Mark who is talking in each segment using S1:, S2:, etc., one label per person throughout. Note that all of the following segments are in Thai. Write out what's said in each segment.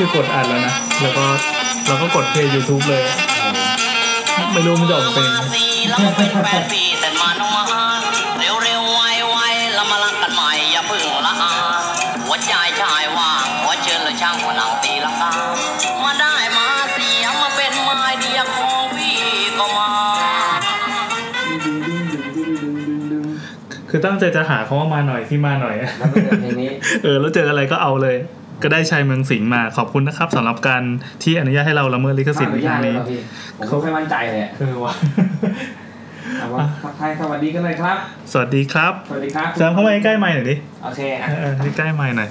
S1: จะกดอัดแล้วนะ แล้วก็เราก็กดเพลย์ YouTube เลย ไม่รู้มันจะออกมาเป็นยังไง
S2: แล้วก็เป็นแฟนปีแต่มาน้องมาเร็วเร็วๆไวไวๆแล้วมารักกันใหม่อย่าเพึ่งละอาหัวใจชายว่างหัวเชิญและช่างหัวหนังตีละกามาได้มาเสียมาเป็นไม้เดียวของพี่ก็มา
S1: คือตั้งใจจะหาเขาว่ามาหน่อยที่มาหน่อย
S3: แล้วก็เจอเพลงนี้
S1: เออแล้วเจออะไรก็เอาเลย ก็ได้ชายเมืองสิงห์มาขอบคุณนะครับสำหรับการที่อนุญาตให้เราละเมิดลิขสิทธิ์ในครั้งนี้
S3: ขออญาตเลยเหรอพี่ผมไม่ค่อยมั่นใจเลยอะ
S1: เออวะ
S3: ถามว่าทักทายสวัสดีกันเลยครับ
S1: สวัสดีครับ
S3: สวัสดีครับ
S1: แซมเข้ามาใกล้ๆไมค์หน่อยดิ
S3: โอเค
S1: เอ
S3: อ่ะ
S1: อเออนี่ใกล้ไมค์หน่อย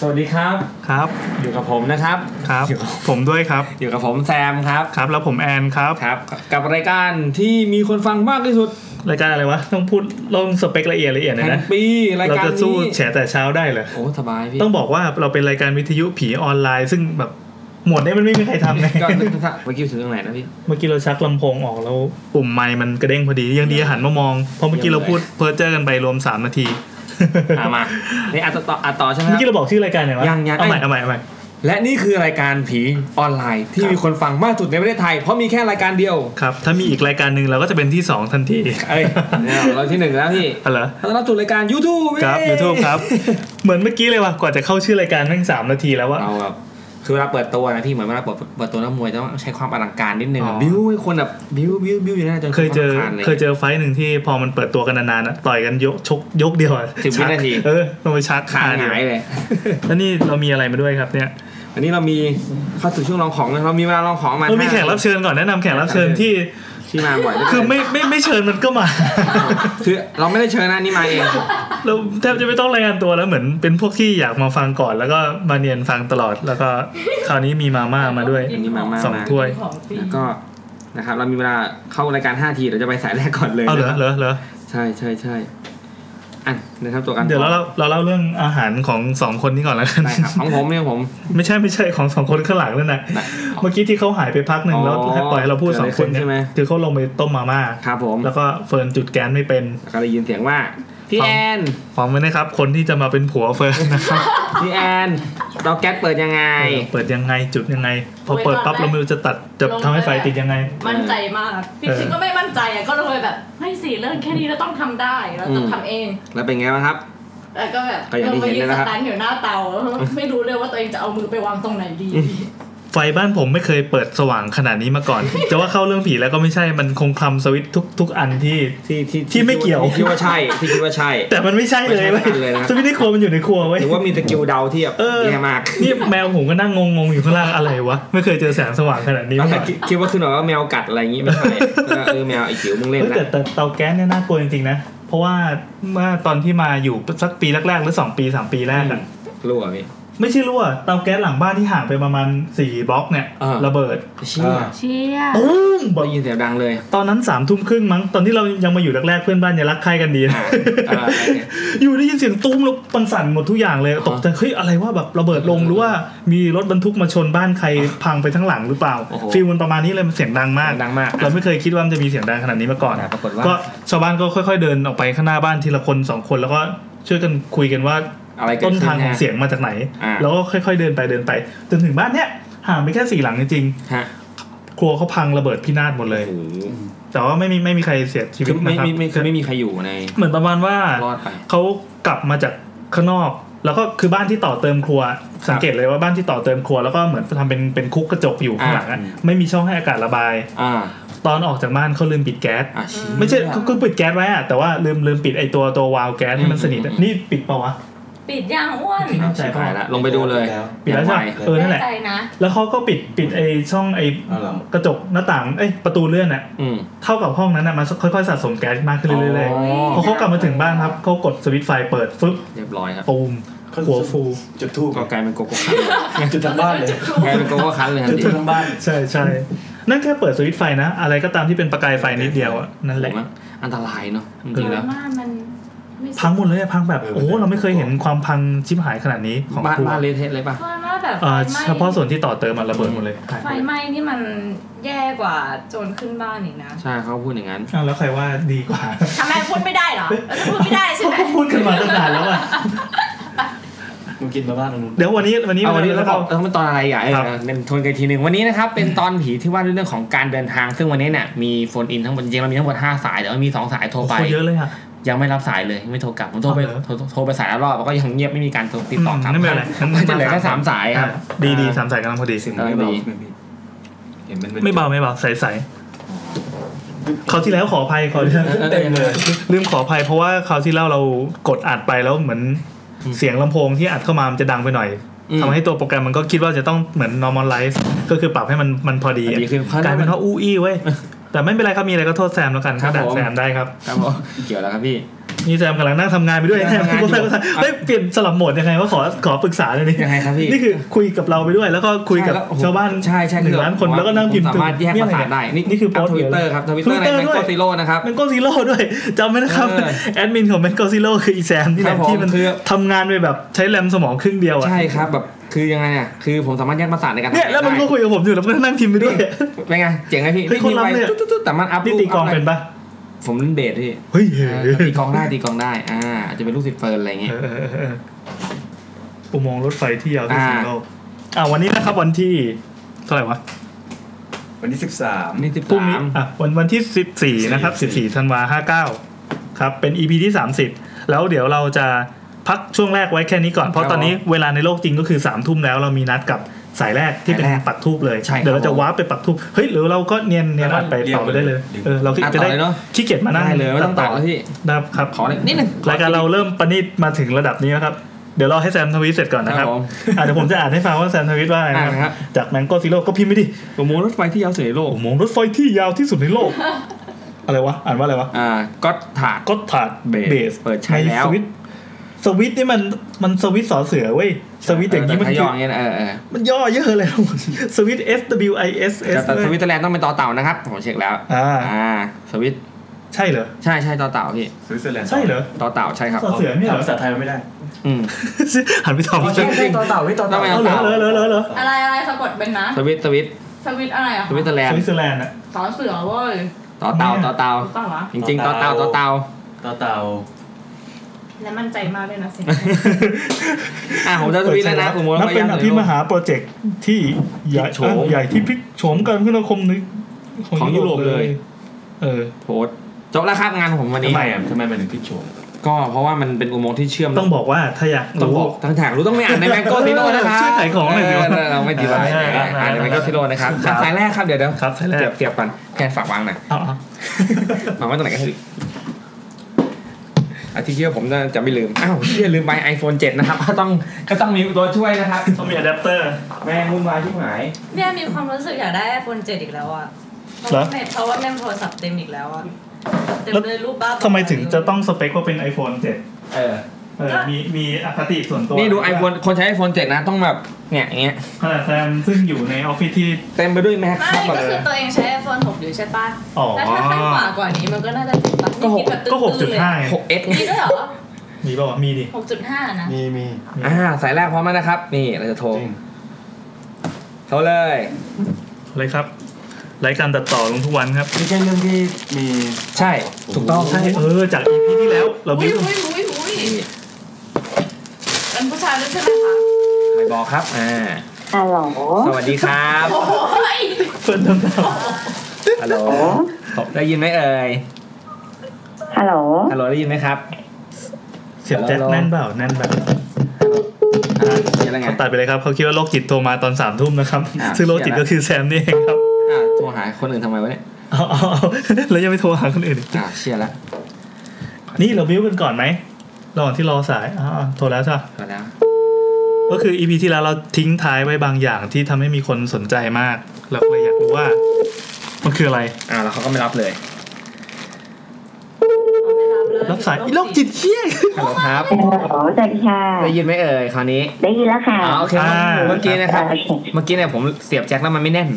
S3: สวัสดีครับ
S1: ครับ
S3: อยู่กับผมนะครับ
S1: ครับ
S3: อยู่กับ
S1: ผมด้วยครับ
S3: อยู่กับผมแซมครับ
S1: ครับ แล้วผมแอนครับ
S3: ครับ กับรายการที่มีคนฟังมากที่สุด
S1: รายการอะไรวะ ต้องพูดลงสเปคละเอียดละเอียดหน่อ
S3: แห่ง
S1: ยนะ
S3: ปีราย
S1: เรา
S3: การ
S1: จะสู้
S3: นี้
S1: แฉแต่เช้าได้เหรอ
S3: โอ้สบายพี่
S1: ต้องบอกว่าเราเป็นรายการวิทยุผีออนไลน์ ซึ่งแบบหมวดเนี้มันไม่มีใครทำเลย
S3: ก็นึกถึงเมื่อกี้ถึงตรงไหนนะพี่
S1: เมื่อกี้เราชักลำโพงออกแล้วปุ่มไมค์มันกระเด้งพอดี ยังดีหันมามองเพราะเมื่อกี้เราพูดเพ้อเจอกันไปรวม 3 นาที
S3: อ่ะมานี่อัดต่ออัดต่อใช่ไหม
S1: เมื่อ
S3: ค
S1: กี้
S3: รับ
S1: เราบอกชื่อรายการไหนวะ
S3: ยังยัง
S1: เอาใหม่เอาใหม่เอาใหม่
S3: และนี่คือรายการผีออนไลน์ที่มีคนฟังมากที่สุดในประเทศไทย เพราะมีแค่รายการเดียว
S1: ครับถ้ามีอีกรายการหนึ่งเราก็จะเป็นที่ 2 ทันที
S3: เอ้ยเนี่ยเราที่หนึ่งแล้วพี่
S1: อ๋อเหรอ
S3: แล้วเราจุดรายการ YouTube เว้
S1: ครับ YouTube ครับ เหมือนเมื่อกี้เลยว่ะกว่าจะเข้าชื่อรายการแม่งสามนาทีแล้วว่ะ
S3: เราแบบคือเวลาเปิดตัวนะพี่เหมือนเวลาเปิดเปิดตัวนักมวยต้องใช้ความอลังการนิดนึง
S1: อ๋อ
S3: บิ้วให้คนแบบบิ้วบิ้วบิ้วอยู่นั่นนะจน
S1: เคยเจอ
S3: ขาขาดล
S1: เคยเจอไฟท์หนึ่งที่พอมันเปิดตัวกันนานๆอะต่อยกันยกชกยกเดียวอะ
S3: สิบวินาที
S1: ชักเออลงไปชัก
S3: ขาห
S1: เดีว
S3: งายเลย
S1: แล้วนี่เรามีอะไรมาด้วยครับเนี่ย
S3: วันนี้เรามีเข้าสู่ช่วงลองของนะเรามีเวลาลองของมา
S1: เรามี
S3: ห้า
S1: แขกรับเชิญก่อนแนะนำแขกรับเชิญที่
S3: ที่มาบ่อย
S1: คือไม่ไม่ไม่เชิญมันก็มา
S3: คือเราไม่ได้เชิญนะนี่มาเอง
S1: เราแทบจะไม่ต้องรายงานตัวแล้วเหมือนเป็นพวกที่อยากมาฟังก่อนแล้วก็มาเนียนฟังตลอดแล้วก็คราวนี้มีมาม่ามาด้วย
S3: อันนี้มามา
S1: สอง
S3: มา
S1: ถ้วย
S4: ของฟรี
S3: แล้วก็นะครับเรามีเวลาเข้ารายการ5ทีเราจะไปสายแรกก่อนเลย
S1: เอาเหร
S3: นะค
S1: อ
S3: รับ
S1: เหรอเหรอ
S3: ใช่ใช่ใช่อ่ะนะครับตัวกัน
S1: เดี๋ยวเราเล่าเราเล่าเรื่องอาหารของสองคนนี้ก่อนแล้วกัน
S3: ได้ครับของผมเนี่ยผม
S1: ไม่ใช่ไม่ใช่ของสองคนข้างหลังนั่นแหละ
S3: ได้
S1: เมื่อกี้ที่เขาหายไปพักหนึ่งแล้ว
S3: อ๋อ
S1: ให้ปล่อยให้เราพูดสองคนเนี่
S3: เกิดอะไรขึ้นใช่ไหม
S1: ยคือเขาลงไปต้มมาม่า
S3: ครับผม
S1: แล้วก็เฟิร์นจุดแก๊สไม่เป็น
S3: แล้วก็ได้ยินเสียงว่าพี่แอน
S1: ฟังไว้นะครับ คนที่จะมาเป็นผัวเฟิ ร์นนะครับ
S3: พี่แอนเราแก๊สเปิดยังไง
S1: เปิดยังไงจุดยังไง พอเปิดปั๊บเราไม่รู้จะตัดจะทำให้ไฟติดยังไง
S4: มั่นใจมากพี่
S1: เออ
S4: ชิงก็ไม่มั่นใจอ่ะก็เลยแบบไม่สิเรื่องแค่นี้เราต้องทำได้เราต้อง
S3: อืม
S4: ทำเอง
S3: แล้วเป็นไงบ้างครับ
S4: แล้วก็แบบ
S3: ก็อย่างที่
S4: ลงไป
S3: เห็
S4: ยื
S3: น
S4: น
S3: เนี่ยนะค
S4: ส
S3: รับ
S4: ตันอยู่หน้าเตาแล้วไม่รู้เลยว่าตัวเองจะเอามือไปวางตรงไหนดี
S1: ไฟบ้านผมไม่เคยเปิดสว่างขนาดนี้มาก่อน จะว่าเข้าเรื่องผีแล้วก็ไม่ใช่ มันคงคลำสวิตช์ทุกทุกอันที่
S3: ที่ที่
S1: ที่ไม่เกี่ยว
S3: ที่คิดว่าใช่ที่คิดว่าใช่
S1: แต่มันไม่ใช่เลย
S3: ไม่
S1: เว้ย
S3: ใช่เลยนะ
S1: สวิตช์ในครัวมันอยู่ในครัวเว้ย
S3: หรือว่ามีสกิลเดาที่แบบ
S1: เออ
S3: แย่มาก
S1: นี่แมวผมก็นั่งงงๆอยู่ข้างล่างอะไรวะ ไม่เคยเจอแสงสว่างขนาดนี้
S3: แล้ว
S1: มา
S3: แต่
S1: ก่อน
S3: คิดคิดว่าคือแบบว่าแมวกัดอะไรอย่างงี้ไม่ใช่ แล้วก็เออแมวไอ้จิ๋วมึงเล่น
S1: เฮ้ย
S3: นะ
S1: แต่แต่เตาแก๊สเนี่ยน่ากลัวจริงๆนะ เพราะว่าเมื่อตอนที่มาอยู่สักปีแรกๆหรือสองปีสามปีแรกอะ
S3: รู้เหรอ่ะพี่
S1: ไม่ใช่รั่วเตาแก๊สหลังบ้านที่ห่างไปประมาณสี่บล็อกเนี่ย
S3: อ่า
S1: ระเบิด
S3: เชี่ย
S4: เชี่ย
S1: ปุ้ม
S3: ได้ยินเสียงดังเลย
S1: ตอนนั้นสามทุ่มครึ่งมั้งตอนที่เรายังมาอยู่แรกๆเพื่อนบ้านยังรักใครกันดีนะ
S3: อ่าอ่าอะไรเนี่ย
S1: อยู่ได้ยินเสียงตุ้มแล้วมันสั่นหมดทุกอย่างเลยตกใจเฮ้ยอะไรว่าแบบระเบิดลงหรือว่ามีรถบรรทุกมาชนบ้านใครพังไปทั้งหลังหรือเปล่า
S3: โอ้โห
S1: ฟีลมันประมาณนี้เลยมันเสียงดังมาก
S3: เสียงดังมาก
S1: เราไม่เคยคิดว่ามันจะมีเสียงดังขนาดนี้มาก่อน
S3: แต่ปรากฏว่า
S1: ก็ชาวบ้านก็ค่อย ๆ เดินออกไปข้างหน้าบ้านทีละคนสองคนแล้วก็ช่วยกันคุยกันว่า
S3: อะไรเกิด
S1: ต้น
S3: ขึ้
S1: ทางของ
S3: ฮะ
S1: เสียงมาจากไหน
S3: อ่า
S1: แล้วก็ค่อย ๆเดินไปเดินไปจนถึงบ้านเนี้ยห่างไปแค่สี่หลังจริง
S3: ฮะ
S1: ๆครัวเขาพังระเบิดพินาศหมดเลย
S3: โอ้โห
S1: แต่ว่าไม่มีไม่มีใครเสียชีวิ
S3: คื
S1: ต
S3: อ
S1: นะ
S3: ไม่
S1: ครับ
S3: ไม่ไม่คือไม่มีใครอยู่ใน
S1: เหมือนประมาณว่า
S3: รอดไป
S1: เขากลับมาจากข้างนอก แล้วก็คือบ้านที่ต่อเติมครัว สังเกตเลยว่าบ้านที่ต่อเติมครัวแล้วก็เหมือนทำเป็นเป็นคุกกระจกอยู่ข้างหลังอะ
S3: อ่าอืม
S1: ไม่มีช่องให้อากาศระบาย
S3: อ่า
S1: ตอนออกจากบ้านเขาลืมปิดแก๊ส
S3: อ่ะเชี่ย
S1: ไม่ใช่เขาก็ปิดแก๊สไว้อะแต่ว่าลืมลืมปิดไอตัวตัววาล์วแก๊สให้มันสนิทอะ
S3: อืม
S1: นี่ปิดปะวะ
S4: ปิดย่างอ้วน
S1: ปิด
S3: เอา
S1: นะ
S3: ชิบหายละลงไปดูเลย
S1: ปิดแล้วใช่ปะเออนั่นแหละ
S4: ใจนะ
S1: แล้วเขาก็ปิดปิดไอช่องไอ
S5: เอาเหรอก
S1: ระจกหน้าต่างเอ้ยประตูเลื่อนอะ
S3: อืม
S1: เท่ากับห้องนั้นอะมันค่อยๆสะสมแก๊สมากขึ้นเรื่อย
S3: อ๋อ
S1: ๆพอเขากลับมาถึงบ้านครับเขากดสวิตช์ไฟเปิดฟึ๊บ
S3: เรียบร้อยครับ
S1: ตูมหัวฟู
S5: จุดทูบ
S3: ก็กลายเป็นโกโก้คันเลย
S5: จุดทางบ้านเลย
S3: กลายเป็นโกโก้คันเลยทั
S5: จุ
S3: น
S5: ด
S3: ที
S5: ทูบทางบ้าน
S1: ใช่ใช่ นั่นแค่เปิดสวิตช์ไฟนะ อะไรก็ตามที่เป็นประกายไฟนิดเดียวอะนั่นแหละ
S3: ผมว่าอันตรายเนาะจริงๆแล้ว
S4: ว่ามันไม่สุด
S1: พังหมดเลยอะพังแบบ
S5: เออ
S1: โอ้โหเราไม่เคยเห็นความพังชิบหายขนาดนี้ของ
S3: บ้าน
S1: ครัว
S3: บ้านเละเทะเลยป่ะ
S4: เพราะว่าแบบ
S1: เอ่อ
S4: ไฟไหม้
S1: เฉพาะส่วนที่ต่อเติมมันระเบิดหมดเลย
S4: ไฟไหม้นี่มันแย่กว่าโจรขึ้นบ้านอีกนะ
S3: ใช่เขาพูดอย่างนั้น
S1: อ้าวแล้วใครว่าดีกว่า
S4: ทำไมพูดไม่ได้เหรอเราจะพูดไม่ได้ใช่
S1: เขา
S4: ไหม
S1: ก็พูดกันมาตั้งนานแล้วอะ
S5: มึงกินมาบ้านมึง
S1: เดี๋ยววันนี้วันนี้
S3: เอาวันนี้แล้วก็
S1: เรา
S3: เออมันตอนอะไรอ่ะเออ
S1: ครับ
S3: เป็นทวนกันอีกทีหนึ่งวันนี้นะครับเป็นตอนผีที่ว่าด้วยเรื่องของการเดินทาง ซึ่งวันนี้เนี่ยมีโฟนอินทั้งหมดจริงๆมันมีทั้งหมดห้าสายแต่ว่ามีสองสายโทรไป
S1: โคตรเยอะเลยอ่ะ
S3: ยังไม่รับสายเลยยังไม่โทรกลับผมโทรไป
S1: เอาเหรอ
S3: โทรโทรโทรไปสายละรอบแล้วก็ยังเงียบไม่มีการโทรติดต่อกลับ
S1: อืมนั่นไม่
S3: ก็
S1: เป็นไรงั้น
S3: จะเหลือแค่สามสายครับ
S1: ดีดีๆสามสายกำลังพอดี
S5: เสียง
S3: ออ
S5: ไม่เบา
S3: ดี
S5: ใช่ไหมพี่เห็นมันป็น
S1: ไม่เบาไม่เบาใสใสๆคราวที่แล้วขออ ภัยขอที่แล้ว
S5: เต็มเลย
S1: ลืมขออภัยเพราะว่าคราวที่แล้วเรากดอัดไปแล้วเหมือนเสียงลำโพงที่อัดเข้ามามันจะดังไปหน่อย
S3: อืม
S1: ทำให้ตัวโปรแกรมมันก็คิดว่าจะต้องเหมือน normalize ก็คือปรับให้มันมันพอดีอะ
S3: ดีขึ้น
S1: กลายเป็นว่าอู้อี้ เว้ยแต่ไม่เป็นไรครับมีอะไรก็โทษแซมแล้วกัน
S3: ครั
S1: ก็
S3: บ
S1: ด่า
S3: ผม
S1: แซมได้ครับ
S3: ครับผมเกี่ยวแล้วครับพี่
S1: นี่แซมกำลังนั่งทำงานไปด้วย
S3: นั่งทำงานอยู่
S1: โฆษณาโฆษณาเฮ้ยเปลี่ยนสลับโหมดยังไงว่าขอขอปรึกษาหน่อยนี่
S3: ยังไงครับพี่
S1: นี่คือคุยกับเราไปด้วย แล้วก็คุยกับ
S3: ใแล้วโอ้โห
S1: ชาวบ้าน
S3: ใช่ใช่
S1: หนึ่งล้านคนแล้วก็นั่งพิมพ์
S3: สามารถแยก
S1: นี่
S3: ภา
S1: อะ
S3: ษา
S1: ไร
S3: ทได้
S1: นี่นี่คือโพส
S3: ท
S1: ต์
S3: วิตเตอร์ครับทวิตเตอร์ในแมงโกซิโร่นะครับ
S1: แมงโกซีโร่ด้วยจำไว้นะครับ
S3: เออ
S1: แอดมินของแมงโกซีโร่คืออีแซมนี่
S3: ค
S1: แหละ
S3: รับผม
S1: ที่มัน
S3: คือ
S1: ทำงานไปแบบใช้แรมสมองครึ่งเดียวอ่ะ
S3: ใช่ครับแบบคือยังไงอ่ะคือผมสามารถแยกภาษาทในการ
S1: เนี่ยแล้วมันก็คุยกับผมอยู่แล้วมันก็นั่งพิมพ์ไปด้วย
S3: เป็นไงเจ๋งไหมพี่
S1: เฮ้ยคนรับ
S3: ไว้
S1: เนี่ย
S3: ตุ๊ดๆแต่มันอัพ
S1: นี่ตีกลองเป็นปะ
S3: ผมเล่นเบสพี่
S1: เฮ้ยเอ
S3: เอ
S1: อ
S3: อตีกลองได้ตีกลองได้อ่าอาจจะเป็นลูกศิษย์เฟิร์นอะไรอย่างเงี้ย
S1: เออเออเอออุโมงค์รถไฟที่ยาวที่สุดใน
S3: อ่า
S1: โลกอ่าวันนี้นะครับวันที่เท่าไหร่วะ
S5: วันที่สิบสาม
S3: นี่สิบ
S1: พรุ่ง
S3: สา
S1: นี้
S3: ม
S1: อ่ะวันวันที่สิบสี่นะครับสิบสี่ธันวาห้าเก้าครับเป็น EP ที่สามสิบแล้วเดี๋ยวเราจะพักช่วงแรกไว้แค่นี้ก่อน เพ
S3: ครั
S1: ราะ
S3: บ
S1: ตอนนี้เวลาในโลกจริงก็คือสามทุ่มแล้วเรามีนัดกับสายแรกที่เป็น
S3: สายแรก
S1: ปักทูบเลย
S3: ใช่ครับ
S1: เดี๋ยวเราจะว้าร์ปไปปักทูบเฮ้ยหรือเราก็เนียนเนียนอัดไปต่อไปได้เลยเออเรา
S3: อ่ะ
S1: จะ
S3: ต่
S1: ได้
S3: อเลยเนอะ
S1: ขี้เกียจมานั่ง
S3: ได้เลยไม่ต้องต่อแล้วพี่
S1: ได้ครับ
S3: ขอเลยนิดนึง
S1: รายการเราเริ่มประณีตมาถึงระดับนี้แล้วครับ เดี๋ยวเราให้แซมทวีตเสร็จก่อนนะครับ
S3: ครับผม
S1: อ่ะเดี๋ยวผมจะอ่านให้ฟังว่าแซมทวีตว่าอะไรนะ
S3: อ่าน
S1: ค
S3: ครั
S1: รับบ จากแมงโกซิโลก็พิมพ์ไปดิ
S3: อุโมงค์รถไฟที่ยาวสุดในโลก
S1: อุโมงค์รถไฟที่ยาวที่สุดในโลก อะไรวะอ่านว่าอะไรวะ
S3: อ่าก็ถาด
S1: ก็ถาดเบ
S3: Base
S1: ส
S3: เปิดใช้แล้ว
S1: สวิตช์สวิตช์นี่มันมันสวิตช์สอเสือเว้ยสวิตช์อย่างนี้มัน
S3: เท
S1: คื
S3: ย
S1: อย
S3: อางเงี้ยนะเออเออ
S1: มันย่อเยอะเลย สวิตช์ S W I S
S3: แต่
S1: S
S3: แต่ส
S1: เว้
S3: วิ
S1: ย
S3: ตเซอร์แลนด์ต้องเป็นต่อเต่านะครับผมเช็คแล้ว
S1: อ่า
S3: อ่าสวิต
S1: ใช่เหรอ
S3: ใช่ใช่ต่อเต่าพี่
S5: สวิตเซอร์แลนด์
S1: ใช่เหรอ
S3: ต่อเต่าใช่ครับ
S1: ต่อเสือเนี่ยเหรอ
S5: ภาษาไทยมันไม่ได้
S3: อืม
S1: หันไปตอบ
S3: อ๋อใช่
S1: เ
S5: ใช่ต่อเต่าไม่ต่อเต่า
S3: ทำไม
S1: อา
S3: อ่ะ
S1: เหรอเหรอเหรอเหรอเหรอ
S4: อะไรอะไรสะกดเป็นนะ
S3: สวิตสวิต
S4: สวิตอะไรอะ
S3: สวิตเซอร์แลน
S1: ส
S3: ด์
S1: วิตเซอร์แลนด์อะ
S4: สอเสือเว้ย
S3: ต่อเต่าต่อเต่า
S4: ถูกต้องวะ
S3: จริงๆต่อเต่าต่อเต่า
S5: ต่อเต่า
S4: แล้วมั่นใจมากเลยนะเสียง
S3: อ่าผมจะสวิตแล้วนะอุโมงค์ร
S1: นั
S3: ถ
S1: บ
S3: ไฟ
S1: เป็น
S3: ยาว
S1: อ
S3: สุด
S1: ภิ
S3: ในโล
S1: ม
S3: ก
S1: หาโปรเจกต์ที่ใหญ่
S3: พลิกโฉม
S1: เออใหญ่ที่พลิกโฉมการคมนาคมใน
S3: ของยุโรปเลย
S1: เออ
S3: โพสต์จบแล้วครับงานผมวัน
S5: ทำ
S3: นี้
S5: ไมอ่ะทำไมมันถึงพลิกโฉม
S3: ก็เพราะว่ามันเป็นอุโมงค์ที่เชื่อม
S1: ต้องบอกว่าถ้าอยาก
S3: ต้อง
S1: รู้
S3: บอกทางถางรู้ต้องไม่อ่านในแมงโก้ซิโร่นะครับ
S1: ช่วยขายของหน่อยสิ
S3: เเเราไม่ดีไว้
S1: อ่า
S3: อ่านในแมงโก้ซิโร่นะครับ
S1: ครับ
S3: สายแรกครับเดี๋ยวเดี๋ยว
S1: ครับสายแรก
S3: เสียบเสียบก่อนแค่ฝากวางหน่อย
S1: เอาเอา
S3: มาไว้ตรงไหนกันสิอาทิตย์เที่ยวผมน่าจะไม่ลืม อ้าวเชี่ยลืมไป iPhone 7 นะครับ ก็ต้องก็ต้องมีตัวช่วยนะครับ
S1: ต้องมีอะแดปเตอร์
S3: แม่งวุ่นวายชิบหาย
S4: เนี่ยมีความรู้สึกอยากได้ iPhone 7 อีกแล้วอะเพราะ
S1: เหรอ
S4: ว่าเมมเพราะว่าเมมโทรศัพท์เต็มอีกแล้วอะเต็มเลยรูปบ้าบอ
S1: ทำไมถึงจะต้องสเปคว่าเป็น iPhone 7
S3: เออ
S1: เออมีมีอคติส่วนตัว
S3: นี่ดู iPhone คนใช้ iPhone 7 นะ ต้องแบบ เนี่ยอย่างเงี้ย
S1: ขนาดแซมซึ่งอยู่ในออฟฟิศที่
S3: เต็มไปด้วยแม็ก
S4: ไม่
S3: ครับ
S4: ก็
S3: เล
S4: คือย ตัวเองใช้ iPhone 6 อยู่ใช่ป่ะ
S1: อ๋อ
S4: แล้วถ้าขั้นกว่ากว่านี้มันก็น่าจะติดป่ะ
S3: ก็หก
S4: นี่คิแบบตื้นๆ
S1: ก็หกจุด
S4: เลย
S1: ห้า
S3: 6 s
S4: มีด้วยเหรอ
S1: มีป่าวะมีดิ
S4: หกจุดห้านะ
S5: มีมี
S3: อ่า สายแรกพร้อมแล้วนะครับ นี่เราจะโทร
S5: จริง
S3: โทรเลย
S1: เลยครับ รายการตัดต่อลงทุกวันครับ
S5: นี่แค่เรื่องที่มี
S3: ใช่ ถูกต้อง
S1: ใช่ เออ จากอีพีที่แล้วเรา
S4: อุ้
S1: บิ้
S4: ยว อุ้ยอุ้ยอุ้ย
S3: นี่
S4: เป็นผู้ชายด้วยใช่ไหมคะ
S3: ใครบอกครับ อ่า
S6: ฮัลโหล
S3: สวัสดีครับ
S4: โอ้ย
S1: เพื่อนทำเรา
S3: ฮัลโหลได้ยินไหมเอ่ย
S6: ฮัลโหล
S3: ฮัลโหลได้ยินไหมครับ
S1: เสียบแจ็คแน่นเปล่าแน่นเปล่า
S3: อ่าเสียงอะไรไง
S1: เขาตัดไปเลยครับ เขาคิดว่าโรคจิตโทรมาตอนสามทุ่มนะครับ
S3: อ่ะ
S1: ซึ่งโรคจิตก็คือแซมนี่เองครับ
S3: อ่าโทรหาคนอื่นทำไมวะเนี่ย
S1: เอาเอาเอาแล้วยังไม่โทรหาคนอื่นอีก
S3: อ่าเชียร์ละ
S1: นี่เราบิ้วกันก่อนไหมระหว่างที่รอสายอ๋อโทรแล้วใช่ปะ
S3: พอแล้ว
S1: ก็คืออีพีที่แล้วเราทิ้งท้ายไว้บางอย่างที่ทำให้มีคนสนใจมากเราก็เลยอยากรู้ว่า มันคืออะไร
S3: อ่าแล้วเขาก็ไม่รับเลย
S1: รับสายอีโรคจิตเฮี้ย
S3: ฮัลโหลครับ
S6: ฮัลโหลสวัสดีค่ะ
S3: ได้ยินไหมเอ่ยคราวนี้
S6: ได้ยินแล้วค่ะ
S3: อ๋อโอเค
S1: อ่า
S3: เมื่อกี้นะครับ
S6: โอเค
S3: เมื่อกี้เนี่ยผมเสียบแจ็คแล้วมันไม่แน่น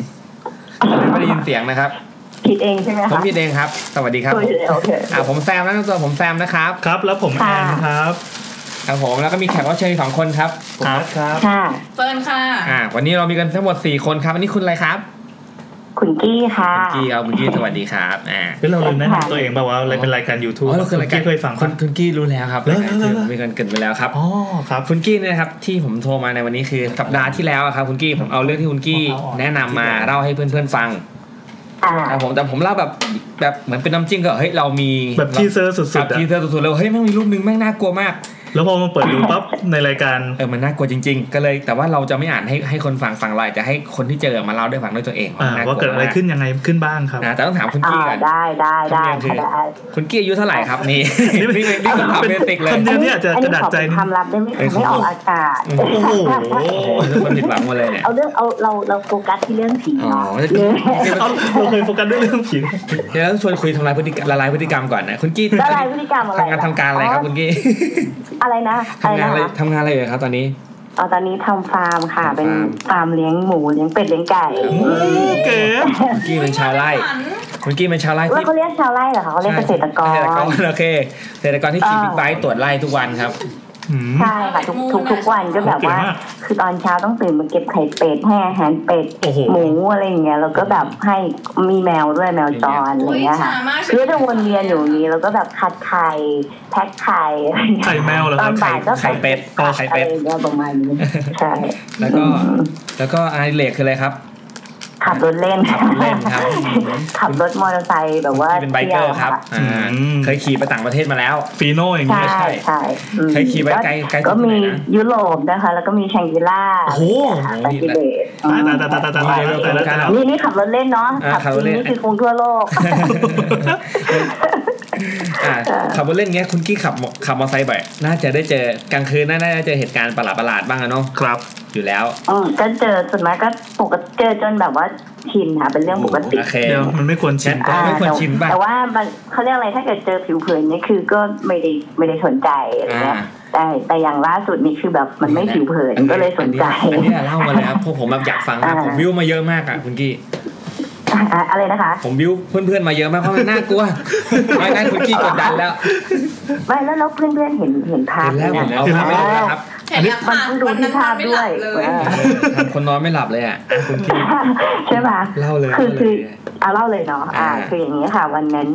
S3: เลยไม่ได้ยินเสียงนะครับ
S6: ผิดเองใช่ไหม
S3: ผม
S6: คะ
S3: พี่เองครับ สวัสดีครับ
S6: โอเคโอเค
S3: อ่าผมแซมนะตัวผมแซมนะครับ
S1: ครับแล้วผมแอ
S6: ค่ะ
S1: นครับ
S3: ครับผมแล้วก็มีแขกรับเชิญอีกสองคนครับ
S1: ครับครับ
S6: ค่ะ
S4: เฟิร์นค่ะ
S3: อ่า วันนี้เรามีกันทั้งหมดสี่คนครับ อันนี้คุณอะไรครับ
S6: คุณกี้ค่ะ
S3: คุณกี้ครับคุณกี้สวัสดีครับอ่า
S1: เฮ้ยเราลืมแนะนำตัวเองเปล่าวะอะไรเป็นรายการ YouTube
S3: อ๋อเราเคยรายการ
S1: ที่เคยฟัง
S3: คุ
S1: ปะ
S3: ณคุณกี้รู้แล้วครับ
S1: เหรอเหรอเหรอ
S3: มีการเกริดไปแล้วครับ
S1: อ๋อครับ
S3: คุณกี้เนี่ยนะครับที่ผมโทรมาในวันนี้คือสัปดาห์ที่แล้วอะครับคุณกี้ผมเอาเรื่องที่คุณกี้
S1: เอาเอา
S3: แนะนำมาเล่าให้เพื่อนๆฟัง
S6: อ่า
S3: แต่ผมแต่ผมเล่าแบบแบบเหมือนเป็นน้ำจิ้มก็เฮ้ยเรามี
S1: แบบทีเซอร์สุ
S3: สับ
S1: ดๆอะ
S3: ทีเซอร์สุดๆแล้วเฮ้ยแม่งมีรูปหนึงแม่งน่ากลัวมาก
S1: แล้วพอมาเปิดดูปั๊บในรายการ
S3: เออมันน่ากลัวจริง ๆ ก็เลยแต่ว่าเราจะไม่อ่านให้ให้คนฟังฟังเราจะให้คนที่เจอมาเล่าได้วยฟังด้วยตัวเอง
S1: อ่า
S3: น่
S1: ว่าเกิดอะไรขึ้นยังไงขึ้นบ้างครับ
S3: นะแต่ต้องถามคุณ
S6: อ่า
S3: กี้ก่อน
S6: ได้ได้ได้
S3: คำเดียวคือ
S6: ได้
S3: คุณกี้อายุเท่าไหร่ครับนี่ นี่เป็นนี่คำถามเบสิกเลย
S1: คำเดียว นี่อาจจะ
S6: อัน
S1: ก
S6: นี้
S1: ระดาษ
S6: ขอเป็น
S1: ใจนิด
S6: ความลับได้ไหม
S3: เอ้ย
S6: คะไม่ออก
S3: ขอ
S6: อากาศ
S1: โอ้โห
S3: ทุกคนผิดหวังหมดเลยเนี่ย
S6: เอาเรื่องเอาเราเราโฟกัสที่เรื่องผี
S3: อ๋อ
S6: เน
S3: แล้ว
S6: าะเรื่อง
S1: เอาเราเคยโฟกัสด้วยเรื่องผี
S3: เดี๋ยวต้องชวนคุยทำลายพฤติกรรมละลายพฤติกรรมก่อนนะคุณกี้
S6: ละลายพฤติกรรมอะไร
S3: ทำงานทำการอะไรครับคุณกี้
S6: อะไรนะอะไร
S3: ทำงาน
S6: นะ
S3: อะไร
S6: คะ
S3: ทำงานอะไรอยู่ครับตอนนี้
S6: อ๋อตอนนี้ทำฟาร์มค่ะ
S3: ทำฟาร์ม
S6: เป็นฟาร์มเลี้ยงหมูเลี้ยงเป็ดเลี้ยงไก่
S1: โอ้เก๋
S3: คุณกี้เป็นชาวไร่คุณกี้เป็นชาวไร่
S6: แล้ว
S3: ที่
S6: เขาเรียกชาวไร่เหรอคะเขาเรียกเกษตรกร
S3: เกษตร กรโอเคเกษตรกรที่ขี่
S6: อ่า
S3: บิ๊กไบค์ตรวจไร่ทุกวันครับ
S1: อืม
S6: ใช่ค่ะทุกทุกทุกวันก็แบบ
S1: เก่
S6: ว่า
S1: งมาก
S6: คือตอนเช้าต้องตื่นมาเก็บไข่เป็ดให้อาหารเป็ด
S1: โอ้โห
S6: หมูอะไรอย่างเงี้ยแล้วก็แบบให้มีแมวด้วยแมวจรอะไรเงี้ยค่ะคือจะวนเวียนอยู่อย่างนี้แล้วก็แบบคัดไข่แพ็คไข่อะไรเงี้ย
S1: ไข่แมวเหรอ
S6: ต
S1: ค
S6: อ
S1: รั
S6: น
S1: บ
S6: บ่ายก็
S3: ไข่เป็ด
S6: ผัด
S3: ไข่เป็ด
S6: อะไรเงี้ยประมาณนี้ใช่
S3: แล้วก็แล้วก็อาริเลกคืออะไรครับ
S6: ขับรถเล่น
S3: ขับรถเล่นครับ
S6: ขับรถมอเตอร์ไซค์แบบว่า
S3: ที่เป็นไบเกอร์ครับ
S1: อืม
S3: อ่าเคยขี่ไปต่างประเทศมาแล้ว
S1: ฟีโน่อย่าง
S6: เที่
S1: เงี้ยว
S6: ยค่ะใช่ใช่อืม
S3: เคยขี่ไปไกลไกลสุด
S6: ก็มี
S3: ที่ไหนนะ
S6: ยุโรปนะคะ แล้วก็มีแชงกิล่า
S1: โอ้โห
S6: ไปทิเบต
S1: ตายตายตายตายตายตายแล้วตายแล้วตายแล้ว
S6: นี่นี่ขับรถเล่นเนาะ
S3: อ่า
S6: ขับจริง
S3: ขับรถเล่น
S6: นี่คือคงทั่วโลก
S3: อ่าขับรถเล่นเงี้ยคุณกี้ขับมอขับมอเตอร์ไซค์บ่อยน่าจะได้เจอกลางคืนน่าจะเจอเหตุการณ์ประหลาดประหลาดๆบ้างอะเนาะ
S1: ครับ
S3: อยู่แล้ว
S6: อืมก็เจอส่วนมากก็ปกติเจอจนแบบว่าชินค่ะเป็นเรื่องปกติ
S3: โอเค
S1: เดี๋ยวมันไม่ควรชิม
S3: อ่า
S1: ก็
S3: ไม่ควร
S6: แต่
S3: ชินป่ะ
S6: แต่ว่ามันเขาเรียกอะไรถ้าเกิดเจอผิวเผินนี่คือก็ไม่ได้ไม่ได้สนใจอะไร
S3: อ่า
S6: เงี้ยแต่แต่อย่างล่าสุดนี่คือแบบมันไม่ผิวเผินก็เลยสนใจ
S3: อันนี้อันนี้เล่ามาแล้วพวกผมแบบอยากฟังมากผมวิวมาเยอะมากอะคุณกี้
S6: อ่ะอ่ะอะไรนะคะ
S3: ผมบิ้วเพื่อนๆมาเยอะมากเพราะมันน่ากลัว ไม่นั่นคุณกี้กดดันแล้ว
S6: ไม่แล้วแล้วเพื่อนเพื่อนๆเห็นเห็นภา
S3: เห็
S6: พ
S3: นแล้วผ
S6: ไหม
S3: มเอา
S6: นะ
S3: ภาพไปดูนะครับ
S4: เห็นแล้ว
S6: มั
S4: ค่ะ
S6: นเพิ่งดูที่ภาพด้วย
S4: เล
S6: เอย อ
S3: ทำคนนอนไม่หลับเลยอ่ะคุณกี้
S6: ใช่ปะ
S3: เล่าเลย
S6: คือ
S3: เล่าเล
S6: คือย เอาเล่าเลยเนาะอ่า
S3: อ่า
S6: คืออย่างนี้ค่ะ วันนั้น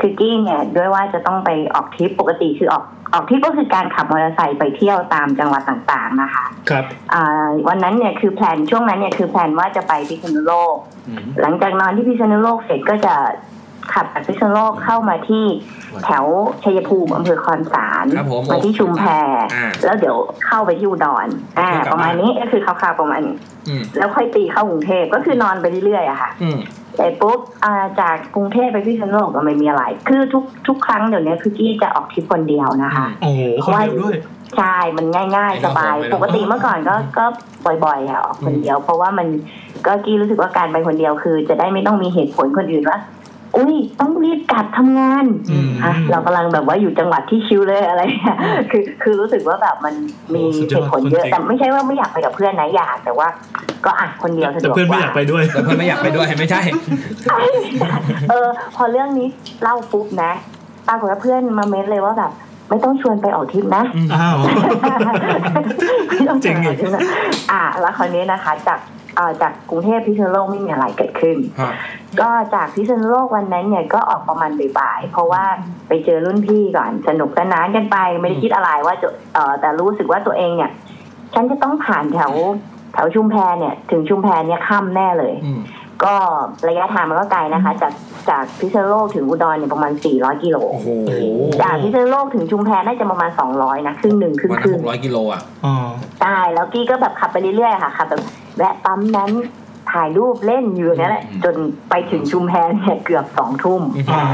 S6: คือกี้เนี่ยด้วยว่าจะต้องไปออกทริปปกติคือออกออกทริปก็คือการขับมอเตอร์ไซค์ไปเที่ยวตามจังหวัดต่างๆนะคะ
S1: ครับ
S6: อ่าวันนั้นเนี่ยคือแพลนช่วงนั้นเนี่ยคือแพลนว่าจะไปพิษณุโลก
S5: อืม
S6: หลังจากนอนที่พิษณุโลกเสร็จก็จะขับจากพิษณุโลกเข้ามาที่แถวชัยภูมิอำเภอคอนสาร
S3: ครับผม
S6: มาที่ชุมแพ
S3: อ่า
S6: แล้วเดี๋ยวเข้าไปที่อุดรอ่า
S3: แล้วกลับมา
S6: ประมาณนี้ก็คือคร่าวๆประมาณนี้
S3: อืม
S6: แล้วค่อยตีเข้ากรุงเทพก็คือนอนไปเรื่อยๆอะค่ะ
S3: อืม
S6: เสร็จปุ๊บอ่าจากกรุงเทพไปพิษณุโลกก็ไม่มีอะไร คือทุกทุกครั้งเดี๋ยวนี้คือกี้จะออกทริปคนเดียวนะคะ
S1: โอ้โหคนเดียวด้วย
S6: ใช่ มันง่าย
S3: ไม่
S6: ๆ
S3: ต้
S6: ส
S3: อง
S6: บาย
S3: ไม่ต้อง
S6: ปกติเมื่อก่อนก็ก็บ่อยๆค่ะออกคนเดียว เพราะว่ามันก็กี้รู้สึกว่าการไปคนเดียวคือ จะได้ไม่ต้องมีเหตุผลคนอื่นว่า อุ้ยต้องรีบกลับทำงาน
S1: อืม
S6: อ่ะเรากำลังแบบว่าอยู่จังหวัดที่ชิลเลยอะไรเงี้ยคือคือรู้สึกว่าแบบมันมี
S1: โอ้สุดยอด
S6: เหตุผลเย
S1: คนจ
S6: อะ
S1: ริง
S6: แต่ไม่ใช่ว่าไม่อยากไปกับเพื่อนนะอยากแต่ว่าก็อ่ะคนเดียวสะด
S1: แต่
S6: วกกว่า
S1: เพื่อนไม่อยากไปด้วย
S3: แต่เพื่อนไม่อยากไปด้วยไม่ใช่
S6: เออพอเรื่องนี้เล่าปุ๊บนะปรากฏว่าเพื่อนมาเม้นเลยว่าแบบ ไม่ต้องชวนไปออกทริปนะ
S1: อ้าว
S6: ไม่ต้องชวนไปออก
S1: จริงเห
S6: ทริป
S1: รอ
S6: นะอ่ะแล้วคราวนี้นะคะ จากเอ่อจากกรุงเทพพิษณุโลกไม่มีอะไรเกิดขึ้น
S3: ฮะ
S6: ก็จากพิษณุโลกวันนั้นเนี่ยก็ออกประมาณบ่ายๆเพราะว่าไปเจอรุ่นพี่ก่อนสนุกสนานกันไปไม่ได้คิดอะไรว่าจะเอ่อแต่รู้สึกว่าตัวเองเนี่ย ฉันจะต้องผ่านแถวแถวชุมแพเนี่ย ถึงชุมแพเนี่ยค่ำแน่เลย
S3: อืม
S6: ก็ระยะทางมันก็ไกลนะคะ จากจากพิษณุโลกถึงอุดรเนี่ยประมาณ 400 กิโล
S3: โอ้โห
S6: จากพิษณุโลกถึงชุมแพน่าจะประมาณ 200 นะครึ่งหนึ่งครึ่ง
S3: วัน
S6: ค
S3: ละ
S6: รึ่
S3: ห
S6: ง
S3: กร้อยกิโลอ่ะ
S1: อ๋อ
S6: ใช่แล้วกี้ก็แบบขับไปเรื่อยๆค่ะขับแบบแวะปั๊มนั้นถ่ายรูปเล่นอยู่อย่างนั้นแหละ
S5: อืม
S6: จนไปถึงชุมแพเนี่ยเกือบสองทุ่ม
S3: อืม
S1: อ่า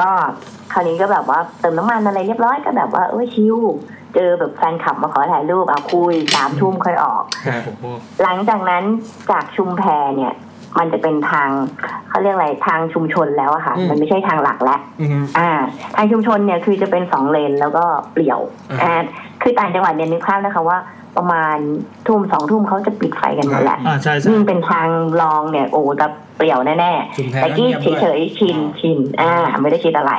S6: ก็คราวนี้ก็แบบว่าเติมน้ำมันอะไรเรียบร้อยก็แบบว่าเอ้ยชิวเจอแบบแฟนขับมาขอถ่ายรูปเอาคุยสามทุ่มค่อยออก
S3: ฮะ
S1: โอ้โห
S6: หลังจากนั้นจากชุมแพเนี่ย มันจะเป็นทางเขาเรียกอะไรทางชุมชนแล้วอะค่ะ มันไม่ใช่ทางหลักแล้ว
S3: อืม
S6: อ่าทางชุมชนเนี่ยคือจะเป็นสองเลนแล้วก็เปลี่ยว
S3: อ่า
S6: อ่าคือต่างจังหวัดเนี่ยนึกภาพนะคะว่า ประมาณทุ่มสองทุ่มเขาจะปิดไฟกันหมดแหละ
S1: อ่าใช่ใช่
S6: ยิ่งเป็นทางรองเนี่ยโอ้จะเปลี่ยวแน่
S3: ชุมแพ
S6: ๆแต่กี้
S3: งียบด้วย
S6: เฉยๆชินชินอ่า ไม่ได้คิดอะไร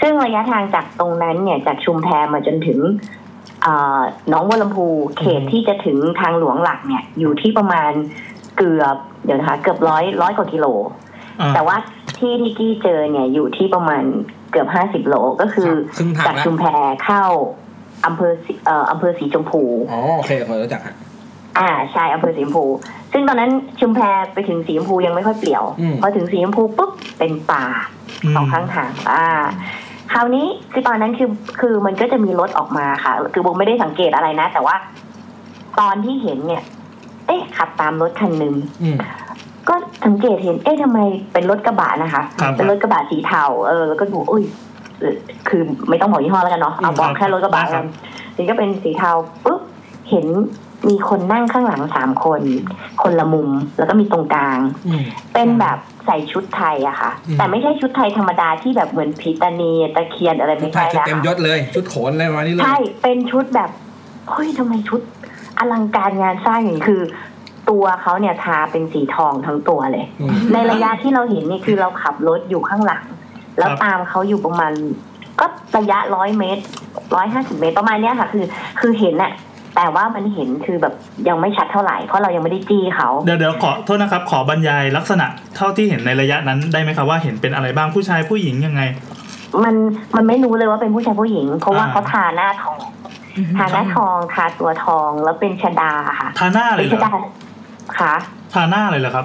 S6: ซึ่งระยะทางจากตรงนั้นเนี่ยจากชุมแพมาจนถึงอ่าหน้องวัวลำพูเขตที่จะถึงทางหลวงหลักเนี่ย อยู่ที่ประมาณ เกือบเดี๋ยวนะคะเกือบร้อยร้อยกว่ากิโล
S1: อ่า
S6: แต่ว่าที่นิกกี้เจอเนี่ยอยู่ที่ประมาณเกือบห้าสิบโลก็คือ
S3: ครับครึ่งทาง
S6: จาก
S3: แล้ว
S6: ชุมแพเข้าอำเภอสีเอ่ออำเภอสีชมพู
S3: อ๋อโอเคผมรู้จักฮะ
S6: อ่าใช่อำเภอสีชมพู ซึ่งตอนนั้นชุมแพไปถึงสีชมพูยังไม่ค่อยเปลี่ยว
S3: อืม
S6: พอถึงสีชมพูปุ๊บเป็นป่า สองข้างทางอ่า คราวนี้คือตอนนั้นคือคือมันก็จะมีรถออกมาค่ะ คือโบไม่ได้สังเกตอะไรนะ แต่ว่า ตอนที่เห็นเนี่ย เอ๊ะขับตามรถคันหนึ่ง
S3: อืม
S6: ก็สังเกตเห็น เอ๊ะทำไมเป็นรถกระบะนะคะ
S1: ครับ
S6: เป็นรถกระบะสีเทาเออแล้วก็ดูอุ้ยเออคือไม่ต้องบอกยี่ห้อแล้วกันเนาะเอา
S1: อืม
S6: บอ
S1: ค
S6: ก
S1: รับ
S6: แค่รถกระบะ
S1: ครั
S6: กับ นทีนี้ก็เป็นสีเทาปุ๊บเห็นมีคนนั่งข้างหลังสามคน คนละมุมแล้วก็มีตรงกลาง
S3: อืม
S6: เป็นแบบใส่ชุดไทยอะค่ะ
S3: อืม
S6: แต่ไม่ใช่ชุดไทยธรรมดาที่แบบเหมือนผีตานีตะเคียนอะไร
S3: ชุ
S6: ไม่
S3: ดไท
S6: ใช่
S3: ยชุด
S6: นะ
S3: เต็ม
S6: คะ
S3: ยศเลยชุดโขนอะไรประมาณนี้เลย
S6: ใช่เป็นชุดแบบเฮ้ยทำไมชุด อลังการงานสร้างอย่างนี้คือ ตัวเขาเนี่ยทาเป็นสีทองทั้งตัวเลย
S3: อืม
S6: ในระยะที่เราเห็นเนี่ยคือเราขับรถอยู่ข้างหลัง แล้ว
S1: ครับ
S6: ตามเขาอยู่ประมาณ ก็ระยะร้อยเมตรร้อยห้าสิบเมตรประมาณเนี้ยค่ะ คือ คือเห็นอะแต่ว่ามันเห็นคือแบบยังไม่ชัดเท่าไหร่เพราะเรายังไม่ได้จี้เขา
S1: เดี๋ยวเดี๋ยวขอโทษนะครับ ขอบรรยายลักษณะเท่าที่เห็นในระยะนั้นได้ไหมครับว่าเห็นเป็นอะไรบ้างผู้ชายผู้หญิงยังไง
S6: มันมันไม่รู้เลยว่าเป็นผู้ชายผู้หญิง เพราะว่า
S1: อ่า
S6: เขาทาหน้าทองทาหน้าทองทาตัวทองแล้วเป็นชดาค่ะ
S1: ทาหน้าเล
S6: เป็
S1: ย
S6: น
S1: เหร
S6: ช
S1: อ
S6: ดาค่ะ
S1: ทาหน้าเลยเหรอครับ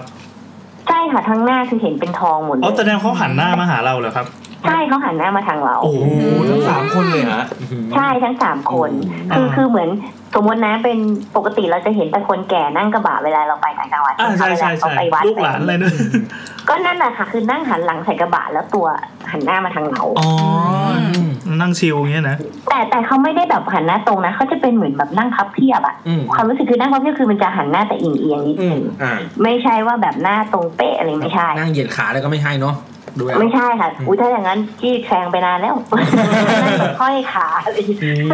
S6: ใช่ค่ะทั้งหน้าคือเห็นเป็นทองหมดเล
S1: อ๋อแสด
S6: ย
S1: งเขาหันหน้ามาหาเราเหรอครับ
S6: ใช่เขาหันหน้ามาทางเรา
S1: โอ้โห
S5: โอ้ทั้งสามคนเลยฮะ
S6: ใช่ทั้งสามคน
S1: อ่า
S6: คือคือเหมือนสมมตินะเป็นปกติเราจะเห็นแต่คนแก่นั่งกระบะเวลาเราไปต่างจังหวัด
S1: อ่าใช่ใช่
S6: เขา
S1: ใช่
S6: ไปวัด
S1: ลูกหลานอะไรด้วย
S6: ก็นั่นแหละค่ะ คือนั่งหันหลังใส่กระบะแล้วตัวหันหน้ามาทางเรา
S1: อ๋อ
S3: อืม
S1: นั่งชิลอย่างเงี้ยนะ
S6: แต่แต่เขาไม่ได้แบบหันหน้าตรงนะเขาจะเป็นเหมือนแบบนั่งพับเพียบอะ
S3: อืม
S6: ความรู้สึกคือนั่งพับเพียบคือมันจะหันหน้าแต่เอียงเอียงๆนิด
S3: อื
S6: นึ
S3: ม
S6: ง
S3: อ่า
S6: ไม่ใช่ว่าแบบหน้าตรงเป๊ะอะไรไม่ใช่
S3: นั่งเหยียดขาแล้วก็ไม่ให้เนาะดูแล้ว
S6: ไม่ใช่ค่ะ
S3: อืม
S6: อุ้ยถ้าอย่างนั้นจี้แซงไป นานแล้ว นั่งแบบห้อยขาอะไรอย่างเงี้ย
S3: อืม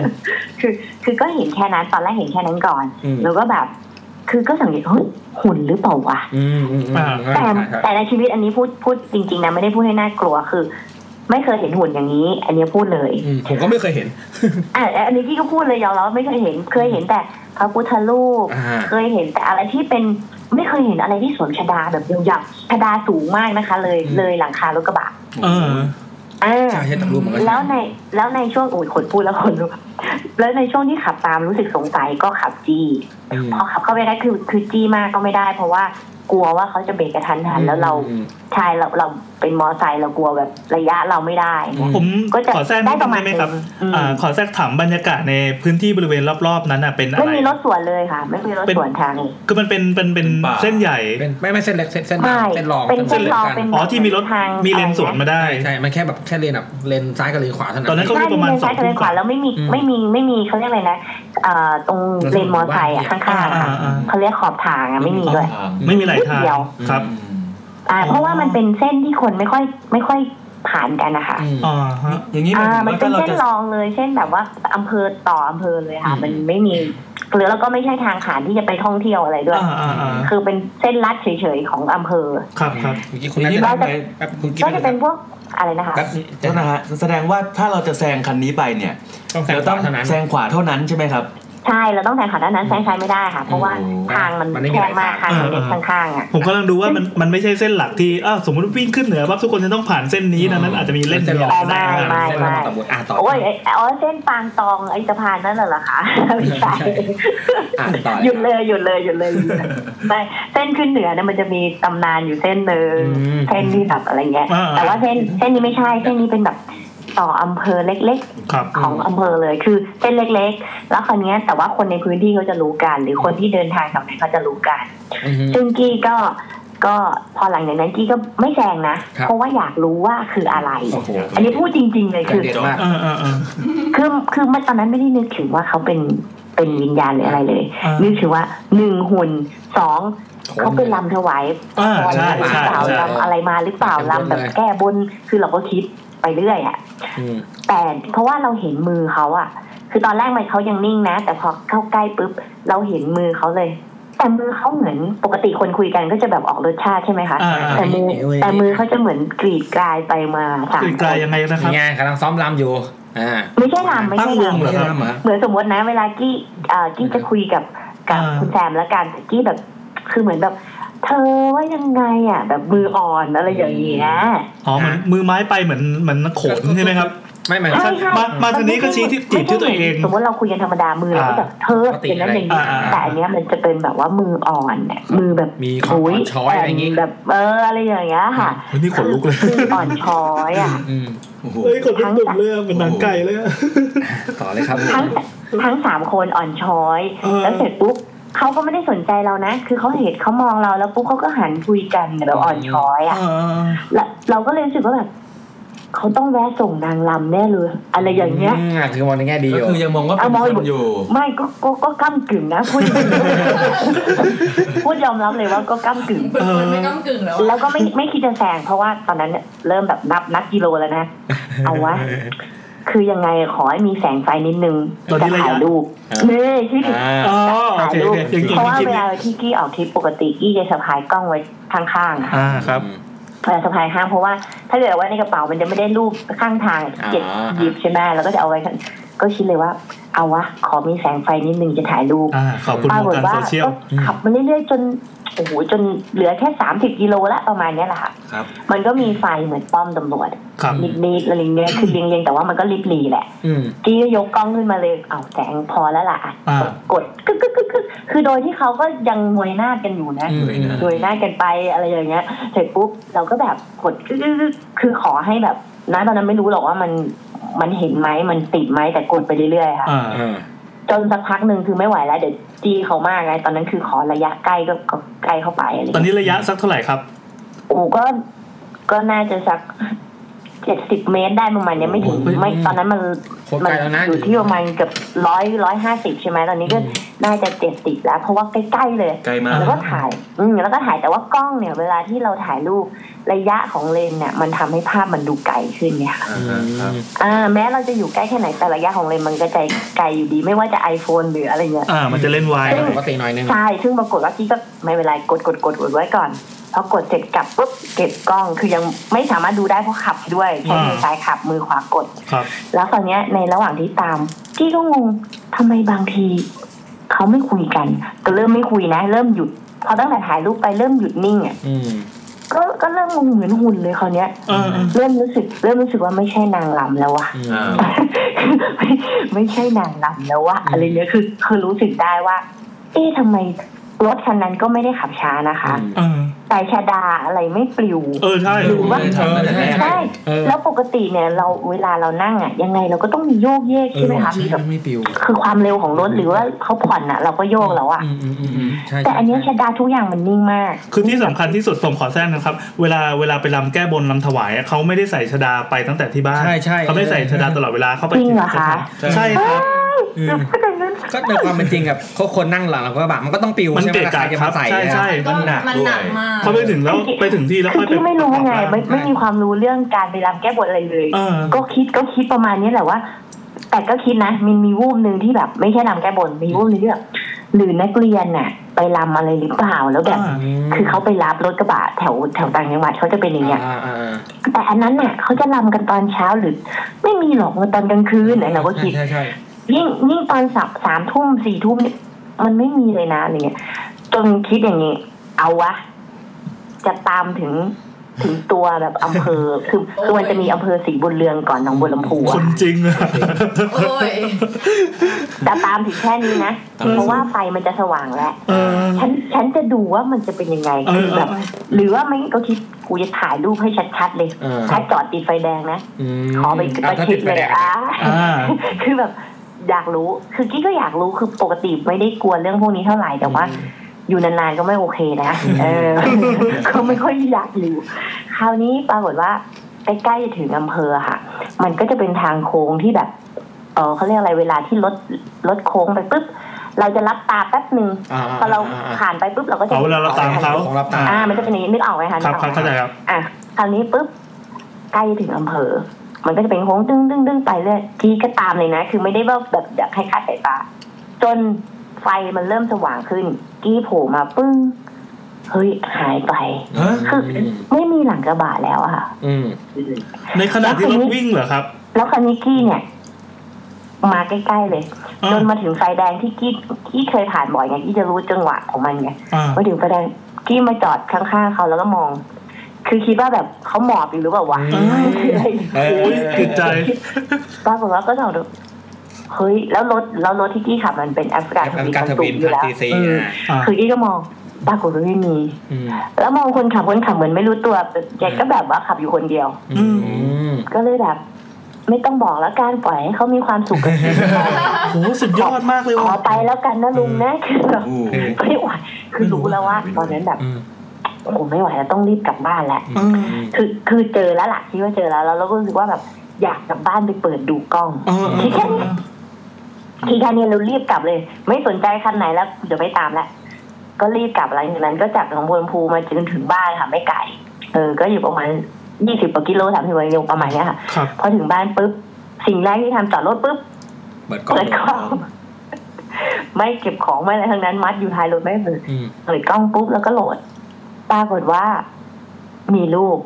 S6: คือ คือก็เห็นแค่นั้นตอนแรกเห็นแค่นั้นก่อน
S3: อืม
S6: แล้วก็แบบ คือก็สังเกตเฮ้ยหุ่นหรือเปล่าวะ
S3: อืมอืมอืม
S1: อ่า
S3: ใช่
S6: แต่
S3: ใช่ใช่
S6: แต่ในชีวิตอันนี้พูดพูดจริง ๆนะไม่ได้พูดให้น่ากลัวคือ ไม่เคยเห็นหุ่นอย่างนี้ อันนี้พูดเลย
S3: อืมผมก็ไม่เคยเห็น
S6: อ่ะอันนี้พี่ก็พูดเลยยอมรับว่าไม่เคยเห็น เคยเห็นแต่พระพุทธรูป
S3: อ่า
S6: เคยเห็นแต่อะไรที่เป็นไม่เคยเห็นอะไรที่สวมชดาแบบยาวๆชดาสูงมากนะคะ เลย
S3: อืม
S6: เลยหลังคารถกระบะ
S1: เออ
S6: อ่า
S3: ใช่ใช่ตักรูปมันก็ใช่
S6: แล้วในแล้วในช่วงโอ้ยขนพูดแล้วขนลุก แล้วในช่วงที่ขับตามรู้สึกสงสัยก็ขับจี้
S3: อืม
S6: พอขับเข้าไปได้คือคือจี้มากก็ไม่ได้ เพราะว่ากลัวว่าเขาจะเบรกกระทันหันแล้วเรา
S3: อืม
S6: ใชายเราเราเป็นมอไซค์เรากลัวแบบระยะเราไม่ได้เนี่ย
S1: ผม
S6: ก็จะ
S1: ขอแทรกนิด
S6: ได้ป
S1: นึ
S6: ระ
S1: ง
S6: มาณ
S1: ได้ไหมครับ
S6: หนึ่งอืม
S1: อ่า ขอแทรกถามบรรยากาศในพื้นที่บริเวณรอบๆ นั้นอ่ะเป็นอะไร
S6: ไม่มีรถสวนเลยค่ะ ไม่มีรถ
S1: เป็น
S6: สวนทางเลย
S1: คือมันเป็นเป็นเป็น
S5: เป็นป่า
S1: เส้นใหญ่
S3: เป็นไม่ไม่เส้นเล็กเส้นเส้น
S6: ไม่
S3: ดำเส้นรอง
S6: เป็นเส้นรอง
S3: กั
S6: เป็น
S1: อ๋อที่มีรถ
S6: ทาง
S1: มีเลนสวนมาได้
S3: ใช่ใช่ มันแค่แบบแค่เลนแบบเลนซ้ายกับเลนขวาเท่านั้น
S1: ตอนนั้น ก็
S6: ใช่
S1: ประมาณ
S6: เลนซ้ายกับเลนข
S1: สองทุ่
S6: วาม แล้วไม่มี
S3: อืม
S6: ไม่มีไม่มีเขาเรียกอะไรนะเอ่อตรงเลนมอไซค์อะข้างๆ
S1: อ่า
S6: อะ
S1: อ่า
S6: เขาเรียกขอบทางอะไม่มีด้วย
S5: ทาง
S1: ไม่มีหลายทาง
S6: เดียว
S1: ครับ
S5: อืม
S6: อ่า เพราะว่ามันเป็นเส้นที่คนไม่ค่อยไม่ค่อยผ่านกันนะคะ
S3: อืม
S1: อ่าฮะ
S5: อย่างนี้ห
S6: อ่า
S5: มายถึง
S6: มัน
S5: ว่า
S6: เป็
S5: ถ้าน เรา
S6: เส้น
S5: จะ
S6: รองเลยเส้นแบบว่าอำเภอต่ออำเภอเลยค่ะ
S3: อืม
S6: มันไม่มีหรือแล้วก็ไม่ใช่ทางขานที่จะไปท่องเที่ยวอะไรด้วย
S1: อ่าอ่าอ่า
S6: คือเป็นเส้นลัดเฉยๆของอำเภอ
S1: ครับครับ
S3: เมื่อกี้คุณ
S5: ทีนี้
S3: นี่
S5: มั
S3: แป๊บ
S5: นไป
S3: แป๊บคุณกิน
S6: ก็จะเป็นพวกอะไรนะคะ
S3: แป๊บ
S5: โทษนะฮะแสดงว่าถ้าเราจะแซงคันนี้ไปเนี่ย
S3: ต้องแซง
S5: เรา
S3: ข
S5: ต้อ
S3: วาง เท่านั้น
S5: แซงขวาเท่านั้นใช่ไหมครับ
S6: ใช่เราต้องแซงขาด้านนั้นแซงซ้ายไม่ได้ค่ะ เพราะว่า
S5: โอ้โห
S6: ทางมัน
S3: มันไม่มี
S6: แคบมาก
S3: หลายทา
S6: ทาง งมันเล็ก
S1: เออ
S6: ข้างๆอ่ะ
S1: ผมกำลังดูว่ามันมันไม่ใช่เส้นหลักที่อ้าวสมมติวิ่งขึ้นเหนือปั๊บทุกคนจะต้องผ่านเส้นนี้ดังนั้นอาจจะมีเล่น
S3: เส้นรอง
S1: เดียว
S6: ไม่ไม่
S3: เส้นรองตำบลอ่ะต่อ
S6: โอ้ยไอ้อ๋อเส้นปางตองไอ้สะพานนั่นน่ะเหรอ คะไม่ใช่
S3: อ่ะต่อ
S6: หยุดเลยหยุดเลยหยุดเลยหยุดเลยไม่เส้นขึ้นเหนือเนี่ยมันจะมีตำนานอยู่เส้นหนึ่ง
S3: อืม
S6: เส้นที่แบบอะไรเงี้ย
S1: อ่า
S6: แต่ว่าเส้นเส้นนี้ไม่ใช่เส้นนี้เป็นแบบต่ออำเภอเล็ก
S1: ครับ
S6: ๆ ของอำเภอเลยคือเส้นเล็กๆ แล้วคนนี้ยแต่ว่าคนในพื้นที่เขาจะรู้กัน หรือคนที่เดินทางแถวนั้นเขาจะรู้กัน
S3: อือฮึ
S6: ซึ่งกี้ก็ก็พอหลังจากนั้นกี้ก็ไม่แซงนะ
S3: ครับ
S6: เพราะว่าอยากรู้ว่าคืออะไร
S3: โอ้โห
S6: อันนี้พูดจริง ๆ เลยคือ
S3: เด็ดมาก
S1: อ่าอ่าอ่า
S6: คือคือมันตอนนั้นไม่ได้นึกถึงว่าเขาเป็นเป็นวิญญาณหรืออะไรเลย
S1: อ่านึ
S6: นึกถึงว่าหนึ่งหุ่นสองเขาเป็นลำถวาย
S1: อ่า
S6: พร
S1: ใช่
S6: หรือ
S1: ใช่
S6: เปล่า
S1: ใช่
S6: ลำอะไรมาหรือเปล่าลำแบบแก้บนคือเราก็คิดไปเรื่อยอ่ะ
S3: อืม
S6: แต่เพราะว่าเราเห็นมือเขาอะคือตอนแรกมันเขายังนิ่งนะ แต่พอเข้าใกล้ปุ๊บ เราเห็นมือเขาเลย แต่มือเขาเหมือนปกติคนคุยกันก็จะแบบออกรสชาติใช่ไหมคะ
S1: อ่าอ่า
S6: แต่มือแต่มือเขาจะเหมือนกรีดกลายไปมาสาม
S1: คือไกลยังไงนะครับ
S3: นี่ไงกำลังซ้อมลำอยู่ อ่า
S6: ไม่ใช่ลามไม่
S1: ตั้
S6: ใช่
S1: งว
S6: ลางม
S1: เหรอครับ
S3: ไม่ใช่ลำเหรอ
S6: เหมือนสมมตินะ เวลากี้เอ่อกี้จะคุยกับกับ
S1: อ่า
S6: คุณแซมแล้วกันกี้แบบ คือเหมือนแบบ เธอว่ายังไงอ่ะ แบบมืออ่อนอะไรอย่างเงี้ย
S1: อ๋อเหมือนมือไม้ไปเหมือนเหมือนโขนใช่ไหมครับ
S3: ไม่หมายถึง
S6: ใช่
S3: ว่า
S6: ใช่
S1: มามาทางนี้ก็ชี้ที่จีบที่ตัวเอง
S6: สมมติเราคุยกันธรรมดามือเราก็แบบเธอเป็นนั้นอย่างนี้
S1: อ่า
S6: แต่อันเนี้ยมันจะเป็นแบบว่ามืออ่อนเนี่ยมือแบบ
S3: มีของอ่อนช้อยอะไรอย่างงี้
S6: นี้แบบเอออะไรอย่างเงี้ยค่ะ
S1: เฮ้ยนี่ขนลุกเลย
S6: มืออ่อนช้อยอ่ะ
S3: อืม
S5: โอ้โห
S1: เฮ้ยขนลุกตุ่มเลยอะเหมือนหนังไก่เลยอะ
S3: ต่อเลยครับ
S6: ทั้งทั้งสามคนอ่อนช้อย
S1: เออ
S6: แล้วเสร็จปุ๊บเขาก็ไม่ได้สนใจเรานะ คือเขาเห็นเขามองเราแล้วปุ๊บเขาก็หันคุยกันเราอ่อนช้อยอ่ะ
S1: อ่า
S6: แล้วเราก็เลยรู้สึกว่าแบบเขาต้องแวะส่งนางลำแน่เลย อะไรอย่างเงี้ย
S3: มคือมองในแง่ดีอ
S5: ก็
S3: ยู่
S5: คือยังมองว่าเป็น
S6: เอามองอยู่
S5: คนอยู่
S6: ไม่ก็ก็ก็ก้ากึ่งนะพูด พูดยอมรับเลยว่าก็ก้ากึ่ง
S4: เปิดเปิดไม่ก้ำกึ่งแล้วอะ
S6: แล้วก็ไม่ไม่คิดจะแซงเพราะว่าตอนนั้นเนี่ยเริ่มแบบนับนับกิโลแล้วนะ เอาวะ คือยังไงขอให้มีแสงไฟนิดนึง
S1: ตอนนี้
S6: จะ
S1: ระยะ
S6: ถ่ายรูปนี่คิดถึง
S5: อ่า
S1: อ๋อโอเคโอเคยังกิน
S6: เพราะ
S1: ยัง
S6: ว่า
S1: กิน
S6: เวลาที่กี้ออกทริปปกติกี้จะสะพายกล้องไว้ข้างๆอะ
S1: อ่าครับ
S6: เวลาสะพายห้างเพราะว่าถ้าเกิดเอาไว้ในกระเป๋ามันจะไม่ได้รูปข้างทาง
S3: อ่า
S6: เก็บหยิบใช่ไหมแล้วก็จะเอาไว้ข้างก็คิดเลยว่า เอาวะ ขอมีแสงไฟนิดนึงจะถ่ายรูป
S1: อ่าขอบคุณ
S6: ปราว
S1: ง
S6: กฏ
S1: การ
S6: ว่า
S1: โซเชียล
S6: ก็ขับมาเรื่อยๆจนโอ้โหจนเหลือแค่สามสิบกิโลละประมาณเนี้ยแหละค่ะ
S5: ครับ
S6: มันก็มีไฟเหมือนป้อมตำรวจ
S1: ครับ
S6: นิดๆอะไรเงี้ยคือเรียงๆแต่ว่ามันก็ริบหรีแหละ
S3: อืม
S6: กี้ก็ยกกล้องขึ้นมาเลย เอาแสงพอแล้วล่ะอ่ะ
S1: อ่า
S6: กดกึกกึกกึกกึกคือโดยที่เขาก็ยังมวยหน้ากันอยู่นะ
S3: อืม
S5: เหนื่อยนะ
S6: มวยหน้ากันไปอะไรอย่างเงี้ย เสร็จปุ๊บเราก็แบบกดกึกกึกกึกคือขอให้แบบนะตอนนั้นไม่รู้หรอกว่ามันมันเห็นไหมมันติดไหมแต่กดไปเรื่อยๆค่ะ
S1: อ่า
S3: อ่า
S6: จนสักพักหนึ่งคือไม่ไหวแล้วเดี๋ยวจีเขามากไงตอนนั้นคือขอระยะใกล้ก็ก็ใกล้เข้าไปอะไร
S1: ตอน
S6: เงี้ย
S1: นี้ระยะสักเท่าไหร่ครับ
S6: โอ้ก็ก็น่าจะสักเจ็ดสิบเมตรได้ประมาณเนี้ยไม่ถึง
S1: โอ้โห
S6: ไม่ตอนนั้นมัน
S3: โคตรไกลแล้วนะ
S6: อยู่ที่ประมาณเกือบร้อยร้อยห้าสิบใช่ไหมตอนนี้ก็
S3: อืม
S6: น่าจะเจ็ดสิบแล้ว เพราะว่าใกล้ๆเลย
S5: ไกลมาก
S6: แล้วก็ถ่าย อืมแล้วก็ถ่ายแต่ว่ากล้องเนี่ย เวลาที่เราถ่ายรูประยะของเลนส์เนี่ย มันทำให้ภาพมันดูไกลขึ้นเนี่ยค่ะ
S5: อ่า
S3: อื
S5: ฮะครับ
S3: ม
S6: อ่า แม้เราจะอยู่ใกล้แค่ไหนแต่ระยะของเลนส์มันก็ใจไกลอยู่ดีไม่ว่าจะ iPhone หรืออะไรเงี้ย
S1: อ่า มันจะเล่นวายหน่
S3: ป
S1: อย
S3: กติหน่อยนึง
S6: ใช่ ซึ่งปรากฏว่ากี้ก็ไม่เป็นไรกดกดกดกดไว้ก่อน พอกดเสร็จกลับปุ๊บเก็บกล้อง คือยังไม่สามารถดูได้เพราะขับด้วยใช้มือซ้ายขับมือขวากด
S1: ครับ
S6: แล้วตอนเนี้ยในระหว่างที่ตามพี่ก็งงทำไมบางทีเขาไม่คุยกัน ก็เริ่มไม่คุยนะ เริ่มหยุดพอตั้งแต่ถ่ายรูปไปเริ่มหยุดนิ่งอ่ะ
S3: อืม
S6: ก็ก็เริ่มงงเหมือนหุ่นเลยคราวเนี้ย
S1: เออเออ
S6: เริ่มรู้สึก เริ่มรู้สึกว่าไม่ใช่นางลำแล้วว่ะ
S3: อืม
S5: อ่า
S6: ไม่ไม่ใช่นางลำแล้วว่ะอะไรเนี้ยคือคือรู้สึกได้ว่า เอ๊ะทำไมรถคันนั้นก็ไม่ได้ขับช้านะคะ
S1: เออ
S6: แต่ชาดาอะไรไม่ปลิว
S1: เออ ใช่
S5: หรือว่า
S1: เออใช่
S6: ใช่
S3: เออ
S6: แล้วปกติเนี่ย เราเวลาเรานั่งอ่ะยังไงเราก็ต้องมีโยกเยกใช่ไหมคะมีแบบ
S3: ไม่ปิว
S6: คือความเร็วของรถหรือว่าเขาผ่อนอะเราก็โยกแล้วอะ
S3: อืมอืมอืมอืมใช่
S6: แต่อันเนี้ย
S3: ใช่
S6: ชดาทุกอย่างมันนิ่งมาก
S1: คือที่สำคัญที่สุดผมขอแทรกนะครับ เวลาเวลาไปรำแก้บนรำถวายอะเขาไม่ได้ใส่ชดาไปตั้งแต่ที่บ้าน
S3: ใช่ใช่
S1: เขาไม่ได้ใส่ชดาตลอดเวลาเขาไป
S6: จริงเหรอคะ
S1: ใช่ครับ
S3: อืม
S6: ก็ดังนั้น
S3: ก็ในความเป็นจริงกับเขาคนนั่งหลังหลังกระบะมันก็ต้องปิว
S1: มัน
S3: ใช่ไหม
S1: เกะ
S3: ใคร
S1: กะ
S3: จะ
S1: ครั
S3: มา
S1: บ
S3: ใส่
S1: ใช่ใช่
S5: มันหนัก
S4: มัน
S5: ด้
S4: ห
S5: ว
S4: นั
S5: ย
S4: กมาก
S1: พอไปถึงแล้วไปถึงที่แล้ว
S6: คื
S1: ค่อ
S6: อย
S1: ไป
S6: ที่ไม่รู้ไงไม่ไม่มีความรู้เรื่องการไปรำแก้บทอะไรเลย
S1: เออ
S6: ก็คิดก็คิดประมาณนี้แหละว่า แต่ก็คิดนะมีมีวูบหนึ่งที่แบบ ไม่ใช่รำแก้บนมีวูบหนึงที่แบบหรือนักเรียนน่ะ ไปรำอะไรหรือเปล่าแล้วแบบ
S1: อ่า
S6: คือเขาไปรับรถกระบะแถวแถวต่างจังหวัดเขาจะเป็นอย่างเงี้ย
S3: อ่าอ่าอ่า
S6: แต่อันนั้นน่ะเขาจะรำกันตอนเช้าหรือ ไม่มีหรอกมันตอนกลางคืนไหนเราก็คิด
S3: ใช่ใช่
S6: ยิ่งยิ่งตอนสามสามทุ่มสี่ทุ่มเนี่ยมันไม่มีเลยนะอะไรเงี้ยจนคิดอย่างนี้ เอาวะ จะตามถึงถึงตัวแบบอำเภอ คือคือมันจะมีอำเภอสีบุญเรืองก่อนหนองบัวลำพู
S1: ค
S6: อะ
S1: นจริงอะ
S4: โอ้ย
S6: จะตามถึงแค่นี้นะ
S5: ตาม
S6: เพราะว่าไฟมันจะสว่างแล้ว
S1: เออ
S6: ฉันฉันจะดูว่ามันจะเป็นยังไง
S1: เออ
S6: คือแบบ
S1: เออ
S6: หรือว่าไม่ก็คิดกูจะถ่ายรูปให้ชัดๆเลย
S3: เออ
S6: ถ้าจอดติดไฟแดงนะ
S3: อืม
S6: ขอไป
S3: อ่ะ
S6: ประ
S3: ถ้า
S6: ชิ
S3: ติ
S6: ด
S3: ดไฟ
S6: เลย
S3: แดง
S6: อ่า
S1: อ่า
S6: คือแบบอยากรู้ คือกี้ก็อยากรู้ คือปกติไม่ได้กลัวเรื่องพวกนี้เท่าไหร่ แต่ว่า อยู่นานๆก็ไม่โอเคนะ เออ ก็ไม่ค่อยอยากอยู่ คราวนี้ปรากฏว่าใกล้ๆจะถึงอำเภอค่ะ มันก็จะเป็นทางโค้งที่แบบ เออเขาเรียกอะไร เวลาที่รถรถโค้งไปปุ๊บ เราจะรับตาแป๊บหนึ่ง
S3: อ่า
S6: พอเรา
S3: อ่า
S6: ผ่านไปปุ๊บเราก็จะ
S1: เอาเวลาเราตามเขา
S3: ของรับตา
S6: อ่า มันจะเป็นอย่างนี้นึกออกไหมคะ
S1: ครับ
S6: นึก
S1: ค
S6: ออกไห
S1: รับ
S6: ม
S1: เข้าใจครับ
S6: อ่ะคราวนี้ปุ๊บใกล้ถึงอำเภอ มันก็จะเป็นโค้งตึ้งตึ้งตึ้งไปเรื่อยที่ก็ตามเลยนะ คือไม่ได้ว่าแบบอยากให้คาดสายตาจนไฟมันเริ่มสว่างขึ้น กี้โผล่มาปึ้งเฮ้ยหายไป
S5: ฮะ
S6: คือไม่มีหลังกระบะแล้วอะค่ะ
S3: อืม
S1: ในขณะที่รถวิ่งเหรอครับ
S6: แล้วคราวนี้กี้เนี่ย มาใกล้ๆเลย
S1: อ่า
S6: จนมาถึงไฟแดงที่กี้กี้เคยผ่านบ่อยไงกี้จะรู้จังหวะของมันไง
S1: อ่า
S6: มาถึงไฟแดง พี่มาจอดข้างๆเขาแล้วก็มอง คือคิดว่าแบบเขาหมอบอยู่หรือเปล่าวะ
S3: อืม
S5: โอ้
S1: โอ้ยติดใจ
S6: ปรากฏว่าก็ส่องดูเฮ้ยแล้วรถแล้วรถที่กี้ขับมันเป็นแอฟริกา
S3: แอ
S6: ท
S3: ป
S6: วี
S3: การ
S6: ทั้ง
S3: ท
S6: ตุ
S3: วิ
S6: ม
S3: นพั
S6: อยู่
S3: น
S6: แล้ว
S3: ทีซี
S1: เออ
S3: อ่ะ
S1: อ่า
S6: คือกี้ก็มองปรากฏว่าไม่มี
S3: อืม
S6: แล้วมองคนขับคนขับเหมือนไม่รู้ตัวแกก็แบบว่าขับอยู่คนเดียว
S3: อืม
S6: ก็เลยแบบ ไม่ต้องบอกแล้วการปล่อยให้เขามีความสุข กัน
S1: โอ้โหสุดยอดมากเลย
S6: ขอ
S1: ว่ะ
S6: ไปแล้วกันนะลุงนะคือแบบ
S5: โห
S6: ไม่ไหวคือรู้แล้วว่าตอนนั้นแบบ
S3: อืม
S6: โอ้โหไม่ไหวแล้วต้องรีบกลับบ้านแหละ
S1: เออ
S6: คือคือเจอแล้วล่ะคิดว่าเจอแล้วแล้วเราก็รู้สึกว่าแบบอยากกลับบ้านไปเปิดดูกล้อง
S1: เออเอ
S6: คิ
S1: อ
S6: ด
S1: เออ
S6: แค่นี้คิดแค่นี้เรารีบกลับเลย ไม่สนใจคันไหนแล้วเดี๋ยวไม่ตามแล้วก็รีบกลับหลังจากนั้นก็จากหนองบัวลำพูมาจนถึงบ้านค่ะไม่ไกลเออ ก็อยู่ประมาณยี่สิบกว่ากิโลสามสิบกว่ากิโลประมาณเนี้ยค่ะ
S1: ครับ
S6: พอถึงบ้านปุ๊บสิ่งแรกที่ทำจอดรถปุ๊บ
S3: เปิดกล้อง
S6: เปิดกล้องไม่เก็บของไม่อะไรทั้งนั้นมัดอยู่ท้ายรถไม่เปิด
S3: อืม
S6: เปิดกล้องปุ๊บแล้วก็โหลด ปรากฏว่า มีรูป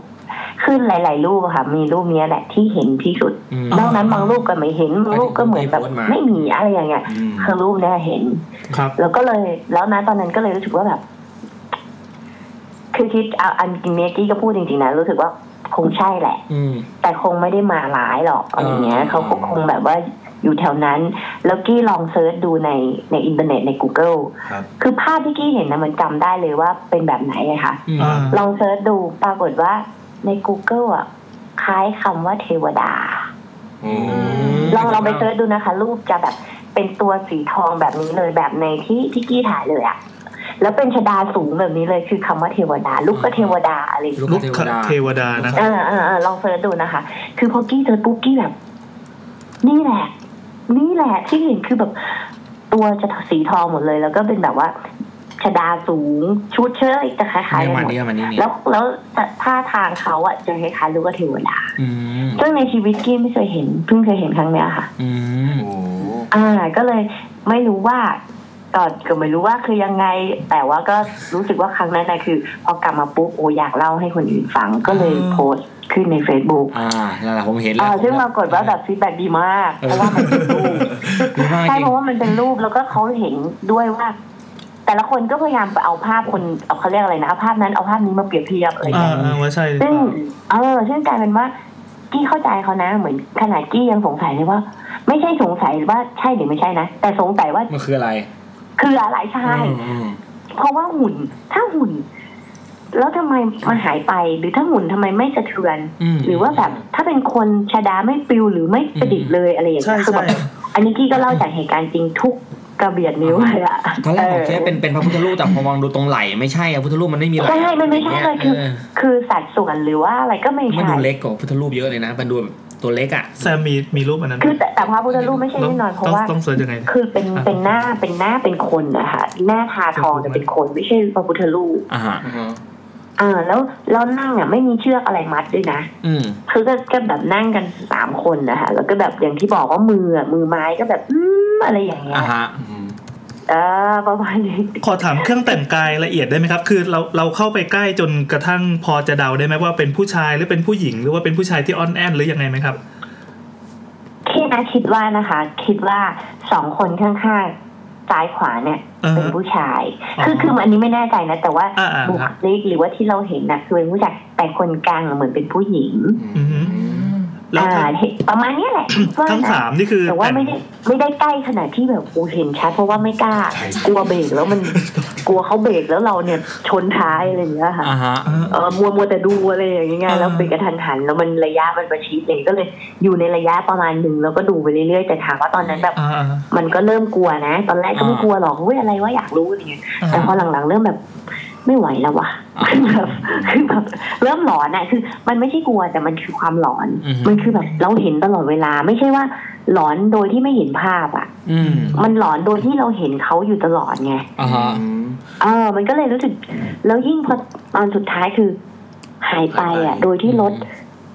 S6: ขึ้นหลาย ๆ รูปอะค่ะ มีรูปเนี้ยแหละที่เห็นที่สุด
S3: อืม
S6: นอกนั้นบางรูปก็ไม่เห็นบางรูปก็เหมือนแบบ
S3: ไม่โพสต์มา
S6: ไม่มีอะไรอย่างเงี้ย
S5: อืม
S6: คือรูปเนี้ยเห็น
S1: ครับ
S6: แล้วก็เลย แล้วนะตอนนั้นก็เลยรู้สึกว่าแบบ คือคิดเอาอันเมกี้ก็พูดจริง ๆ นะรู้สึกว่าคงใช่แหละ
S3: อืม
S6: แต่คงไม่ได้มาร้ายหรอกอะไรเงี้ย
S3: อ่า
S6: เขาก็คงแบบว่าอยู่แถวนั้น แล้วกี้ลองเซิร์ชดูในในอินเทอร์เน็ตใน Google
S5: ครับ
S6: คือภาพที่กี้เห็นนะมันจำได้เลยว่าเป็นแบบไหนอะค่ะ
S3: อืม
S1: อ่า
S6: ลองเซิร์ชดูปรากฏว่าใน Google อ่ะ คล้ายคำว่าเทวดา
S5: โอ้
S6: ลองลองไปเซิร์ชดูนะคะ รูปจะแบบเป็นตัวสีทองแบบนี้เลยแบบในที่ที่กี้ถ่ายเลยอะแล้วเป็นชดาสูงแบบนี้เลยคือคำว่าเทวดา ลูกก็เทวดาอะไรอย่างเงี้ย
S1: ลู
S3: ลู
S1: ก
S3: กเท
S1: ข
S3: วดา
S1: เทวดานะ
S6: เออเออเออลองเสิร์ชดูนะคะ คือพอกี้เจอปุ๊กกี้แบบ นี่แหละ นี่แหละที่เห็นคือแบบ ตัวจะสีทองหมดเลย แล้วก็เป็นแบบว่าชดาสูงชุดเชิ้ตจะคล้ายๆ
S3: เนี่ย
S6: กัน
S3: มา
S6: หมด
S3: เนี่ยมานี่เนี่ย
S6: แล้วแล้วท่าทางเขาอะจะคล้ายๆลูกเทวดา
S3: อืม
S6: ซึ่งในชีวิตกี้ไม่เคยเห็นเพิ่งเคยเห็นครั้งเนี้ยค่ะ
S3: อืม
S5: โห
S6: อ่า ก็เลยไม่รู้ว่าก็ก็ไม่รู้ว่าคือยังไง แต่ว่าก็รู้สึกว่าครั้งนั้นนะคือ พอกลับมาปุ๊บโออยากเล่าให้คนอื่นฟังก็เลยโพสต์ขึ้นใน Facebook
S3: อ่านั่นแหละผมเห็น
S6: เอ
S3: แล้ว
S6: อซึ่งปรากฏว่าแบบฟีดแบ็ดีมาก เพราะว่ามันเป็นรูป
S3: ดีมากจ
S6: ใช่
S3: ริง
S6: เพราะว่ามันเป็นรูปแล้วก็เขาเห็นด้วยว่า แต่ละคนก็พยายามไปเอาภาพคนเอาเขาเรียกอะไรนะเอาภาพนั้นเอาภาพนี้มาเปรียบเทียบอะไรอย่าง
S1: เอ่า
S6: เงี้ย
S1: อ่าว่าใช่หรือเป
S6: ซึ่ง
S1: ล่า
S6: เออซึ่งกลายเป็นว่า กี้เข้าใจเขานะ เหมือนขนาดกี้ยังสงสัยเลยว่า ไม่ใช่สงสัยว่าใช่หรือไม่ใช่นะแต่สงสัยว่า
S3: มันคืออะไร
S6: คืออะไรใช่
S3: อืมอืม
S6: เพราะว่าหุ่น ถ้าหุ่น แล้วทำไมมาหายไป หรือถ้าหุ่นทำไมไม่สะเทือน
S3: ม
S6: หรือว่าแบบถ้าเป็นคนชาดาไม่ปลิวหรือไม่กระดิกเลยอะไรอย่าง
S1: ใช่
S6: เงี้ยคือ
S1: ใช่
S6: แบบอันนี้กี้ก็เล่าจากเหตุการณ์จริงทุกกระเบียดนิ้วเลยอะ
S3: ตอนแรกผม
S6: ออ
S3: คิดว่าเป็นเป็นพระพุทธรูปแต่พอมองดูตรงไหล่ไม่ใช่อะพุทธรูปมันไม่มีไหล่
S6: ใช่มันไม่ใช่เลยคือ
S3: ออ
S6: คือสัดส่วนหรือว่าอะไรก็ไม่
S3: มัน
S6: ใช่
S3: ดูเล็กกว่าพุทธรูปเยอะเลยนะมันดูแบบตัวเล็กอ่ะ
S1: แซมมีมีรูปอันนั้นไหม
S6: คือแต่แต่พระพุทธรูปไม่ใช่
S1: ต้อง
S6: แน่นอนเพ
S1: ต้อ
S6: ราะ
S1: ง
S6: ว่า
S1: ต้องเสิร์ชยังไง
S6: คือเป็นเป็นหน้าเป็นหน้าเป็นคนนะคะหน้าทาทองแต่เป็นคนไม่ใช่พระพุทธรูป
S3: อ่าฮะ
S6: อ่าแล้วแล้วนั่งอ่ะไม่มีเชือกอะไรมัดด้วยนะ
S3: อืม
S6: คือก็ก็แบบนั่งกันสามคนนะคะแล้วก็แบบอย่างที่บอกว่ามืออะมือไม้ก็แบบอืมอะไรอย่างเงี้ย
S3: อ่าฮะ
S6: เออประมาณนี้
S1: ขอถามเครื่องแต่งกายละเอียดได้ไหมครับ คือเราเราเข้าไปใกล้จนกระทั่งพอจะเดาได้ไหมว่าเป็นผู้ชายหรือเป็นผู้หญิง หรือว่าเป็นผู้ชายที่อ่อนแอนหรือยังไงไหมครับ
S6: ที่นะคิดว่านะคะ คิดว่าสองคนข้างๆซ้ายขวาเนี่ย
S1: อ่าฮะ
S6: เป็นผู้ชาย
S1: อ๋อ
S6: คือคืออันนี้ไม่แน่ใจนะ แต่ว่า
S1: อ่าๆ
S6: บุ
S1: ค
S6: ครับ ลิกหรือว่าที่เราเห็นนะคือเป็นผู้ชายแต่คนกลางอะเหมือนเป็นผู้หญิง
S1: อือฮึแล้ว
S6: อ่า
S1: ทั้ง
S6: เห็นประมาณเนี้ยแหละคิดว่
S1: ทั้ง
S6: นะ
S1: สามนี่คือ
S6: แต่ว่าไม่ได้ไม่ได้ใกล้ขนาดที่แบบกูเห็นชัดเพราะว่าไม่กล้า
S5: ใช่
S6: กลัวเบรกแล้วมันกลัวเขาเบรกแล้วเราเนี่ยชนท้ายอะไรอย่างเงี้ยค่ะ
S3: อ่าฮะ
S1: เออ
S6: เออมัวมัวแต่ดูอะไรอย่างเงี้ย
S1: อ่า
S6: แล้วไปกระทันหัน แล้วมันระยะมันประชิดเลยก็เลยอยู่ในระยะประมาณหนึ่งแล้วก็ดูไปเรื่อยๆแต่ถามว่าตอนนั้นแบบ
S1: อ่าอ่า
S6: มันก็เริ่มกลัวนะ ตอนแรกก็ไม่
S3: อ่าก
S6: ลัวหรอกเว้ยอะไรวะอยากรู้อะไรเงี้ย
S1: อ่า
S6: แต่พอหลังๆเริ่มแบบ ไม่ไหวแล้วว่ะ
S3: อ่า
S6: คือแบบ คือแบบเริ่มหลอนอะคือ มันไม่ใช่กลัวแต่มันคือความหลอน
S3: อือฮึ
S6: มันคือแบบเราเห็นตลอดเวลา ไม่ใช่ว่า หลอนโดยที่ไม่เห็นภาพอะ
S3: อืม
S6: มันหลอนโดยที่เราเห็นเขาอยู่ตลอดไง
S3: อ่าฮะ
S6: เออ มันก็เลยรู้สึก แล้วยิ่งพอตอนสุดท้ายคือ หายไปอ่ะ โดยที่รถ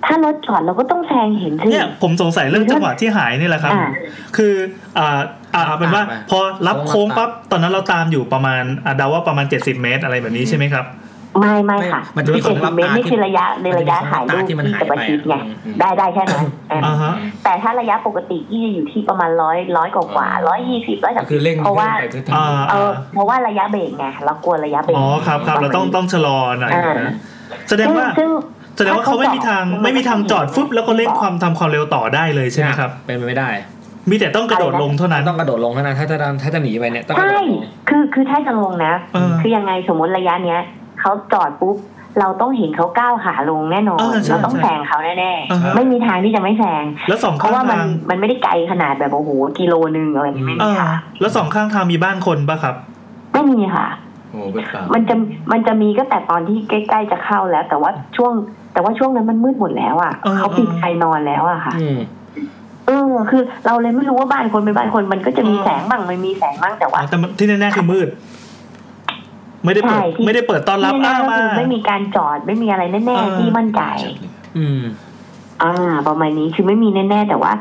S6: ถ้ารถจอดเราก็ต้องแซงเห็นสิ
S1: เนี่ยผมสงสัยเรื่องจังหวะที่หายนี่แหละครับ
S6: อ่า
S1: คืออ่าอ่าเอาเป็นว่าพอรับโค้งปั๊บตอนนั้นเราตามอยู่ประมาณอ่าเดาว่าประมาณ 70 เมตรอะไรแบบนี้ใช่ไหมครับ
S6: ไม่ไม่ค่ะ
S3: มันจะมีของรับ
S6: เมต
S3: ตาร
S6: นี่คือระยะในระยะถ่ายรูป
S3: ที่มันหาย
S6: กับ
S3: ไป
S6: อาทิตย์ไง
S3: อ่ะอืม
S6: ได้ได้แค่นั้นอ่ะ
S1: อ่าฮะ
S6: แต่ถ้าระยะปกติที่จะอยู่ที่ประมาณร้อยร้อยกว่าร้อยยี่สิบร้อยสาม
S5: คือเร่ง
S6: เพราะว่า
S5: ไปเถอะ
S1: อ่า
S6: เออเพราะว่าระยะเบรกไงเรากลัวระยะเบรก
S1: อ๋อครับครับเราต้องต้องชะลอหน่อย
S6: อ่า
S1: นะแสดง
S6: ซึ่ง
S1: ว่า
S6: ซึ่ง
S1: แสดงว่าเขาไม่มีทาง
S6: ถ้าเขาจอด
S1: ไม่มีทางจอดฟึบแล้วก็เร่งความทำความเร็วต่อได้เลยใช่ไหมครับ
S3: เป็นไปไม่ได้
S1: มีแต่ต้องกระโดดลงเท่านั้น
S3: ต้องกระโดดลงเท่านั้นถ้าจะถ้าจะหนีไปเนี่ยต้องกระโด
S6: ใช่
S3: ดลง
S6: คือคือถ้าจะลงนะ
S1: เออ
S6: คือยังไงสมมติระยะเนี้ยเขาจอดปุ๊บเราต้องเห็นเขาก้าวขาลงแน่นอน
S1: เออใช่
S6: เราต้อง
S1: ใช่
S6: แซงเขาแน่
S1: อ่าฮะ
S6: ๆไม่มีทางที่จะไม่แซง
S1: แล้วสอง
S6: เพ
S1: ข้า
S6: ราะ
S1: ง
S6: ว่ามัน
S1: ทาง
S6: มันไม่ได้ไกลขนาดแบบโอ้โหกิโลนึงอะไรอย่างเงี้ยไม่
S1: เอ
S6: มี
S1: อ
S6: ค่ะ
S1: แล้วสองข้างทางมีบ้านคนปะครับ
S6: ไม่มีค่ะ
S5: โอ้เป็นป่า
S6: มันจะมันจะมีก็แต่ตอนที่ใกล้ๆจะเข้าแล้ว แต่ว่าช่วง แต่ว่าช่วงนั้นมันมืดหมดแล้วอ่ะ
S1: เออ
S6: เขาปิดไฟนอนแล้วอ่ะค่ะ
S3: อืม
S6: เออคือ เราเลยไม่รู้ว่าบ้านคนเป็นบ้านคนมันก็จะมีแสงบ้างไม่มีแสงบ้างแต่
S1: อ๋
S6: ว่า
S1: อแต่มันที่แน่ๆคือมืด ไม่ได้เปิด
S6: ใช่ที่
S1: ไม่ได้เปิดต้อนรับ
S6: แน่
S1: อ้า
S6: ๆก็
S1: มา
S6: คือไม่มีการจอดไม่มีอะไรแน่
S1: เออ
S6: ๆที่มั่นใจ
S3: อืม
S6: อ่า ประมาณนี้คือไม่มีแน่ๆแต่ว่า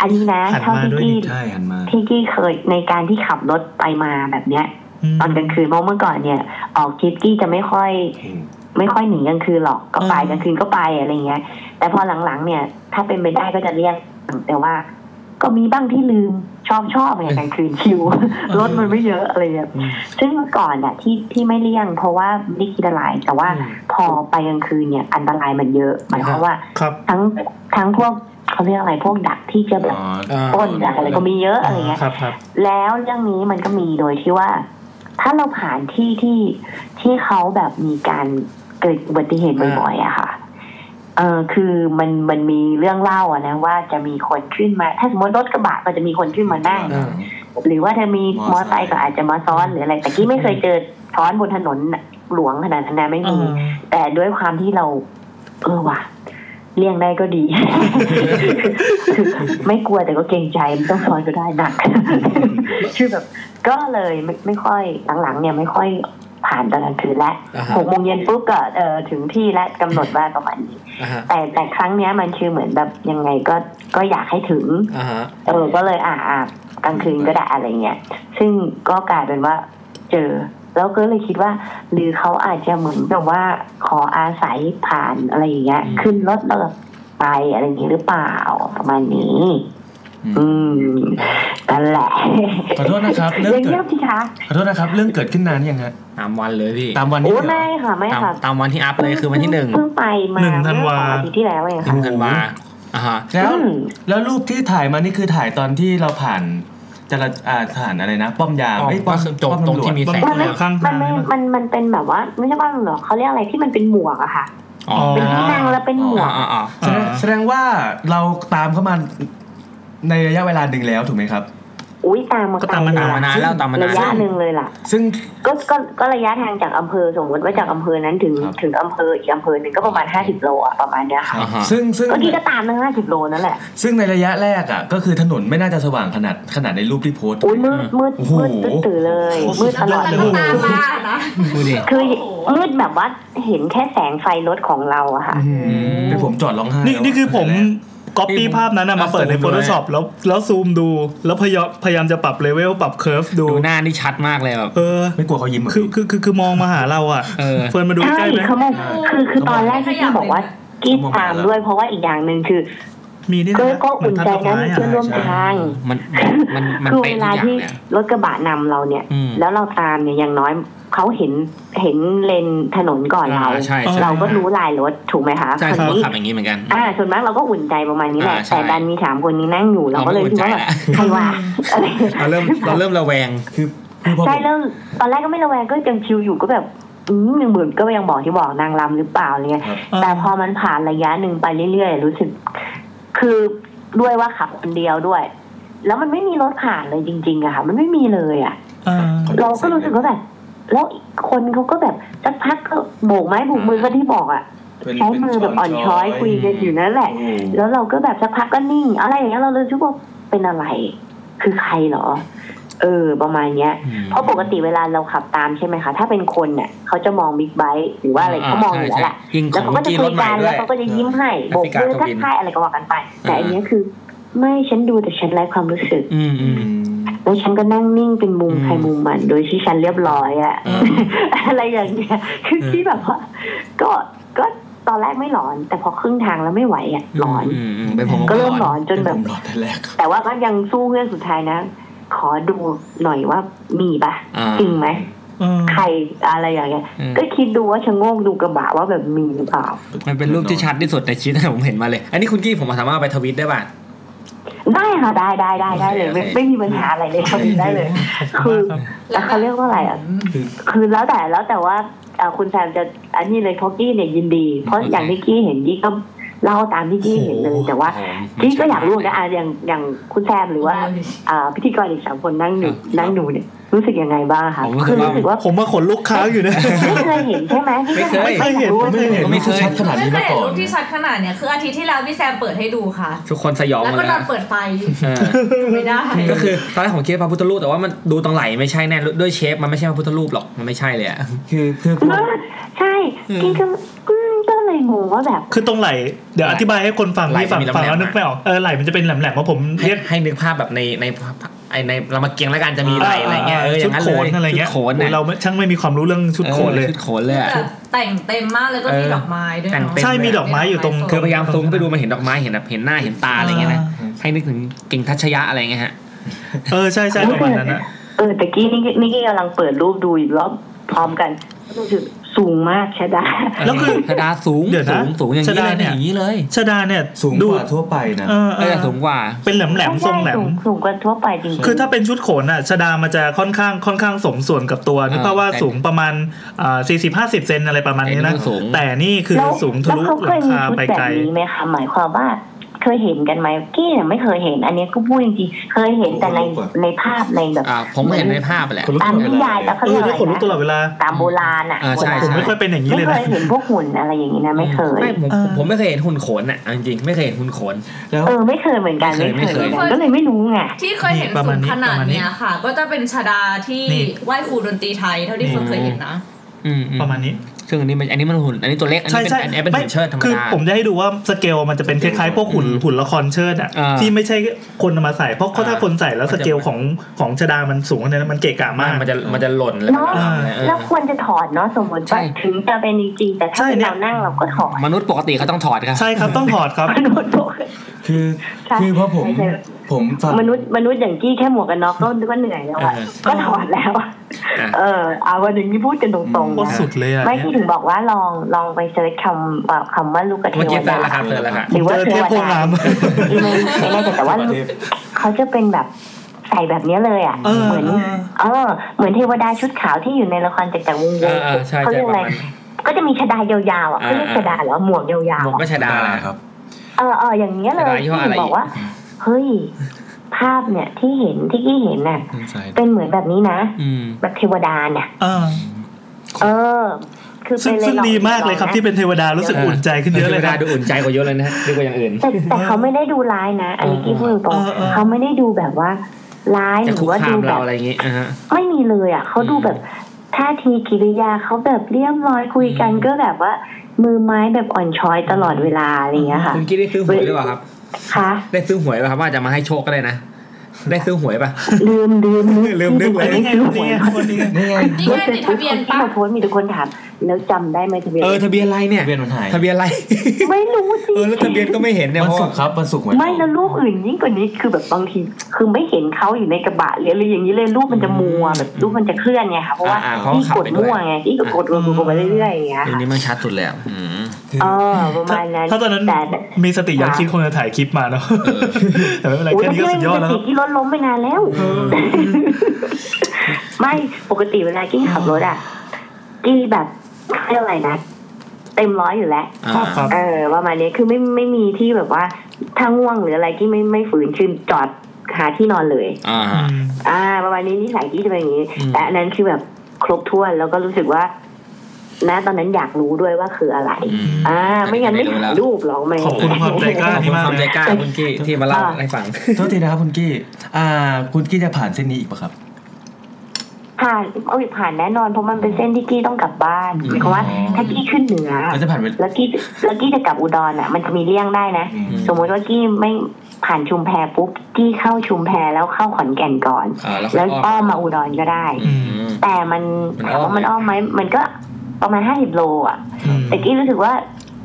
S6: อันนี้นะ
S1: หัน
S6: เท่า
S1: มาด้วย
S6: ที่กี้
S1: ดิ
S5: ใช่หันมา
S6: ที่กี้เคยในการที่ขับรถไปมาแบบเนี้ย
S1: ม
S6: ตอนกลางคืนเพราะเมื่อก่อนเนี่ย ออกทริปกี้จะไม่ค่อย ไม่ค่อยหนีกลางคืนหรอกก็ไป
S1: อืม
S6: กลางคืนก็ไปอะไรเงี้ย แต่พอหลังๆเนี่ย ถ้าเป็นไปได้ก็จะเลี่ยงแต่ว่า ก็มีบ้างที่ลืมชอบชอบไงกล างคืนชิวรถมันไม่เยอะอะไรเงี้ย
S3: อืม
S6: ซึ่งเมื่อก่อนเนี่ยที่ที่ไม่เลี่ยง เพราะว่าไม่ได้คิดอะไรแต่ว่า พอไปกลางคืนเนี่ย อันตรายมันเยอะ หมายความว่า
S1: ครับ
S6: ทั้งทั้งพวกเขาเรียกอะไรพวกดักที่จะแบบ
S3: อ่า
S6: ปล้นดักอะไรก็มีเยอะอะไรเงี้ย
S1: ครับครับ
S6: แล้วเรื่องนี้มันก็มีโดยที่ว่า ถ้าเราผ่านที่ที่ที่เขาแบบมีการเกิดอุบัติเหตุบ่อยๆอะค่ะ เออคือมันมันมีเรื่องเล่าอะนะว่าจะมีคนขึ้นมา ถ้าสมมติรถกระบะก็จะมีคนขึ้นมานั่ง
S3: อ่า
S6: หรือว่าถ้ามีม
S5: ม
S6: อ
S5: อเตอ
S6: เตอร์
S5: ร์
S6: ไซ
S5: ไซค์
S6: ค์ก็อาจจะมาซ้อนหรืออะไร แต่กี้ไม่เคยเจอซ้อนบนถนนหลวงขนาดนั้นนะไม่มี แต่ด้วยความที่เรา เออว่ะเลี่ยงได้ก็ดี คือไม่กลัวแต่ก็เกรงใจมันต้องซ้อนก็ได้หนัก คือแบบ ก็เลยไม่ไม่ค่อยหลังๆ เนี่ยไม่ค่อยผ่านตอนกลางคืนและ
S3: อ่าฮะ
S6: หกโมงเย็นปุ๊บก็เออถึงที่และกำหนดว่าประมาณนี้
S3: อ่าฮะ
S6: แต่แต่ครั้งเนี้ยมันคือเหมือนแบบยังไงก็ก็อยากให้ถึง
S3: อ่าฮะ
S6: เออก็เลยอ่าอ่ากลางคืนก็ได้อะไรเงี้ย ซึ่งก็กลายเป็นว่าเจอ แล้วก็เลยคิดว่า หรือเขาอาจจะเหมือนแบบว่าขออาศัยผ่านอะไรอย่างเงี้ย ขึ้นรถแล้วก็ไปอะไรอย่างงี้หรือเปล่าประมาณนี้ อืมนั่นแหละ
S5: ขอโทษนะครับเรื่
S6: เรื่
S5: อเกิด
S6: อง งเงียบสิคะ
S5: ขอโทษนะครับ เรื่องเกิดขึ้นนานยังฮะ
S3: ตามวันเลยพี่
S5: ตามวันนี้
S6: โอ้
S5: เหรอ
S6: ไม่ค่ะไม่
S3: ตาม
S6: ค่ะ
S3: ตามวันที่อัพเลยคือวันที่หนึ่ง
S6: เพิ่งไปมา
S1: หนึ่งธันวา
S6: เมื่อสองอาทิตย์ที่แล้วเอง
S3: หนึ่
S6: ค่ะ
S3: งธันวาอ่าฮะ
S5: แล้ว
S6: อืม
S5: แล้วรูปที่ถ่ายมานี่คือถ่ายตอนที่เราผ่านจราอ่าผ่านอะไรนะป้อมยามเอ้ยป้
S3: ก็
S5: อม
S3: คือจบ
S5: ป้อ
S3: ตรง
S5: มำว
S3: ที่มีแสง
S1: มันไม่ ข้างทาง
S6: มันไม่
S1: เลยมั้ย
S6: มันมันเป็นแบบว่า ไม่ใช่ว่าหรอกเขาเรียกอะไรที่มันเป็นหมวกอะค่ะ
S3: อ๋อ
S6: เป็นที่นั่งแล้วเป็นหมว
S3: อ่าก อ่าอ่า
S5: แสดงแสดงว่าเราตามเข้ามาในระยะเวลาหนึ่งแล้วถูกไหมครับ
S6: อุ้ยตามมา
S1: ก็ตามมา
S6: ไกล
S3: ตามมา
S6: เลยล่ะ
S3: นานแล้วตามมา
S6: ระ
S3: นานแล้
S6: ยะ
S3: ว
S6: หนึ่งเลยล่ะ
S5: ซึ่ง
S6: ก็ก็ก็ระยะทางจากอำเภอสมมติว่าจากอำเภอนั้นถึง
S5: ครับ
S6: ถึงอำเภออีกอำเภอหนึ่งก็ประมาณห้าสิบโลอะประมาณเนี้ยค่ะ
S3: อ่าฮะ
S5: ซึ่งซึ่ง
S6: เมื่อกี้ก็ตามนั้งห้าสิบโลนั่นแหละ
S5: ซึ่งในระยะแรกอ่ะก็คือถนนไม่น่าจะสว่างขนาดขนาดในรูปที่โพสต์
S6: อุ้ยมืดมืด
S5: โอ้โห
S6: มืดตื้อตื่อเลย มืดตลอด
S4: มันก็
S6: เลย
S4: ตามมานะ
S3: ดูดิ
S6: คือ
S4: โอ้โห
S6: มืดแบบว่าเห็นแค่แสงไฟรถของเราอะค่ะ
S5: อืมเป็นผมจอดร้องไห้
S1: นี่
S5: แล้ว
S1: นี่คือผม
S5: แรก
S1: ก๊อปปี้ภาพนั้นนะมาเปิดใน
S3: ซูมดู
S1: Photoshop แล้วแล้วซูมดู แล้วพยายามพยายามจะปรับเลเวลปรับเคอร์ฟดู
S3: ดูหน้านี่ชัดมากเลยแบบ
S1: เออ
S5: ไม่กลัวเขายิ้มเหรอ
S1: คือคือคือคือมองมาหาเราอ่ะ
S3: เออ
S1: เฟิร์นมาดู
S6: ใช่
S1: ใกล้ไหม
S6: เขาบอกคือคือตอนแรกที่พี่บอกว่ากี้ตามด้วยเพราะว่าอีกอย่างหนึ่งคือ
S1: มีนี่
S6: ก็
S1: นะ
S6: ก็
S1: เหมือน
S6: อุ่น
S1: ทัด
S6: ใจ
S1: ดอกไม้
S6: นะมี
S1: อ่ะ
S6: เพื่อนร่วมทาง
S3: มันมันมัน
S6: คือ
S3: เป๊ะทุ
S6: เวลาก
S3: อย่าง
S6: ที่
S3: เลยอะ
S6: รถกระบะนำเราเนี่ย
S3: อืม
S6: แล้วเราตามเนี่ยอย่างน้อยเขาเห็นเห็นเลนถนนก่อนเรา
S3: อ่าใช่ใช่
S6: เราก็รู้ลายรถถูกไหมคะ
S3: ใช่
S6: คน
S3: เขา
S6: นี้
S3: ขับอย่างนี้เหมือนกัน
S6: อ่าส่วนมากเราก็อุ่นใจประมาณนี้แหละ
S3: อ่าใช่
S6: แต่ดันมีสามคนนี้นั่งอยู่เราก็เลยคิดว่าแบบใค
S3: เรา
S6: ร
S3: ไม่อุ่นใจแล้ว
S6: วะอะไร
S3: เราเริ่มเราเริ่มระแวง
S5: คือคือพอผ
S6: ใช่
S5: ม
S6: เริ่มตอนแรกก็ไม่ระแวงก็ยังชิวอยู่ก็แบบอืมยังเหมือนก็ยังบอกที่บอกนางรำหรือเปล่าอะไรเงี้ย
S1: เออ
S6: แต่พอมันผ่านระยะหนึ่งไปเรื่อยๆรู้สึก คือด้วยว่าขับคนเดียวด้วย แล้วมันไม่มีรถผ่านเลยจริงๆอะค่ะ มันไม่มีเลยอะ
S1: เออ
S6: เราก็รู้สึกว่าแบบแล้วอีกคนเขาก็แบบสักพักก็โบกไม้โบกมือก็ที่บอกอ่ะ
S5: เป็น
S6: ใช้
S5: เป็น
S6: มือแบบอ่อนช้อยคุยกันอยู่นั่นแหละ
S5: โอ้โห
S6: แล้วเราก็แบบสักพักก็นิ่ง อะไรอย่างเงี้ยเราเลยคิดว่าเป็นอะไร คือใครเหรอ เออ ประมาณเนี้ย เพราะปกติเวลาเราขับตามใช่ไหมคะ ถ้าเป็นคนเนี่ยเขาจะมองบิ๊กไบค์หรือว่าอะไรเขามองอยู่แล้วแหละ
S3: ยิงข
S6: แล้
S3: อ
S6: ว
S3: ง
S6: เขา
S3: เมื่
S6: ก็
S3: อ
S6: จะ
S3: กี้
S6: คุ
S3: ร
S6: ย
S3: ถใหม่
S6: กัน
S3: ด้
S6: แล้ว วย เขาก็จะยิ้มให้
S3: เออ
S6: โบกมือ
S3: แอฟริกา
S6: ทั
S3: ท
S6: ก
S3: วิน
S6: ทายอะไรก็ว่ากันไป แต่อันเนี้ยคือ ไม่ฉันดูแต่ฉันไร้ความรู้สึก
S3: อืมอืม
S6: เอ แล้วฉันก็นั่งนิ่งเป็นมุมใครมุมมัน โดยที่ฉันเรียบร้อยอะ
S3: เออ
S6: อะไรอย่างเงี้ยคือที่แบบว่า ก็ก็ตอนแรกไม่หลอน แต่พอครึ่งทางแล้วไม่ไหวอะหลอน
S3: มมเป็นผม
S6: ก็เริ่มหลอนจนแบบ
S5: ผมหลอนแต่แรก
S6: แต่ว่าก็ยังสู้เพื่อนสุดท้ายนะ ขอดูหน่อยว่ามีปะ
S3: อ่า
S6: จริงไหม
S1: เออ
S6: ใครอะไรอย่างเงี้ย
S3: อืม
S6: ก็คิดดูว่าชะโงกดูกระบะว่าแบบมีหรือเปล่า
S3: มันเป็นรูปที่ชัดที่สุดในชีวิตที่ผมเห็นมาเลย อันนี้คุณกี้ผมสามารถเอาไปทวิตได้ป่ะ
S6: ได้ค่ะได้ได้ได้ได้เลยไม่
S3: โอเค
S6: ไม่มีปัญหาอะไรเลยครับได้เลย คือ
S1: ขบณมากรับ
S6: แล้วเขาเรียกว่าอะไรอ่ะ คือแล้วแต่แล้วแต่ว่าเอ่อคุณแซมจะอันนี้เลยเพราะกี้เนี่ยยินดี เพราะอย่างที่กี้เห็นกี้ก็เล่าตามที่กี้เห็นเลยแต่ว่ากี้ก็อยากรู้นะอ่ะอย่างอย่างคุณแซมหรือว่าอ่าพิธีกรอีกสามคนนั่งดูนั่งดูเนี่ยรู้สึกยังไงบ้างคะ
S3: ผมรู้สึก
S6: คือ
S3: ว่า
S6: รู้สึกว่า
S1: ผมมาขนลูกค้างอยู่ นะ
S6: ไม่เคยเห็นใช่ไหม
S3: ไม่เคย
S1: ไม่เห็น
S6: รู้
S1: ผมไม่เห็น
S5: ไม่เคยชัดขนาด
S4: ไม่
S5: นี้
S4: เค
S5: มา
S4: เห็น
S5: ยก่อ
S4: รู
S5: น
S4: ปที่ชัดขนาดเนี้ยคืออาทิตย์ที่แล้วพี่แซมเปิดให้ดูค่ะ
S3: ทุกคนสยอง
S4: แล้ว
S3: หม
S4: ก็
S3: ด
S4: น
S3: แล้
S4: อ
S3: วน
S4: เปิดไฟ
S3: เออ
S4: ไม่ได้
S3: ก็คือตอนแรกผมคิดว่าพระพุทธรูปแต่ว่ามันดูตรงไหลไม่ใช่แน่ด้วยเชฟมันไม่ใช่พระพุทธรูปหรอกมันไม่ใช่เลยอะ
S5: คือคือพวก
S6: ใช่กี้ก็อืมก็เลยงงว่าแบบ
S1: คือตรงไหล เดี๋ยวอธิบายให้คนฟัง
S3: ไหล่
S1: ที่ฟัง
S3: จะมี
S1: ฟัง
S3: แหลมๆ
S1: แล้วนึก
S3: อะ
S1: ไม่ออกเออไหลมันจะเป็นแหลมๆว่าะผม
S3: ให้
S1: เรียก
S3: ให้นึกภาพแบบในในไอในเรามาเกียงแล้วกันจะมีไหลอะไรเงี้ยเอออ
S1: ชุ
S3: ย่า
S1: ด
S3: งนั้นเล
S1: โข
S3: ย
S1: นอะไรเงี้ย
S3: ชุดโขนเนี่ย
S1: เราช่างไม่มีความรู้เรื่องชุดโขนเลย
S3: ออชุดโขนเลยอะ
S4: แบบแต่งเต็มมากเลยก็มี
S3: เออ
S4: ดอกไม้ด้วย
S3: แต่ง
S4: เนาะ
S3: เต็
S1: ใช่มีดอกไม้อยู่ตรง
S3: คือพยายามซูมเข้าไปดูมันเห็นดอกไม้เห็นแบบเห็นหน้าเห็นตาอะไรเงี้ยนะ
S5: อ่า
S3: ให้นึกถึงเก่งทัชยะอะไรเงี้ยฮะ
S1: เออใช่ใช่ประมาณนั้นนะ
S6: เออแต่กี้นี่นี่กี้กำลังเปิดรูปดูอีกรอบพร้อมกันรู้สึกสูงมากใช่ได้
S1: แล้วคือ
S3: ชดาสูง
S1: เดี๋ยวนะ
S3: สูงสูงอย่างนี้
S1: ช
S3: เล
S1: ดาย เนี่
S3: เนี่ย ยอย่างนี้เลย
S1: ชดาเนี่ย
S5: สูง
S1: ดู
S5: กว่าทั่วไปนะ
S1: เออเอ
S3: เอ
S1: อ
S3: อสูงกว่า
S1: เป็นแหลมแหลมๆทรงแหลม
S6: ใช่สูงกว่าทั่วไปจริงๆ
S1: คือถ้าเป็นชุดโขนอ่ะชดามันจะค่อนข้างค่อนข้างสมส่วนกับตัวนึกภาพว่า
S3: แต่
S1: สูงประมาณอ่าสี่สิบห้าสิบเซนอะไรประมาณนี้นะ
S3: แต่นี่สูง
S1: แต่นี่คือ
S6: แล้ว
S1: สูงทะลุ
S6: แล้วเขา
S1: ห
S6: เค
S1: ลั
S6: ย
S1: ง
S6: มี
S1: คา
S6: ชุด
S1: ไป
S6: แบ
S1: ไกล
S6: บนี้ไหมคะหมายความว่าเคยเห็นกันไหมกี้เนี่ยไม่เคยเห็น อันนี้ก็พูดจริงๆเคยเห็นแต่ใน
S5: ขนลุกอะ
S6: ในภาพในแบบ
S3: อ่าผมเห็นในภาพแหละ
S5: คนลุก
S6: ตามนิยายแต่เขา
S1: เออ
S6: เรี
S1: ย
S6: กอะไร
S1: นี่ขนลุกตลอด
S6: นะ
S1: เวลา
S6: ตามโบราณอ่ะ
S3: อ่าใช่
S1: ผม
S3: ใช่
S1: ไม่ค่อยเป็นอย่างนี้
S6: ไม่
S1: เลย
S6: เค
S1: นะ
S6: ยเห็นพวกหุ่นอะไรอย่างนี้นะไม่เคย
S3: ไม่ผม
S1: เออ
S3: ผมไม่เคยเห็นหุ่นโขนอ่ะเอาจริงๆไม่เคยเห็นหุ่นโขน
S5: แล้ว
S6: เออไม่เคยเหมือนกัน
S3: ไม่
S6: ไม่
S3: เคย
S6: เคยเหมือน
S3: ไม่
S6: กั
S3: เคย
S6: นก็เลยไม่รู้ไง
S4: ที่เคยเห็น
S1: นี่ประ
S4: สู
S1: มาณ
S4: ง
S1: นี้
S4: ขนา
S1: ป
S4: ด
S1: ระมาณนี้
S4: เนี้ยค่ะ ก็จะเป็นชดาที่
S1: นี่
S4: ไหว้ครูดนตรีไทยเท่าที่เฟิร์นเคยเห็นนะ
S3: อืมอื
S1: ประมาณนี้
S3: ซึ่งอันนี้มันอันนี้มันหุ่นอันนี้ตัวเล็กอัน
S1: ใช่
S3: นี้เป็นอันนี้เป็น
S1: ใช่
S3: หุ่นเชิดธรรม
S1: คือ
S3: ดา
S1: ผมจะให้ดูว่าสเกลมันจะเป็นคล้ายๆพวกหุ่น
S3: อืม
S1: หุ่นละครเชิดอ่ะ
S3: อ่า
S1: ที่ไม่ใช่คนเอามาใส่ เพราะถ้า
S3: อ่า
S1: คนใส่แล้วสเกลของของชดามันสูงขนาดนั้นมันเกะกะมาก
S3: มันจะมันจะหล่นเลย
S6: เนอะ
S3: เออ
S6: แล้วควรจะถอดเนาะสมมติ
S3: ใช่
S6: ว่าถึงจะเป็นจริงๆแต่
S1: ใช่
S6: ถ้าเป็น
S1: เนี่ย
S6: เรานั่งเราก็ถอด
S3: มนุษย์ปกติเขาต้องถอดครับ
S1: ใช่ครับต้องถอดครับ
S6: มนุษย์ปกติ
S5: คือ
S6: ใช่
S5: คือเพราะผม
S6: ใช่
S5: ผมฟัง
S6: มนุษย์มนุษย์อย่างกี้แค่หมวกกันน็อกก็ก็เหนื่อยแล้วอะ
S3: เออ
S6: ก็ถอดแล้วอะ
S3: อ่ะ
S6: เออ เอาวันหนึ่งที่พูดกันตรงๆ
S1: โคตร
S6: นะ
S1: สุดเลยอ่ะ
S6: ไม่
S1: เนี่ย
S6: ที่ถึงบอกว่าลองลองไปเซิร์ชคำเอ่อคำว่าลูกกระเท
S3: เมื่อ
S6: ว
S3: กี้เจ
S6: ดา
S3: อแล้วครับเจอแล้วครับ
S6: หรือว่า
S1: เจอ
S6: เท
S1: เทพ
S6: ว
S1: โพง
S6: ดา
S1: น้ำ
S6: อีเมลไม่แน่ใจแต่ว่า
S5: ประเทศ
S6: เขาจะเป็นแบบใส่แบบเนี้ยเลยอ่ะ
S1: เออ
S6: เหมือน
S1: เออ
S6: เออเหมือนเทวดาชุดขาวที่อยู่ในละครจากจากรวงศ์ว
S3: เอง อเออใช่
S6: เขา
S3: ใช่
S6: เรียก
S3: ประ
S6: อะไร
S3: มาณนั้น
S6: ก็จะมีชดายาวๆอ่ะ
S3: อ่า
S6: เขาเรียกชดาเหรอหมวกยาว
S3: หมว
S6: ๆ
S3: กก็
S6: อะ
S3: ชดา
S5: ครับ
S6: เออเอออย่างเงี้ยเลย
S3: ชดายี่ห้ออะไร
S6: ที่บอกว่าเฮ้ยภาพเนี่ยที่เห็นที่กี้เห็นน่ะ เป็นเหมือนแบบนี้นะ
S3: อืม
S6: แบบเทวดาเนี่ย
S1: เออ
S6: เออ คือ
S1: ซึ่ง
S6: เป็นเลย
S1: ซึ่ง
S6: ลอ
S1: ดีมากเลยครับ ที่เป็นเทวดารู้สึก
S3: เอออุ่
S1: อุ่นใจขึ้นเยอะเลย
S3: ธร
S1: ค
S3: รม
S1: รับ
S3: ดาดูอุ่นใจกว่าเยอะเลยนะฮะดีกว่าอย่างอื่น
S6: แต่แต่เขาไม่ได้ดูร้ายนะอันนี้
S3: เออ
S6: กี้พูดตรง
S1: เออเออ
S6: เขาไม่ได้ดูแบบว่าร้ายห
S3: จะ
S6: รื
S3: คุ
S6: อก ว่า
S3: คา
S6: ดู
S3: ม
S6: แบ
S3: เรา
S6: บ
S3: อะไรอย่างงี้อ่าฮะ
S6: ไม่มีเลยอ่ะเขาดูแบบท่าทีกิริยาเขาแบบเรียบร้อยคุยกัน
S3: อืม
S6: ก็แบบว่า มือไม้แบบอ่อนช้อยตลอดเวลาอะไรอย่างเงี้ยค่ะ
S3: คุณกี้ได้ซื้อหวยหรือเปล่าครับ
S6: คะ
S3: ได้ซื้อหวยป่ะครับว่าจะมาให้โชคก็ได้นะ ได้ซื้อหวยป่ะ
S6: ลืมลืม
S3: ลืมนึกไว้
S1: อันนี้ไง
S6: ลืม
S1: คนนี้ไงคนนี้ไง
S5: นี่ไง
S4: นี่ไงติดทะเบียน
S6: ที่
S4: ปะ
S6: มาโพสต์มีทุกคนถามแล้วจำได้ไหมทะเบียน
S3: เออทะเบียนอะไรเนี่ย
S5: ทะเบียนมันหาย
S3: ทะเบียนอะไร
S6: ไม่รู้สิ
S3: เออแล้วทะเบียนก็ไม่เห็นเนี่ย
S5: วัน
S3: เพราะ
S5: ศุกร์ครับวันศุกร์หวย
S6: ไม่แล้วรูปอื่นยิ่งกว่านี้คือแบบบางทีคือไม่เห็นเขาอยู่ในกระบะหรืออะไรอย่างนี้เลยรูปมันจะมัวแบบรูปมันจะเคลื่อนไงค่ะเพราะว่า
S3: อ่าๆเพราะ
S6: นี่
S3: ขับ
S6: กด
S3: ไปด้วย
S6: มั่วไงนี่ก็กดรัวๆไปเรื่อยๆอย่างเงี้ย
S3: อัน
S6: ค่ะ
S3: นี้มันชัดสุดแล้วอืม
S6: เออประมาณนั้น
S1: ถ้าตอนนั้น
S6: แต่
S1: มีสติยังคิดคงจะถ่ายคลิปมาเนาะแต่ไม่เป็นไร
S6: โอ้ย
S1: แค่นี้ก็สุดยอดแล้วค
S6: เป็
S1: รั
S6: น
S1: บ
S6: ที่รถล้มไปนานแล้ว ไม่ปกติเวลากี้ขับรถอ่ะ กี้แบบเขาเรียกอะไรนะ เต็มร้อยอยู่แล้ว
S3: อ่า
S1: ครับครับ
S6: เออประมาณนี้คือไม่ไม่มีที่แบบว่าถ้าง่วงหรืออะไรที่ไม่ไม่ฝืนคือจอดหาที่นอนเลย
S3: อ่า
S1: อื
S3: ฮะ
S1: ม
S6: อ่า ประมาณนี้นิสัยกี้จะเป็นอย่างนี้
S3: อืม
S6: แต่อันนั้นคือแบบครบถ้วนแล้วก็รู้สึกว่านะตอนนั้นอยากรู้ด้วยว่าคืออะไร
S3: อืม
S6: อ่าไม่งั้นไม่ถ่ายรูปหรอกแม่
S1: ขอบคุณความใจกล้า
S3: ขอบคุณความใจกล้าคุณกี้ที่มาเล่าให้ฟัง
S5: โทษทีนะครับคุณกี้ อ่า คุณกี้จะผ่านเส้นนี้อีกปะครับ
S6: ผ่านเอาอีกผ่านแน่นอนเพราะมันเป็นเส้นที่กี้ต้องกลับบ้านหมายความว่าถ้ากี้ขึ้นเหนือ
S5: เราจะผ่านเวลา
S6: แล้วกี้แล้วกี้จะกลับอุดรอ่ะ มันจะมีเลี่ยงได้นะ
S5: อืม
S6: สมมติว่ากี้ไม่ ผ่านชุมแพปุ๊บจี้เข้าชุมแพแล้วเข้าขอนแก่นก่อน
S3: อ่าแล้ว
S6: แล้ว
S3: ก็
S6: อ้อมมาอุดรก็ได้
S3: อืม
S6: แต่มัน
S3: มันอ้
S6: ถาม
S3: อม
S6: ว่ามันอ้อมไหมมันก็ประมาณห้าสิบโลอ่ะ
S1: อืม
S6: แต่กี้รู้สึกว่า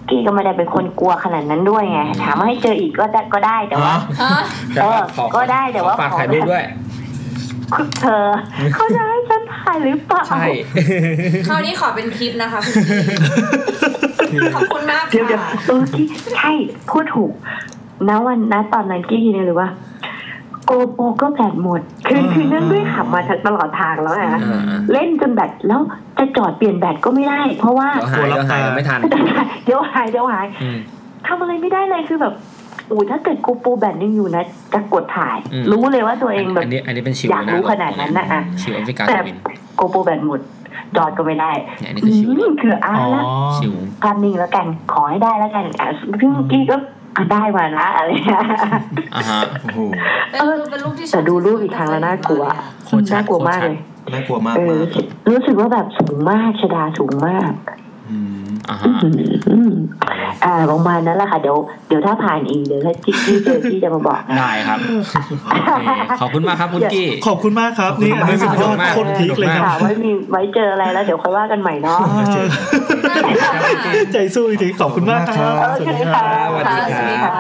S6: กี้ก็ไม่ได้เป็นคนกลัวขนาดนั้นด้วยไง ถามว่าให้เจออีกก็ได้ก็ได้แต่ว่า
S4: ฮะ
S3: แต่ว่าขอ
S6: ก็ได้แต่ว่า
S3: ขอฝาก
S6: ขอ
S3: ถ่ายรูปด้วย
S6: คุณเธอ เขาจะให้ฉันถ่ายหรือเปล่า
S3: ใช่
S4: คราวนี้ขอเป็นคลิปนะคะคุณกี้ขอบคุณมาก
S6: เดี๋ยวเดี๋ยว
S4: ค่ะ
S6: เออกี้ใช่พูดถูกนะวันนะตอนนั้นกี้คิดเลยว่า โกโปรก็แบตหมด คือคือเนื่องด้วยขับมาตลอดทางแล้วนะ
S3: อ่า
S6: เล่นจนแบตแล้วจะจอดเปลี่ยนแบตก็ไม่ได้ เพราะว่า
S3: เดี๋ยวหายเดี๋ยวหายเดี๋ยวไม่ทัน
S6: เดี๋ยวหายเดี๋ยวหาย
S3: อืม
S6: ทำอะไรไม่ได้เลยคือแบบโอ้ยถ้าเกิดกูปูแบตยังอยู่นะจะกดถ่าย
S3: อืม
S6: รู้เลยว่าตัวเองแบบ
S3: อันนี้อันนี้เป็นชิว
S6: อยากรู้ขนาดนั้นนะอ่ะ
S3: ชิวแอฟริกา
S6: แต่
S3: ตะวิน
S6: โกโปรแบตหมดจอดก็ไม่ได้
S3: เนี่ยอันนี้
S6: อื
S3: คือชิวเลย
S6: มคืออา
S1: อ๋อ
S6: ละ
S3: ชิว
S6: ภาพนิ่งแล้วกัน ขอให้ได้แล้วกันอ่ะซึ่ง
S1: อืม
S6: กี้ก็อ่ะได้มานะอะไรเงี้ย
S3: อ่าฮะ
S5: โอ้โห
S4: เป็นรูปเป็นรูปที่ชอบ
S6: แต่ดูรูปอีกครั้งแล้วน่ากลัว
S3: โคตรชัด
S6: น่ากลัวมา
S3: โค
S6: ก
S3: ตรชัด
S6: เลย
S5: น่ากลัวมาก
S6: เออ
S5: มาก
S6: รู้สึกว่าแบบสูงมากชดาสูงมาก
S5: อืม
S3: อ่าฮะ
S6: อืมอ่าประมาณนั้นแหละค่ะเดี๋ยวเดี๋ยวถ้าผ่านอีกเดี๋ยวถ้าจิ๊กกี้เจอพี่จะมาบอกนะ
S3: ได้ครับโอเคขอบคุณมากครับคุณกี้
S1: ขอบคุณมากครับ นี่อันนี้สุดยอดโคตรพีคเลยค
S6: ค่ะ
S1: รับ
S6: ไว้มีไว้เจออะไรแล้วเดี๋ยวค่อยว่ากันใหม่เนาะ
S4: น่ากลัวมาก
S1: ใจสู้จริงๆขอบคุณมากครับ
S6: สวัสดีครับ
S3: สวัสดีค
S4: สวัสดี
S3: รั
S4: ครับ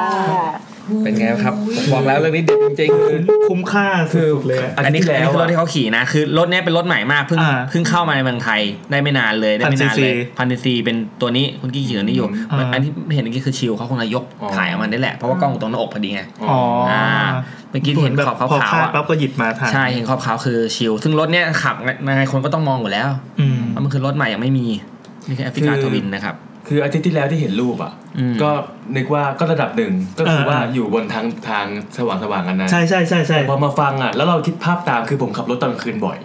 S4: บ
S3: เป็นไงครับผมบอกแล้วเรื่องนี้เด็ดจริงๆคือ
S1: คุ้มค่าสุดๆเลยอะ
S3: อันนี้คืออันนี้คือรถที่เขาขี่นะ คือรถเนี้ยเป็นรถใหม่มาก เพิ่ง
S1: อ่า
S3: เพิ่งเข้ามาในเมืองไทยได้ไม่นานเลย ได้ไม่นานเลย
S1: 1,000cc
S3: พันซีเป็นตัวนี้คุณกี้ขี่ตัวนี้อยู่
S1: อ่า
S3: อันที่เห็นเมื่อกี้คือชิลเขาคงจะยกถ่ายออกมาได้แหละ เพราะว่ากล้องอยู่ตรงหน้าอกพอดีไง
S1: อ๋ออ่
S3: อ่าเมื่อกี้ที่เห็นขอบขาว
S1: พอ
S3: ๆ
S1: คาด
S3: อะ
S1: ปั๊บก็หยิบมาทาน
S3: ใช่เห็นขอบขาวคือชิลซึ่งรถเนี้ยขับยังไงคนก็ต้องมองอยู่แล้ว
S1: อืม
S3: ว่ามันคือรถใหม่ยังไม่มีนี่คือแอฟริกาทวินนะครับ
S5: คืออาทิตย์ที่แล้วที่เห็นรูปอ่ะ
S3: อืม
S5: ก็นึกว่าก็ระดับหนึ่งก็คือว่า
S1: เอออ
S5: อยู่บนทางทางสว่างสว่างกันนะ
S1: ใช่ใช่ใช่ใช่
S5: พอมาฟังอ่ะแล้วเราคิดภาพตามคือผมขับรถตอนกลางคืนบ่อย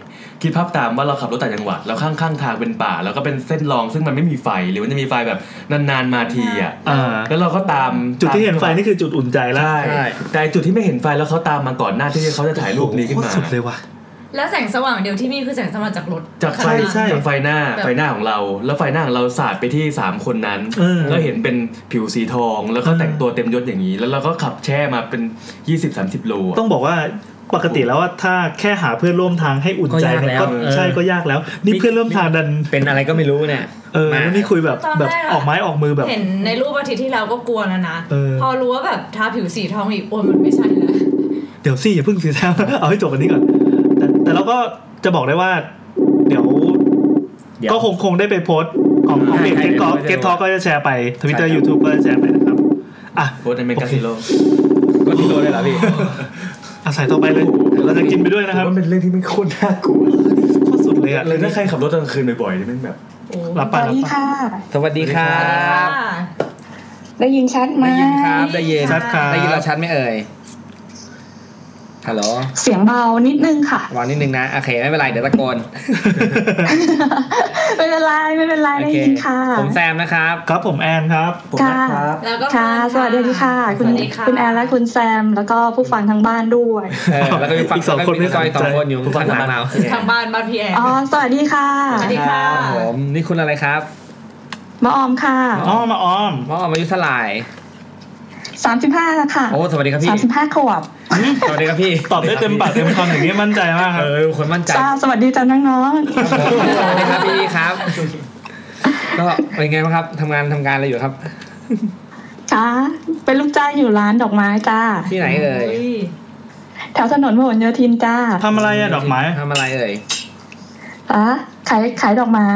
S5: คิดภาพตามว่าเราขับรถต่างจังหวัดแล้วข้างข้างๆทางเป็นป่า แล้วก็เป็นเส้นรองซึ่งมันไม่มีไฟหรือมันจะมีไฟแบบนานๆมาทีอ่ะ
S1: อ่า
S5: แล้วเราก็ตาม
S1: จุดที่เห็นไฟนี่คือจุดอุ่นใจแล้ว
S5: ใช่
S3: ใช่
S5: แต่จุดที่ไม่เห็นไฟแล้วเขาตามมาก่อนหน้าที่เขาจะถ่ายรูปนี้ขึ้น
S1: โคต
S5: มา
S1: สุดเลยว่ะ
S4: แล้วแสงสว่างเดียวที่มีคือแสงสว่างจากรถ
S5: จากไฟ
S1: ใช่
S5: จากไฟหน้าไฟหน้าของเรา แล้วไฟหน้าของเราสาดไปที่สามคนนั้น
S1: เออ
S5: แล้วเห็นเป็นผิวสีทองแล้วก็แต่งตัวเต็มยศอย่างนี้ แล้วเราก็ขับแช่มาเป็น 20-30 โลอะ
S1: ต้องบอกว่าปกติแล้วว่าถ้าแค่หาเพื่อนร่วมทางให้อุ่นใจ
S3: ก็ยาก
S1: เนี่
S3: แล้ว
S1: ยก็
S3: เออ
S1: ใช่ก็ยากแล้ว นี่เพื่อนร่วมทางดัน
S3: เป็นอะไรก็ไม่รู้เนี่ย
S1: เออแล้วนี่คุยแบบ
S4: ตอน
S1: แบบ
S4: แรกอะ
S1: ออกไม้ออกมือแบบ
S4: เห็นในรูปอาทิตย์ที่แล้วก็กลัวแล้วนะ
S1: เออ
S4: พอรู้ว่าแบบทาผิวสีทองอีกโอ้ยมันไม่ใช่แล้ว
S1: เดี๋ยวสิอย่าเพิ่งสีแซม เอาให้จ บวันนี้ก่อน แต่แต่เราก็จะบอกได้ว่า เดี๋ยว
S3: เดี๋ยว
S1: ก็คงคงได้ไปโพสต์ของของเพจ
S3: ใช่
S1: เกต
S3: ใช่
S1: ท็อ
S3: เดี๋ยว
S1: เกต
S3: เดี๋ยว
S1: ท็อก็จะแชร์ไปทวิตเตอร์
S5: ใช่ครับ
S1: ยูทูบก็จะแชร์ไปนะครับอ่ะ
S5: โพสต์ในเมกาซิโล
S3: ก็ที่โดนเลยเหรอพี่
S1: อาศัยต่อไปเลยเดี๋ยวเราจะกินไปด้วยนะครับ
S5: มันเป็นเรื่องที่ไม่โคตรน่ากลัว
S1: ข้อสุดเลยอ่ะ
S5: เลยถ้าใครขับรถตอนกลางคืนบ่อยๆนี่แม่งแบบ
S4: โอ้ย
S1: รับ
S7: ส
S1: ไป
S7: วัส
S1: รับ
S7: ดี
S1: ไป
S7: ค่ะ
S3: สวัสดีครั
S4: ค่ะ
S3: บ
S7: ได้ยินชัดไหม
S3: ได้ยินครับ ได้ยิน
S1: ชัดครับ
S3: ได้ยินเราชัดไหมเอ่ย ฮัลโหล
S7: เสียงเบานิดนึงค่ะ
S3: วางนิดนึงนะ โอเค ไม่เป็นไร เดี๋ยวตะโกน
S7: ไม่เป็นไรไม่เป็นไร
S3: โอ
S7: ได้
S3: เค
S7: ยินค่ะ
S3: ผมแซมนะครับ
S1: ครับผมแอนครับ
S5: ผม
S7: ค่ะ
S5: นะครับ
S4: แล้วก็
S7: ค่ะ สวัสดีค่ะ คุณ
S4: สวัสดีะ
S7: คุณแอนและคุณแซม แล้วก็ผู้ฟังทางบ้านด้วย
S3: เออ แล้วก็มีฝั่ง
S1: อีกสองคน
S3: แล้วก็มีซอย
S1: ไม่สนใจ
S3: สองคนอยู่
S5: ผู้ฟั
S3: ข้างงหลังเรา
S4: ทา
S5: ทางบ้าน
S4: งบ้านบ้านพี่แอน
S7: อ๋อ สวัสดีค่ะ
S4: สวัสดีค่ะ
S3: ครับผม นี่คุณอะไรครับ
S7: มาออมค่ะ
S1: อ้อมมาอ้อม
S3: มออมอายุเท่าไหร่
S7: 35 ค่ะ
S3: โอ้ สวัสดีครับพี่
S7: 35ขวบ
S3: สวัสดีครับพี่
S1: ตอบได้เต็มปากเต็มคำอย่างนี้มั่นใจมากครับ
S3: เออ คนมั่นใจ
S7: จ้าสวัสดีจ้าน้อง
S3: ครับผมสวัสดีครับพี่ครับก็เป็นไงบ้างครับทำงานทำการอะไรอยู่ครับ
S7: ๆจ้าเป็นลูกจ้างอยู่ร้านดอกไม้จ้า
S3: ที่ไหนเอ่ย
S7: แถวถนนพหลโยธินจ้า
S1: ทำอะไรอะดอกไม้
S3: ทำอะไรเอ่ย
S7: อ่ะขายขายดอกไม้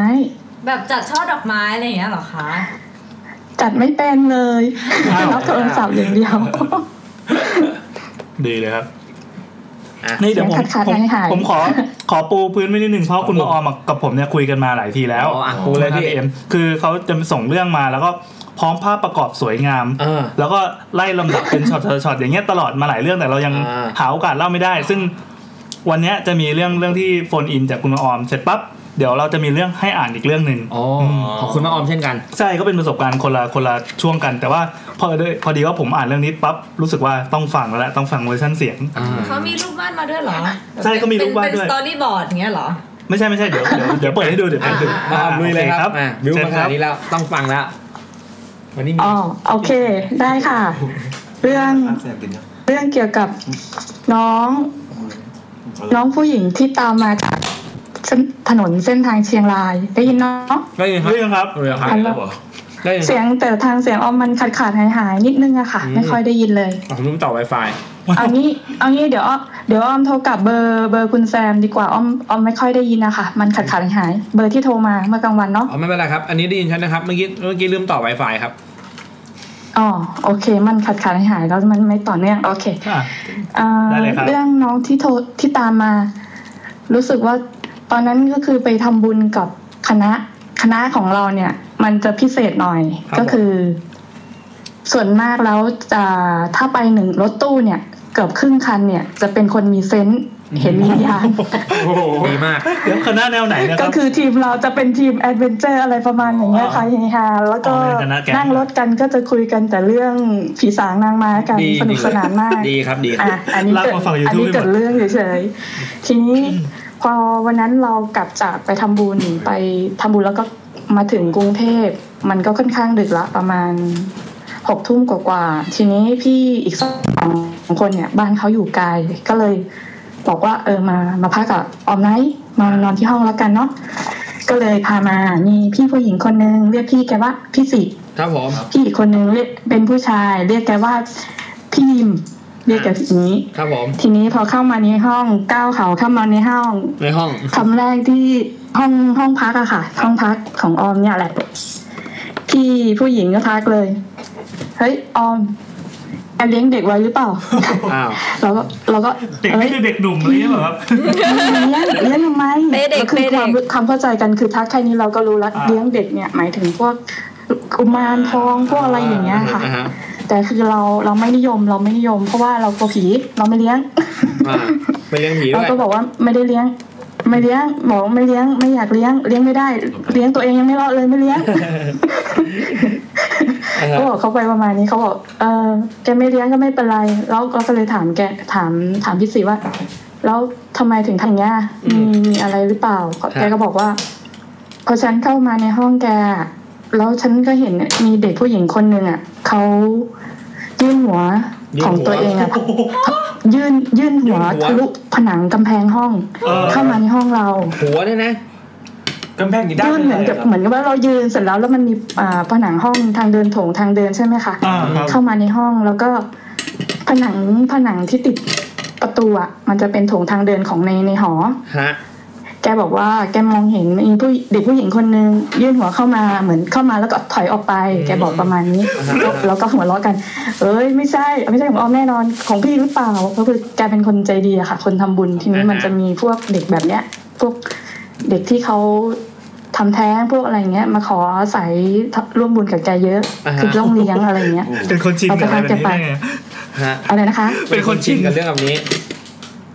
S4: แบบจัดช่อดอกไม้อะไรอย่างเงี้ยเหรอคะ
S7: จัดไม่เป็นเลย
S1: อ้าว
S7: รับโทรศัพท์อย่างเดียว
S1: ดีเลยครับ
S3: อ่ะ
S1: นี่เดี๋ยวผม
S7: เสียงขาดๆ
S1: ผม
S7: หายๆ
S1: ผมขอขอปูพื้นไว้นิดนึงเพราะคุณมาออมกับผมเนี่ยคุยกันมาหลายทีแล้ว
S3: อ๋ออ่ะปูเลยพี่
S1: ใช่เอ็มคือเขาจะส่งเรื่องมาแล้วก็พร้อมภาพประกอบสวยงาม
S3: เออ
S1: แล้วก็ไล่ลำดับเป็นช็อตๆๆอย่างเงี้ยตลอดมาหลายเรื่องแต่เรายัง
S3: อ่า
S1: หาโอกาสเล่าไม่ได้ ซึ่งวันเนี้ยจะมีเรื่องเรื่องที่โฟนอินจากคุณมาออมเสร็จปั๊บเดี๋ยวเราจะมีเรื่องให้อ่านอีกเรื่องหนึ่ง
S3: อ๋ออขอบคุณมาออมเช่นกัน
S1: ใช่ก็เป็นประสบการณ์คนละคนละช่วงกัน แต่ว่าพอด้วยพอดีว่าผมอ่านเรื่องนี้ปั๊บรู้สึกว่าต้องฟังแล้วแหละต้องฟังเวอร์ชันเสียง
S4: เขามีรูปบ้านมาด้วยเหรอ
S1: ใช่เขามีรูปวาดด้วย
S4: เป็นสตอรี่บอร์ดอย่างเงี้ยเหรอ
S1: ไม่ใช่ไม่ใช่เดี๋ยวเดี๋ยวเดี๋ยวเปิดให้ดูเดี๋ยวเปิดให้ดู
S3: มาออมลุยเลยครับ
S1: โอ
S3: อ่ะ
S1: วิ
S3: วิ
S1: ว
S3: ว
S1: มา
S3: มา
S1: ค
S3: ข
S1: รั
S3: นา
S1: บ
S3: ดนี้แล้วต้องฟังแล้ววันนี้มี
S7: อ๋อโอเค ได้ค่ะ เรื่อง
S5: แซมเป็นยัง
S7: เรื่องเกี่ยวกับน้อง น้องผู้หญิงที่ตามมาจากเส้นถนนเส้นทางเชียงราย ได้ยินเนาะ
S3: ได้ยินครับ
S1: เรื่องครับ
S3: เรื่องครับ
S7: อัน
S5: แล้
S7: ละ
S5: วเหรอ
S3: ได้ยินค
S7: เสีย
S3: รับ
S7: งแต่ทางเสียงออมมันขาดขาดหายหายๆนิดนึงอะค่ะ
S3: อืม
S7: ไม่ค่อยได้ยินเลย
S3: อ๋อผมลืมต่อ Wi-Fi
S7: เอางี้เอางี้เดี๋ยวอ้อเดี๋ยวอ้อมโทรกลับเบอร์เบอร์คุณแซมดีกว่าอ้อมอ้อมไม่ค่อยได้ยินนะคะมันขาดขาดหายหายเบอร์ที่โทรมาเมื่อกลางวันเนาะ
S3: อ๋อไม่เป็นไรครับ อันนี้ได้ยินชัดนะครับ เมื่อกี้เมื่อกี้ลืมต่อ Wi-Fi ครับ
S7: อ๋อโอเค มันขาดขาดหายหายแล้วมันไม่ต่อเนื่องโอเค
S1: อ่ะ
S7: อ่า
S1: ได้เลยครับ
S7: เรื่องน้องที่โทรที่ตามมา รู้สึกว่าตอนนั้นก็คือไปทำบุญกับคณะคณะของเราเนี่ย มันจะพิเศษหน่อย
S3: ครับ
S7: ก็คือ ส่วนมากแล้วจะถ้าไปหนึ่งรถตู้เนี่ย เกือบครึ่งคันเนี่ย จะเป็นคนมีเซนส์เห็นวิญญาณ
S3: ดีมาก
S1: เดี๋ยวคณะแนวไหนนะค
S7: ก็
S1: รับ
S7: คือทีมเราจะเป็นทีมแอดเวนเจอร์อะไรประมาณอย่างเงี้ยค่ะเฮฮาแล้วก็
S1: อ๋อในคณะแก๊ง
S7: นั่งรถกันก็จะคุยกันแต่เรื่องผีสางนางไม้กัน
S3: ดี
S7: สนุกสนานมาก
S3: ดีครับดีครับ
S7: อ่ะอันนี้
S1: ลาก
S7: เกิด
S1: มาฝั่ง YouTube
S7: อันนี้เกิดเรื่องเฉยๆ ทีนี้พอวันนั้นเรากลับจากไปทำบุญไปทำบุญแล้วก็มาถึงกรุงเทพ มันก็ค่อนข้างดึกละประมาณหกทุ่มกว่าๆทีนี้พี่อีกสองคนเนี่ย บ้านเขาอยู่ไกลก็เลย บอกว่าเออมามาพักกับออมไนท์มานอนที่ห้องแล้วกันเนาะก็เลยพามามีพี่ผู้หญิงคนนึงเรียกพี่แกว่าพี่สิ
S3: ครับผม
S7: พี่อีกคนนึงเรียกเป็นผู้ชาย เรียกแกว่าพี่ยิมเรียกแกอย่างนี้
S3: ครับผม
S7: ทีนี้พอเข้ามาในห้องก้าวเขาเข้ามาในห้อง
S3: ในห้อง
S7: คำแรกที่ห้องห้องพักอะค่ะ ห้องพักของออมเนี่ยแหละพี่ผู้หญิงก็ทักเลย เฮ้ยออมแกเลี้ยงเด็กไว้หรือเปล่า
S3: อ้าว
S7: เราก็เราก็
S1: เด็ก
S7: อ้
S1: นี่
S7: ย
S1: คือเด็กหนุ่มอะไรเงี้ยเหรอครับ
S7: เลี้ยงเลี้ยงทำไม
S4: เปเด็ก
S7: คือ
S4: เปเด็
S7: ค
S4: ก
S7: วามความเข้าใจกันคือทักแค่นี้เราก็รู้แล้ว
S1: อ่า
S7: เลี้ยงเด็กเนี่ยหมายถึงพวกกุมารทองพวกอะไรอย่างเงี้ยค่ะ
S3: อ่าฮะ
S7: แต่คือเราเราไม่นิยมเราไม่นิยม เพราะว่าเรากลัวผีเราไม่เลี้ยง
S3: อ่าไปเลี้ยงผี
S7: เรา
S3: ด้วย
S7: ก็บอกว่าไม่ได้เลี้ยง ไม่เลี้ยงบอกว่าไม่เลี้ยงไม่อยากเลี้ยงเลี้ยงไม่ได้ เลี้ยงตัวเองยังไม่รอดเลยไม่เลี้ยง
S3: อ่าฮะ
S7: ก็บอกเขาไปประมาณนี้เขาบอกเออแกไม่เลี้ยงก็ไม่เป็นไร แล้วเราก็เลยถามแกถามถามพี่สีว่า แล้วทำไมถึงทำอย่างเงี้ยมีมีอะไรหรือเปล่าแกก็บอกว่า พอฉันเข้ามาในห้องแกอะแล้วฉันก็เห็นมีเด็กผู้หญิงคนหนึ่งอ่ะเขายื่นหัวของตัวเองอ่ะ ยื่นยื่นหัว
S3: ยื่นหัว
S7: ทะลุผนังกำแพงห้อง
S1: เออ
S7: เข้ามาในห้องเรา
S3: หัวเนี่ยนะ
S5: กำแพงนี้ได้
S7: ยื่นเหมือนกับเหมือนกับว่าเรายืนเสร็จแล้วแล้วมันมีอ่าผนังห้องทางเดินโถงทางเดินใช่ไหมคะ
S1: อ่าครับ
S7: เข้ามาในห้องแล้วก็ผนังผนังที่ติดประตูอ่ะมันจะเป็นโถงทางเดินของในในหอ
S3: ฮะ
S7: แกบอกว่าแกมองเห็นมีผู้เด็กผู้หญิงคนนึงยื่นหัวเข้ามาเหมือนเข้ามาแล้วก็ถอยออกไป
S3: อืม
S7: แกบอกประมาณนี้
S3: อ่าฮะ
S7: แล้วแล้วก็หัวเราะกัน เอ้ยไม่ใช่ไม่ใช่ของออมแน่นอนของพี่หรือเปล่าก็คือแกเป็นคนใจดีอะค่ะ คนทำบุญทีนี้มันจะมีพวกเด็กแบบเนี้ย พวกเด็กที่เขาทำแท้งพวกอะไรเงี้ย มาขออาศัยร่วมบุญกับแกเยอะ คือต้องเลี้ยงอะไรเงี้ย
S1: เป็นคนชินกับอะไรแบบนี้ได้ไง
S3: ฮะ
S7: อะไรนะคะ
S1: เป็นคนชิน
S3: กับเรื่องแบบนี้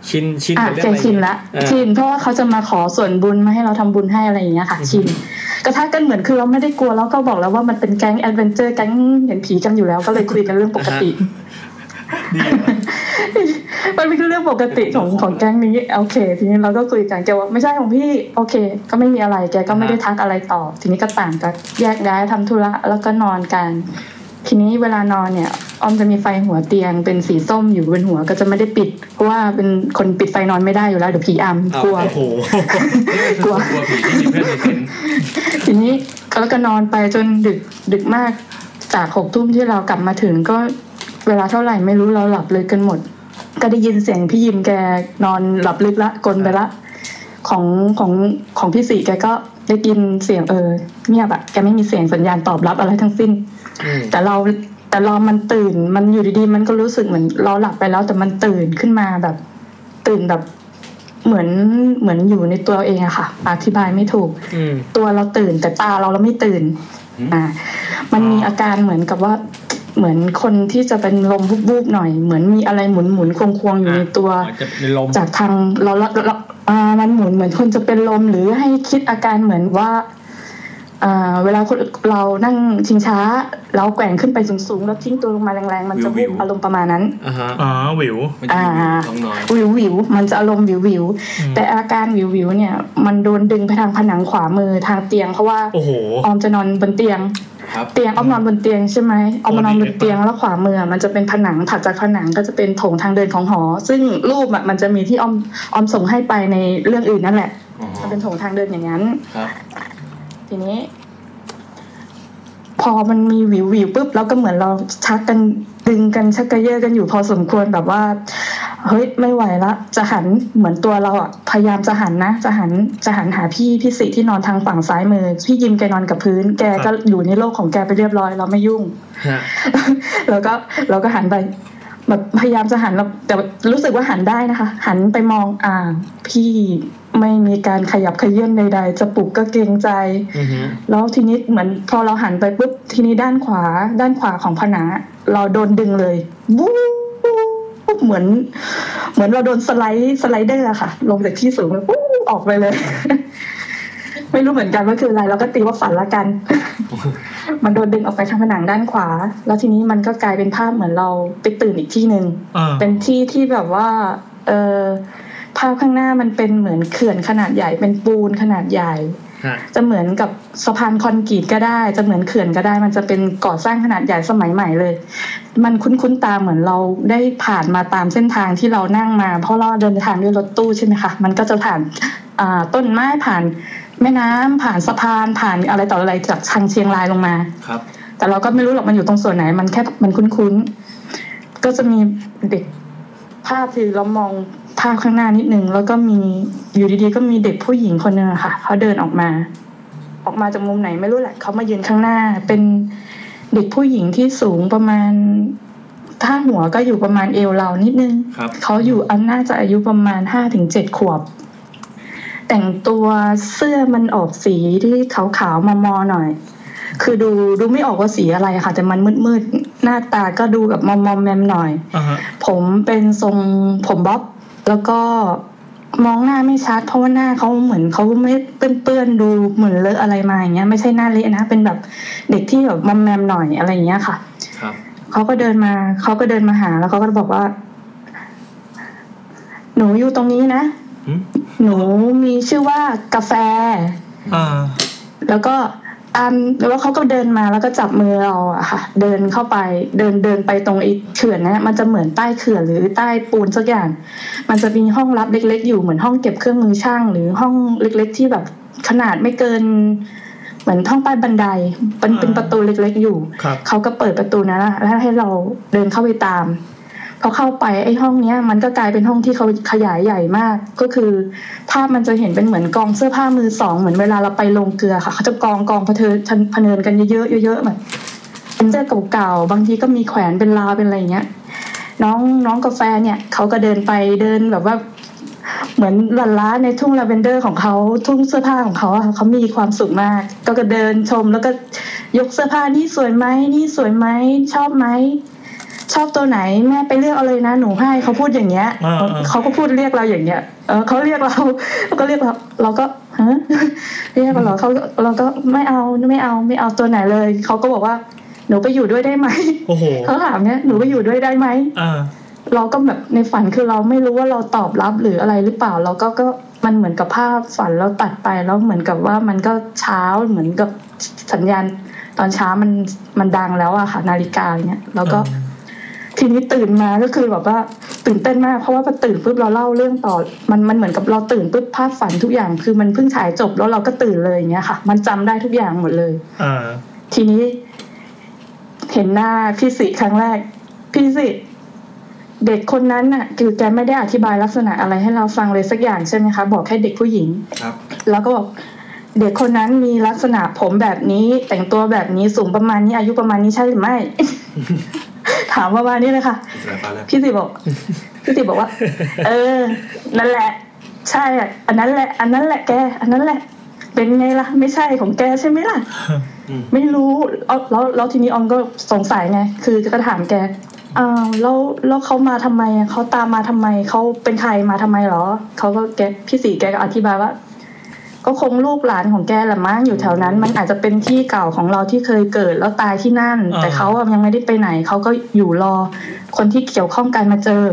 S3: ชินชิน
S7: อ่ะ
S3: กับเรื่อ
S7: แก
S3: งอะไร
S7: ชินละ
S3: เออ
S7: ชินเพราะว่าเขาจะมาขอส่วนบุญมาให้เราทำบุญให้อะไรอย่างเงี้ยค่ะชินกระทะกันเหมือนคือเราไม่ได้กลัวแล้วก็บอกแล้วว่ามันเป็นแก๊งแอดเวนเจอร์แก๊งเห็นผีกันอยู่แล้วก็เลยคุยกันเรื่องปกติ
S1: ดี
S7: มันเป็นเรื่องปกติของของแก๊งนี้โอเค ทีนี้เราก็คุยกันแกว่าไม่ใช่ของพี่โอเค ก็ไม่มีอะไรแกก็ไม่ได้ทักอะไรต่อ ทีนี้ก็ต่างก็แยกย้ายทำธุระแล้วก็นอนกัน ทีนี้เวลานอนเนี่ยออมจะมีไฟหัวเตียง เป็นสีส้มอยู่บนหัวก็จะไม่ได้ปิด เพราะว่าเป็นคนปิดไฟนอนไม่ได้อยู่แล้วเดี๋ยวผีอำกลัว
S1: โอ้โห
S7: กลัว
S5: กลัวผีที่มีเพื่อนในเซนต์
S7: ทีนี้ก็แล้วก็นอนไปจนดึกดึกมากจากหกทุ่มที่เรากลับมาถึงก็เวลาเท่าไหร่ไม่รู้เราหลับเลยกันหมด ก็ได้ยินเสียงพี่ยิมแกนอนหลับลึกละกลนไปละ ของของของพี่สีแกก็ได้ยินเสียงเออเงียบอะแกไม่มีเสียงสัญญาณตอบรับอะไรทั้งสิ้น
S3: อืม
S7: แต่เราแต่เรามันตื่นมันอยู่ดีๆ มันก็รู้สึกเหมือนเราหลับไปแล้วแต่มันตื่นขึ้นมาแบบ ตื่นแบบเหมือนเหมือนอยู่ในตัวเองอะค่ะ อธิบายไม่ถูก
S3: อืม
S7: ตัวเราตื่นแต่ตาเราเราไม่ตื่น อ่า มันมีอาการเหมือนกับว่า เหมือนคนที่จะเป็นลมวูบๆหน่อย เหมือนมีอะไรหมุนหมุนๆควงควงๆอยู่ในตัว
S3: เหมือนจะเป็นลม
S7: จากทางเราเราเราอ่ามันหมุนเหมือนคนจะเป็นลมหรือให้คิดอาการเหมือนว่าอ่าเวลาคนเรานั่งชิงช้า เราแกว่งขึ้นไปสูงๆแล้วทิ้งตัวลงมาแรงๆ มันจะวูบอารมณ์ประมาณนั้น
S3: อ่าฮะ
S1: อ๋อหวิว
S5: มันจะมีน้องน้อย
S7: วิววิวมันจะอารมณ์วิววิวแต่อาการวิววิวเนี่ย มันโดนดึงไปทางผนังขวามือทางเตียงเพราะว่า
S1: โอ้โห
S7: ออมจะนอนบนเตียง
S5: ครับ
S7: เตียงออมนอนบนเตียงใช่ไหมออมมานอนบนเตียง
S1: โอ้ดีเลยปะ
S7: แล้วขวามือมันจะเป็นผนังถัดจากผนังก็จะเป็นโถงทางเดินของหอ ซึ่งรูปอะมันจะมีที่ออมออมส่งให้ไปในเรื่องอื่นนั่นแหละ
S5: อ๋อ
S7: จะเป็นโถงทางเดินอย่างนั้น
S5: ครับ
S7: ทีนี้ พอมันมีวิววิวปุ๊บแล้วก็เหมือนเราชักกันดึงกันชักกระเยาะกันอยู่พอสมควรแบบว่า เฮ้ยไม่ไหวละ จะหันเหมือนตัวเราอ่ะพยายามจะหันนะ จะหันจะหันหาพี่พี่สิที่นอนทางฝั่งซ้ายมือ พี่ยิมแกนอนกับพื้น แกก็อยู่ในโลกของแกไปเรียบร้อย เราไม่ยุ่ง
S3: ฮะ
S7: แล้วก็เราก็หันไปแบบพยายามจะหันแล้วแต่รู้สึกว่าหันได้นะคะ หันไปมองอ่า พี่ไม่มีการขยับเขยื่อนใดๆจะปลุกก็เกรงใจ
S3: อือฮึ
S7: แล้วทีนี้เหมือนพอเราหันไปปุ๊บทีนี้ด้านขวาด้านขวาของผนังอะเราโดนดึงเลยบู๊บเหมือน เหมือนเราโดนสไลด์สไลเดอร์อะค่ะ ลงจากที่สูงแล้วปุ๊บออกไปเลย ไม่รู้เหมือนกันว่าคืออะไรเราก็ตีว่าฝันละกัน มันโดนดึงออกไปทางผนังด้านขวา แล้วทีนี้มันก็กลายเป็นภาพเหมือนเราไปตื่นอีกที่หนึ่ง
S1: เออ
S7: เป็นที่ที่แบบว่า เออภาพข้างหน้ามันเป็นเหมือนเขื่อนขนาดใหญ่เป็นปูนขนาดใหญ่
S3: ฮะ
S7: จะเหมือนกับสะพานคอนกรีตก็ได้ จะเหมือนเขื่อนก็ได้ มันจะเป็นก่อสร้างขนาดใหญ่สมัยใหม่เลย มันคุ้นๆตาเหมือนเราได้ผ่านมาตามเส้นทางที่เรานั่งมา เพราะเราเดินทางด้วยรถตู้ใช่ไหมคะ มันก็จะผ่านอ่าต้นไม้ผ่านแม่น้ำผ่านสะพานผ่านอะไรต่ออะไรจากทางเชียงรายลงมา
S5: ครับ
S7: แต่เราก็ไม่รู้หรอกมันอยู่ตรงส่วนไหน มันแค่มันคุ้นๆ ก็จะมีเด็กภาพคือเรามองภาพข้างหน้านิดนึง แล้วก็มีอยู่ดีๆ ก็มีเด็กผู้หญิงคนหนึ่งอะค่ะเขาเดินออกมา ออกมาจากมุมไหนไม่รู้แหละเขามายืนข้างหน้า เป็นเด็กผู้หญิงที่สูงประมาณ ถ้าหัวก็อยู่ประมาณเอวเรานิดนึง
S5: ครับ
S7: เขาอยู่อันน่าจะอายุประมาณห้าถึงเจ็ดขวบ แต่งตัวเสื้อมันออกสีที่ขาวๆมอมอหน่อย คือดูดูไม่ออกว่าสีอะไรค่ะ แต่มันมืดๆ หน้าตาก็ดูแบบมอมอมแมมหน่อย
S1: อ่าฮะ
S7: ผมเป็นทรงผมบ๊อบ แล้วก็มองหน้าไม่ชัด เพราะว่าหน้าเขาเหมือนเขาไม่เปื้อนๆดูเหมือนเลอะอะไรมาอย่างเงี้ยไม่ใช่หน้าเละนะเป็นแบบเด็กที่แบบมอมแมมหน่อยอะไรอย่างเงี้ยค่ะ
S5: ครับ
S7: เขาก็เดินมาเขาก็เดินมาหาแล้วเขาก็บอกว่า หนูอยู่ตรงนี้นะ
S5: อืม
S7: หนูมีชื่อว่ากาแฟ
S1: อ่า
S7: แล้วก็อันแล้วเขาก็เดินมาแล้วก็จับมือเราอะค่ะ เดินเข้าไป เดินเดินไปตรงไอ้เขื่อนนะมันจะเหมือนใต้เขื่อนหรือใต้ปูนสักอย่าง มันจะมีห้องลับเล็ก ๆ อยู่เหมือนห้องเก็บเครื่องมือช่าง หรือห้องเล็ก ๆ ที่แบบขนาดไม่เกิน เหมือนห้องใต้บันไดเป็นเป็นประตูเล็ก ๆ อยู่
S1: ครับ
S7: เขาก็เปิดประตูนั้นอะแล้วให้เราเดินเข้าไปตาม พอเข้าไปไอ้ห้องเนี้ย มันก็กลายเป็นห้องที่เขาขยายใหญ่มาก ก็คือภาพมันจะเห็นเป็นเหมือนกองเสื้อผ้ามือสอง เหมือนเวลาเราไปลงเกลือค่ะ เขาจะกองกองพะเทินพะเนินกันเยอะๆเยอะๆแบบเป็นเสื้อเก่าๆบางทีก็มีแขวนเป็นลาวเป็นอะไรอย่างเงี้ย น้องน้องกาแฟเนี่ยเขาก็เดินไปเดินแบบว่า เหมือนลันล้าในทุ่งลาเวนเดอร์ของเขาทุ่งเสื้อผ้าของเขาอะค่ะเขามีความสุขมาก ก็ก็เดินชมแล้วก็ยกเสื้อผ้านี่สวยไหมนี่สวยไหมชอบไหมชอบตัวไหนแม่ไปเลือกเอาเลยนะหนูให้เขาพูดอย่างเงี้ยเขาก็พูดเรียกเราอย่างเงี้ยเออเขาเรียกเราเขาก็เรียกเราเราก็ฮะเรียกเราเขาเราก็ไม่เอาไม่เอาไม่เอาตัวไหนเลยเขาก็บอกว่าหนูไปอยู่ด้วยได้ไหม
S1: โอ้โห
S7: เขาถามเนี้ยหนูไปอยู่ด้วยได้ไหม
S1: อ่า
S7: เราก็แบบในฝันคือเราไม่รู้ว่าเราตอบรับหรืออะไรหรือเปล่า เราก็ก็มันเหมือนกับภาพฝันเราตัดไปแล้วเหมือนกับว่ามันก็เช้าเหมือนกับสัญญาณตอนเช้ามันมันดังแล้วอะค่ะนาฬิกาอย่างเงี้ยแล้วก็ทีนี้ตื่นมาก็คือแบบว่าตื่นเต้นมากเพราะว่าพอตื่นปุ๊บเราเล่าเรื่องต่อ มันมันเหมือนกับเราตื่นปุ๊บภาพฝันทุกอย่าง คือมันเพิ่งฉายจบแล้วเราก็ตื่นเลยอย่างเงี้ยค่ะ มันจำได้ทุกอย่างหมดเลย
S1: อ่า
S7: ทีนี้เห็นหน้าพี่สิครั้งแรก พี่สิ เด็กคนนั้นน่ะ คือแกไม่ได้อธิบายลักษณะอะไรให้เราฟังเลยสักอย่างใช่ไหมคะ บอกแค่เด็กผู้หญิง
S5: ครับ
S7: แล้วก็บอกเด็กคนนั้นมีลักษณะผมแบบนี้ แต่งตัวแบบนี้สูงประมาณนี้อายุประมาณนี้ใช่หรือไม่ ถามประมาณนี้เลยค่ะ
S5: อิสระไปแล้ว
S7: พี่สิบอก พี่สิบอกว่า เออ นั่นแหละ ใช่อะอันนั้นแหละ อันนั้นแหละแก อันนั้นแหละ เป็นไงล่ะ ไม่ใช่ของแกใช่ไหมล่ะ
S5: อืม
S7: ไม่รู้เอาแล้วแล้วทีนี้ออมก็สงสัยไง คือจะก็ถามแกอ้าวแล้วแล้วเขามาทำไมอะเขาตามมาทำไมเขาเป็นใครมาทำไมหรอเขาก็แกพี่สีแกก็อธิบายว่า ก็คงลูกหลานของแกแหละมั้งอยู่แถวนั้น มันอาจจะเป็นที่เก่าของเราที่เคยเกิดแล้วตายที่นั่น แต่เขาอะยังไม่ได้ไปไหนเขาก็อยู่รอ คนที่เกี่ยวข้องกันมาเจอ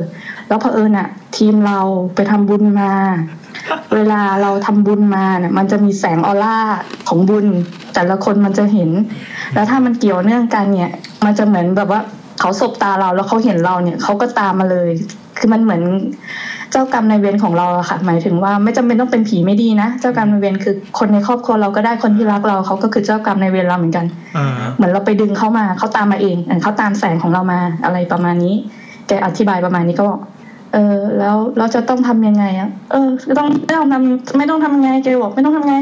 S7: แล้วเผอิญอะทีมเราไปทำบุญมา เวลาเราทำบุญมาเนี่ยมันจะมีแสงออร่าของบุญ แต่ละคนมันจะเห็น แล้วถ้ามันเกี่ยวเนื่องกันเนี่ย มันจะเหมือนแบบว่าเขาสบตาเราแล้วเขาเห็นเราเนี่ยเขาก็ตามมาเลย คือมันเหมือนเจ้ากรรมนายเวรของเราอะค่ะ หมายถึงว่าไม่จำเป็นต้องเป็นผีไม่ดีนะเจ้ากรรมนายเวรคือคนในครอบครัวเราก็ได้คนที่รักเราเขาก็คือเจ้ากรรมนายเวรเราเหมือนกัน
S1: อ่า
S7: เหมือนเราไปดึงเขามาเขาตามมาเองเออเขาตามแสงของเรามาอะไรประมาณนี้ แกอธิบายประมาณนี้ก็บอกเออ แล้วเราจะต้องทำยังไงอ่ะเออไม่ต้องไม่ต้องทำไม่ต้องทำไงแกบอกไม่ต้องทำไง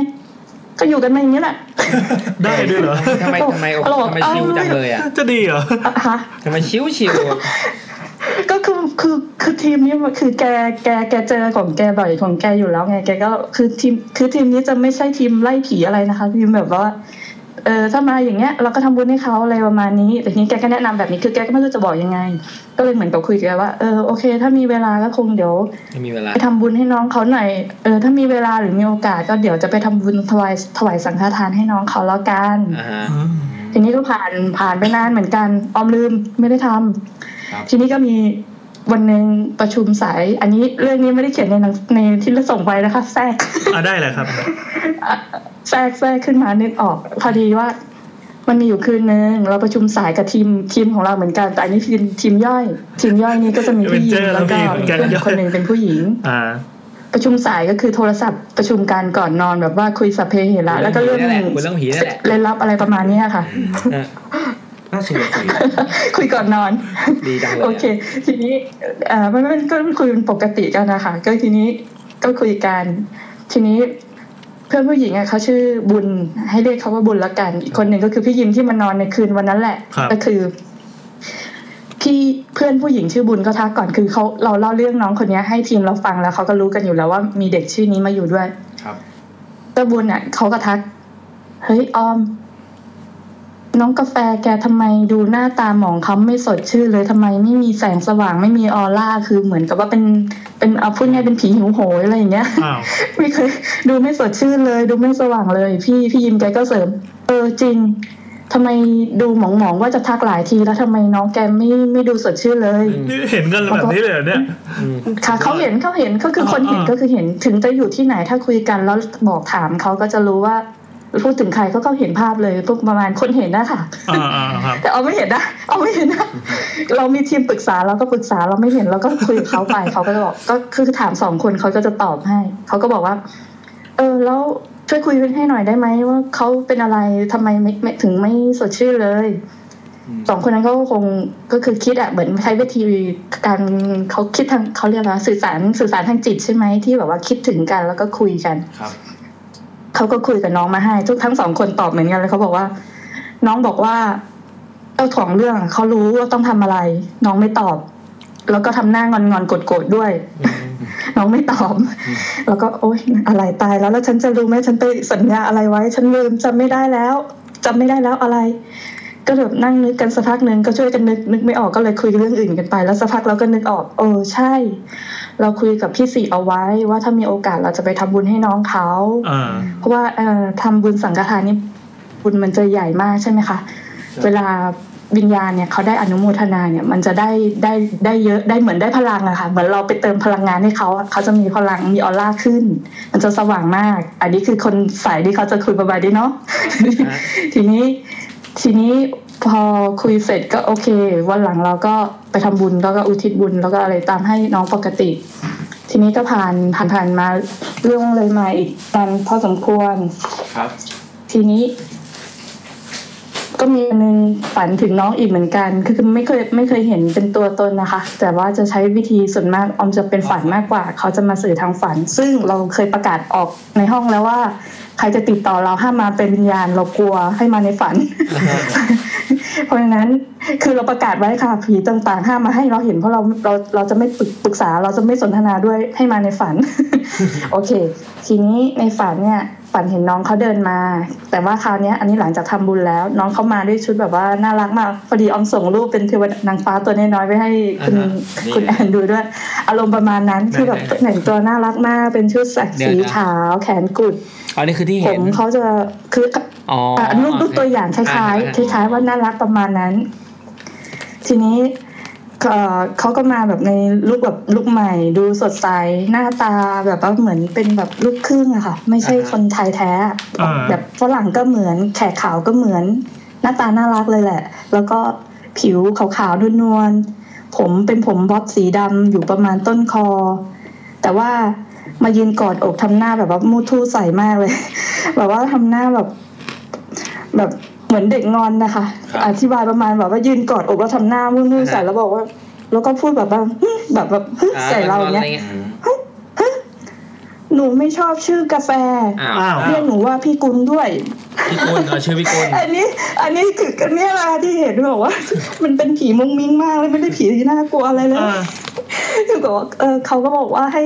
S7: ก็อยู่กันมาอย่างนี้แหละ
S1: ได้ด้วยเหรอ
S3: ทำไมทำไมโอ้โหทำไมชิวจังเลยอ่ะ
S1: จะดีเหรอ
S7: อะฮะ
S3: ทำไมชิวชิวอะ
S7: ก็คือคือคือทีมนี้มันคือแกแกแกเจอของแกบ่อยของแกอยู่แล้วไงแกก็คือทีมคือทีมนี้จะไม่ใช่ทีมไล่ผีอะไรนะคะทีมแบบว่าเออถ้ามาอย่างเงี้ย เราก็ทำบุญให้เขาอะไรประมาณนี้แต่ทีนี้แกก็แนะนำแบบนี้คือแกก็ไม่รู้จะบอกยังไง ก็เลยเหมือนกับคุยกับแกว่าเออโอเค ถ้ามีเวลาก็คงเดี๋ยว
S3: ไม่มีเวลา
S7: ไปทำบุญให้น้องเขาหน่อย เออ ถ้ามีเวลาหรือมีโอกาสก็เดี๋ยวจะไปทำบุญถวายถวายสังฆทานให้น้องเขาแล้วกัน
S3: อ่าฮะ
S7: ทีนี้ก็ผ่านผ่านไปนานเหมือนกัน ออมลืมไม่ได้ทำ
S5: ครับ
S7: ทีนี้ก็มีวันหนึ่งประชุมสาย อันนี้เรื่องนี้ไม่ได้เขียนในหนังในที่เราส่งไปนะคะ แทรก
S1: อ่าได้เลยครับ
S7: แทรกแทรกขึ้นมานึกออกพอดีว่า มันมีอยู่คืนนึงเราประชุมสายกับทีมทีมของเราเหมือนกัน แต่อันนี้ทีมทีมย่อย ทีมย่อยนี้ก็จะมีผู้หญิง
S1: Avenger
S7: แล้วก็
S1: แล้วมี
S7: เพื่อนอีกคนหนึ่งเป็นผู้หญิง
S1: อ่า
S7: ประชุมสายก็คือโทรศัพท์ประชุมกันก่อนนอนแบบว่าคุยสัพเพเหระแล้วก็เรื่อง
S3: คุยเรื่องผีนั่นแหละคุยเรื่องผีนั่นแหละ
S7: เล่นลับอะไรประมาณเนี้ยค่ะ
S3: อ่ะ
S5: น่าชวนคุย
S7: คุยก่อนนอน
S3: ดีจังเลย
S7: โอ
S3: อะ
S7: เค ทีนี้เอ่อมันมันก็คุยเป็นปกติกันนะคะก็ทีนี้ก็คุยกัน ทีนี้เพื่อนผู้หญิงอ่ะเขาชื่อบุญให้เรียกเขาว่าบุญละกัน อีกคนหนึ่งก็คือพี่ยิมที่มานอนในคืนวันนั้นแหละ
S1: ครับ
S7: ก็คือ พี่เพื่อนผู้หญิงชื่อบุญก็ทักก่อนคือเขาเราเล่าเรื่องน้องคนเนี้ยให้ทีมเราฟังแล้วเขาก็รู้กันอยู่แล้วว่ามีเด็กชื่อนี้มาอยู่ด้วย
S5: ครับ
S7: แต่บุญอ่ะเขาก็ทักเฮ้ยออม น้องกาแฟแกทำไมดูหน้าตาหมองคล้ำไม่สดชื่นเลยทำไมไม่มีแสงสว่างไม่มีออร่าคือเหมือนกับว่าเป็นเป็นเอาพูดง่ายเป็นผีหิวโหยอะไรอย่างเงี้ย
S1: อ้าว
S7: ไม่เคยดูไม่สดชื่นเลย ดูไม่สว่างเลย พี่พี่ยิมแกก็เสริม เออจริงทำไมดูหมองๆว่าจะทักหลายทีแล้วทำไมน้องแกไม่ไม่ดูสดชื่นเลย
S3: อืม
S1: นี่เห็นกันแบบนี้เลยเหรอเนี่ย
S7: ค่ะเขาเห็นเขาเห็นก็คือคนเห็น
S1: อ่าๆ
S7: ก็คือเห็นถึงจะอยู่ที่ไหนถ้าคุยกันแล้วบอกถามเขาก็จะรู้ว่าพูดถึงใครเขาก็เห็นภาพเลยพวกประมาณคนเห็นนะคะ
S1: อ่าอ่าครับ
S7: แต่เอาไม่เห็นนะเอาไม่เห็นนะ เรามีทีมปรึกษาเราก็ปรึกษาเราไม่เห็นเราก็คุยกับเขาไป เขาก็จะบอกก็คือถามสองคนเขาก็จะตอบให้ เขาก็บอกว่า เออแล้วช่วยคุยให้หน่อยได้ไหมว่าเขาเป็นอะไรทำไมไม่ไม่ถึงไม่สดชื่นเลยสองคนนั้นเขาก็คงก็คือคิดอะเหมือนใช้วิธีการเขาคิดทางเขาเรียกว่าสื่อสารสื่อสารทางจิตใช่ไหมที่แบบว่าคิดถึงกันแล้วก็คุยกัน
S5: ครับ
S7: เขาก็คุยกับน้องมาให้ทุกทั้งสองคนตอบเหมือนกันเลยเขาบอกว่า น้องบอกว่าเจ้าของเรื่องเขารู้ว่าต้องทำอะไร น้องไม่ตอบ แล้วก็ทำหน้างอนงอนๆโกรธๆด้วย น้องไม่ตอบ แล้วก็โอ๊ยอะไรตายแล้วแล้วฉันจะรู้ไหมฉันไปสัญญาอะไรไว้ ฉันลืมจำไม่ได้แล้วจำไม่ได้แล้วอะไร ก็แบบนั่งนึกกันสักพักหนึ่งก็ช่วยกันนึกนึกไม่ออกก็เลยคุยเรื่องอื่นกันไปแล้วสักพักเราก็นึกออกเออใช่ เราคุยกับพี่สี่เอาไว้ว่าถ้ามีโอกาสเราจะไปทำบุญให้น้องเขา
S1: อ่า
S7: เพราะว่าเอ่อทำบุญสังฆทานนี่บุญมันจะใหญ่มากใช่ไหมคะเวลาวิญญาณเนี่ยเขาได้อนุโมทนาเนี่ยมันจะได้ได้ได้เยอะได้เหมือนได้พลังอะค่ะเหมือนเราไปเติมพลังงานให้เขาอะเขาจะมีพลังมีออร่าขึ้น มันจะสว่างมาก อันนี้คือคนสายที่เขาจะคุยประมาณนี้เนาะ ทีนี้ทีนี้พอคุยเสร็จก็โอเค วันหลังเราก็ไปทำบุญแล้วก็อุทิศบุญแล้วก็อะไรตามให้น้องปกติ ทีนี้ก็ผ่านผ่านผ่านมาเรื่องเลยมาอีกนานพอสมควร
S5: ครับ
S7: ทีนี้ ก็มีวันหนึ่งฝันถึงน้องอีกเหมือนกัน คือคือไม่เคยไม่เคยเห็นเป็นตัวตนนะคะ แต่ว่าจะใช้วิธีส่วนมากออมจะเป็นฝันมากกว่า เขาจะมาสื่อทางฝัน ซึ่งเราเคยประกาศออกในห้องแล้วว่า ใครจะติดต่อเราห้ามมาเป็นวิญญาณเรากลัวให้มาในฝัน เพราะฉะนั้นคือเราประกาศไว้ค่ะผีต่างๆ ห้ามมาให้เราเห็นเพราะเราเราเราจะไม่ปรึกปรึกษาเราจะไม่สนทนาด้วยให้มาในฝัน โอเค ทีนี้ในฝันเนี่ยฝันเห็นน้องเขาเดินมา แต่ว่าคราวเนี้ยอันนี้หลังจากทำบุญแล้ว น้องเขามาด้วยชุดแบบว่าน่ารักมากพอดีออมส่งรูปเป็นเทวดานางฟ้าตัวน้อยๆไปให้คุณ
S3: อ่าฮะ
S5: นี่
S7: คุณแอนดูด้วย อารมณ์ประมาณนั้นคือแบบ
S3: ไหนๆ
S7: แต่งตัวน่ารักมากเป็นชุดสัก
S3: เดี๋ยว
S7: สี
S3: นะ
S7: ขาวแขนกุด
S3: อันนี้คือที่
S7: ผ
S3: เห็น
S7: มเขาจะคือ
S3: อ๋อ
S7: อ่ะ
S3: อ่ะ
S7: รูปรูปตัวอย่างคล้ายๆคล้ายๆว่าน่ารักประมาณนั้น ทีนี้ เอ่อเขาก็มาแบบในลุคแบบลุคใหม่ดูสดใสหน้าตาแบบว่าเหมือนเป็นแบบลูกครึ่งอะค่ะ ไม่ใช่
S3: อ่าฮะ
S7: คนไทยแท้อะ
S1: อ่า
S7: แบบฝรั่งก็เหมือนแขกขาวก็เหมือน หน้าตาน่ารักเลยแหละ แล้วก็ผิวขาวๆนวลๆผมเป็นผมบ๊อบสีดำอยู่ประมาณต้นคอ แต่ว่ามายืนกอดอกทำหน้าแบบว่ามูทูใสมากเลย แบบว่าทำหน้าแบบ แบบเหมือนเด็กงอนนะคะ
S3: ครับ
S7: อธิบายประมาณแบบว่ายืนกอดอกแล้วทำหน้ามู้ๆใสแล้วบอกว่า แล้วก็พูดแบบว่า ฮึ่มแบบแบบฮึ่มใส่เราอย่างเนี้ย
S5: อืม
S7: หนูไม่ชอบชื่อกาแฟ
S3: อ้าว
S1: อ้าว
S7: เรียกหนูว่าพี่กุลด้วย
S3: พี่กุลเอาชื่อพี่กุล
S7: อันนี้อันนี้คืออันเนี้ยแหละที่เห็นบอกว่า มันเป็นผีมุ้งมิ้งมากเลยไม่ได้ผีที่น่ากลัวอะไรเลย
S1: อ่า
S7: ถึงบอกว่าเออเขาก็บอกว่าให้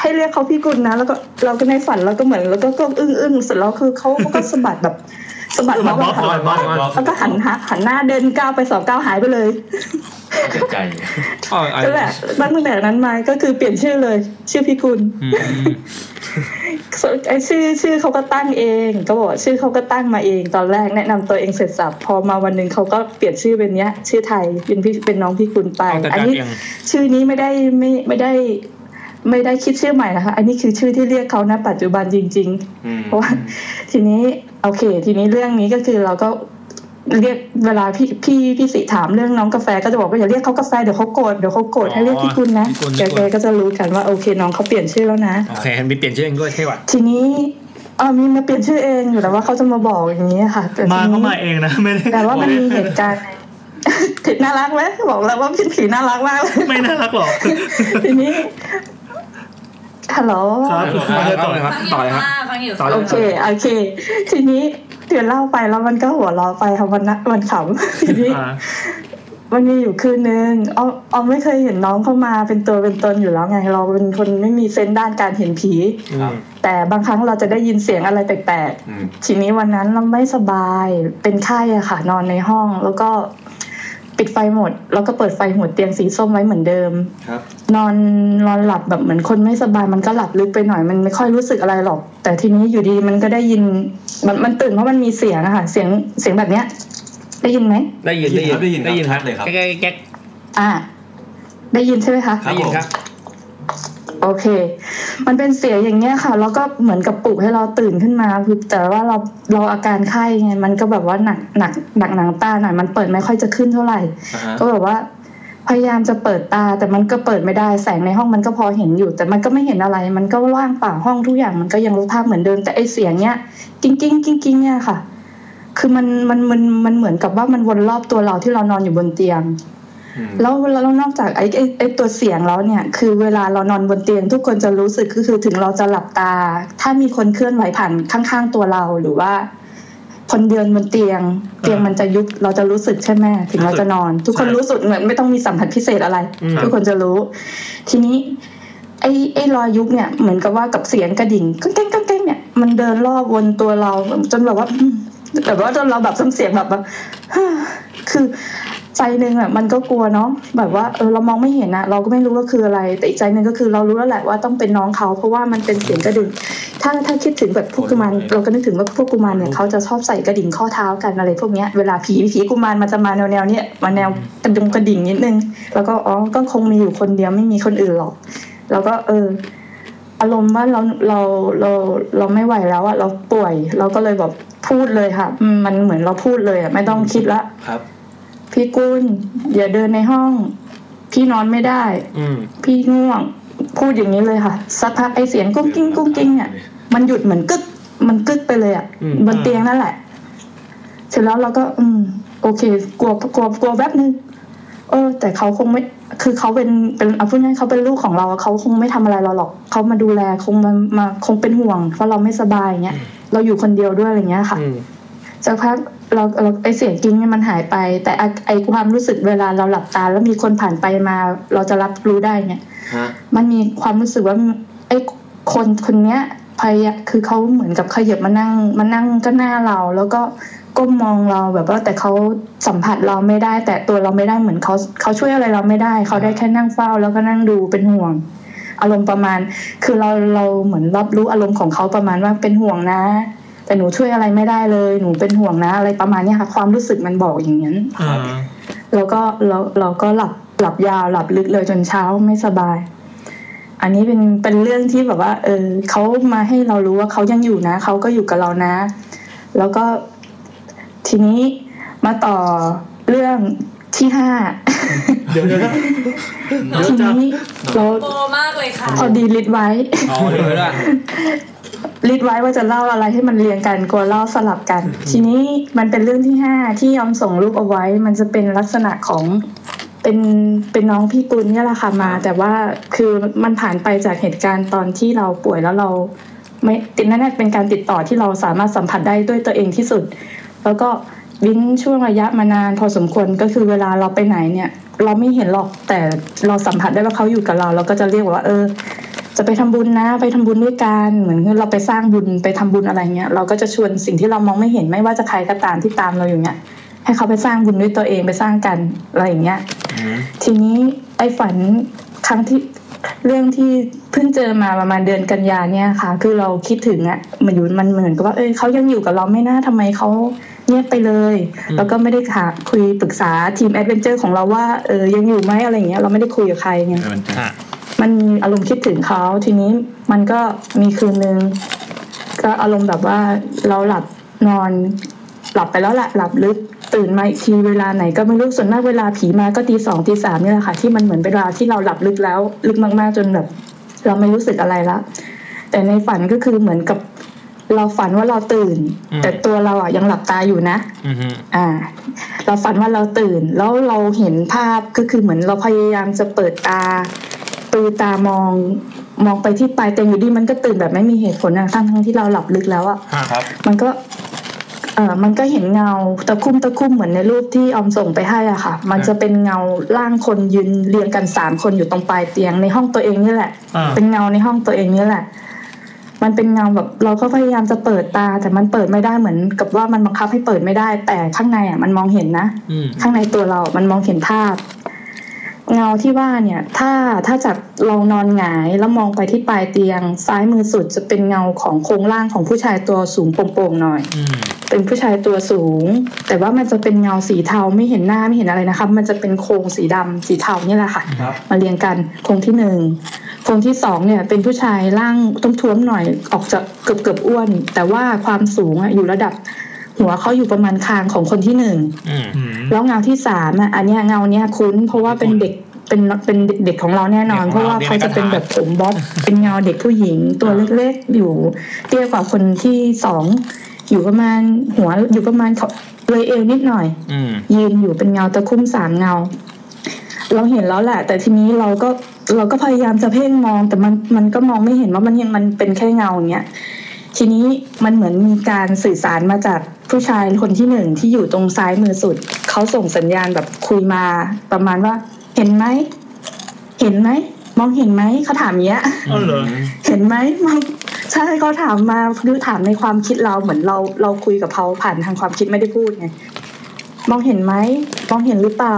S7: ให้เรียกเขาพี่กุลนะ แล้วก็เราก็ในฝันเราก็เหมือนเราก็ก้มอึ้งอึ้งๆเสร็จแล้วคือเขาก็สะบัดแบบสะบัด
S1: คือมา
S7: แล้ว
S1: บ
S7: ก็
S1: ล็อกก่อ
S7: หัน
S1: นบล็อกก่อน
S7: แล้วก็หันหาหันหน้าเดินก้าวไปสองก้าวหายไปเลย
S5: เจ็บใจ
S3: อ๋ออัน
S7: นั่นแหละตั้งแต่นั้นมาก็คือเปลี่ยนชื่อเลย ชื่อพี่กุล
S3: อืม
S7: ส่วนไอ้ชื่อชื่อเขาก็ตั้งเอง ก็บอกว่าชื่อเขาก็ตั้งมาเอง ตอนแรกแนะนำตัวเองเสร็จสับพอมาวันหนึ่งเขาก็เปลี่ยนชื่อเป็นเนี้ย ชื่อไทยเป็นพี่เป็นน้องพี่คุณไป
S3: เอาแต่
S7: อัน
S3: การ
S7: นี้
S3: เอียง
S7: ชื่อนี้ไม่ได้ไม่ไม่ได้ ไม่ได้คิดชื่อใหม่นะคะ อันนี้คือชื่อที่เรียกเขาณปัจจุบันจริง
S5: อืม
S7: ๆ เพราะว่า ทีนี้โอเค ทีนี้เรื่องนี้ก็คือเราก็เรียกเวลาพี่พี่พี่สิถามเรื่องน้องกาแฟก็จะบอกว่าอย่าเรียกเขากาแฟเดี๋ยวเขาโกรธเดี๋ยวเขาโกรธให้เรียกพี่คุณนะแกๆก็จะรู้กันว่าโอเคน้องเขาเปลี่ยนชื่อแล้วนะ
S3: โอเคมีเปลี่ยนชื่อเองด้วยใช่ป่ะ
S7: ทีนี้เออมีมาเปลี่ยนชื่อเองอยู่แต่ว่าเขาจะมาบอกอย่างนี้ค่ะแต่
S1: มา
S7: ที
S1: ก็
S7: นี้
S1: มาเองนะไม่ได้
S7: แต่ว่ามันมีเหตุการณ์ ผิดน่ารักไหมบอกแล้วว่าผิดผีน่ารักมากเลย
S1: ไม่น่ารักหรอก
S7: ทีนี้ฮัลโหล
S1: ครับผม
S3: เอาเลย
S1: ต่
S3: ต่
S1: อ
S3: อเล
S1: เล
S3: ย ย
S1: ค
S3: ค
S1: รั
S3: รับ บ
S4: ฟังอ
S3: ต่อยู่ เลยครับต่อลย
S4: ค่ะฟังอยู่ค่ะ
S7: โอเคโอเค ทีนี้เดี๋ยวเล่าไปแล้วมันก็หัวเราะไปค่ะวันนะวันขำ ทีนี้
S1: อ่า
S7: มันมีอยู่คืนนึงออมออมไม่เคยเห็นน้องเข้ามาเป็นตัวเป็นตนอยู่แล้วไง เราเป็นคนไม่มีเซนส์ด้านการเห็นผี
S3: อืม
S7: แต่บางครั้งเราจะได้ยินเสียงอะไรแปลกๆ
S5: อืม
S7: ทีนี้วันนั้นเราไม่สบายเป็นไข้อะค่ะ นอนในห้องแล้วก็ปิดไฟหมด แล้วก็เปิดไฟหัวเตียงสีส้มไว้เหมือนเดิม
S5: ครับ
S7: นอนนอนหลับแบบเหมือนคนไม่สบายมันก็หลับลึกไปหน่อยมันไม่ค่อยรู้สึกอะไรหรอก แต่ทีนี้อยู่ดีมันก็ได้ยินมันมันตื่นเพราะมันมีเสียงอะค่ะ เสียงเสียงแบบเนี้ย ได้ยินไหม
S3: ได้ยินได้ยิน
S5: ได้ยินค
S3: ได้ยิน
S5: รับชัดเลยครับ
S3: แก๊กแก๊ก
S7: อ่า ได้ยินใช่ไหมคะ
S5: ครั
S3: ได้
S5: บ
S3: ยินครับ
S7: โอเค มันเป็นเสียงอย่างเงี้ยค่ะ แล้วก็เหมือนกับปลุกให้เราตื่นขึ้นมา คือแต่ว่าเราเราอาการไข้ไง มันก็แบบว่าหนักหนักหนักหนังตาหน่อย มันเปิดไม่ค่อยจะขึ้นเท่าไหร่
S5: อ่าฮะ
S7: ก็แบบว่า พยายามจะเปิดตา แต่มันก็เปิดไม่ได้ แสงในห้องมันก็พอเห็นอยู่ แต่มันก็ไม่เห็นอะไร มันก็ว่างเปล่าห้องทุกอย่างมันก็ยังรูปภาพเหมือนเดิม แต่ไอเสียงเนี้ยกิ้งกิ้งกิ้งกิ้งเนี่ยค่ะ คือมันมันมันมันเหมือนกับว่ามันวนรอบตัวเราที่เรานอนอยู่บนเตียง
S5: อืม
S7: แล้วแล้วนอกจากไอ้ไอ้ไอ้ตัวเสียงแล้วเนี่ย คือเวลาเรานอนบนเตียง ทุกคนจะรู้สึกก็คือถึงเราจะหลับตา ถ้ามีคนเคลื่อนไหวผ่านข้างๆตัวเราหรือว่า คนเดินบนเตียง เตียงมันจะยุบเราจะรู้สึกใช่ไหมถึงเราจะนอน ทุกคน
S1: ใช่
S7: รู้สึกเหมือนไม่ต้องมีสัมผัสพิเศษอะไร
S3: อืม
S7: ทุกคนจะรู้ ทีนี้ ไอ้ไอ้รอยยุบเนี่ยเหมือนกับว่ากับเสียงกระดิ่งก้งแก้งก้งแก้งเนี่ยมันเดินรอบวนตัวเราจนแบบว่าอืมแบบว่าจนเราแบบซ้ำเสียงแบบว่า คือใจหนึ่งอ่ะมันก็กลัวเนาะแบบว่าเออเรามองไม่เห็นอะเราก็ไม่รู้ว่าคืออะไร แต่อีกใจหนึ่งก็คือเรารู้แล้วแหละว่าต้องเป็นน้องเขา เพราะว่ามันเป็นเสียงกระดิ่ง ถ้าถ้าคิดถึงแบบพวกกุมารเราก็นึกถึงว่าพวกกุมารเนี่ยเขาจะชอบใส่กระดิ่งข้อเท้ากันอะไรพวกเนี้ยเวลาผีผีกุมารมันจะมาแนวแนวๆเนี้ยมาแนวกระดุมกระดิ่งนิดนึง แล้วก็อ๋อก็คงมีอยู่คนเดียวไม่มีคนอื่นหรอก แล้วก็เออ อารมณ์ว่าเราเราเราเราไม่ไหวแล้วอะเราป่วย เราก็เลยแบบพูดเลยค่ะอืมมันเหมือนเราพูดเลยอะไม่ต้องคิดละ
S5: ครับ
S7: พี่กุลอย่าเดินในห้อง พี่นอนไม่ได้
S3: อืม
S7: พี่ง่วงพูดอย่างนี้เลยค่ะ สักพักไอเสียงกุ้งกิ้งกุ้งกิ้งเนี่ยมันหยุดเหมือนกึก มันกึกไปเลยอ่ะบนเตียงนั่นแหละ เสร็จแล้วเราก็ อืม โอเค กลัวกลัวกลัวแป๊บนึงเออ แต่เขาคงไม่ คือเขาเป็นเป็นเอาพูดง่ายๆเขาเป็นลูกของเราเขาคงไม่ทำอะไรเราหรอกเขามาดูแลคงมามาคงเป็นห่วงเพราะเราไม่สบายอย่างเงี้ยเราอยู่คนเดียวด้วยอะไรอย่างเงี้ยค่ะ
S3: อืม
S7: สักพักเราเราไอเสียงกริ้งเนี่ยมันหายไป แต่ไอ้ไอความรู้สึกเวลาเราหลับตา แล้วมีคนผ่านไปมา เราจะรับรู้ได้เนี่ย
S5: ฮะ
S7: มันมีความรู้สึกว่าไอคนคนเนี้ยพยายามคือเขาเหมือนกับเขยับมานั่งมานั่งก็หน้าเรา แล้วก็ก้มมองเราแบบว่าแต่เขาสัมผัสเราไม่ได้ แต่ตัวเราไม่ได้เหมือนเขาเขาช่วยอะไรเราไม่ได้เขาได้แค่นั่งเฝ้า แล้วก็นั่งดูเป็นห่วง อารมณ์ประมาณ คือเราเราเหมือนรับรู้อารมณ์ของเขาประมาณว่าเป็นห่วงนะ แต่หนูช่วยอะไรไม่ได้เลย หนูเป็นห่วงนะ อะไรประมาณเนี้ยค่ะ ความรู้สึกมันบอกอย่างนั้น
S1: อ่า
S7: แล้วก็เราเราก็หลับ หลับยาวหลับลึกเลยจนเช้าไม่สบาย อันนี้เป็นเป็นเรื่องที่แบบว่า เออเขามาให้เรารู้ว่าเขายังอยู่นะเขาก็อยู่กับเรานะ แล้วก็ทีนี้มาต่อเรื่องที่ห้า
S1: เดี๋ยวเดี๋ยวนะเดี๋ยว
S7: ที
S1: จะ
S7: นี้เรา
S4: โปมากเลยค่ะ
S7: พอดีลิดไว้
S3: อ๋อเดี๋ยวด้วย
S7: ลิดไว้ว่าจะเล่าอะไรให้มันเรียงกันกลัวเล่าสลับกัน ทีนี้มันเป็นเรื่องที่ห้าที่ยอมส่งรูปเอาไว้ มันจะเป็นลักษณะของเป็นเป็นน้องพี่ปุณเนี่ยแหละค่ะมา แต่ว่าคือมันผ่านไปจากเหตุการณ์ตอนที่เราป่วยแล้วเรา ไม่ติดนั่นนะเป็นการติดต่อที่เราสามารถสัมผัสได้ด้วยตัวเองที่สุด แล้วก็ลิ้นช่วงระยะมานานพอสมควรก็คือเวลาเราไปไหนเนี่ย เราไม่เห็นหรอกแต่เราสัมผัสได้ว่าเขาอยู่กับเรา เราก็จะเรียกว่าเออ จะไปทำบุญนะไปทำบุญด้วยกันเหมือนเราไปสร้างบุญไปทำบุญอะไรเงี้ยเราก็จะชวนสิ่งที่เรามองไม่เห็นไม่ว่าจะใครก็ตามที่ตามเราอยู่เนี่ยให้เขาไปสร้างบุญด้วยตัวเองไปสร้างกันอะไรอย่างเงี้ย ทีนี้ไอ้ฝันครั้งที่เรื่องที่เพิ่งเจอมาประมาณเดือนกันยาเนี่ยค่ะ คือเราคิดถึงอะมันอยู่มันเหมือนกับว่าเอ้ยเขายังอยู่กับเราไม่น่าทำไมเขาเงียบไปเลย แล้วก็ไม่ได้ค่ะคุยปรึกษาทีมแอดเวนเจอร์ของเราว่าเออยังอยู่ไหมอะไรอย่างเงี้ยเราไม่ได้คุยกับใครไง
S1: อ่ะ
S7: มันมีอารมณ์คิดถึงเขาทีนี้มันก็มีคืนนึงก็อารมณ์แบบว่าเราหลับนอน หลับไปแล้วแหละหลับลึกตื่นมาอีกทีเวลาไหนก็ไม่รู้ส่วนมากเวลาผีมาก็ตีสองตีสามนี่แหละค่ะที่มันเหมือนเวลาที่เราหลับลึกแล้ว ลึกมากๆจนแบบ เราไม่รู้สึกอะไรละแต่ในฝันก็คือเหมือนกับ เราฝันว่าเราตื่น แต่ตัวเราอ่ะยังหลับตาอยู่นะ
S3: อือฮึ
S7: อ่า เราฝันว่าเราตื่น แล้วเราเห็นภาพก็คือเหมือนเราพยายามจะเปิดตาตือตามองมองไปที่ปลายเตียงอยู่ดีมันก็ตื่นแบบไม่มีเหตุผลอะทั้งทั้งที่เราหลับลึกแล้วอะ
S3: ฮะ
S5: ครับ
S7: มันก็ เออมันก็เห็นเงาตะคุ่มตะคุ่มเหมือนในรูปที่ออมส่งไปให้อ่ะค่ะ มันจะเป็นเงาร่างคนยืนเรียงกันสามคนอยู่ตรงปลายเตียงในห้องตัวเองนี่แหละ
S1: อ่า
S7: เป็นเงาในห้องตัวเองเนี่ยแหละ มันเป็นเงาแบบเราก็พยายามจะเปิดตา แต่มันเปิดไม่ได้เหมือนกับว่ามันบังคับให้เปิดไม่ได้ แต่ข้างในอ่ะมันมองเห็นนะ
S3: อืม
S7: ข้างในตัวเรา มันมองเห็นภาพ เงาที่ว่าเนี่ย ถ้าถ้าจากเรานอนหงายแล้วมองไปที่ปลายเตียง ซ้ายมือสุดจะเป็นเงาของโครงร่างของผู้ชายตัวสูงโปร่งๆหน่อย
S3: อืม
S7: เป็นผู้ชายตัวสูง แต่ว่ามันจะเป็นเงาสีเทาไม่เห็นหน้าไม่เห็นอะไรนะคะ มันจะเป็นโครงสีดำสีเทาเนี่ยแหละค่ะ
S5: ครับ
S7: มาเรียงกันโครงที่หนึ่งโครงที่สองเนี่ย เป็นผู้ชายร่างท้วมๆหน่อยออกจะเกือบเกือบๆอ้วน แต่ว่าความสูงอะอยู่ระดับ หัวเขาอยู่ประมาณคางของคนที่หนึ่ง
S3: อืม
S1: อืม
S7: แล้วเงาที่สามอ่ะอันเนี้ยเงาเนี้ยคุ้น เพราะว่าเป็นเด็กเป็นเป็นเด็กของเราแน่นอน เพราะว่าเขาจะเป็นแบบผมบ๊อบเป็นเงาเด็กผู้หญิงตัวเล็กๆอยู่เตี้ยกว่าคนที่สองอยู่ประมาณหัวอยู่ประมาณเขาเลยเอวนิดหน่อย
S3: อืม
S7: ยืนอยู่เป็นเงาตะคุ่มสามเงา เราเห็นแล้วแหละ แต่ทีนี้เราก็เราก็พยายามจะเพ่งมอง แต่มันมันก็มองไม่เห็นว่ามันยังมันเป็นแค่เงาอย่างเงี้ยทีนี้มันเหมือนมีการสื่อสารมาจากผู้ชายคนที่หนึ่งที่อยู่ตรงซ้ายมือสุดเขาส่งสัญญาณแบบคุยมา ประมาณว่า เห็นไหมเห็นไหมมองเห็นไหมเขาถามอย่างเงี้ย
S1: อ๋อเหรอ
S7: เห็นไหมไม่ใช่เขาถามมาคือถามในความคิดเราเหมือนเราเราคุยกับเขาผ่านทางความคิดไม่ได้พูดไงมองเห็นไหมมองเห็นหรือเปล่า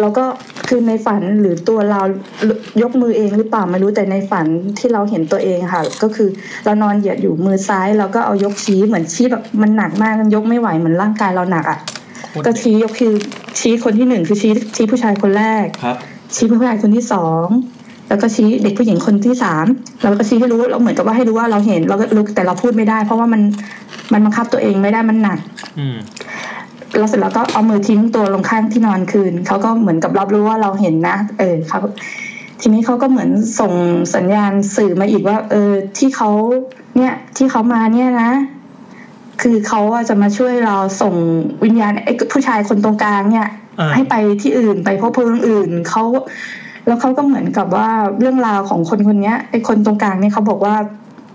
S7: แล้วก็คือในฝันหรือตัวเรายกมือเองหรือเปล่าไม่รู้แต่ในฝันที่เราเห็นตัวเองค่ะ ก็คือเรานอนเหยียดอยู่มือซ้ายเราก็เอายกชี้เหมือนชี้แบบมันหนักมากมันยกไม่ไหวเหมือนร่างกายเราหนักอ่ะก็ชี้ยกคือชี้คนที่หนึ่งคือชี้ชี้ผู้ชายคนแรก
S5: ครับ
S7: ชี้ผู้ชายคนที่สองแล้วก็ชี้เด็กผู้หญิงคนที่สามแล้วก็ชี้ให้รู้เราเหมือนกับว่าให้รู้ว่าเราเห็นเราก็รู้แต่เราพูดไม่ได้ เพราะว่ามันมันบังคับตัวเองไม่ได้มันหนัก
S3: อืม
S7: เราเสร็จแล้วก็เอามือทิ้งตัวลงข้างที่นอนคืนเขาก็เหมือนกับรับรู้ว่าเราเห็นนะ เออเขาทีนี้เขาก็เหมือนส่งสัญญาณสื่อมาอีกว่า เออที่เขาเนี่ยที่เขามาเนี่ยนะ คือเขาอะจะมาช่วยเราส่งวิญญาณไอ้ผู้ชายคนตรงกลางเนี่ย
S1: อ่า
S7: ให้ไปที่อื่นไปพบคนอื่นเขาแล้วเขาก็เหมือนกับว่าเรื่องราวของคนคนเนี้ยไอคนตรงกลางเนี่ยเขาบอกว่า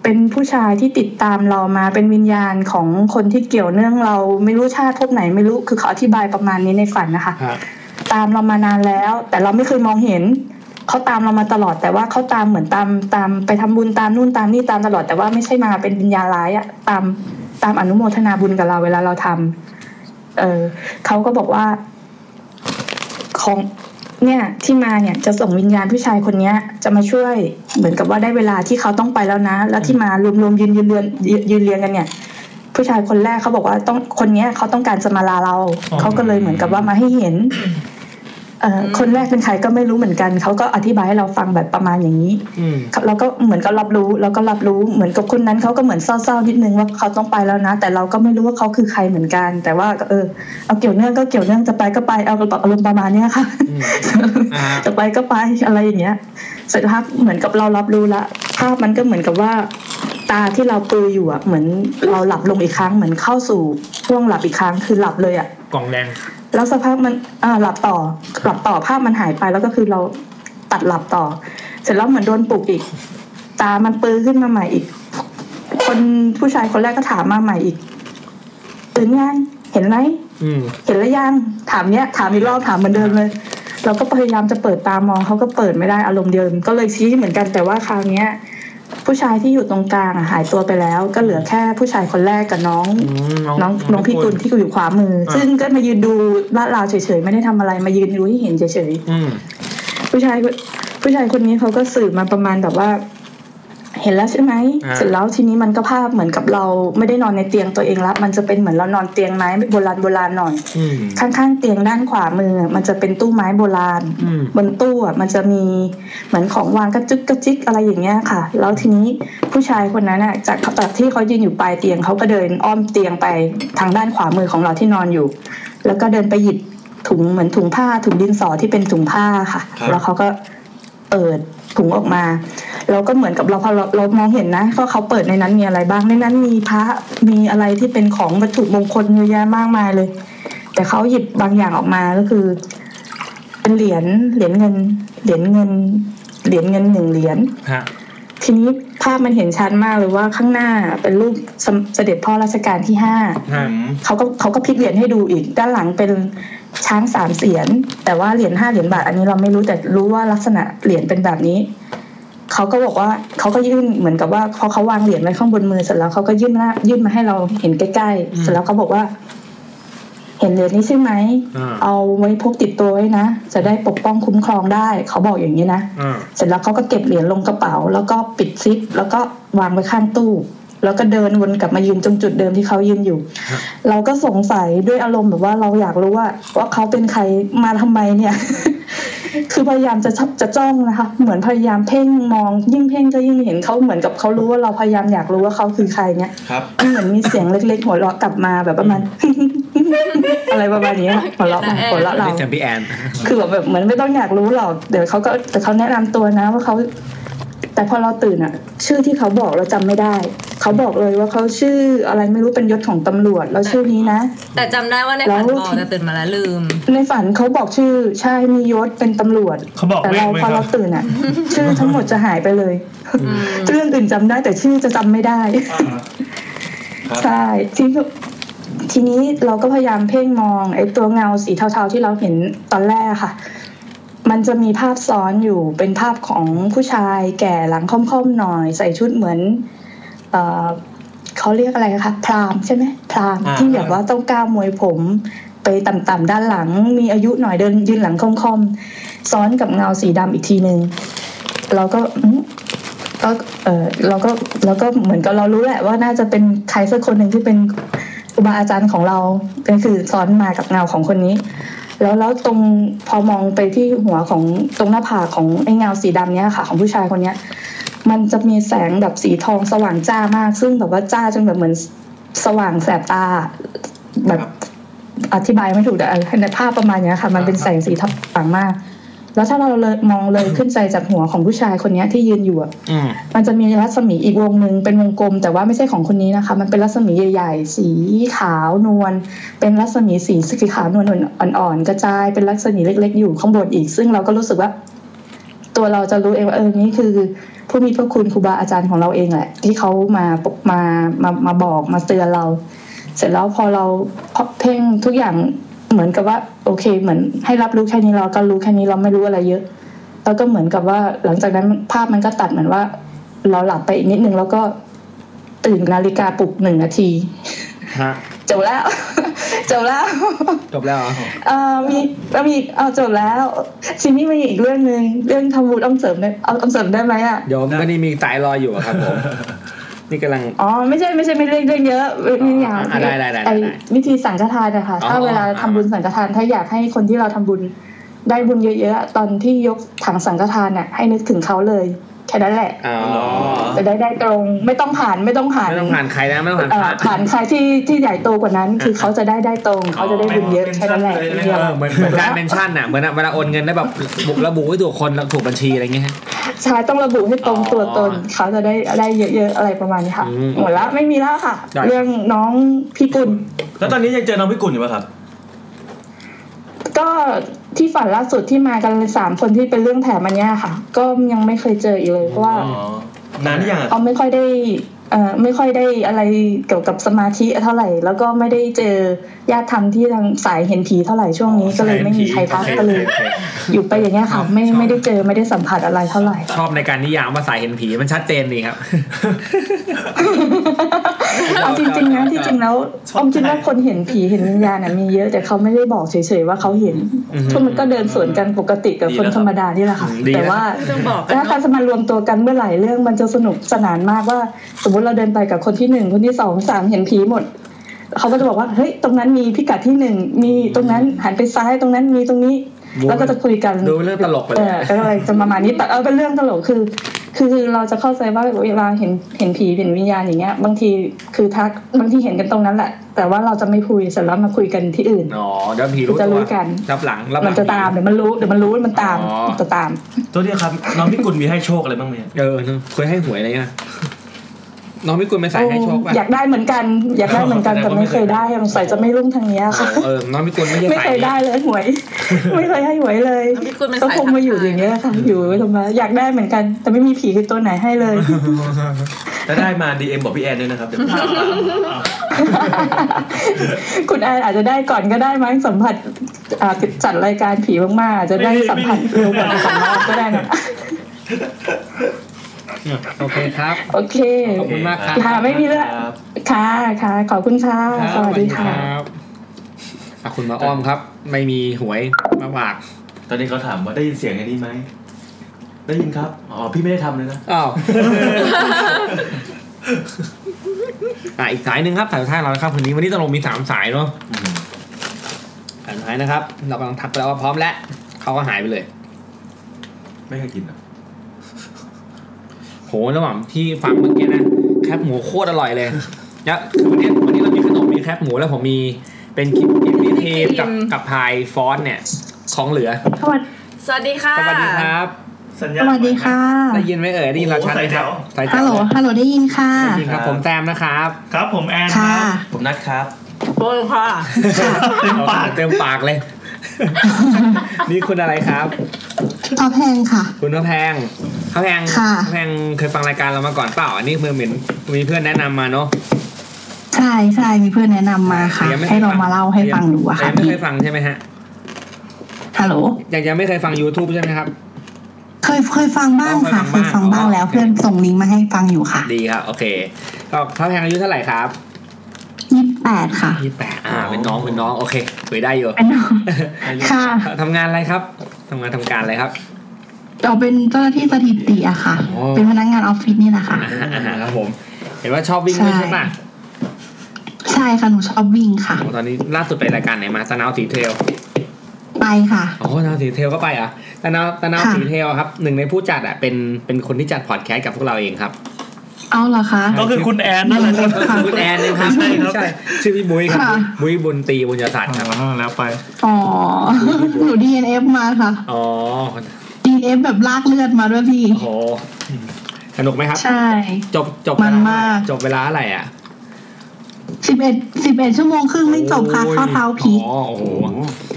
S7: เป็นผู้ชายที่ติดตามเรามาเป็นวิญญาณของคนที่เกี่ยวเนื่องเราไม่รู้ชาติภพไหนไม่รู้คือเขาอธิบายประมาณนี้ในฝันนะคะ
S1: ฮะ
S7: ตามเรามานานแล้ว แต่เราไม่เคยมองเห็นเขาตามเรามาตลอด แต่ว่าเขาตามเหมือนตามตามไปทำบุญตามนู่นตามนี่ตามตลอด แต่ว่าไม่ใช่มาเป็นวิญญาณร้ายอะตามตามอนุโมทนาบุญกับเราเวลาเราทำเออเขาก็บอกว่า ของเนี่ยที่มาเนี่ยจะส่งวิญญาณผู้ชายคนเนี้ย จะมาช่วยเหมือนกับว่าได้เวลาที่เขาต้องไปแล้วนะ แล้วที่มารวมๆยืนยืนเรียนยืนเรียงกันเนี่ย ผู้ชายคนแรกเขาบอกว่าต้องคนเนี้ยเขาต้องการจะมาลาเราเขาก็เลยเหมือนกับว่ามาให้เห็น เอ่ออคนแรกเป็นใครก็ไม่รู้เหมือนกัน เขาก็อธิบายให้เราฟังแบบประมาณอย่างนี้
S3: อืม
S7: ครับเราก็เหมือนก็รับรู้เราก็รับรู้เหมือนกับคนนั้นเขาก็เหมือนเศร้าๆนิดนึงว่าเขาต้องไปแล้วนะ แต่เราก็ไม่รู้ว่าเขาคือใครเหมือนกัน แต่ว่าก็เออเอาเกี่ยวเนื่องก็เกี่ยวเนื่องจะไปก็ไปเอาอารมณ์ประมาณเนี้ยค่ะ
S3: อืมอ่าฮะ
S7: จะไปก็ไปอะไรอย่างเงี้ยเสร็จพักเหมือนกับเรารับรู้ละภาพมันก็เหมือนกับว่า ตาที่เราปูอยู่อ่ะเหมือนเราหลับลงอีกครั้งเหมือนเข้าสู่ช่วงหลับอีกครั้งคือหลับเลยอ่ะ
S3: กล่องแดง
S7: แล้วสักพักมันอ่าหลับต่อหลับต่อภาพมันหายไปแล้วก็คือเราตัดหลับต่อ เสร็จแล้วเหมือนโดนปลุกอีก ตามันปื้อขึ้นมาใหม่อีก คนผู้ชายคนแรกก็ถามมาใหม่อีกตื่นยังเห็นไหม
S3: อืม
S7: เห็นแล้วยังถามเนี้ยถามอีกรอบถามเหมือนเดิมเลย เราก็พยายามจะเปิดตามองเขาก็เปิดไม่ได้อารมณ์เดิม ก็เลยชี้เหมือนกันแต่ว่าคราวเนี้ย ผู้ชายที่อยู่ตรงกลางอะหายตัวไปแล้ว ก็เหลือแค่ผู้ชายคนแรกกับน้อง
S3: อืม
S7: น้องน้องพี่กุลที่อยู่ขวามืออา ซึ่งก็มายืนดูลาดราวเฉยๆไม่ได้ทำอะไรมายืนดูให้เห็นเฉย
S3: อืม
S7: ๆผู้ชายคนผู้ชายคนนี้เขาก็สื่อมาประมาณแบบว่า เห็นแล้วใช่ไหมเสร็จแล้วทีนี้มันก็ภาพเหมือนกับเราไม่ได้นอนในเตียงตัวเองละมันจะเป็นเหมือนเรานอนเตียงไม้โบราณโบราณหน่อย
S3: อืม
S7: ข้างๆเตียงด้านขวามือ มันจะเป็นตู้ไม้โบราณ
S3: อืม
S7: บนตู้อ่ะมันจะมีเหมือนของวางกระจุกกระจิกอะไรอย่างเงี้ยค่ะ แล้วทีนี้ผู้ชายคนนั้นอ่ะจากจากที่เขายืนอยู่ปลายเตียงเขาก็เดินอ้อมเตียงไปทางด้านขวามือของเราที่นอนอยู่ แล้วก็เดินไปหยิบถุงเหมือนถุงผ้าถุงดินสอที่เป็นถุงผ้าค่ะ
S5: ครับ
S7: แล้วเขาก็เปิดถุงออกมา เราก็เหมือนกับเราพอเราเรามองเห็นนะก็เขาเปิดในนั้นมีอะไรบ้างในนั้นมีพระมีอะไรที่เป็นของวัตถุมงคลเยอะแยะมากมายเลย แต่เขาหยิบบางอย่างออกมาก็คือ เป็นเหรียญเหรียญเงิน เหรียญเงิน เหรียญเงินหนึ่งเหรียญ
S3: ฮะ
S7: ทีนี้ภาพมันเห็นชัดมากเลยว่าข้างหน้าเป็นรูปสมเสด็จพ่อรัชกาลที่ห้า
S3: ฮะ
S7: เขาก็เขาก็พลิกเหรียญให้ดูอีกด้านหลังเป็นช้างสามเสียน แต่ว่าเหรียญห้าเหรียญบาทอันนี้เราไม่รู้แต่รู้ว่าลักษณะเหรียญเป็นแบบนี้เขาก็บอกว่าเขาก็ยื่นเหมือนกับว่าพอเขาวางเหรียญไว้ข้างบนมือเสร็จแล้วเขาก็ยื่นมายื่นมาให้เราเห็นใกล้ๆเสร็จแล้วเขาบอกว่า เห็นเหรียญนี้ใช่ไหม
S3: อ่า
S7: เอาไว้พกติดตัวไว้นะจะได้ปกป้องคุ้มครองได้เขาบอกอย่างนี้นะ
S3: อ่า
S7: เสร็จแล้วเขาก็เก็บเหรียญลงกระเป๋า แล้วก็ปิดซิปแล้วก็วางไว้ข้างตู้ แล้วก็เดินวนกลับมายืนตรงจุดเดิมที่เขายืนอยู่ เราก็สงสัยด้วยอารมณ์แบบว่าเราอยากรู้ว่า ว่าเขาเป็นใครมาทำไมเนี่ย คือพยายามจะชอบจะจ้องนะคะ เหมือนพยายามเพ่งมอง ยิ่งเพ่งก็ยิ่งเห็นเขาเหมือนกับเขารู้ว่าเราพยายามอยากรู้ว่าเขาคือใครเนี่ย
S5: ครับ
S7: มันเหมือนมีเสียงเล็ก ๆ หัวเราะกลับมาแบบประมาณ อะไรประมาณนี้ค่ะหัวเราะมาหัวเราะเรา
S3: เสียงพี่แอน
S7: คือแบบแบบเหมือนไม่ต้องอยากรู้หรอกเดี๋ยวเขาก็แต่เขาแนะนำตัวนะว่าเขาแต่พอเราตื่นอะชื่อที่เขาบอกเราจำไม่ได้ เขาบอกเลยว่าเขาชื่ออะไรไม่รู้เป็นยศของตำรวจแล้วชื่อนี้นะ
S4: แต่จำได้ว่าในฝัน
S7: แล้ว
S4: บอกแต่ตื่นมาแล้วลืม
S7: ในฝันเขาบอกชื่อใช่มียศเป็นตำรวจ
S1: เขาบอก
S7: แต่
S1: แม่
S7: เรา
S1: งไว้ค
S7: พอ
S1: รั
S7: เรา
S1: บ
S7: ตื่ นอะชื่อทั้งหมดจะหายไปเลยเรื่องอื่นจำได้แต่ชื่อจะจำไม่ได้
S5: ครับ
S7: ใช่ทีนี้ทีนี้เราก็พยายามเพ่งมองไอ้ตัวเงาสีเทาๆที่เราเห็นตอนแรกค่ะ มันจะมีภาพซ้อนอยู่เป็นภาพของผู้ชายแก่หลังค่อมๆหน่อย ใส่ชุดเหมือน เอ่อเขาเรียกอะไรนะคะพราหมณ์ใช่ไหมพราหมณ์
S5: อ่า
S7: ที่แบบว่าต้องก้าวมวยผม ไปต่ำๆด้านหลัง มีอายุหน่อยเดินยืนหลังค่อมๆซ้อนกับเงาสีดำอีกทีหนึง่งเราก็อื้อก็เออเราก็เราก็เหมือนกับเรารู้แหละว่าน่าจะเป็นใครสักคนหนึ่งที่เป็นครูบาอาจารย์ของเราเป็นคือซ้อนมากับเงาของคนนี้ แล้วแล้วตรงพอมองไปที่หัวของตรงหน้าผากของไอ้เงาสีดำเนี้ยค่ะ ของผู้ชายคนเนี้ย มันจะมีแสงแบบสีทองสว่างจ้ามาก ซึ่งแบบว่าจ้าจนแบบเหมือนสว่างแสบตา แบบอธิบายไม่ถูกแต่ในภาพประมาณเนี้ยค่ะ มันเป็นแสงสีทองสว่างมาก แล้วถ้าเราเลยมองเลยขึ้นใจจากหัวของผู้ชายคนเนี้ยที่ยืนอยู่อะ
S3: อืม
S7: มันจะมีรัศมีอีกวงหนึ่งเป็นวงกลม แต่ว่าไม่ใช่ของคนนี้นะคะ มันเป็นรัศมีใหญ่ๆ สีขาวนวลเป็นรัศมีสีสีขาวนวลอ่อนๆกระจายเป็นรัศมีเล็ก ๆ อยู่ข้างบนอีก ซึ่งเราก็รู้สึกว่า ตัวเราจะรู้เองว่าเออนี่คือผู้มีพระคุณครูบาอาจารย์ของเราเองแหละ ที่เขามามามามาบอกมาเตือนเรา เสร็จแล้วพอเราเพ่งทุกอย่างเหมือนกับว่า โอเค เหมือนให้รับรู้แค่นี้เราก็รู้แค่นี้เราไม่รู้อะไรเยอะ แล้วก็เหมือนกับว่าหลังจากนั้นภาพมันก็ตัดเหมือนว่า เราหลับไปอีกนิดนึงแล้วก็ตื่นนาฬิกาปลุกหนึ่งนาที
S3: ฮะ
S7: จบแล้ว จบแล้ว
S3: จบแล้วเหรอ
S7: เอ่อมีแล้วมีเอาจบแล้วทีนี้มีอีกเรื่องหนึ่งเรื่องทำบุญอ้อมเสริมได้เอาอ้อมเสริมได้ไหมอ่ะ
S3: โยมก็นี่มีสายรออยู่อะครับ ผมนี่กำลัง
S7: อ๋อไม่ใช่ไม่ใช่ไม่เรื่องเรื่องเยอะมีอย่าง
S3: อ่ะได้ได้ได้ได้
S7: อ้วิธีสังฆทานนะคะ
S3: อ๋อ
S7: ถ้าเวลาทำบุญสังฆทานถ้าอยากให้คนที่เราทำบุญ ได้บุญเยอะๆตอนที่ยกถังสังฆทานน่ะให้นึกถึงเขาเลย แค่นั้นแหละ
S3: อ๋อ
S7: จะได้ได้ตรงไม่ต้องผ่านไม่ต้องผ่าน
S3: ไม่ต้องผ่านใครนะไม่ต้องผ่าน
S7: เอ่
S3: พ
S7: อ
S3: ระ
S7: ผ่านใครที่ที่ใหญ่โตกว่านั้น คือเขาจะได้ได้ตรงเขาจะได้บุญเยอะแค่นั้นแหละ
S1: ไม่
S7: เดียว
S3: เออเหมือนเหมือนการเมนชั่นอ่ะเหมือนเวลาโอนเงินได้แบบบุกระบุไว้ถูกคนแล้วถูกบัญชีอะไรอย่างเงี้ยฮะ
S7: ใชายต้องระบุให้ตรง
S3: อ๋อ
S7: ตัวตนเขาจะได้ได้เยอะๆอะไรประมาณนี้ค่ะ
S3: อืม
S7: หมดละไม่มีแล้วค่ะ
S3: ได้
S7: เรื่องน้องพี่กุล
S5: แล้วตอนนี้ยังเจอน้องพิกุลอยู่ปะครับ
S7: ก็ที่ฝันล่าสุดที่มากันสามคนที่เป็นเรื่องแถมอันเนี้ยค่ะ ก็ยังไม่เคยเจออีกเลยเพราะว่า
S5: อ๋อ นานหรือยังอะ
S7: เขาไม่ค่อยได้เอ่อไม่ค่อยได้อะไรเกี่ยวกับสมาธิเท่าไหร่ แล้วก็ไม่ได้เจอญาติธรรมที่ทางสายเห็นผีเท่าไหร่ช่วงนี้ก็เลยไม่มีใครทักก็เลยอยู่ไปอย่างเงี้ยค่ะ ไม่ไม่ได้เจอไม่ได้สัมผัสอะไรเท่าไหร่
S3: ชอบในการนิยามว่าสายเห็นผีมันชัดเจนดีครับ
S7: เอาจริงๆนะจริงๆแล้วออมคิดว่าคนเห็นผีเห็นวิญญาณน่ะมีเยอะแต่เขาไม่ได้บอกเฉยๆว่าเขาเห็น
S3: อือฮึ
S7: ทุกมันก็เดินสวนกันปกติกับคนธรรมดานี่แหละค่ะ
S3: ดีนะ
S7: แต่ว่า
S4: ต้องบอกกัน
S7: ถ้าการสมานรวมตัวกันเมื่อไหร่เรื่องมันจะสนุกสนานมากว่า สมมติเราเดินไปกับคนที่หนึ่งคนที่สองสามเห็นผีหมด เขาก็จะบอกว่าเฮ้ยตรงนั้นมีพิกัดที่หนึ่งมีตรงนั้นหันไปซ้ายตรงนั้นมีตรงนี้ แล้วก็จะคุยกัน
S3: ดูเรื่องตลกไป
S7: เอ
S3: เลย
S7: อก็เลยจะประมาณนี้แต่เออเป็นเรื่องตลกคือ คือเราจะเข้าใจว่าเวลาเห็นเห็นผีเห็นวิญญาณอย่างเงี้ย บางทีคือทักบางทีเห็นกันตรงนั้นแหละ แต่ว่าเราจะไม่คุยเสร็จแล้วมาคุยกันที่อื่น
S3: อ๋อเดี๋ยวผีรู้
S7: จะ
S3: ตั
S7: รู้
S3: ว
S7: กัน
S3: รับหลังรับหลั
S7: มัน
S3: ง
S7: จะตามเดี๋ยวมันรู้เดี๋ยวมันรู้มันตาม
S3: อ๋อ
S7: มันจะตาม
S5: ตัวนี้ครับ น้องพิกุลมีให้โชคอะไรบ้างไหม
S3: เออเนอะเคยให้หวยอะไรเงี้ยน้องไม่กุลไปใส่ให้โชคป่ะ
S7: อยากได้เหมือนกัน อยากได้เหมือน กันแต่ไม่เคยได้สงสัยจะไม่รุ่งทางเนี้ยค่ะ
S3: เออน้องไม่กุลไม่ใช่
S7: ไม่
S3: สาย
S7: เคยได้เลยหวย ไม่เคยให้หวยเลย
S4: พี่กุลเป็น
S7: ก็
S4: สาย
S7: คงมาอยู่อย่างเงี้ยค่ะ อยู่ไว้ทำไมอยากได้เหมือนกัน แต่ไม่มีผีคือตัวไหนให้เลย
S5: ถ้าได้มา DM บอกพี่แอนด้วย นะครับเดี๋ยวผมตาม
S7: คุณแอนอาจจะได้ก่อนก็ได้มั้งสัมผัสอ่าติดจัดรายการผีมากๆอาจจะได้สัมผัสเร็วกว่าสัมผัสก็ได้ นะ
S3: โอเคครับ
S7: โอเค
S3: ขอบคุณมากครับ
S7: ค่ะไม่มีเรื่อง
S5: ครับ
S7: ค่ะค่ะขอบคุณค่ะสวัสดีค่ะ
S3: รับอ่ะคุณมาอ้อมครับ ไม่มีหวยมาฝาก
S5: ตอนนี้เขาถามว่าได้ยินเสียงอันนี้ไหม ได้ยินครับ อ๋อ พี่ไม่ได้ทำเลยนะ
S3: อ้าว อ่ะอีกสายหนึ่งครับสายสุดท้ายเราแล้วครับคนนี้วันนี้ตกลงมีสามสายเนาะ
S5: อืม
S3: สายสุดท้ายนะครับ เรากำลังทักไปแล้วว่าพร้อมแล้วเขาก็หายไปเลย
S5: ไม่เคยกินอ่ะ
S3: โหระหว่างที่ฟังเมื่อกี้นะแคบหมูโคตรอร่อย เลยแล้วคือวันนี้วันนี้เรามีขนมมีแคบหมูแล้วผมมีเป็นคิมคิมมี่เทมกับกับพายฟอนต์เนี่ย ของเหลือ
S7: สวัสดี
S4: สวัสดีค่ะ
S3: สวัสดีครับ
S1: สัญ
S7: ส
S1: ญาณ
S7: วัสดีค่ะ
S3: ได้ยินไหมเอ่ยได้ยินเราชัดไหมครับสายแจ๋
S7: ฮั
S3: ว
S7: ลโหลฮัลโหลได้ยินค่ะ
S3: ได้ยินครับผมแซมนะครับ
S1: ครับผมแอนค
S7: ค่ะ
S1: รับ
S5: ผมนัดครับ
S4: โบนค่ะ
S1: เต็มปาก
S3: เต็มปากเลย นี่คุณอะไรครับ
S8: ท็อปแพงค่ะ
S3: คุณข้าวแพงข้าวแพง
S8: ค่ะ
S3: ข้าวแพงเคยฟังรายการเรามาก่อนเปล่า อันนี้เพื่อนเหมือนมีเพื่อนแนะนำมาเนาะ
S8: ใช่ใช่มีเพื่อนแนะนำมาค่ะ
S3: แต่ยังไค
S8: ให้
S3: ย
S8: เรา
S3: ฟัง
S8: มาเล่าให้ฟังดูอะค่ะ
S3: แต่ยังไม่เคยฟังใช่ไหมฮะ
S8: ฮัลโหล
S3: ยังยังไม่เคยฟัง YouTube ใช่ไหมครับ
S8: เคยเคยฟังบ้าง
S3: อ๋อ
S8: ค่ะ
S3: เค
S8: เค
S3: ย
S8: ย
S3: ฟั
S8: ฟั
S3: ง
S8: ง
S3: บ้าง
S8: บ้างแล้ว
S3: อ๋อ
S8: เพื่อนส่งลิงก์มาให้ฟังอยู่ค่ะ
S3: ดีครับ โอเค ก็ข้าวแพงอายุเท่าไหร่ครับ
S8: ยี่สิบแปดค่ะ
S3: ยี่แปดอ่า เป็นน้อง เป็นน้อง โอเคคุยได้อยู่
S8: เป็นน้องค่ะ
S3: ทำงานอะไรครับทำงานทำการอะไรครับ
S8: เราเป็นเจ้าหน้าที่สถิติอะค่ะ
S3: โอ้
S8: เป็นพนักงานออฟฟิศนี่แหละค่ะ
S3: อ่าอ่าอ่าครับผม เห็นว่าชอบวิ่งด้วยใช่ป่ะ
S8: ใช่ค่ะหนูชอบวิ่งค่ะ
S3: โอ้ตอนนี้ล่าสุดไปรายการไหนมาสนาวสีเทล
S8: ไปค่ะ
S3: โอ้นาวสีเทลก็ไปเหรอ่ะตานาวตานาว
S8: ค่ะ
S3: สีเทลอะครับหนึ่งในผู้จัดอ่ะเป็นเป็นคนที่จัดพอดแคสต์กับพวกเราเองครับ
S8: เอาเหรอคะ
S1: ก็คือคุณแอนนั่นแหละครับ
S8: ค่ะ
S3: คุณแอนนะครั
S1: ใช่ครับ
S3: ใช่ชื่อพี่บุ้ยครับ
S8: ค่ะ
S3: บุ้ยบุญตรีบุญยศาสตร์ครับ
S1: อ่าแล้วไป
S8: อ๋อหนู DNF มาค่ะ
S3: อ๋อ
S8: DNF แบบลากเลือดมาด้วยพี่
S3: โอ้โหสนุกไหมครับ
S8: ใช่
S3: จบจบ
S8: มัน
S3: เวล
S8: มาก
S3: จบเวลาอะไรอ่ะ
S8: สิบเอ็ดสิบเอ็ดชั่วโมงครึ่งไม่จบค่ะข้อเท้าพีก
S3: อ๋อโอ้โห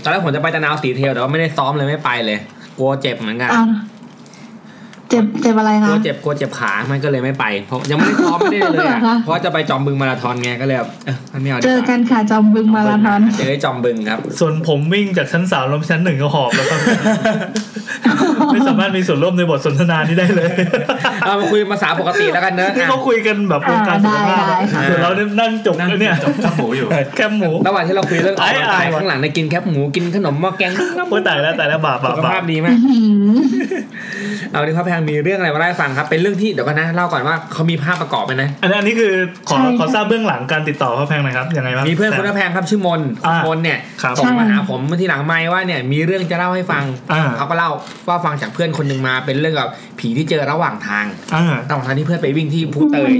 S3: ตอนแรกผมจะไปตานาวสีเทลแต่ว่าไม่ได้ซ้อมเลยไม่ไปเลย กลัวเจ็บเหมือนกัน
S8: เอาเจ็บเจ็บอะไร
S3: กลั
S8: คะ
S3: วเจ็บกลัวเจ็บขามันก็เลยไม่ไปเพราะยังไม่ได้ซ้อมไม่ได้เลยอะ
S8: เหรอคะ
S3: เพราะจะไปจอมบึงมาราธอนไงก็เลยแบบเอ้ยมันไม่เอาดี
S8: เจ
S3: ว่า
S8: อกันค่ะจอมบึงมาราธอน
S3: เจอจอมบึงครับ
S1: ส่วนผมวิ่งจากชั้นสามลงไปชั้นหนึ่งก็หอบแล้วครับ ไม่ คุณสามารถมีส่วนร่วมในบทสนทนานี้ได้เลย
S3: เอามาคุยภาษาปกติแล้วกันเนอะ
S1: นี่เขาคุยกันแบบวงการสุขภาพ
S7: ได้ได้ค่ะ
S1: เดี๋ยวเรานั่งจบ
S5: นั่ง
S1: เนี่
S5: เนี่ย
S1: ย
S5: จบข้าวหมูอยู่
S1: แคบหมู
S3: ระหว่างที่เราคุยเรื่องออกกำลังกาย
S1: ไอ้ไอ้
S3: ข้างหลังในยกินแคบหมูกินขนมหม้อแกง
S1: โอ้ยตายแล้วตายแล้วบาปบา
S3: สุ
S1: ป
S3: ข
S1: บา
S3: ภา
S1: ป
S3: พดีมาก
S7: หืม
S3: เอาดิพ่อแพงมีเรื่องอะไรมาเล่าให้ฟังครับ เป็นเรื่องที่เดี๋ยวกันนะเล่าก่อนว่าเขามีภาพประกอบไปนะ
S1: อันนี้อันนี้คือขอขอทราบเบื้องหลังการติดต่อพ่อแพงหน่อยครับยังไงบ้าง
S3: มีเพื่อนคุณพ่อแพงครับชื่อมน
S1: อ่าม
S3: นเนี่ย
S1: ครับ
S3: ส่งมาหาผมเมื่อทีหลังไม่ว่าเนี่ยมีเรื่องจะเล่าให้ฟัง
S1: อ่า
S3: เขาก็เล่าว่าฟังจากเพื่อนคนหนึ่งมาเป็นเรื่องกับผีที่เจอระหว่างทาง
S1: อ่า
S3: ระหว่างทางที่เพื่อนไปวิ่งที่ผู้เตย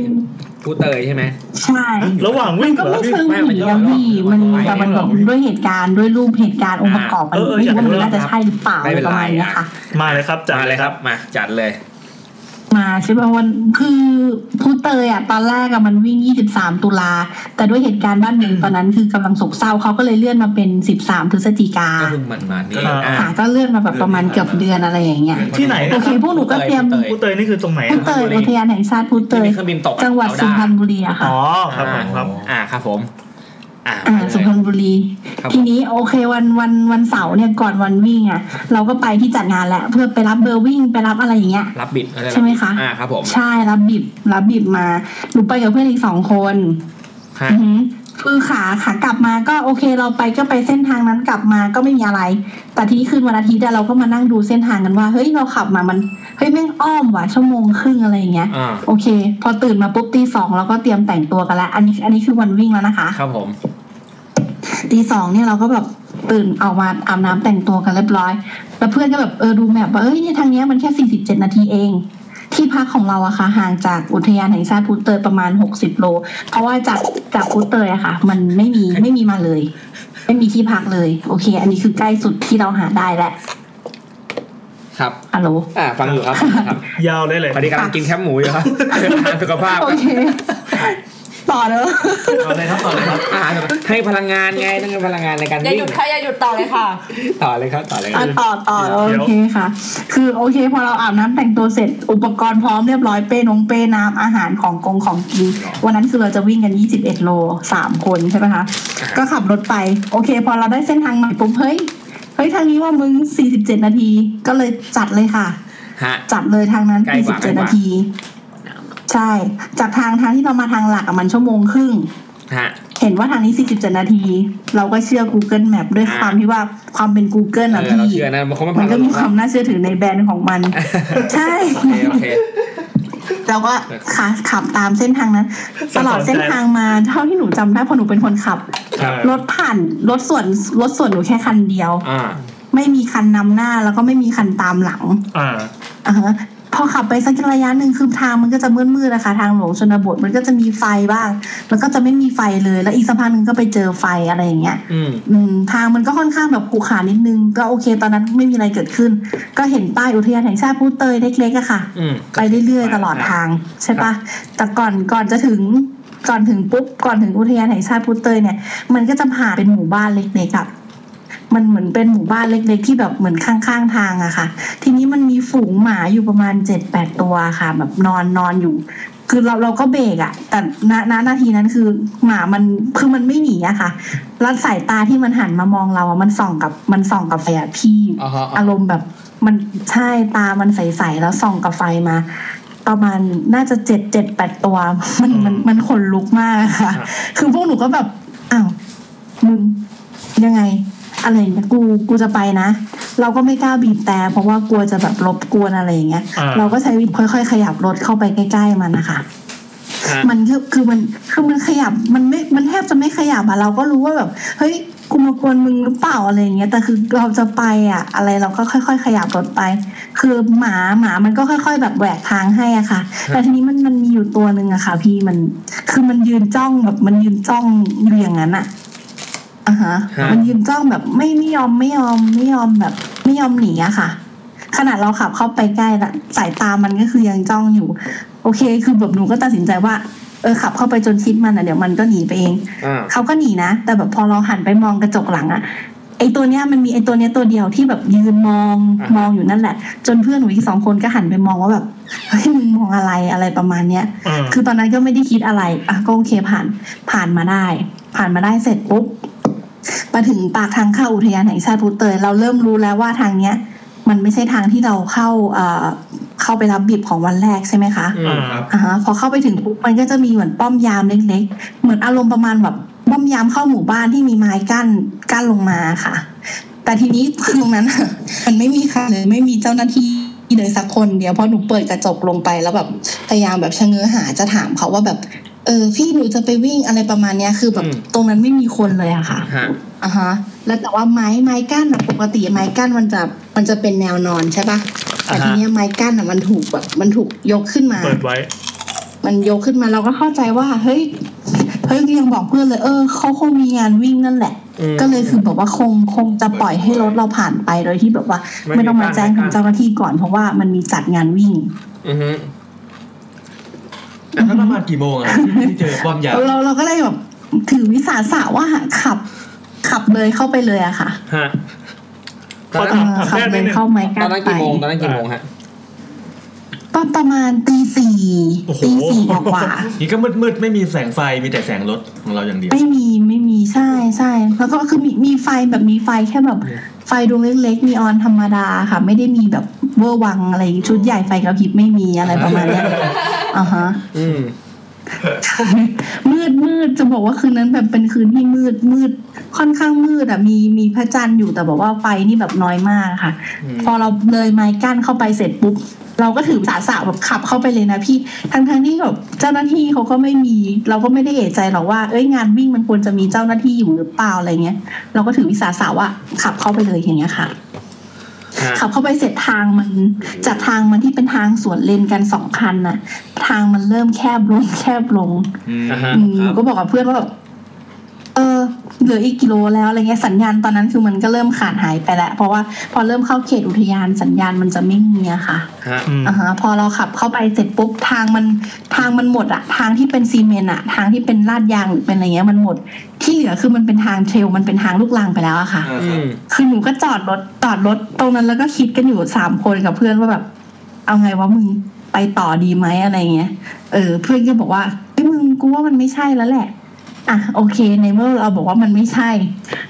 S3: ผู้เตยใช่ไหม
S7: ใช่
S1: ระหว่าง
S7: มั
S1: วิ่
S7: น
S1: ง
S7: ก็
S1: เหรอ
S7: ไม่
S1: พี่
S7: เชิงผีนะพี่มันแต่มันแบบด้วยเหตุการณ์ด้วยรูปเหตุการณ์องค์ประกอบมัน
S1: เออเออ
S7: ไม่
S1: อยาก
S7: รู้ว่า
S1: รู้
S7: มันน่าจะใช่หรือเปล่า
S3: ไม่เป็น
S7: ป
S3: ไร
S7: ระมาณเนี้ยค่ะ
S1: มาเลยครับจัด
S3: มา
S1: เลยครับ
S3: มาจัดเลย
S7: มาใช่ป่ะวันคือผู้เตยอ่ะตอนแรกอะมันวิ่ง 23 ตุลา แต่ด้วยเหตุการณ์บ้านเมืองตอนนั้นคือกำลังโศกเศร้าเขาก็เลยเลื่อนมาเป็น 13พฤศจิกา
S3: ก็เพิ่งมันมานี่
S5: อ่า
S3: อ่า
S7: ค่ะก็เลื่อนมาแบบประมาณเกือบเดือนอะไรอย่างเงี้ย
S1: ที่ไหน
S7: โอ
S1: นะ
S7: เคพวกหนูก็เตรียม
S3: ผู้
S1: ผู้เตยนี่คือตรงไหน
S7: ผู้
S1: อะ
S7: เตยอุทยานแห่งชาติผู้เต
S3: ที่มี
S7: ย
S3: เครื่องบินตก
S7: จังหวัด
S3: เอา
S7: สุ
S3: ดา
S7: พรรณบุรีอะค่ะ
S1: อ๋อครับผมครับ
S3: อ่าครับผมอ่า
S7: อ่า
S3: ไปเลย
S7: สุพรรณบุรี
S3: ครับ
S7: ทีนี้โอเควันวันวันเสาร์เนี่ยก่อนวันวิ่งอ่ะเราก็ไปที่จัดงานแหละเพื่อไปรับเบอร์วิ่งไปรับอะไรอย่างเงี้ย
S3: รับบิดอะไร
S7: ใช่ไหมคะ
S3: อ่าครับผม
S7: ใช่รับบิบรับบิบมาหนูไปกับเพื่อนอีกสองคน
S3: ฮะ
S7: อือหือคือขาขากลับมาก็โอเคเราไปก็ไปเส้นทางนั้นกลับมาก็ไม่มีอะไร แต่ทีนี้คืนวันอาทิตย์อะเราก็มานั่งดูเส้นทางกันว่าเฮ้ยเราขับมามันเฮ้ยแม่งอ้อมว่ะชั่วโมงครึ่งอะไรอย่างเงี้ย
S3: อ่า
S7: โอเค พอตื่นมาปุ๊บตีสองเราก็เตรียมแต่งตัวกันแล้วอันนี้อันนี้คือวันวิ่งแล้วนะคะ
S3: ครับผม
S7: ตีสองเนี่ยเราก็แบบตื่นออกมาอาบน้ำแต่งตัวกันเรียบร้อย แล้วเพื่อนก็แบบเออดูแมพว่าเอ้ยเนี่ยทางเนี้ยมันแค่สี่สิบเจ็ดนาทีเอง ที่พักของเราอะค่ะห่างจากอุทยานแห่งชาติพูเตยประมาณหกสิบโล เพราะว่าจากจากพูเตยอะค่ะ มันไม่มีไม่มีมาเลย ไม่มีที่พักเลย โอเค อันนี้คือใกล้สุดที่เราหาได้แหละ
S3: ครับ
S7: อัลโหล
S3: อ่าฟังอยู่ครับครับ
S1: ยาวเลยเลย
S3: พอดีกำลังกินแคบหมูอยู่ครับอาหารสุขภาพ
S7: โอเค ต่อเนอะ
S5: เอาเลยครับต่อเลยครับ
S3: อาหารสุขภาพให้พลังงานไงต้องการพลังงานในการ
S4: อย่า
S3: วิ่
S4: หยุ
S3: ง
S4: ดค่ะอย่าหยุดต่อเลยค่ะ
S3: ต่อเลยครับต่อเลยค
S7: อ่ะ
S3: รับ
S7: ต่อต่อโอเคค่ะ คือโอเค พอเราอาบน้ำแต่งตัวเสร็จ อุปกรณ์พร้อมเรียบร้อยเป้นงเป้น้ำอาหารของกงของกินวันนั้นคือเราจะวิ่งกัน 21 โลสามคนใช่ไหมคะ ก็ขับรถไป โอเค พอเราได้เส้นทางใหม่ปุ๊บเฮ้ยเฮ้ยทางนี้ว่ามึง 47 นาที ก็เลยจัดเลยค่ะ
S3: ฮะ
S7: จัดเลยทางนั้น
S3: ใกล้กว่าใกล้ก
S7: 47
S3: ว่า
S7: นาที ใช่ จากทางทางที่เรามาทางหลักอะมันชั่วโมงครึ่ง
S3: ฮะ
S7: เห็นว่าทางนี้ 47 นาที เราก็เชื่อ Google Map ด้วย
S3: อ่า
S7: ความที่ว่าความเป็น Google นะ
S3: เออ
S7: พี่
S3: เราเชื่อนะมันคงไม่
S7: มั
S3: ผ่าน น
S7: ก็มีความน่าเชื่อถือในแบรนด์ของมัน ใช่
S3: โอเคโอเค
S7: เราก็ขาขับตามเส้นทางนั้น ตลอดเส้นทางมาเท่าที่หนูจำได้เพราะหนูเป็นคนขับ
S1: อ่าร
S7: ถผ่านรถส่วนรถส่วนหนูแค่คันเดียว
S3: อ่า
S7: ไม่มีคันนำหน้าแล้วก็ไม่มีคันตามหลัง
S1: อ่า
S7: อาฮะพอขับไปสักระยะหนึ่งคือทางมันก็จะมืดๆนะคะทางหลวงชนบทมันก็จะมีไฟบ้าง มันก็จะไม่มีไฟเลย แล้วอีกสักพักหนึ่งก็ไปเจอไฟอะไรอย่างเงี้ย
S3: อืม
S7: อืมทางมันก็ค่อนข้างแบบขรุขระนิดนึง ก็โอเค ตอนนั้นไม่มีอะไรเกิดขึ้น ก็เห็นป้ายอุทยานแห่งชาติพูเตยเล็กๆอะค่ะ
S3: อืม
S7: ไปเรื่อยๆตลอดทางใช่ปะแต่ก่อนก่อนจะถึงก่อนถึงปุ๊บก่อนถึงอุทยานแห่งชาติพุเตยเนี่ย มันก็จะผ่านเป็นหมู่บ้านเล็กๆอะมันเหมือนเป็นหมู่บ้านเล็ก ๆ ที่แบบเหมือนข้างๆทางอะค่ะ ทีนี้มันมีฝูงหมาอยู่ประมาณเจ็ดแปดตัวค่ะ แบบนอนนอนอยู่ คือเราเราก็เบรกอะแต่ณณนาทีนั้นคือหมามันคือมันไม่หนีอะค่ะแล้วสายตาที่มันหันมามองเราอะมันส่องกับมันส่องกับไฟอะพี่
S3: อ่าฮะ
S7: อารมณ์แบบมันใช่ตามันใสๆแล้วส่องกับไฟมา ประมาณน่าจะเจ็ดเจ็ดแปดตัว มันมันมันขนลุกมาก
S1: ค
S7: ค่ะ
S1: รับ
S7: คือพวกหนูก็แบบอ้าวมึงยังไง อะไรอย่างเงี้ยกูกูจะไปนะ เราก็ไม่กล้าบีบแต่เพราะว่ากลัวจะแบบรบกวนอะไรอย่างเงี้ย
S1: อ่า
S7: เราก็ใช้วิธีค่อยๆ ขยับรถเข้าไปใกล้ๆมันนะคะ
S3: ฮะ
S7: มันคือคือมันคือมันขยับมันไม่มันแทบจะไม่ขยับอะเราก็รู้ว่าแบบ เฮ้ยกูมากวนมึงหรือเปล่าอะไรอย่างเงี้ยแต่คือเราจะไปอะอะไรเราก็ค่อย ๆ ขยับรถไป คือหมาหมามันก็ค่อย ๆ แบบแหวกทางให้อะค่ะ แต่ทีนี้มันมันมีอยู่ตัวหนึ่งอะค่ะ พี่มันคือมันยืนจ้องแบบมันยืนจ้องอยู่อย่างนั้นอะอ่ะฮะ
S3: ฮะ
S7: มันยืนจ้องแบบไม่ไม่ยอมไม่ยอมไม่ยอมแบบ ไม่ยอมหนีอะค่ะ ขนาดเราขับเข้าไปใกล้ละสายตามันก็คือยังจ้องอยู่ โอเค คือแบบหนูก็ตัดสินใจว่า เออขับเข้าไปจนชิดมันอ่ะเดี๋ยวมันก็หนีไปเอง
S3: อ่า
S7: เขาก็หนีนะ แต่แบบพอเราหันไปมองกระจกหลังอะไอตัวเนี้ยมันมีไอตัวเนี้ยตัวเดียวที่แบบยืนมองมองอยู่นั่นแหละ จนเพื่อนหนูอีกสองคนก็หันไปมองว่าแบบเฮ้ยมึงมองอะไรอะไรประมาณเนี้ย
S1: อ่า
S7: คือตอนนั้นก็ไม่ได้คิดอะไร อ่ะก็โอเคผ่าน ผ่านมาได้ ผ่านมาได้เสร็จปุ๊บมาถึงปากทางเข้าอุทยานแห่งชาติพูเตย เราเริ่มรู้แล้วว่าทางเนี้ย มันไม่ใช่ทางที่เราเข้าเอ่อเข้าไปรับบีบของวันแรกใช่ไหมคะ
S3: อืม
S5: ครับ
S7: อ่าฮะพอเข้าไปถึงปุ๊บมันก็จะมีเหมือนป้อมยามเล็กๆ เหมือนอารมณ์ประมาณแบบป้อมยามเข้าหมู่บ้านที่มีไม้กั้นกั้นลงมาค่ะ แต่ทีนี้ตรงนั้น อะมันไม่มีใครเลยไม่มีเจ้าหน้าที่เลยสักคนเดียวเพราะหนูเปิดกระจกลงไปแล้วแบบพยายามแบบชะเง้อหาจะถามเขาว่าแบบ เออพี่หนูจะไปวิ่งอะไรประมาณเนี้ยคือแบบตรงนั้นไม่มีคนเลยอะค่ะ
S3: ฮะ
S7: อ่าฮะแล้วแต่ว่าไม้ไม้กั้นอะปกติไม้กั้นมันจะมันจะเป็นแนวนอนใช่ปะแต่
S1: อ่าฮะ
S7: ทีเนี้ยไม้กั้นอะมันถูกแบบมันถูกยกขึ้นมา
S1: เปิดไว้
S7: มันยกขึ้นมาเราก็เข้าใจว่า เฮ้ยเฮ้ยยังบอกเพื่อนเลย เออเขาคงมีงานวิ่งนั่นแหละ
S3: อืม
S7: ก็เลยคือแบบว่าคงคงจะปล่อยให้รถเราผ่านไปโดยที่แบบว่า
S3: ไม่
S7: ไม่ต้องมาแจ้ง
S3: ไม่กั้
S7: ทาง
S3: น
S7: เจ้าหน้าที่ก่อนเพราะว่ามันมีจัดงานวิ่ง
S3: อือฮึ
S5: แล้วประมาณกี่โมงอ่ะ ที่เจอป้อมยาม
S7: เราเราก็เลยแบบถือวิสาสะว่าขับ ขับเลยเข้าไปเลยอะค่ะ
S3: ฮะต
S1: พ
S3: อ
S1: อน ถา
S3: นั้
S1: ม
S3: น
S1: ถามแม่
S7: เออขับเล
S1: นิด
S7: ย
S1: นึง
S7: เข้าไม้
S3: ตอนนั้
S7: กั้น
S3: น
S7: ไป
S3: กี่โมงตอนนั้นกี่โมงฮะ
S7: ก็ประมาณตีสี่
S1: โอ้โห
S7: ตีสี่กว่ากว่า
S5: นี่ก็มืดๆไม่มีแสงไฟมีแต่แสงรถของเราอย่างเดียว
S7: ไม่มีไม่มีใช่ใช่แล้วก็คือมีมีไฟแบบมีไฟแค่แบบ ไฟดวงเล็กๆ มีออนธรรมดาค่ะ ไม่ได้มีแบบเวอร์วังอะไรชุดใหญ่ไฟกระพริบไม่มีอะไรประมาณเนี้ยอ่า ฮะ
S3: อืม
S7: มืดมืดจะบอกว่าคืนนั้นแบบเป็นคืนที่มืดมืดค่อนข้างมืดอ่ะมีมีพระจันทร์อยู่แต่บอกว่าไฟนี่แบบน้อยมากค่ะ
S3: อืม
S7: พอเราเลยไม้กั้นเข้าไปเสร็จปุ๊บเราก็ถือสาสะแบบขับเข้าไปเลยนะพี่ทั้งทั้งๆที่แบบเจ้าหน้าที่เขาก็ไม่มี เราก็ไม่ได้เอะใจหรอกว่าเอ้ยงานวิ่งมันควรจะมีเจ้าหน้าที่อยู่หรือเปล่าอะไรเงี้ย เราก็ถือวิสาสะว่าขับเข้าไปเลยอย่างเงี้ยค่ะ
S3: ฮะ
S7: ขับเข้าไปเสร็จทางมันจากทางมันที่เป็นทางสวนเลนกันสองคันน่ะ ทางมันเริ่มแคบลงแคบลง
S3: อ่าฮะ
S7: อืมหนูก็บอกกับเพื่อนว่าแบบเออเหลืออีกกิโลแล้วอะไรเงี้ยสัญญาณตอนนั้นคือมันก็เริ่มขาดหายไปแล้วเพราะว่าพอเริ่มเข้าเขตอุทยานสัญญาณมันจะไม่มีอะค่ะ
S3: ฮะ
S1: อืม
S7: อ่าฮะพอเราขับเข้าไปเสร็จปุ๊บทางมันทางมันหมดอะทางที่เป็นซีเมนต์อะทางที่เป็นลาดยางหรือเป็นอะไรเงี้ยมันหมด ที่เหลือคือมันเป็นทางเทรลมันเป็นทางลูกรังไปแล้วอะค่ะ
S3: อืม
S7: คือหนูก็จอดรถจอดรถตรงนั้นแล้วก็คิดกันอยู่สามคนกับเพื่อนว่าแบบ เอาไงวะมึงไปต่อดีไหมอะไรเงี้ยเออ เพื่อนก็บอกว่าไอ้ยมึงกูว่ามันไม่ใช่แล้วแหละ อ่ะโอเคในเมื่อเราบอกว่ามันไม่ใช่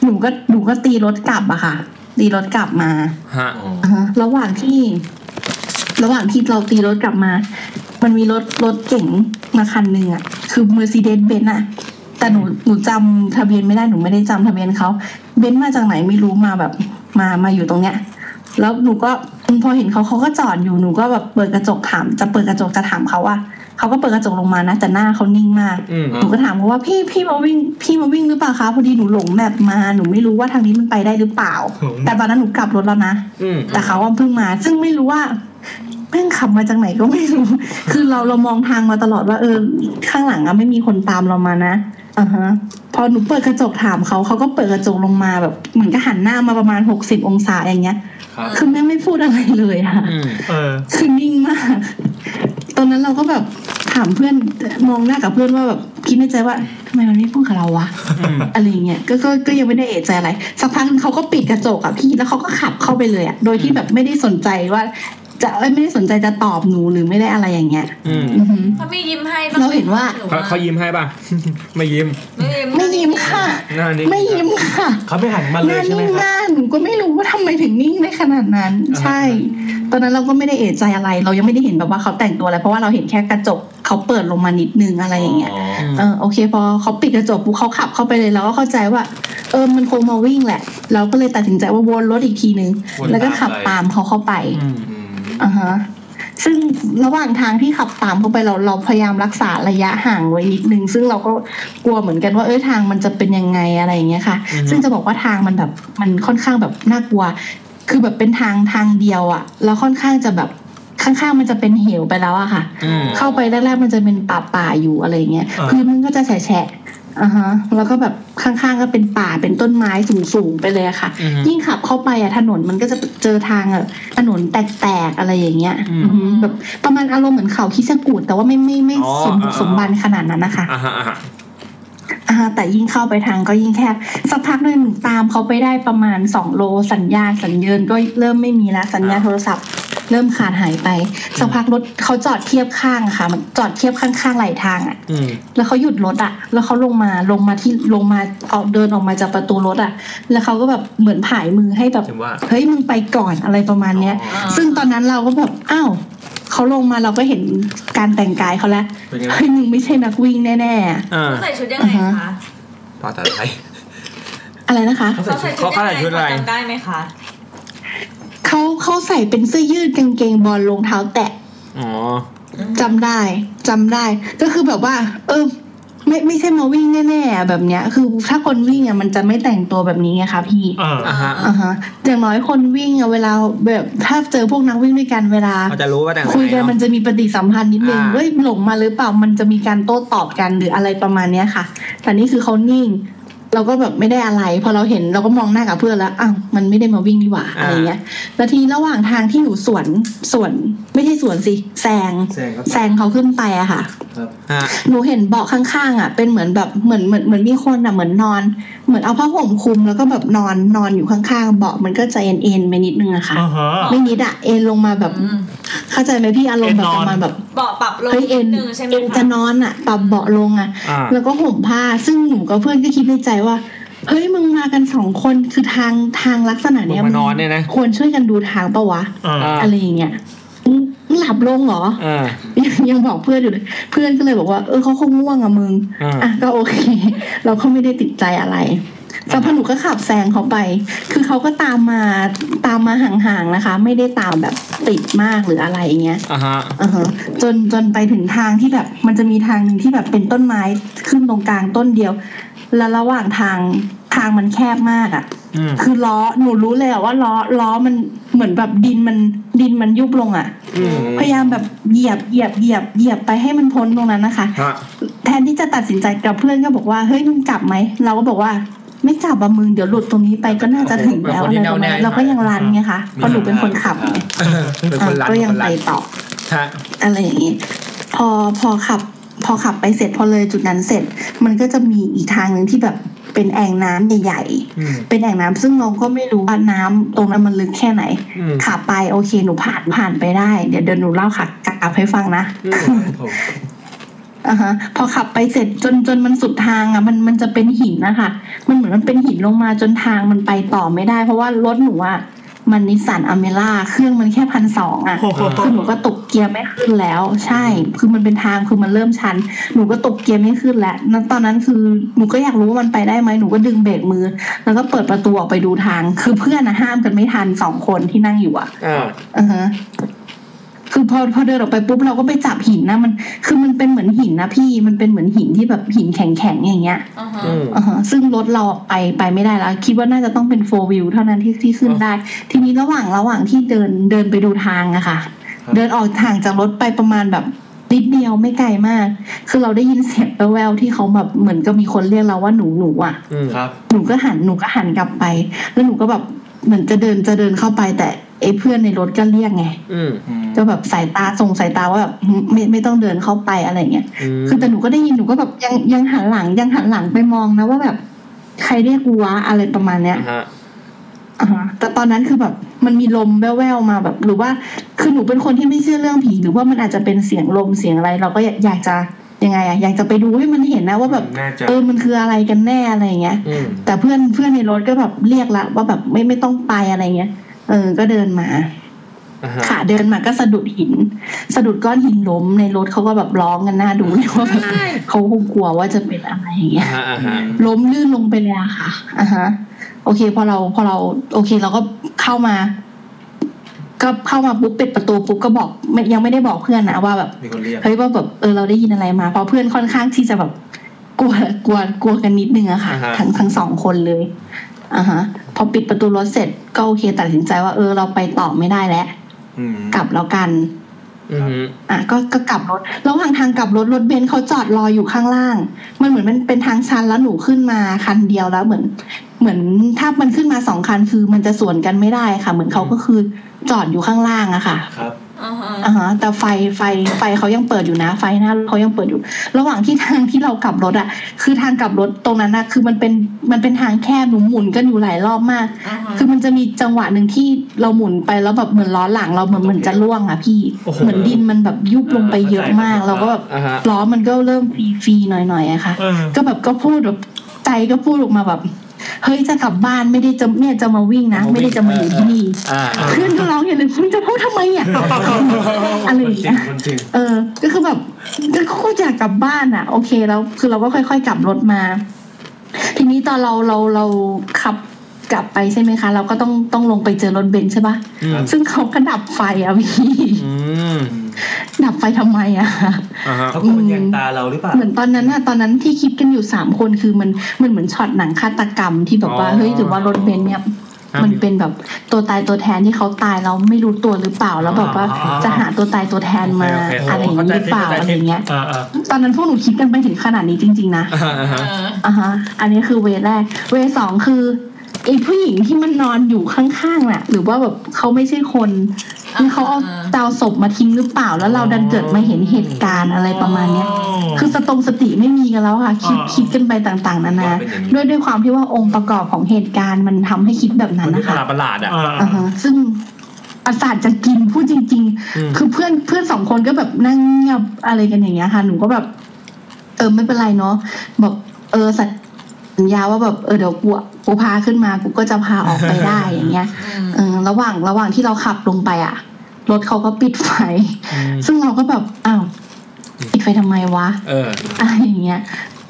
S7: หนูก็หนูก็ตีรถกลับอะค่ะ ตีรถกลับมา
S3: ฮะ
S7: อ่าฮะระหว่างที่ ระหว่างที่เราตีรถกลับมา มันมีรถรถเก๋งมาคันหนึ่งอะคือ Mercedes Benz อะแต่หนูหนูจำทะเบียนไม่ได้หนูไม่ได้จำทะเบียนเขาเบนซ์มาจากไหนไม่รู้มาแบบมามาอยู่ตรงเนี้ย แล้วหนูก็พอเห็นเขาเขาก็จอดอยู่หนูก็แบบเปิดกระจกถาม จะเปิดกระจกจะถามเขาว่าเขาก็เปิดกระจกลงมานะแต่หน้าเขานิ่งมาก
S3: อืม
S7: หนูก็ถามเขาว่าพี่พี่มาวิ่งพี่มาวิ่งหรือเปล่าคะพอดีหนูหลงแมปมาหนูไม่รู้ว่าทางนี้มันไปได้หรือเปล่า แต่ตอนนั้นหนูกลับรถแล้วนะ
S3: อืม
S7: แต่เขาว่าเพิ่งมา ซึ่งไม่รู้ว่าแม่งขับมาจากไหนก็ไม่รู้ คือเราเรามองทางมาตลอดว่า เออ ข้างหลังอะไม่มีคนตามเรามานะอ่าฮะ พอหนูเปิดกระจกถามเขาเขาก็เปิดกระจกลงมาแบบเหมือนก็หันหน้ามาประมาณหกสิบองศาอย่างเงี้ย
S5: ครับ
S7: คือแม่งไม่พูดอะไรเลยอะ
S3: อืม
S1: เออ
S7: คือนิ่งมาก ตอนนั้นเราก็แบบถามเพื่อนมองหน้ากับเพื่อนว่าแบบคิดในใจว่าทำไมมันไม่พูดกับเราวะ
S3: อืม
S7: อะไรเงี้ยก็ก็ก็ยังไม่ได้เอะใจอะไรสักพักนึงเขาก็ปิดกระจกอะพี่แล้วเขาก็ขับเข้าไปเลยอะโดยที่แบบไม่ได้สนใจว่า จะเอ้ยไม่ได้สนใจจะตอบหนูหรือไม่ได้อะไรอย่างเงี้ย
S3: อืม
S7: อือหือ
S4: เขาไม่ยิ้มให้บ้ง
S7: เราเห็นว่า
S4: ห
S3: เขาเขายิ้มให้ป่ะ ไม่ยิ้ม
S4: ไม่ยิ้ม
S7: ไม่ยิ้มค่ะ
S3: หน้านี้
S7: ไม่ยิ้มค่ะ
S5: เขาไม่หันมา
S7: ห
S5: เลย
S7: น้า
S5: ใช่ไหม
S7: นิ่ง
S5: ครับ
S7: มากหนูก็ไม่รู้ว่าทำไมถึงนิ่งได้ขนาดนั้น
S3: อ่าฮะ
S7: ใช่ ตอนนั้นเราก็ไม่ได้เอะใจอะไร เรายังไม่ได้เห็นแบบว่าเขาแต่งตัวอะไร เพราะว่าเราเห็นแค่กระจกเขาเปิดลงมานิดนึงอะไรอย่างเงี้ย
S5: อ๋อ
S3: อืม
S7: เออโอเคพอเขาปิดกระจกปุ๊บเขาขับเข้าไปเลยเราก็เข้าใจว่า เออมันคงมาวิ่งแหละ เราก็เลยตัดสินใจว่าวนรถอีกทีนึง
S5: วน
S7: แล้วก็ขับ
S5: ไป
S7: ตามเขาเข้าไป
S3: อืม
S5: อืม
S7: อ่าฮะซึ่งระหว่างทางที่ขับตามเข้าไปเราเราพยายามรักษาระยะห่างไว้นิดนึง ซึ่งเราก็กลัวเหมือนกันว่าเออทางมันจะเป็นยังไงอะไรอย่างเงี้ยค่ะ
S3: อือฮึ
S7: ซึ่งจะบอกว่าทางมันแบบมันค่อนข้างแบบน่ากลัว คือแบบเป็นทางทางเดียวอะแล้วค่อนข้างจะแบบข้างๆมันจะเป็นเหวไปแล้วอะค่ะ
S3: อืม
S7: เข้าไปแรกๆมันจะเป็นป่าป่าๆอยู่อะไรเงี้ย
S1: อ่า
S7: พื้นมันก็จะแฉะๆอ่าฮะ แล้วก็แบบข้างๆก็เป็นป่าเป็นต้นไม้สูงๆไปเลยอะค่ะ
S3: อือฮึ
S7: ยิ่งขับเข้าไปอะถนนมันก็จะเจอทางอะถนนแตกๆอะไรอย่างเงี้ย
S3: อืม
S7: อือฮึแบบประมาณอารมณ์เหมือนเขาคิดสกูดแต่ว่าไม่ไม่ไม่
S3: อ๋อ
S7: สมบุก
S3: อ่าๆ
S7: สมบันขนาดนั้นนะคะ
S3: อ่าฮะอ่าฮะ
S7: อ่าแต่ยิ่งเข้าไปทางก็ยิ่งแคบสักพักหนึ่งหนูตามเขาไปได้ประมาณสองโลสัญญาณสัญเยินก็เริ่มไม่มีแล้วสัญญาณโทรศัพท์ เริ่มขาดหายไปสักพักรถเขาจอดเทียบข้างอะค่ะ มันจอดเทียบข้างๆไหลทางอะ
S3: อืม
S7: แล้วเขาหยุดรถอะแล้วเขาลงมาลงมาที่ลงมาออกเดินออกมาจากประตูรถอะแล้วเขาก็แบบเหมือนผายมือให้แบบ
S3: ถึงว่า
S7: เฮ้ยมึงไปก่อนอะไรประมาณเนี้ย
S4: อ๋อ
S7: ซึ่งตอนนั้นเราก็แบบอ้าวเขาลงมาเราก็เห็นการแต่งกายเขาแล้ว
S5: เป็นไง
S7: เฮ้ยมึงไม่ใช่นักวิ่งแน่ๆอะ
S3: อ่า
S4: เขาใส่ชุดยังไง
S7: อ่า
S4: คะ
S7: ฮะ
S3: ภาษาไทย
S7: อะไรนะคะ
S4: เขาใส่ชุด
S3: เขา
S4: ยังไง
S3: ใส่ชุดอะไร
S4: พอจำได้ไหมคะ
S7: เขาเขาใส่เป็นเสื้อยืดกางเกงบอลรองเท้าแตะ
S3: อ๋อ
S7: จำได้จำได้ ก็คือแบบว่า เออ ไม่ไม่ใช่มาวิ่งแน่ๆอะแบบเนี้ย คือถ้าคนวิ่งอะมันจะไม่แต่งตัวแบบนี้ไงคะพี่
S1: เออ
S3: อ่าฮะ
S7: อ่าฮะอย่างน้อยคนวิ่งอะเวลาแบบถ้าเจอพวกนักวิ่งด้วยกันเวลา
S3: เขาจะรู้ว่าแต่ง
S7: คุยกัน
S3: เาะ
S7: มันจะมีปฏิสัมพันธ์นิดนึง
S3: อ่า
S7: เฮ้ยหลงมาหรือเปล่ามันจะมีการโต้ตอบกันหรืออะไรประมาณเนี้ยค่ะ แต่นี่คือเขานิ่ง เราก็แบบไม่ได้อะไร พอเราเห็นเราก็มองหน้ากับเพื่อนแล้วอ้าวมันไม่ได้มาวิ่งนี่หว่าอะไรเงี้ยแล้วทีนี้ระหว่างทางที่อยู่สวนสวนไม่ใช่สวนสิแซง
S5: แซงครับ
S7: แซงเขาขึ้นไปอะค่ะ
S3: อ่า
S7: หนูเห็นเบาะข้างๆอ่ะเป็นเหมือนแบบเหมือนเหมือนเหมือนมีคนอ่ะเหมือนนอน เหมือนเอาผ้าห่มคลุมแล้วก็แบบนอนนอนอยู่ข้างๆเบาะมันก็จะเอ็นเอ็นๆไปนิดนึงอะค่ะ
S1: อ่าฮะ
S7: ไม่นิดอะเอ็นลงมาแบบ
S4: อืม
S7: เข้าใจไหมพี่อารมณ์แบบ
S1: เอ็นนอน
S7: ประมาณแบบ
S4: เบาะปรับลง
S7: เฮ้ย
S4: นิ
S7: เอ็
S4: ด
S7: น
S4: นึงใช่ไหม
S7: เอ็น
S4: คะ
S7: จะนอนอะปรับเบาะลงอะ
S3: อ่า
S7: แล้วก็ห่มผ้าซึ่งหนูกับเพื่อนก็คิดในใจว่าเฮ้ยมึงมากันสองคนคือทางทางลักษณะเนี้ย
S3: มึงมานอนเนี่ยนะ
S7: ควรช่วยกันดูทางปะวะ
S1: เออ
S3: อ่า
S7: อะไรอย่างเงี้ยมึงมึงหลับลงเหรอ
S3: อ่า
S7: ยังยังบอกเพื่อนอยู่เลยเพื่อนก็เลยบอกว่าเออเขาคงง่วงอะมึง
S3: อ่า
S7: อ่ะก็โอเค เราก็ไม่ได้ติดใจอะไรสักพักหนูก็ขับแซงเขาไป คือเขาก็ตามมาตามมาห่างๆนะคะ ไม่ได้ตามแบบติดมากหรืออะไรอย่างเงี้ย
S3: อ่าฮะ
S7: อ่าฮะจนจนไปถึงทางที่แบบ มันจะมีทางหนึ่งที่แบบเป็นต้นไม้ขึ้นตรงกลางต้นเดียว แล้วระหว่างทางทางมันแคบมากอะ
S3: อืม
S7: คือล้อหนูรู้เลยอะว่าล้อล้อมันเหมือนแบบดินมันดินมันยุบลงอะ
S3: อืม
S7: พยายามแบบเหยียบเหยียบเหยียบเหยียบไปให้มันพ้นตรงนั้นนะคะ
S3: ฮะ
S7: แทนที่จะตัดสินใจกับเพื่อนก็บอกว่าเฮ้ยมึงกลับไหมเราก็บอกว่า ไม่กลับอะมึงเดี๋ยวหลุดตรงนี้ไปก็น่าจะถึงแล้วอะไรประมาณนั้นเราก็ยังรันไงคะเพราะหนูเป็นคนขับ
S3: เป็นคนรัน
S7: ก็
S3: เป็น
S7: ยั
S3: ค
S7: ง
S3: น
S7: ไป
S3: รัน
S7: ต่อ
S3: ฮะ
S7: อะไรอย่างนี้พอพอขับ พอขับไปเสร็จพอเลยจุดนั้นเสร็จ มันก็จะมีอีกทางหนึ่งที่แบบเป็นแอ่งน้ำใหญ่
S3: อืม
S7: ๆเป็นแอ่งน้ำซึ่งเราก็ไม่รู้ว่าน้ำตรงนั้นมันลึกแค่ไหน
S3: อืม
S7: ขับไปโอเคหนูผ่านผ่านไปได้ เดี๋ยวเดี๋ยวหนูเล่าขับกลับให้ฟังนะ
S3: อืม
S5: ผม
S7: อ่าฮะ พอขับไปเสร็จจนจนมันสุดทางอ่ะมันมันจะเป็นหินนะคะมันเหมือนมันเป็นหินลงมาจนทางมันไปต่อไม่ได้ เพราะว่ารถหนูอ่ะมันนิสสันอเมล่าเครื่องมันแค่พันสองอ่ะ
S1: โอ้โห
S7: คือหนูก็ตกเกียร์ไม่ขึ้นแล้ว ใช่ คือมันเป็นทางคือมันเริ่มชัน หนูก็ตกเกียร์ไม่ขึ้นแล้วนั้นตอนนั้นคือหนูก็อยากรู้ว่ามันไปได้ไหมหนูก็ดึงเบรกมือ แล้วก็เปิดประตูออกไปดูทาง คือเพื่อนนะห้ามกันไม่ทันสองคนที่นั่งอยู่อะ
S3: อ่า
S7: อือฮะคือพอพอเดินออกไปปุ๊บเราก็ไปจับหินนะมัน คือมันเป็นเหมือนหินนะพี่มันเป็นเหมือนหินที่แบบหินแข็งแข็งๆอย่างเงี้ย
S4: อ่าฮะ
S3: อืม
S7: อ่าฮะซึ่งรถเราอะไปไปไม่ได้แล้วคิดว่าน่าจะต้องเป็นโฟวิวเท่านั้นที่ที่ขึ้นได้ ทีนี้ระหว่างระหว่างที่เดินเดินไปดูทางอะค่ะ เดินออกห่างจากรถไปประมาณแบบนิดเดียวไม่ไกลมาก คือเราได้ยินเสียงแววๆที่เขาแบบเหมือนก็มีคนเรียกเราว่าหนูหนูอ่ะ
S3: อืม
S5: ครับ
S7: หนูก็หันหนูก็หันกลับไป แล้วหนูก็แบบเหมือนจะเดินจะเดินเข้าไปแต่ไอ้เพื่อนในรถก็เรียกไง
S3: อืม
S5: อืม
S7: ก็แบบสายตาส่งสายตาว่าแบบไม่ไม่ต้องเดินเข้าไปอะไรเงี้ย
S3: อืม
S7: คือแต่หนูก็ได้ยินหนูก็แบบยังยังหันหลังยังหันหลังไปมองนะว่าแบบใครเรียกกูวะอะไรประมาณเนี้ย
S3: อ่าฮะ
S7: อ่าฮะแต่ตอนนั้นคือแบบมันมีลมแว่วๆมาแบบ หรือว่าคือหนูเป็นคนที่ไม่เชื่อเรื่องผี หรือว่ามันอาจจะเป็นเสียงลมเสียงอะไร เราก็อยากอยากจะยังไงอะอยากจะไปดูให้มันเห็นนะว่าแบบ
S5: น่าจะ
S7: เออมันคืออะไรกันแน่อะไรอย่างเงี้ย
S3: อืม
S7: แต่เพื่อนเพื่อนในรถก็แบบเรียกละว่าแบบไม่ไม่ต้องไปอะไรเงี้ยเออก็เดินมา
S3: อ่าฮะ
S7: ค่ะเดินมาก็สะดุดหิน สะดุดก้อนหินล้มในรถเขาก็แบบร้องกันหน้าดูเลยว่าแบบเขาคงกลัวว่าจะเป็นอะไรอย่างเงี้ย
S3: อ่าฮะอ่าฮะ
S7: ล้มลื่นลงไปเลยอะค่ะอ่ะฮะ โอเค พอเราพอเรา โอเค เราก็เข้ามา ก็เข้ามาปุ๊บปิดประตูปุ๊บก็บอกไม่ยังไม่ได้บอกเพื่อนนะว่าแบบ
S5: มีคนเรียก
S7: เฮ้ยว่าแบบเออเราได้ยินอะไรมาเพราะเพื่อนค่อนข้างที่จะแบบกลัวกลัวกลัวกันนิดนึงอะค่ะ
S3: อ่าฮะ
S7: ทั้งทั้งสองคนเลยอ่ะฮะ พอปิดประตูรถเสร็จ ก็โอเค ตัดสินใจว่าเออเราไปต่อไม่ได้แล้ว
S5: อืม
S7: กลับแล้วกัน
S3: อืม
S7: อ่ะก็ก็กลับรถระหว่างทางกลับรถรถเบนซ์เขาจอดรออยู่ข้างล่าง มันเหมือนมันเป็นทางชันแล้วหนูขึ้นมาคันเดียวแล้วเหมือน เหมือนถ้ามันขึ้นมาสองคันคือมันจะสวนกันไม่ได้ค่ะ เหมือนเขาก็คือจอดอยู่ข้างล่างอะค่ะ
S5: ครับ
S4: อ่าฮะ
S7: อ่าฮะแต่ไฟไฟไฟเขายังเปิดอยู่นะ ไฟหน้าเขายังเปิดอยู่ ระหว่างที่ทางที่เรากลับรถอะคือทางกลับรถตรงนั้นอะคือมันเป็นมันเป็นทางแคบหนูหมุนกันอยู่หลายรอบมาก
S4: อ่าฮะ
S7: คือมันจะมีจังหวะหนึ่งที่เราหมุนไปแล้วแบบเหมือนล้อหลังเราเหมือนเหมือนจะล่วงอะพี่
S1: โอ้โห
S7: เหมือนดินมันแบบยุบลงไปเยอะมาก
S5: เข้าใจ
S7: เราก็แบบ
S3: อ่าฮะ
S7: ล้อมันก็เริ่มฟรีๆหน่อยๆอะค่ะ
S1: เออ
S7: ก็แบบก็พูดแบบใจก็พูดออกมาแบบเฮ้ยจะกลับบ้านไม่ได้จะเนี่ยจะมาวิ่งนะ ไม่ได้จะมาอยู่ที่นี่
S3: อ่า
S7: เพื่อนก็ร้องอย่างนึงมึงจะพูดทำไมอ่ะ อะไรอย่างเงี้ย
S5: มันจริง
S7: เออ ก็คือแบบก็คงอยากกลับบ้านอ่ะ โอเคแล้วคือเราก็ค่อย ๆ กลับรถมา ทีนี้ตอนเราเราเราขับกลับไปใช่ไหมคะ เราก็ต้องต้องลงไปเจอรถเบนซ์ใช่ปะ
S3: อืม
S7: ซึ่งเขาก็ดับไฟอ่ะพี่
S3: อืม
S7: ดับไฟทำไมอ่ะ
S3: อ่าฮะ
S5: เขาคงเป็นแยงตาเราหรือเปล่า
S7: เหมือนตอนนั้นอะตอนนั้นที่คิดกันอยู่สามคนคือมันมันเหมือนช็อตหนังฆาตกรรมที่แบบว่า
S3: อ๋อ
S7: เฮ้ยหรือว่ารถเบนซ์เนี่
S3: อ
S7: ย
S3: ่ะ
S7: มันเป็นแบบตัวตายตัวแทนที่เขาตายเราไม่รู้ตัวหรือเปล่าแล้วแบบว่า
S1: อ๋อ
S7: จะหาตัวตายตัวแทนมา
S3: โอเคโอเค
S7: อะไรอย่างนี้หรือเปล่า
S5: เข้าใจ
S7: อะไร
S5: เข้าใจ
S7: อย่างเงี้ย
S1: อ่าอ่า
S7: ตอนนั้นพวกหนูคิดกันไปถึงขนาดนี้จริง ๆ นะ
S3: อ่าอ่า
S4: เอ
S3: ฮะ
S4: อ
S7: อ่ะฮะ อันนี้คือเวทแรก เวทสองคือไอ้ผู้หญิงที่มันนอนอยู่ข้างๆน่ะ หรือว่าแบบเขาไม่ใช่คนนี่เขาเอาเตาศพมาทิ้งหรือเปล่า แล้วเราดันเกิดมาเห็นเหตุการณ์อะไรประมาณเนี้ย คือสตรงสติไม่มีกันแล้วค่ะคิด
S1: อ่า
S7: คิดกันไปต่างๆนานา
S5: ว่าเป็นอย่างนี้
S7: ด้วยด้วยความที่ว่าองค์ประกอบของเหตุการณ์มันทำให้คิดแบบนั้
S3: มัน
S7: น
S3: เป็น
S7: นะ
S3: ประห
S7: คะ
S3: ลาดประหลาดอ่ะ
S1: อ่า
S7: อ่าฮะซึ่งประสาทจะกินพูดจริง
S3: อืม
S7: ๆ คือเพื่อนเพื่อนสองคนก็แบบนั่งเงียบอะไรกันอย่างเงี้ยค่ะหนูก็แบบ เออไม่เป็นไรเนาะบอกเออสัญญาว่าแบบเออเดี๋ยวกูกูพาขึ้นมากูก็จะพาออกไปได้อย่างเงี้ย
S4: อืม
S7: เออระหว่างระหว่างที่เราขับลงไปอ่ะรถเขาก็ปิดไฟ ซึ่งเราก็แบบอ้าวปิดไฟทำไมวะ
S3: เออ
S7: อะไรอย่างเงี้ย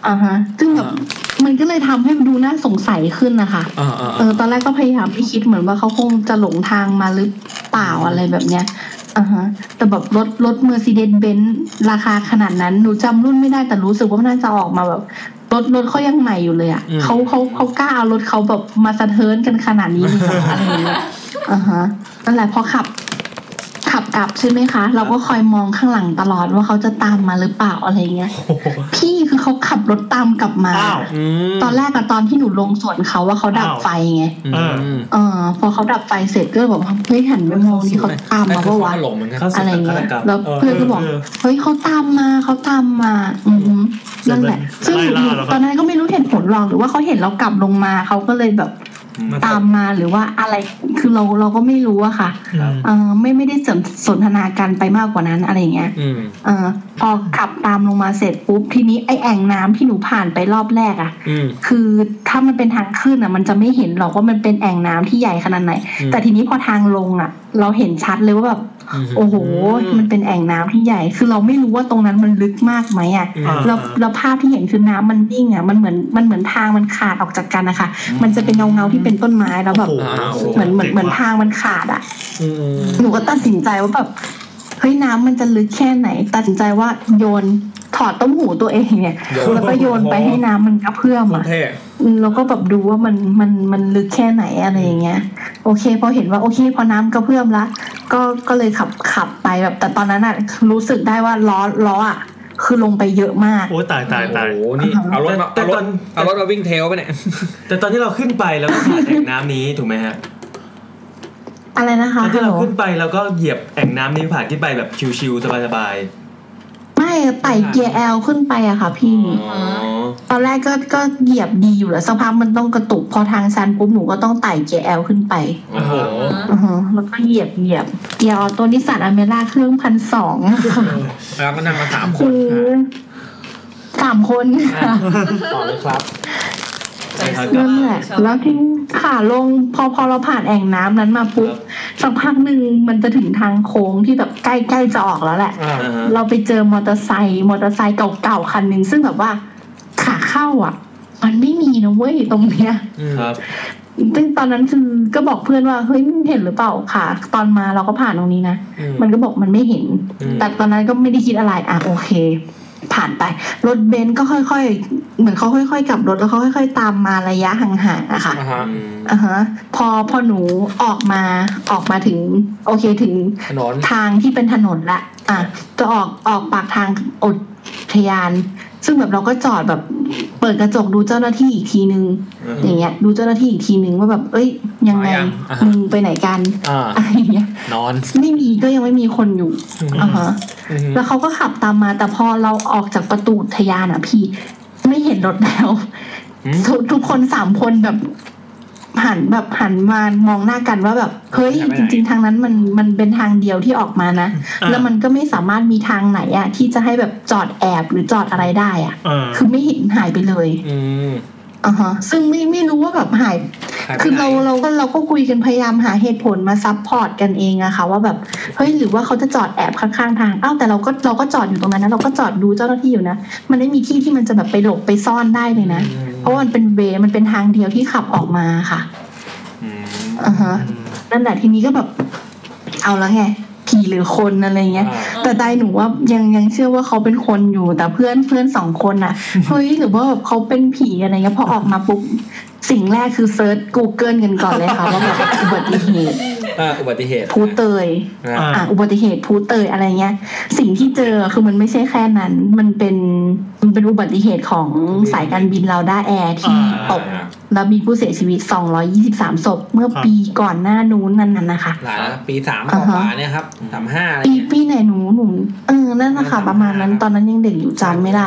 S7: อ่าฮะ ซึ่งแบบ
S3: อ่า
S7: มันก็เลยทำให้ดูน่าสงสัยขึ้นนะคะ
S3: อ่าอ่า
S7: เออ ตอนแรกก็พยายามไม่คิดเหมือนว่าเขาคงจะหลงทางมาหรือเปล่าอะไรแบบเนี้ย อ่าฮะ แต่แบบรถรถเมอร์ซีเดสเบนซ์ราคาขนาดนั้น หนูจำรุ่นไม่ได้แต่รู้สึกว่ามันน่าจะออกมาแบบ รถรถเขายังใหม่อยู่เลยอะ่ะเขาเขาเขากล้าเอารถเขาแบบมาสะเทินกันขนาดนี้เลยเหรออะไรอย่างเงี้ย อ่าฮะ นั่นแหละพอขับ ขับกลับใช่ไหมคะ เราก็คอยมองข้างหลังตลอดว่าเขาจะตามมาหรือเปล่าอะไรอย่างเงี้ย
S1: โอ้โห
S7: พี่คือเขาขับรถตามกลับมา
S1: อ้าว
S3: อืม
S7: ตอนแรกอะตอนที่หนูลงสวนเขาว่าเขาดับไฟไง
S3: เออ
S7: เออ พอเขาดับไฟเสร็จก็เลยบอกว่าเฮ้ยหันไปมองนี่เขาตามมาปะวะ
S3: หลงเหมือนกัน
S5: เข้า
S7: อะ
S5: สู่
S7: ไร
S5: ฆาต
S7: เงี้ย
S5: กรรม
S7: แล้ว
S1: เออ
S7: เพื่อนก็บอก
S1: เออ
S7: เฮ้ยเขาตามมาเขาตามมา อือหือนั่นแหละ
S1: เสร็
S7: ซึ่
S1: จ
S7: ง
S1: แล้วไล่ล่าเหรอครับ
S7: ตอนนั้นก็ไม่รู้เหตุผลหรอกหรือว่าเขาเห็นเรากลับลงมาเขาก็เลยแบบตามมาหรือว่าอะไรคือเราเราก็ไม่รู้อะค่ะ
S1: อืม
S7: เออไม่ไม่ได้สนสนทนากันไปมากกว่านั้นอะไรเงี้ย
S3: อืม
S7: เออพอขับตามลงมาเสร็จปุ๊บทีนี้ไอแอ่งน้ำที่หนูผ่านไปรอบแรกอะ่ะ
S3: อืม
S7: คือถ้ามันเป็นทางขึ้นอะ่ะ มันจะไม่เห็นหรอกว่ามันเป็นแอ่งน้ำที่ใหญ่ขนาดไหน
S3: อืม
S7: แต่ทีนี้พอทางลงอะ่ะ เราเห็นชัดเลยว่าแบบโอ้โหมันเป็นแอ่งน้ำที่ใหญ่ คือเราไม่รู้ว่าตรงนั้นมันลึกมากไหมอะ่ะ
S1: อ่า
S7: แล้วแล้วภาพที่เห็นคือน้ำมันนิ่งอะ่ะมันเหมือนมันเหมือนทางมันขาดออกจากกันนะคะมันจะเป็นเงาเงาๆที่เป็นต้นไม้แล้วแบบ
S1: โอ้โ
S3: โอ้โห
S7: เหมือนเหมือนเหมือนทางมันขาดอ่ะ หนูก็ตัดสินใจว่าแบบเฮ้ยน้ำมันจะลึกแค่ไหน ตัดสินใจว่าโยนถอดต้มหูตัวเองเนี่ย
S3: โยน
S7: แล้วก็โยนไปให้น้ำมันกระเพื่อมอ่ะ
S3: เท่
S7: อืมแล้วก็แบบดูว่ามันมันมันลึกแค่ไหนอะไรอย่างเงี้ย โอเค พอเห็นว่าโอเค พอน้ำกระเพื่อมละก็ก็เลยขับขับไปแบบ แต่ตอนนั้นอ่ะรู้สึกได้ว่าล้อล้ออ่ะคือลงไปเยอะมาก
S1: โอ้ยตายตายตาย
S3: โอ้โห นี่ เอารถมาเอารถเอารถมาวิ่งเทลไปเนี่ย
S5: แต่ตอนที่เราขึ้นไปแล้วก็ผ่านแอ่งน้ำนี้ถูกไหมฮะ
S7: อะไรนะ
S5: ตอ
S7: คะ
S5: น
S7: ฮั
S5: ที่
S7: ลโหล
S5: เราขึ้นไปเราก็เหยียบแอ่งน้ำนี้ผ่านขึ้นไปแบบชิวๆสบาย
S7: ไม่ไต่เกียร์แอลขึ้นไปอะค่ะพี่
S5: ๆ อ๋อ
S7: ตอนแรกก็ก็เหยียบดีอยู่แหล้วสักพักมันต้องกระตุกพอทางชันปุ๊บหนูก็ต้องไต่เกียร์แอลขึ้นไป
S5: โอ้โห
S7: อือฮึแล้วก็เหยียบเหยียบเกียร์ออโต้นิสสันอเมร่าเครื่องพันสองค่ะ
S3: แล้วก็นั่งมาสามคน
S7: คือสามคนค่ะ
S3: ต่อเลยครับ
S4: ใจสู้
S7: นั่นแหละ
S4: ชอบ
S7: แล้วที่ขาลงพอพอเราผ่านแอ่งน้ำนั้นมาปุ๊บ
S5: ครับ
S7: สักพักหนึ่งมันจะถึงทางโค้งที่แบบใกล้ใกล้จะออกแล้วแหละ
S3: อ่า
S5: อ่าฮะ
S7: เราไปเจอมอเตอร์ไซค์มอเตอร์ไซค์เก่าๆคันหนึ่งซึ่งแบบว่าขาเข้าอ่ะ มันไม่มีนะเว้ยตรงเนี้ย
S5: ครับ
S7: ซึ่งตอนนั้นคือก็บอกเพื่อนว่าเฮ้ยมึงเห็นหรือเปล่าค่ะ ตอนมาเราก็ผ่านตรงนี้นะ มันก็บอกมันไม่เห็น
S3: อืม
S7: แต่ตอนนั้นก็ไม่ได้คิดอะไรอ่ะโอเค ผ่านไป รถเบนซ์ก็ค่อยๆ เหมือนเขาค่อยๆกลับรถแล้วเขาค่อย ๆ ตามมาระยะห่างๆอะค่ะ
S3: อ่าฮะ
S7: อ่าฮะ พอพอหนูออกมาออกมาถึง โอเคถึง
S3: ถนน
S7: ทางที่เป็นถนนละอ่ะจะออกออกปากทางอุทยาน ซึ่งแบบเราก็จอดแบบ เปิดกระจกดูเจ้าหน้าที่อีกทีนึง อย่างเงี้ย ดูเจ้าหน้าที่อีกทีนึงว่าแบบ เอ้ย ยังไง
S3: มายังอ่าฮะ
S7: มึงไปไหนกัน
S3: อ่า
S7: อะไรอย่างเงี้ย
S3: นอน
S7: ไม่มีก็ยังไม่มีคนอยู่อ่าฮะ
S3: อืม
S7: แล้วเขาก็ขับตามมาแต่พอเราออกจากประตูอุทยานอะพี่ ไม่เห็นรถแล้ว
S3: อืม
S7: ทุกทุกคนสามคนแบบ หันแบบหันมามองหน้ากันว่าแบบเฮ้ย
S3: ไปไหน
S7: จริง ๆ ทางนั้นมันมันเป็นทางเดียวที่ออกมานะ
S1: อ่า
S7: แล้วมันก็ไม่สามารถมีทางไหนอะที่จะให้แบบจอดแอบหรือจอดอะไรได้อะ
S1: เออ
S7: คือไม่เห็นหายไปเลย
S3: อืม
S7: อ่าฮะซึ่งไม่ไม่รู้ว่าแบบหาย
S3: หยไป
S7: คือเรา
S3: ไหน
S7: เราก็เราก็คุยกันพยายามหาเหตุผลมาซัพพอร์ตกันเองอะค่ะว่าแบบเฮ้ยหรือว่าเขาจะจอดแอบข้างๆทางอ้าวแต่เราก็เราก็จอดอยู่ตรงนั้นนะเราก็จอดดูเจ้าหน้าที่อยู่นะมันไม่มีที่ที่มันจะแบบไปหลบไปซ่อนได้เลยนะ เพราะมันเป็นเวย์มันเป็นทางเดียวที่ขับออกมาค่ะอ่าฮะนั่นแหละทีนี้ก็แบบ เอาละไงผีหรือคนอะไรเงี้ย แต่ใจหนูว่ายังยังเชื่อว่าเขาเป็นคนอยู่แต่เพื่อนเพื่อนสองคน น่ะ เฮ้ยหรือว่าแบบเขาเป็นผีอะไรเงี้ยพอออกมาปุ๊บสิ่งแรกคือเซิร์ช Google กันก่อนเลยค่ะ ว่าแบบอุบัติเหตุ
S3: อ่าอุบัติเหตุ
S7: ผู้เตย
S3: นะ
S1: อ่า
S7: อ่ะอุบัติเหตุผู้เตยอะไรเงี้ย สิ่งที่เจอคือมันไม่ใช่แค่นั้น มันเป็นมันเป็นอุบัติเหตุของสายการบินลาวด้าแอร์ที่ตกแล้วมีผู้เสียชีวิต 223ศพเมื่อปีก่อนหน้านู้นนั่นน่ะนะคะ
S3: หลานปีสามก
S7: อ่าฮะ
S3: ว่าๆเนี่ยครับสามห้าอะไร
S7: ปี
S3: เงี้ย
S7: ปีไหนหนูหนูเออนั่นนะคะประมาณนั้นตอนนั้นยังเด็กอยู่จำไม่ได้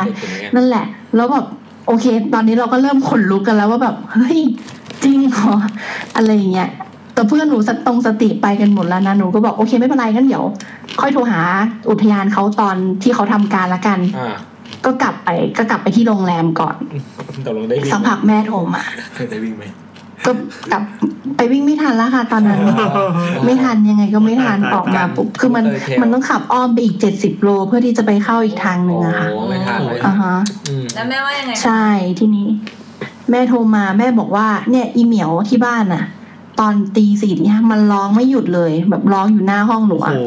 S7: นั่นแหละ แล้วแบบโอเค ตอนนี้เราก็เริ่มขนลุกกันแล้วว่าแบบเฮ้ยจริงเหรออะไรอย่างเงี้ยแต่เพื่อนหนูสตรงสติไปกันหมดแล้วนะหนูก็บอกโอเคไม่เป็นไรงั้นเดี๋ยว ค่อยโทรหาอุทยานเขาตอนที่เขาทำการละกัน
S3: อ่า
S7: ก็กลับไปก็กลับไปที่โรงแรมก่อน
S3: ตกลงได้บิน
S7: สักพักแม่โทรมา
S5: ได้วิ่งไหม
S7: ก็กลับไปวิ่งไม่ทันแล้วค่ะ ตอนนั้น ไม่ทันยังไงก็ไม่ทัน
S1: ตายตาย
S7: ออกมาปุ๊บคือมันมันต้องขับอ้อมไปอีกเจ็ดสิบโลเพื่อที่จะไปเข้าอีกทางหนึ่งอะค่ะ
S3: โอ้ไม่ทันเลย
S7: อ่าฮะ
S3: อืม
S4: แล้วแม่ว่ายังไง
S7: ใช่ทีนี้ แม่โทรมาแม่บอกว่า เนี่ยอีเหมียวที่บ้านน่ะ ตอนตีสี่ตีห้ามันร้องไม่หยุดเลย แบบร้องอยู่หน้าห้องหนู
S1: โอ้
S7: อะ
S1: โห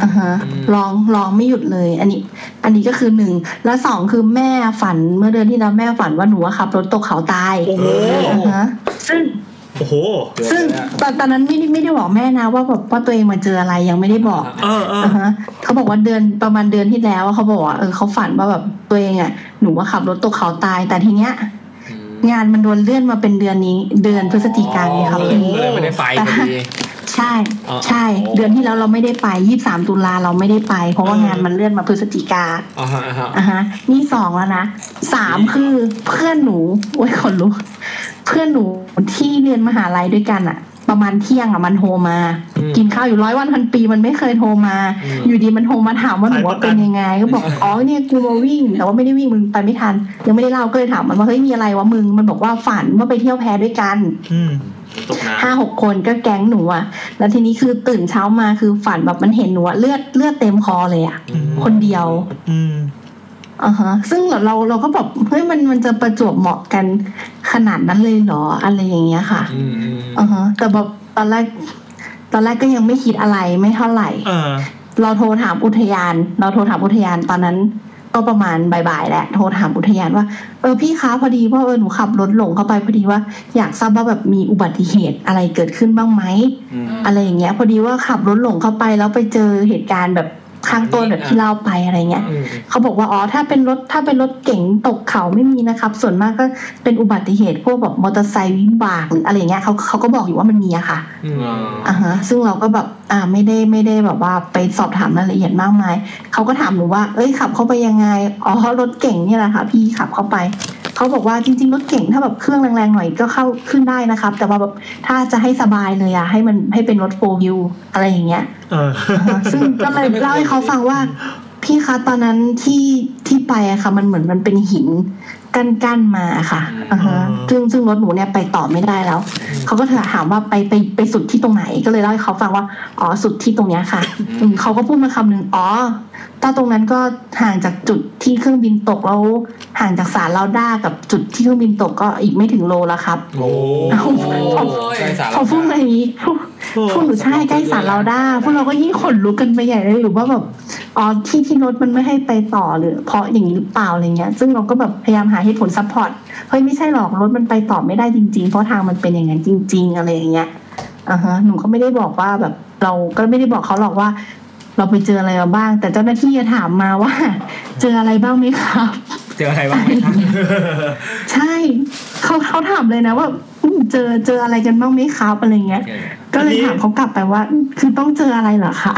S7: อ่ะฮะร้องร้องไม่หยุดเลย อันนี้ อันนี้ก็คือหนึ่งและสองคือแม่ฝันเมื่อเดือนที่แล้วแม่ฝันว่าหนูอะขับรถตกเขาตาย
S1: โอ้โห
S7: อ่ะฮะซึ่ง
S1: โอ้โห
S7: ซึ่งตอนตอนนั้นไม่ได้ไม่ได้บอกแม่นะว่าแบบว่าตัวเองมาเจออะไรยังไม่ได้บอก
S1: เออเออ
S7: อ่าฮะเขาบอกว่าเดือนประมาณเดือนที่แล้วอะเขาบอกว่าเออเขาฝันว่าแบบตัวเองอ่ะหนูว่าขับรถตกเขาตาย แต่ทีเนี้ย งานมันโดนเลื่อนมาเป็นเดือนนี้ เดือนพฤศจิกายนไงครับ
S3: อ๋อ
S7: พี่
S3: ก็เลยไม่ได้ไปพอดี
S7: ใช่
S3: อ๋อ
S7: ใช่
S3: อ๋อ
S7: เดือนที่แล้วเราไม่ได้ไปยี่สามตุลาเราไม่ได้ไป เพราะว่า
S1: เออ
S7: งานมันเลื่อนมาพฤศจิกา
S3: อ่าฮะอ่าฮะ
S7: อ่ะฮะ นี่สองแล้วนะสามคือเพื่อนหนูโอ้ยขนลุกเพื่อนหนูที่เรียนมหาลัยด้วยกันอ่ะ ประมาณเที่ยงอ่ะมันโทรมา
S3: อืม
S7: กินข้าวอยู่ร้อยวันพันปีมันไม่เคยโทรมา
S3: อืม
S7: อยู่ดีมันโทรมาถามว่าหนู
S1: สายประ
S7: ว่า
S1: กั
S7: เป็น นยังไง ก็บอก อ๋อเนี่ยกูมาวิ่งแต่ว่าไม่ได้วิ่งมึงไปไม่ทัน ยังไม่ได้เล่าก็เลยถามมันว่าเฮ้ยมีอะไรวะมึงมันบอกว่าฝันว่าไปเที่ยวแพด้วยกัน
S1: อืม
S5: ตกน้
S7: ห้าหกคนก็แก๊งหนูอะแล้วทีนี้คือตื่นเช้ามาคือฝันแบบมันเห็นหนูอะเลือดเลือดเต็มคอเลยอะ
S1: อืม
S7: คนเดียว
S1: อืม
S7: อ่าฮะ ซึ่งเราเราเราก็แบบเฮ้ยมันมันจะประจวบเหมาะกันขนาดนั้นเลยเหรออะไรอย่างเงี้ยค่ะ
S3: อืมอืม
S7: อ่าฮะแต่แบบตอนแรก ตอนแรกก็ยังไม่คิดอะไรไม่เท่าไหร่
S1: เออ
S7: เราโทรถามอุทยาน เราโทรถามอุทยานตอนนั้น ก็ประมาณบ่ายๆแหละ โทรถามอุทยานว่า เออพี่คะพอดีว่าเออหนูขับรถหลงเข้าไปพอดีว่า อยากทราบว่าแบบมีอุบัติเหตุอะไรเกิดขึ้นบ้างไหม
S5: ำอืม
S7: อะไรอย่างเงี้ย พอดีว่าขับรถหลงเข้าไปแล้วไปเจอเหตุการณ์แบบข้างต้นแบบที่เล่าไปอะไรเงี้ย
S3: อืม
S7: เขาบอกว่าอ๋อถ้าเป็นรถถ้าเป็นรถเก๋งตกเขาไม่มีนะครับ ส่วนมากก็เป็นอุบัติเหตุพวกแบบมอเตอร์ไซค์วิบากหรืออะไรเงี้ยเขาเขาก็บอกอยู่ว่ามันมีอะค่ะ
S3: อืม
S7: อ่าฮะซึ่งเราก็แบบอ่าไม่ได้ไม่ได้แบบว่าไปสอบถามรายละเอียดมากมายเขาก็ถามหนูว่า เอ้ยขับเข้าไปยังไงอ๋อรถเก่งเนี่ยแหละค่ะพี่ขับเข้าไปเขาบอกว่าจริง ๆ รถเก่งถ้าแบบเครื่องแรงๆหน่อยก็เข้าขึ้นได้นะครับ แต่ว่าแบบถ้าจะให้สบายเลยอะให้มันให้เป็นรถโฟล์วิวอะไรอย่างเงี้ย
S1: เออ
S7: ซึ่งก็เลยเล่าให้เขาฟังว่า พี่คะตอนนั้นที่ที่ไปอะค่ะ มันเหมือนมันเป็นหินกั้นกั้นๆมาค่ะอ่าฮะ
S1: อืม
S7: ซึ่งซึ่งรถหนูเนี่ยไปต่อไม่ได้แล้ว เขาก็ถามว่าไปไปไปสุดที่ตรงไหนก็เลยเล่าให้เขาฟังว่าอ๋อสุดที่ตรงเนี้ยค่ะอืมเขาก็พูดมาคำหนึ่งอ๋อถ้าตรงนั้นก็ห่างจากจุดที่เครื่องบินตกแล้วห่างจากสารเราด้ากับจุดที่เครื่องบินตกก็อีกไม่ถึงโลละครับ
S3: โอ้
S7: เอ้า
S3: ใกล้สาร
S7: เขาพูดอะไรนี้ พวกหนูใช่ใกล้สารเราได้พวกเราก็ยิ่งขนลุกกันไปใหญ่เลยหรือว่าแบบอ๋อที่ที่รถมันไม่ให้ไปต่อหรือ เพราะอย่างนี้หรือเปล่าอะไรเงี้ย ซึ่งเราก็แบบพยายามหาเหตุผลซัพพอร์ตเฮ้ยไม่ใช่หรอกรถมันไปต่อไม่ได้จริง ๆ เพราะทางมันเป็นอย่างนั้นจริง ๆ อะไรอย่างเงี้ยอ่าฮะหนูก็ไม่ได้บอกว่าแบบเราก็ไม่ได้บอกเขาหรอกว่า เราไปเจออะไรมาบ้าง แต่เจ้าหน้าที่จะถามมาว่า เจออะไรบ้างไหมครับ
S3: เจออะไรบ้างไหมครับ
S7: ใช่เขาเขาถามเลยนะว่าอืมเจอเจออะไรกันบ้างไหมครับอะไรเงี้ย ก็เลยถามเขากลับไปว่า คือต้องเจออะไรเหรอ คะ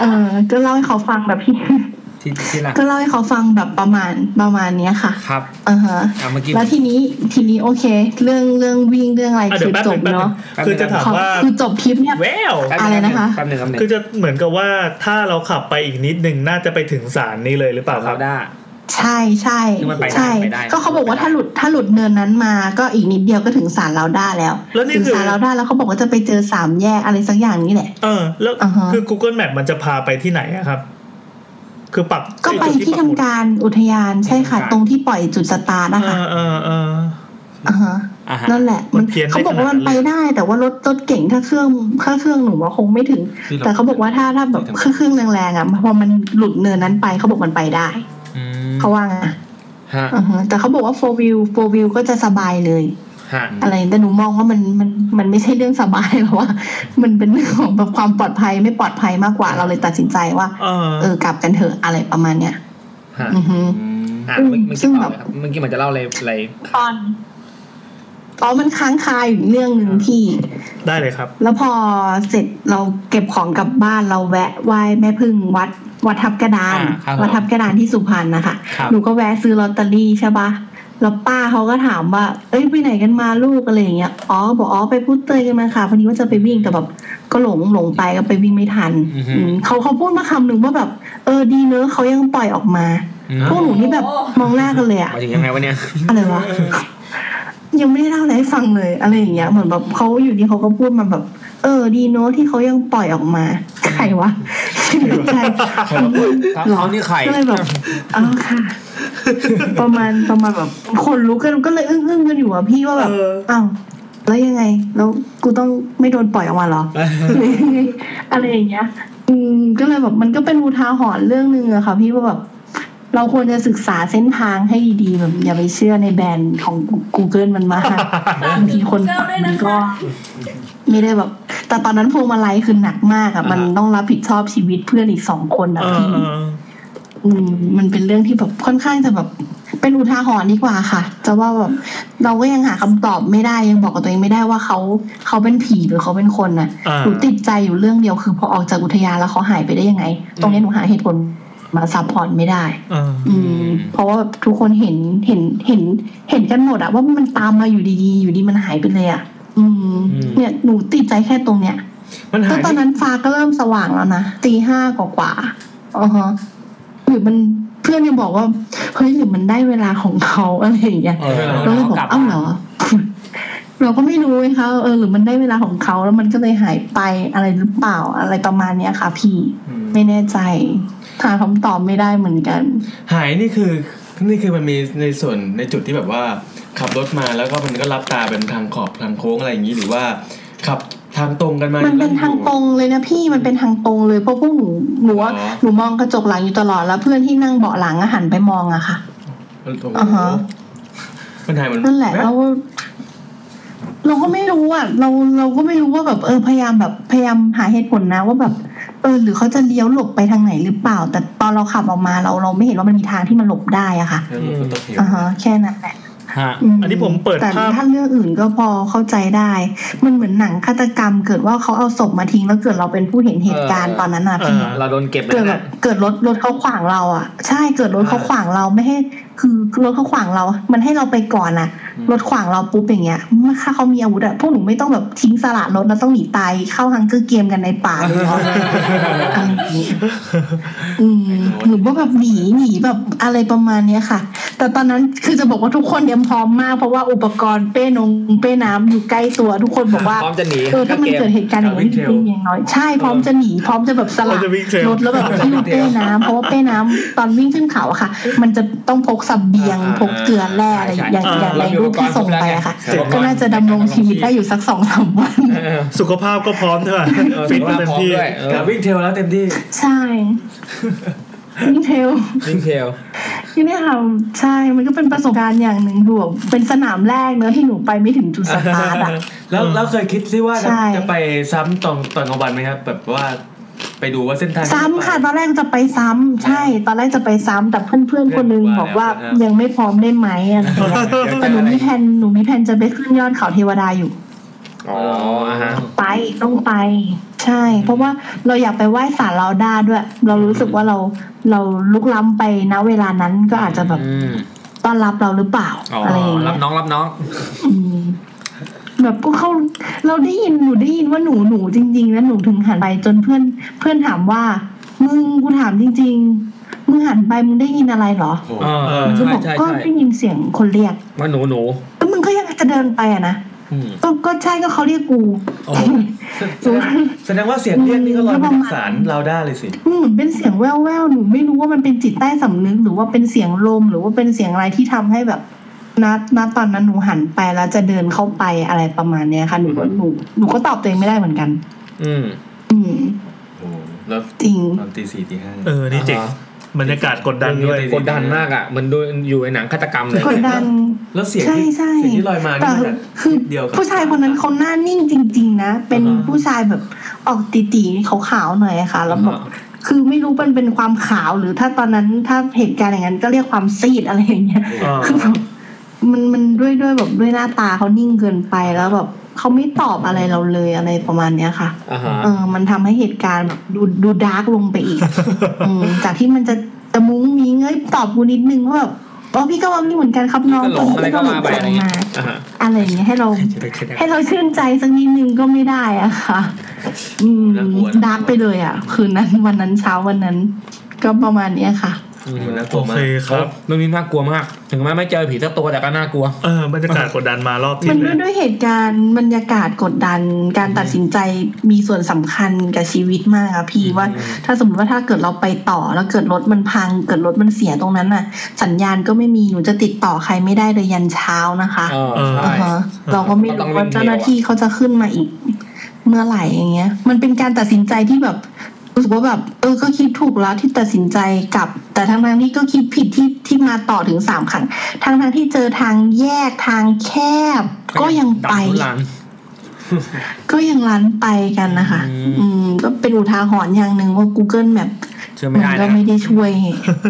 S7: เออ ก็เล่าให้เขาฟังแบบพี่
S3: ที่ที่ละ
S7: ก็เล่าให้เขาฟังแบบประมาณประมาณเนี้ยค่ะ
S3: ครับ
S7: อ่าฮะ
S3: อ่ะเมื่อกี้
S7: แล้วทีนี้ทีนี้โอเค เรื่องเรื่องวิ่งเรื่องอะไร
S1: อ่ะ
S7: คื
S1: เดี๋ยว
S7: อ
S1: แป๊บ
S7: จ
S1: หนึ
S7: บ
S1: งแป๊บหนึ
S7: เนาะ
S1: งคือจะถาม
S7: ขอ
S1: ว่า
S7: คือจบคลิปเนี่ย
S1: แวว
S3: แป๊บหง
S7: อะไรนะคะ
S3: แป๊บหนึงแป๊บหนึง
S1: คือจะเหมือนกับว่าถ้าเราขับไปอีกนิดนึงน่าจะไปถึงศาลนี้เลยหรือเปล่าครั
S3: เรา
S1: บ
S3: ได้
S7: ใช่ใช่
S3: คือมันไปได้
S7: ใช่
S3: ไปได้
S7: ก็เขาบอกว่าถ้าหลุดถ้าหลุดเนินนั้นมาก็อีกนิดเดียวก็ถึงสารเราได้แล้ว
S1: แล้วนี่
S7: ถึง
S1: คือ
S7: สารเราได้แล้วเขาบอกว่าจะไปเจอสามแยกอะไรสักอย่างนี้แหละ
S1: เออ แล้ว
S7: อ่าฮะ
S1: คือ Google Map มันจะพาไปที่ไหนอะครับ คือปัก
S7: ก็ไปที่ทำการอุทยานใช่ค่ะ
S3: ที่ทำการ
S7: ตรงที่ปล่อยจุดสตาร์ท
S1: เอ
S7: นะคะ
S1: อเออเออ
S7: อ่าฮะ
S3: อ่ะฮะ
S7: นั่นแหละ
S1: มันเพี้ยนได้
S7: เขาบอกว่ามัน
S1: ขนาดนั้
S7: ไป
S1: นเลย
S7: ได้ แต่ว่ารถรถเก่งถ้าเครื่องถ้าเครื่องหนูว่าคงไม่ถึง
S5: ที่ร
S7: แต่เขาบอกว่าถ้าถ้าแบบเครื่องเครื่องแรงๆอ่ะพอมันหลุดเนินนั้นไปเขาบอกมันไปได้
S3: อืม
S7: เขาว่าไงอ่ะ
S3: ฮะ
S7: อือฮึแต่เขาบอกว่าโฟวิวโฟวิวก็จะสบายเลย
S3: ฮะ
S7: อะไรแต่หนูมองว่ามันมันมันไม่ใช่เรื่องสบาย หรอกว่า มันเป็นเรื่องของแบบความปลอดภัยไม่ปลอดภัยมากกว่าเราเลยตัดสินใจว่า
S1: เออ
S7: เออกลับกันเถอะอะไรประมาณเนี้ย
S3: ฮะ
S7: อือฮึ
S5: อืม
S3: อ่ะเมื่อเมื่อ
S7: ซึ่
S3: กี้
S7: ง
S3: ต่อ
S7: แบบ
S3: เลยครับเมื่อกี้มันจะเล่าอะไรอะไร
S7: ตอนอ๋อมันค้างคาอยู่เรื่องหนึ่งพี่
S1: ได้เลยครับ
S7: แล้วพอเสร็จเราเก็บของกลับบ้านเราแวะไหว้แม่พึ่งวัดวัดทับกระดาน
S3: อ่าครับผม
S7: วัดทับกระดานที่สุพรรณนะคะ
S3: ครับ
S7: หนูก็แวะซื้อลอตเตอรี่ใช่ปะแล้วป้าเขาก็ถามว่า เอ้ยไปไหนกันมาลูกอะไรอย่างเงี้ยอ๋อบอกอ๋อไปพูดเตยกันมาค่ะพอดีว่าจะไปวิ่งแต่แบบก็หลงหลงไปก็ไปวิ่งไม่ทันอืมเขาเขาพูดมาคำหนึ่งว่าแบบเออดีเนอะเขายังปล่อยออกมา
S3: อืม
S7: พวกหนูนี่แบบมองหน้ากันเลยอะ
S3: หมายถึงยังไงวะเนี่ย
S7: อะไรวะยังไม่ได้เล่าอะไรให้ฟังเลย อะไรอย่างเงี้ยเหมือนแบบเขาอยู่ดีเขาก็พูดมาแบบ เออ ดีเนอะที่เขายังปล่อยออกมาใครวะใช่
S3: ใครวะ
S7: หรอ
S3: เขานี่ใคร
S7: ก็เลยแบบอ๋อค่ะ ประมาณประมาณแบบคนรู้กันก็เลยอึ้งอึ้งๆกันอยู่อะพี่ว่าแบบ
S1: เออ
S7: อ้าวแล้วยังไง แล้วกูต้องไม่โดนปล่อยออกมา เหรอ อะไรอย่างเงี้ย อืมก็เลยแบบมันก็เป็นอุทาหรณ์เรื่องหนึ่งอะค่ะพี่ว่าแบบเราควรจะศึกษาเส้นทางให้ดีๆแบบอย่าไปเชื่อในแบรนด์ของ Google มันมาก บางทีคน
S4: เก้าด้วย
S7: มั
S4: นะ
S7: น
S4: คะ
S7: ก็ไม่ได้แบบ แต่ตอนนั้นพวงมาลัยคือหนักมากอะมันต้องรับผิดชอบชีวิตเพื่อนอีกสองคนอะ
S1: เออ
S7: พี่
S1: เออ
S7: อืมมันเป็นเรื่องที่แบบค่อนข้างจะแบบ เป็นอุทาหรณ์ดีกว่าค่ะ จะว่าแบบเราก็ยังหาคำตอบไม่ได้ยังบอกกับตัวเองไม่ได้ว่าเขาเขาเป็นผีหรือเขาเป็นคนอะ
S1: อ่า
S7: หนูติดใจอยู่เรื่องเดียวคือพอออกจากอุทยานแล้วเขาหายไปได้ยังไง ตรงนี้หนูหาเหตุผลมาซัพพอร์ตไม่ได้
S1: อ่า
S7: อืม เพราะว่าแบบทุกคนเห็นเห็นเห็นเห็นกันหมดอะว่ามันตามมาอยู่ดีๆ อยู่ดีมันหายไปเลยอะอืม
S3: อืม
S7: เนี่ยหนูติดใจแค่ตรงเนี้ย
S5: มัน
S7: ก็
S5: หาย
S7: ตอนนั้นฟ้าก็เริ่มสว่างแล้วนะตีห้ากว่ากว่าๆอ๋อฮะหรือมันเพื่อนยังบอกว่าเฮ้ยหรือมันได้เวลาของเขาอะไรอย่างเงี้ย
S3: เออ
S7: เราเลยบอก
S3: กลับ
S7: เอ้าเหรอ เราก็ไม่รู้นะคะเออหรือมันได้เวลาของเขาแล้วมันก็เลยหายไปอะไรหรือเปล่าอะไรประมาณเนี้ยค่ะ พี่ ไม่แน่ใจหาคำตอบไม่ได้เหมือนกัน
S5: หายนี่คือนี่คือมันมีในส่วนในจุดที่แบบว่า ขับรถมาแล้วก็มันก็รับตาเป็นทางขอบทางโค้งอะไรอย่างนี้หรือว่า ขับทางตรงกันมา
S7: มันเป็นทางตรงเลยนะพี่มันเป็นทางตรงเลยเพราะพวกหนูหนูว่าหนูมองกระจกหลังอยู่ตลอดแล้วเพื่อนที่นั่งเบาะหลังอะหันไปมองอะค่ะ
S5: โอ้โห
S7: อ่าฮะ
S5: มันหายเหมือน
S7: นั่นแหละเราเราก็ไม่รู้อ่ะ เราเราก็ไม่รู้ว่าแบบเออพยายามแบบพยายามหาเหตุผลนะ ว่าแบบ เออ หรือเขาจะเลี้ยวหลบไปทางไหนหรือเปล่า แต่ตอนเราขับออกมาเราเราไม่เห็นว่ามันมีทางที่มันหลบได้อะค่ะ
S5: แล้วรถก็ต้องเหว
S7: อ่าฮะแค่นั้นแหละ
S3: ฮะ
S7: ม
S1: อันนี้ผมเปิด
S7: แต่
S1: ภาพ
S7: ถ้าเรื่องอื่นก็พอเข้าใจได้ มันเหมือนหนังฆาตกรรม เกิดว่าเขาเอาศพมาทิ้งแล้วเกิดเราเป็นผู้เห็นเหตุการณ์
S3: เออ
S7: ตอนนั้นอะ
S1: อ่
S7: พี่
S1: า
S3: เราโดนเก็บเล
S7: เกิ
S3: ย
S7: ดแบ
S3: นะ
S7: บเกิดรถรถเขาขวางเราอ่ะ ใช่เกิดรถเขาขวางเราไม่ให้คือรถเขาขวางเรา มันให้เราไปก่อนอ่ะ รถขวางเราปุ๊บอย่างเงี้ยถ้าเขามีอาวุธอ่ะพวกหนูไม่ต้องแบบทิ้งสลัดรถแล้วต้องหนีตายเข้าฮังเกอร์เกมกันในป่าเลยเหรออะไรอย่างเงี้ยอืมหรือว่าแบบหนีหนีแบบอะไรประมาณเนี้ยค่ะ แต่ตอนนั้นคือจะบอกว่าทุกคนเตรียมพร้อมมาก เพราะว่าอุปกรณ์เป้นงเป้น้ำอยู่ใกล้ตัวทุกคนบอกว่า
S3: พร้อมจะหนี
S7: เออถ้ามันเกิดเหตุการณ์อย่างนี้จริงๆอย่างน้อยใช่พร้อมจะหนีพร้อมจะแบบสลั
S1: พร้
S7: ด
S1: อมจะวิ่งเทรล
S7: รถแล้ว แบบที่เป้น้ำเพราะว่าเป้น้ำตอนวิ่งขึ้นเขาอะค่ะ มันจะต้องพกสเบียงพกเกลือแร่อะไรอย่างอย่างอย่างในรูปที่ส่งไปอะค่ะ ก็น่าจะดำรงชีวิตได้อยู่สักสองสาม วัน
S3: เออ
S1: สุขภาพก็พร้อมใช่ไหม
S3: เออ
S1: ฟิต
S3: สุขภาพ
S1: เต็ม
S3: พร้อม
S1: ที่
S3: ด้วยเออ
S5: กับวิ่งเทรลแล้วเต็มที่
S7: ใช่วิ่งเทรล
S3: วิ่งเทล
S7: ที่เนี่ยค่ะใช่ มันก็เป็นประสบการณ์อย่างหนึ่งดูแบบเป็นสนามแรกเนอะที่หนูไปไม่ถึงจุดสตาร์ทอะ
S5: แล้วแล้วเคยคิดซิว่าจะ
S7: ใช่
S5: จะไปซ้ำตอนตอนกลางวันไหมครับแบบว่า ไปดูว่าเส้นทาง
S7: ซ้ำค่ะต
S5: ที่
S7: อนแรกจะไปซ้ำใช่ ตอนแรกจะไปซ้ำแต่เพื่อนๆคนนึงบอกว่ายังไม่พร้อมได้ไหมอะไรอย่างเงี้ยแต่หนูมีแผนหนูมีแผนจะไปขึ้นยอดเขาเทวดาอยู่
S3: อ๋ออ่ะฮะ
S7: ไปต้องไป ใช่ เพราะว่าเราอยากไปไหว้ศาลเราได้าด้วย เรารู้สึกว่าเราเราลุกล้ำไปณเวลานั้นก็อาจจะแบบ
S3: อืม
S7: ต้อนรับเราหรือเปล่า
S3: อ๋อ
S7: อะไรอย่าง
S3: รั
S7: เงี้
S3: บ
S7: ย
S3: น้องรับน้อง
S7: อืมแบบก็เขาเราได้ยินหนูได้ยินว่าหนูหนูจริงๆแล้วหนูถึงหันไปจนเพื่อน เพื่อนถามว่า มึงกูถามจริง ๆ มึงหันไปมึงได้ยินอะไรเหรอ
S5: โอ้โห
S3: เออเออ
S7: ก็
S3: ใช่
S7: บอก
S3: ใช่
S7: ก็
S3: ใช่
S7: ได้ยินเสียงคนเรียก
S3: ว่าหนูหนู
S7: แล้วมึงก็ยังจะเดินไปอ่ะนะ
S3: อืม
S7: ก็ก็ใช่ก็เขาเรียกกู
S3: โอ้โห
S7: หนู
S5: แสดงว่าเสียงเรียกนี่ก็ลอยมาจากสารเราได้เลยสิ
S7: มันเหมือนเป็นเสียงแว่วๆ หนูไม่รู้ว่ามันเป็นจิตใต้สำนึก หรือว่าเป็นเสียงลม หรือว่าเป็นเสียงอะไรที่ทำให้แบบณณตอนนั้นหนูหันไปแล้วจะเดินเข้าไปอะไรประมาณเนี้ยค่ะ หนูก็หนูหนูก็ตอบตัวเองไม่ได้เหมือนกัน
S3: อืม
S7: อืม
S5: โอ้โหแล้ว
S7: จริง
S5: ตอนตีสี่ตีห้า
S1: เออนี่เจ๋ง
S3: อ่าฮะ
S1: บรรยากาศกดดันด้วย
S3: กดดันมากอ่ะเหมันดูอยู่ในหนังฆาตกรรมเลย
S7: กดดัน
S5: แล้วเสียง
S7: ใช่
S5: ที่
S7: ใช่
S5: เสียงที่ลอยมานี่
S7: แต่
S5: มันแบบ
S7: คือ
S5: นิดเดียวกับ
S7: ผู้ชายคนนั้นเขาหน้านิ่งจริง ๆ นะ เป็น
S5: อ่าฮะ
S7: ผู้ชายแบบออกตีๆขาวๆหน่อยอะค่ะ แล้วแบบคือไม่รู้มันเป็นความขาวหรือถ้าตอนนั้นถ้าเหตุการณ์อย่างนั้นก็เรียกความซีดอะไรอย่างเงี้ย
S1: เออ
S7: คือแบบมันมันด้วยด้วยแบบด้วยหน้าตาเขานิ่งเกินไปแล้วแบบเขาไม่ตอบอะไรเราเลยอะไรประมาณเนี้ยค่ะ
S3: อ่าฮะ
S7: เออ มันทำให้เหตุการณ์แบบดูดูดาร์กลงไป อีก อืมจากที่มันจะจะมุ้งมีเงยตอบกูนิดนึงว่าแบบอ๋อพี่ก็ว่ามีเหมือนกันครับน้อง
S3: ก็หลงอะไรก็ว่าไป
S7: ตน
S3: อะไร
S7: นี้
S3: เงี้
S7: ก็
S3: ย
S7: หลง
S3: อ่าฮะ
S7: อะไรอย่างเงี้ยให้ เรา ให้เราชื่นใจสักนิดนึงก็ไม่ได้อะค่ะ อืม
S5: น่ากลัวนะ
S7: ดาร์กไปเลยอ่ะ คืนนั้นวันนั้นเช้าวันนั้น ก็ประมาณเนี้ยค่ะ
S3: อืม
S5: โอ้โหน่ากลั
S1: โอ
S5: วมา
S1: เค
S5: ก
S1: ครับ
S3: เรื่องนี้น่ากลัวมาก ถึงแม้ไม่เจอผีสักตัวแต่ก็น่ากลัว
S1: เออบรรยากาศกดดันมารอบที่
S7: มัน
S1: เล
S7: ด้วย
S1: ย
S7: ด้วยเหตุการณ์บรรยากาศกดดัน การตัดสินใจมีส่วนสำคัญกับชีวิตมากอะพี่ว่า ถ้าสมมติว่าถ้าเกิดเราไปต่อแล้วเกิดรถมันพัง เกิดรถมันเสียตรงนั้นน่ะ สัญญาณก็ไม่มีหนูจะติดต่อใครไม่ได้เลยยันเช้านะคะ
S3: เออใช่
S7: อ่าฮะเราก็ไม่
S3: ต้องเร่
S7: รู้
S3: ง
S7: ว่าเจ้าหน้าที่เขาจะขึ้นมาอีก เมื่อไหร่อย่างเงี้ย มันเป็นการตัดสินใจที่แบบรู้สึกว่าแบบ เออก็คิดถูกแล้วที่ตัดสินใจกลับ แต่ทั้งทั้งๆที่ก็คิดผิดที่ที่มาต่อถึงสามครั้งทั้งทั้งๆที่เจอทางแยกทางแคบ ก็ยังไป
S3: ดับทุลัง
S7: ก็ยังรันไปกันนะคะ
S3: อืม
S7: อืม ก็เป็นอุทาหรณ์อย่างหนึ่งว่า Google Map
S3: เชื่อ
S7: มั
S3: ไม่
S7: น
S3: ได้
S7: ก็
S3: นะ
S7: ไม่ได้ช่วย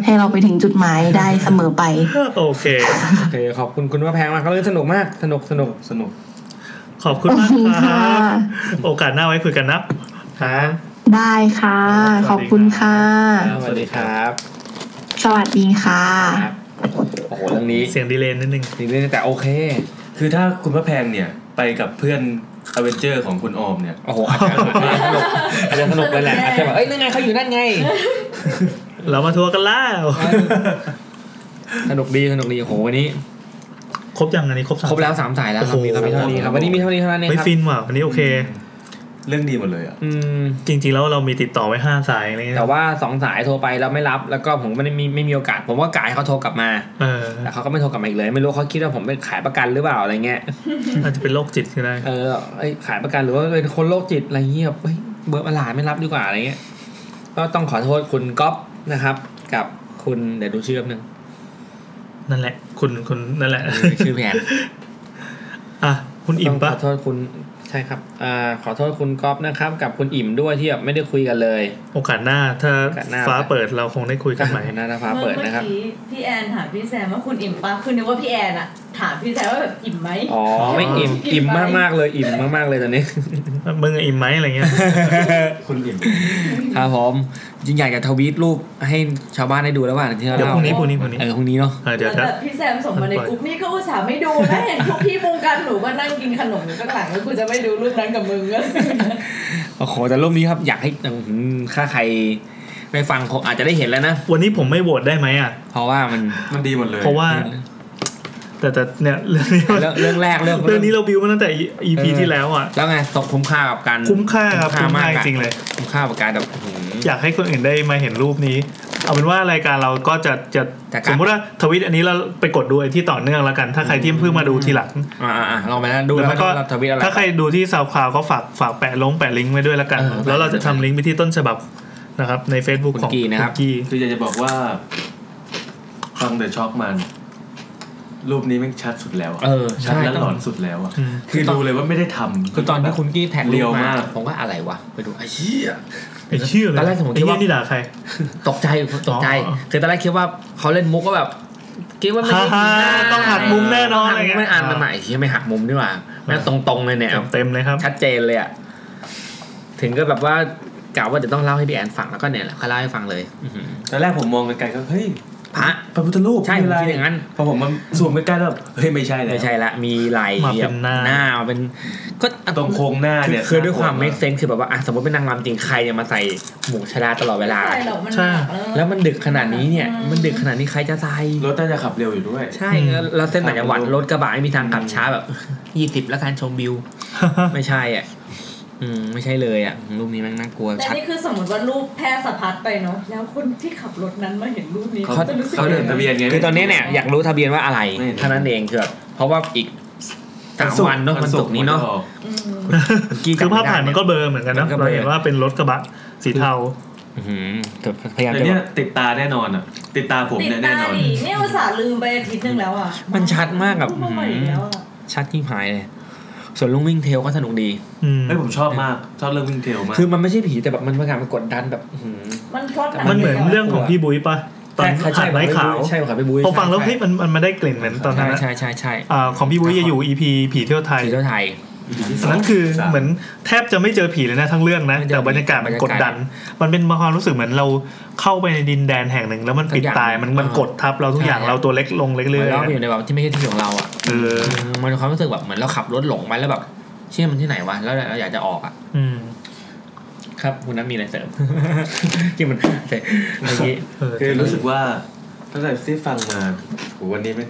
S7: ให้เราไปถึงจุดหมายได้เสมอไป
S1: โอเค
S3: โอเคขอบคุณคุณว่าแพงมากเขาเรื่องสนุกมากสนุกสนุก
S5: สนุก
S1: ขอบคุณมากครับโอกาสหน้าไว้คุยกันนะ
S3: ฮะ
S7: ได้ค่ะ ขอบคุณค่ะ
S5: รับ
S3: สวัสดีครับ
S7: สวัสดีค่ะ
S3: ครับโอ้โหเรื่องนี้
S1: เสียงดีเลย์นิดนึง
S3: นี่เรื่องนี้แต่โอเค
S5: คือถ้าคุณพระแพงเนี่ยไปกับเพื่อนอเวนเจอร์ของคุณออมเนี่ย
S3: โอ้โหอาจจะสนุกอาจจะสนุก เลยแหละอาจจะแบบเอ้ยนั่นไงเขาอยู่นั่นไง
S1: เรามาทัวร์กันแล้ว
S3: สนุกดีสนุกดีโอ้โหวันนี้
S1: ครบยังอันนี้ครบสาม
S3: ครบแล้วสามสายแล้วครั
S1: โอ้
S3: บ
S1: โห
S3: มีครับมีเท่านี้ครับวันนี้มีเท่านี้เท่านั้นเอง
S1: ไม่
S3: ครับ
S1: ฟินว่ะอันนี้โอเค
S5: เรื่องดีหมดเลยอ่ะ
S3: อืม
S1: จริง ๆ แล้วเรามีติดต่อไว้ห้าสายอะไรเงี้ย
S3: แต่ว่าสองสายโทรไปแล้วไม่รับแล้วก็ผมก็ไม่ได้มีไม่มีโอกาส ผมก็กายเขาโทรกลับมา
S1: เออ
S3: แต่เขาก็ไม่โทรกลับมาอีกเลย ไม่รู้เขาคิดว่าผมเป็นขายประกันหรือเปล่าอะไร เงี้ย
S1: อาจจะเป็นโรคจิตก็ได้
S3: เออไอยขายประกันหรือว่าเป็นคนโรคจิตอะไรเงี้ยแบบเฮ้ยเบอร์ประหลาดไม่รับดีกว่าอะไรเงี้ยก็ต้องขอโทษคุณก๊อฟนะครับ กับคุณเดี๋ยวดูชื่อแป๊บนึง
S1: นั่นแหละ คุณคุณนั่นแหละ
S3: ชื่อแผน
S1: อ่ะคุณอิ่มปะ
S3: ต้องขอโทษคุณใช่ครับอ่าขอโทษคุณก๊อฟนะครับ กับคุณอิ่มด้วยที่แบบไม่ได้คุยกันเลย
S1: โอกาสหน้าถ้า
S3: โอกาสหน้า
S1: ฟ้าเปิดเราคงได้คุยกันใหม่
S3: หน้าตาฟ้าเปิดนะครับ
S4: เมื่อกี้พี่แอนถามพี่แซมว่าคุณอิ่มปะคือนึกว่าพี่แอนอะถามพี่แซมว่าแบบอิ่มไหม
S3: อ๋อไม่อิ่มอิ่มมากมากๆเลยอิ่มมากมากๆเลยตอนนี้
S1: มึงอะอิ่มไหมอะไรเงี้ย
S5: คุณอิ่ม
S3: ครับผมจริงใหญ่กับทวีตรูปให้ชาวบ้านได้ดูแล้วว่าที่เรา
S1: เดี๋ยว
S3: เล่า
S1: พรุ่งนี้พรุ่งนี้พรุ่งนี้
S3: เออพรุ่งนี้เนาะ
S1: เออเดี๋ยว
S4: แล้
S1: ถ้า
S4: วแบบพี่แซมส่งมาใน
S1: มันปล่อย
S4: กรุ๊ปนี่ก็อุตส่าห์ไม่ดูนะเห็นพวกพี่มุงกันหนูก็นั่งกินขนมอยู่ข้างหลังแล้วกูจะไม่ดูรูปนั้นกับมึงก็
S3: โอ้โหแต่รูปนี้ครับอยากให้อื้อหือถ้าใครไปฟังคงอาจจะได้เห็นแล้วนะ
S1: วันนี้ผมไม่โหวตได้ไหมอ่ะ
S3: เพราะว่ามัน
S5: มันดีหมดเลย
S1: เพราะว่า แต่แต่เนี่ยเรื่องนี้
S3: เรื่องเรื่องแรกเรื่อง
S1: เรื่องนี้เราบิวมาตั้งแต่ EP
S3: เออ
S1: ที่แล้วอ่ะ
S3: แล้วไงตกคุ้มค่ากับการ
S1: คุ้มค่าครับคุ้มค่าจริงๆ
S3: อะ
S1: เลย
S3: คุ้มค่ากับการแบบอื้อหือ
S1: อยากให้คนอื่นได้มาเห็นรูปนี้ เอาเป็นว่ารายการเราก็จะจะ
S3: จะกลับ
S1: สมมติว่าทวิตอันนี้เราไปกดดูไอ้ที่ต่อเนื่องแล้วกัน ถ้าใครที่เพิ่งมาดูทีหลัง
S3: อ่าอ่าลองไปนะดู
S1: หรือ
S3: แล้ว
S1: ไม่ก็
S3: ก็ทวิตอะไร
S1: ถ้าใครดูที่ซาวคลาวก็ฝากฝากแปะลงแปะลิงก์ไว้ด้วยแล้วกัน
S3: เออ
S1: แล้วเราจะทำลิงก์ไปที่ต้นฉบับนะครับใน Facebook
S3: คุณ
S1: ของ
S3: กี้นะครับ
S1: ณกี้
S5: คืออยากจะบอกว่าฟังเดอะช็อคมัน รูปนี้แม่งชัดสุดแล้วอะ
S3: เออ
S5: ชัด
S3: ใช่
S5: และ
S3: ต้อ
S5: หลอง นสุดแล้วอะ
S1: อืม
S5: คือ
S3: คือตอน
S5: ดูเลยว่าไม่ได้ทำ
S3: คือตอนที่คุณกี้แท็ก
S5: เรี
S3: รู
S5: ย
S3: ปมาม
S5: วาก
S3: ผมว่าอะไรวะไปดูไอ้เหี้ย
S1: ไอ้เชื่อเลย
S3: ตอนแรกผมคิดว่า
S1: ไอ้เหี้ยนี่ด่าใคร
S3: ตกใจตกใจ
S1: อ๋อ
S3: คือตอนแรกคิดว่าเขาเล่นมุกก็แบบคิดว่าไม่ได้
S1: ฮ่าฮ่าต้องหักมุมแน่นอน
S3: หักมุม
S1: อะไรเงี้ย
S3: ไม่อ่านมันใหม่เฮียไม่หักมุมนี่หว่าแม่ง
S1: เอ
S3: ต
S1: อ
S3: รงๆเลยเนี่ย
S1: เต็มๆเลยครับ
S3: ชัดเจนเลยอ่ะถึงก็แบบว่ากล่าวว่าจะต้องเล่าให้พี่แอนฟังแล้วก็เนี่ยแหละเขาเล่าให้ฟังเลยอื้อหือ
S5: ตอนแรกผมมองไกลๆก็เฮ้ย
S3: พระ
S5: พระพุทธรูป
S3: ใช่ผม
S5: มีะไร
S3: คิดอย่างนั้น
S5: พอผมมาซูมใกล้ๆแล้วแบบเฮ้ยไม่ใช่แล้ว
S3: ไม่ใช่ละมีไหล
S1: มาเป็นหน้า
S3: หน้ามาเป็นก็
S5: ตรงโครงหน้า
S3: คือ
S5: เนี่ย
S3: คือด้วยความ
S5: น่
S3: make
S5: กลั
S3: sense คือแบบว่าอ่ะสมมติเป็นนางรำจริงใครจะมาใส่หมวกชดาตลอดเวลา
S9: ใช่หรอกมัน
S1: ใช่
S9: หนักแล้ว
S3: แล้วมันดึกขนาดนี้เนี่ย
S9: อืม
S3: มันดึกขนาดนี้ใครจะใส่
S5: รถน่าจะขับเร็วอยู่ด้วย
S3: ใช่
S1: อืม
S3: แล้วแล้วเส้นต่างจังหวัด
S5: ทางลง
S3: รถกระบะไม่มีทางกลับช้าแบบยี่สิบแล้วการชมวิว ไม่ใช่อ่ะ อืมไม่ใช่เลยอ่ะรูปนี้แมันน่ากลัว
S9: แต่
S3: ชัด
S9: นี่คือสมมติว่ารูปแพร่สะพัดไปเนาะแล้วคนที่ขับรถนั้นมาเห็นรูปนี้
S5: เขา
S9: เขาจะรู้สึก
S5: เขาเดิน
S9: ยังไง
S5: ทะเบียนไง
S3: คือตอนนี้เนี่ยอยากรู้ทะเบียนว่าอะไร
S5: ไม่เห็น
S3: เท่านั้นเองคือแบบเพราะว่าอีกสามวันเนาะวันศุกร์นี้เนาะ
S9: อืม
S3: กี้
S1: คือ
S3: จำไได้
S1: ภาพถ่ายมันก็เบลอเหมือนกันนะ
S3: มันก็เบลอ
S1: เราเห็นว่าเป็นรถกระบะสีเทา
S3: อื้อหือแต่พยายาม
S5: แต่
S3: จะ
S5: เนี่ยติดตาแน่นอนอ่ะ ติดตาผม
S9: ติด
S5: เนี่ยแน่
S9: ตาน
S5: อน
S9: ดิเนี่ยอุตส่าห์ลืมไปอาทิตย์หนึงแล้วอ่ะ
S3: มันชัดมากกับ
S9: พูด
S3: อื้อ
S9: มาใหม่
S3: หื
S9: อีก
S3: อ
S9: แล้วอ่ะ
S3: ชัดที่หายเลย ส่วนลุงวิ่งเทลก็สนุกดี
S1: อืม
S5: เฮ้ยผมชอบมากชอบเรื่องวิ่งเทลมาก
S3: คือมันไม่ใช่ผีแต่แบบมันเป็นการมากดดันแบบอื้อหือ
S9: มันพล็อต
S1: มันเหมือนเรื่องของพี่บุ้ยปะตอน
S3: ใช่ใช่
S1: หาดไม้ขาว
S3: ใช่ขาวไปบุ้ย
S1: พอฟังแล้ว
S3: ใช่
S1: เฮ้ยมันมันไม่ได้กลิ่นเหมือนตอนนั้นนะ
S3: ใช่ใช่ใช่
S1: อ่าของพี่บุ้ยจะอยู่ EP ผีเที่ยวไทย
S3: ผีเที่ยวไทย
S1: อันนั้นคือเหมือนแทบจะไม่เจอผีเลยนะทั้งเรื่องนะ
S3: ไม่เจอ
S1: แต่บรรยากาศมัน
S3: บรรยากาศ
S1: กดดัน มันเป็นความรู้สึกเหมือนเราเข้าไปในดินแดนแห่งหนึ่ง แล้วมันปิด
S3: ทุกอย่าง
S1: ตายมันมัน
S3: เออก
S1: ดทับเราทุกอย่าง
S3: ใช่
S1: เราตัวเล็กลงเรื่
S3: เหมือ
S1: อย
S3: นเราไปอ
S1: ๆ
S3: ยู่ในแบบที่ไม่ใช่ที่ของเราอ่ะ
S1: เออ
S3: เออมันมีความรู้สึกแบบเหมือนเราขับรถหลงไปแล้วแบบเชื่อมันที่ไหนวะแล้วเราอยากจะออกอ่ะ
S1: อืม
S3: ครับคุณน้ำมีอะไรเสริม ที่มัน เสร็จเมื่อกี้
S1: เออ
S5: คือรู้สึกว่าตั้งแต่ที่ฟังมาโหวันนี้ไม่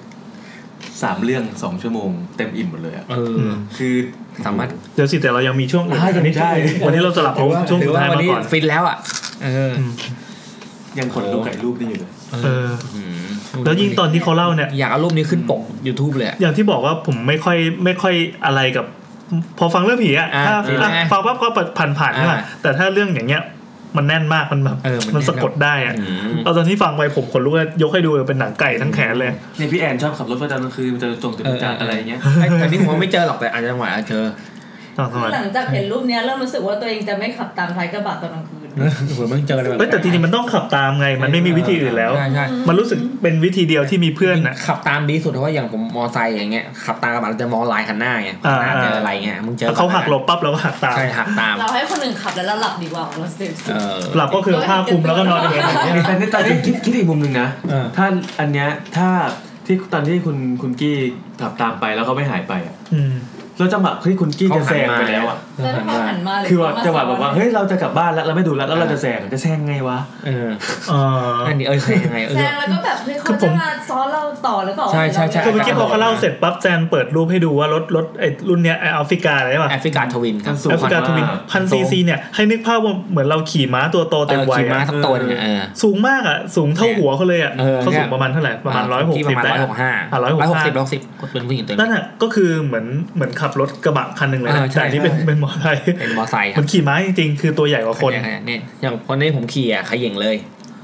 S5: สามเรื่องสองชั่วโมง เต็มอิ่มหมดเลยอะ
S3: เอออ
S1: ม
S5: คือ
S3: สามารถ
S1: เดี๋ยวสิแต่เรายังมีช่วงอื่น
S5: อ่ะยัง
S1: นี้
S5: ได้
S1: วันนี้เราสลับเอาช่วง
S3: ถื
S1: สุ
S3: อ
S1: ด
S3: ว่า
S1: ท้าย
S3: วัน
S1: มา
S3: นี้
S1: ก่อน
S3: ฟินแล้วอ่ะเออ
S1: อืม
S5: ยังขนลูกไก่รูปนี่อยู่เลย
S1: เออ
S3: อืม
S1: แล้วยิ่งตอนที่เขาเล่าเนี่ย
S3: อยากเอารูปนี้ขึ้นปก YouTube เลยอะ
S1: อย่างที่บอกว่าผมไม่ค่อยไม่ค่อยอะไรกับ พอฟังเรื่องผีอะ
S3: อ่า
S1: ถ้า
S3: เออ
S1: อ่ะฟังปั๊บก็ผ่านผ่านๆใช่ไหม
S3: อ่า
S1: แต่ถ้าเรื่องอย่างเงี้ย มันแน่นมากมันแบบ
S3: เออมัน
S1: มันสะกดได้อะ
S3: อืม
S1: เอาตอนที่ฟังไปผมขนลุกเลยยกให้ดูเลยเป็นหนังไก่ทั้งแขนเลย
S5: เนี่ยพี่แอนชอบขับรถประจำกลางคืนมันจะจงจุดจัดอะไรเงี้ย
S3: ไอ้แต่นี่ผมว่าไม่เจอหรอกแต่อาจจะจังหวะอาจจะเจอ
S1: ตอนสมัย
S9: หลังจากเห็นรูปเนี้ยเริ่มรู้สึกว่าตัวเองจะไม่ขับตามท้ายกระบะตอนกลางคืน
S3: เหมือนมันเจอเลยบบ
S1: เอ้ยแต่จริงๆมันต้องขับตามไง มันไม่มีวิธีอื่นแล้ว
S3: ใช่ใช่
S1: มันรู้สึกเป็นวิธีเดียวที่มีเพื่อนนะ
S3: ขับตามดีสุดเพราะว่าอย่างผมมอไซค์อย่างเงี้ยขับตามกระบะเราจะมองลายคันหน้าไง
S1: อ่า
S3: คันหน้าเจออะไรเงี้ยมึงเจอ
S1: ถ้าเขาหักหลบปั๊บเราก็หักตาม
S3: ใช่หักตาม
S9: เราให้คนอื่นขับแล้วเราหลับดีกว่าเราเซฟ
S3: เออ
S1: หลับก็คือเอาผ้าคลุมแล้วก็นอนเองอย่างเงี้ย
S5: แต่ในตอนนี้คิดคิดอีกมุมหนึ่งนะ
S3: เออ
S5: ถ้าอันเนี้ยถ้าที่ตอนที่คุณคุณกี้ขับตามไปแล้วเขาไม่หายไปอ่ะ
S1: อืม
S5: แล้วจังหวะที่คุณกี้จะแซงไปแล้วอ่ะ
S3: เอ
S9: แล้ว
S3: อ
S9: ถ้าเขาหันมาหรือ
S5: คือแบบจังหวะแบบว่าเฮ้ยเราจะกลับบ้านแล้วเราไม่ดูแล้วแล้วเราจะแซงจะแซงไงวะ
S3: เออ
S1: เออ
S3: อันนี้เออใช่ยังไงเอ
S9: แซ
S3: อ
S9: งแล้วก็แบบเฮ้ย
S1: คื
S9: เขา
S1: อผ
S9: จะ
S1: ม
S9: มาซ้อนเราต่อหรือเปล่า
S3: ใช่ใช่ใช่
S1: คือเมื่อกี้พอเขาเล่าเสร็จปั๊บแซนเปิดรูปให้ดูว่ารถรถไอ้รุ่นเนี้ยไอ้อัลฟิกาอะไรป่ะ
S3: แอฟริกาทวินครับ
S5: สูง
S1: แอฟริกาทวิน
S5: มาก
S1: พันซีซีเนี่ย ให้นึกภาพว่าเหมือนเราขี่ม้าตัวโต
S3: เอ
S1: เต็ม
S3: อ
S1: วัย
S3: ขี่ม้า
S1: อะ
S3: ทั้งตัวเนี่ยเออ
S1: สูงมากอ่ะ สูงเท่าหัวเขาเลยอ่ะ
S3: เออ
S1: เขา
S3: เนี่
S1: สู
S3: ย
S1: งประมาณเท่าไหร่ ประมาณร้อยหก
S3: ที่ป
S1: สิ
S3: ระ
S1: บ
S3: มาณ
S1: ได้
S3: ร้อยห
S1: อะ
S3: กห้า
S1: อ่ะ165
S3: ร้อยหกสิบร้อยหกสิบเป็นผู้หญิงตัวหนึ
S1: นั่
S3: ง
S1: นอ่ะก็คือเหมือนเหมือนขับรถกระบะคันหนึ่งเลย
S3: เอ
S1: นะ
S3: อใช่
S1: แต่อันนี่เป็น
S3: ใช่
S1: เป็นมอเตอร์ไซค์
S3: เป็นมอไซค์ค
S1: มั
S3: รั
S1: น
S3: บ
S1: ขี่ม้าจริงๆ คือตัวใหญ่กว่าคน
S3: เยเนี่ยอย่างคนนี้ผมขี่อ่ะขย่งเลย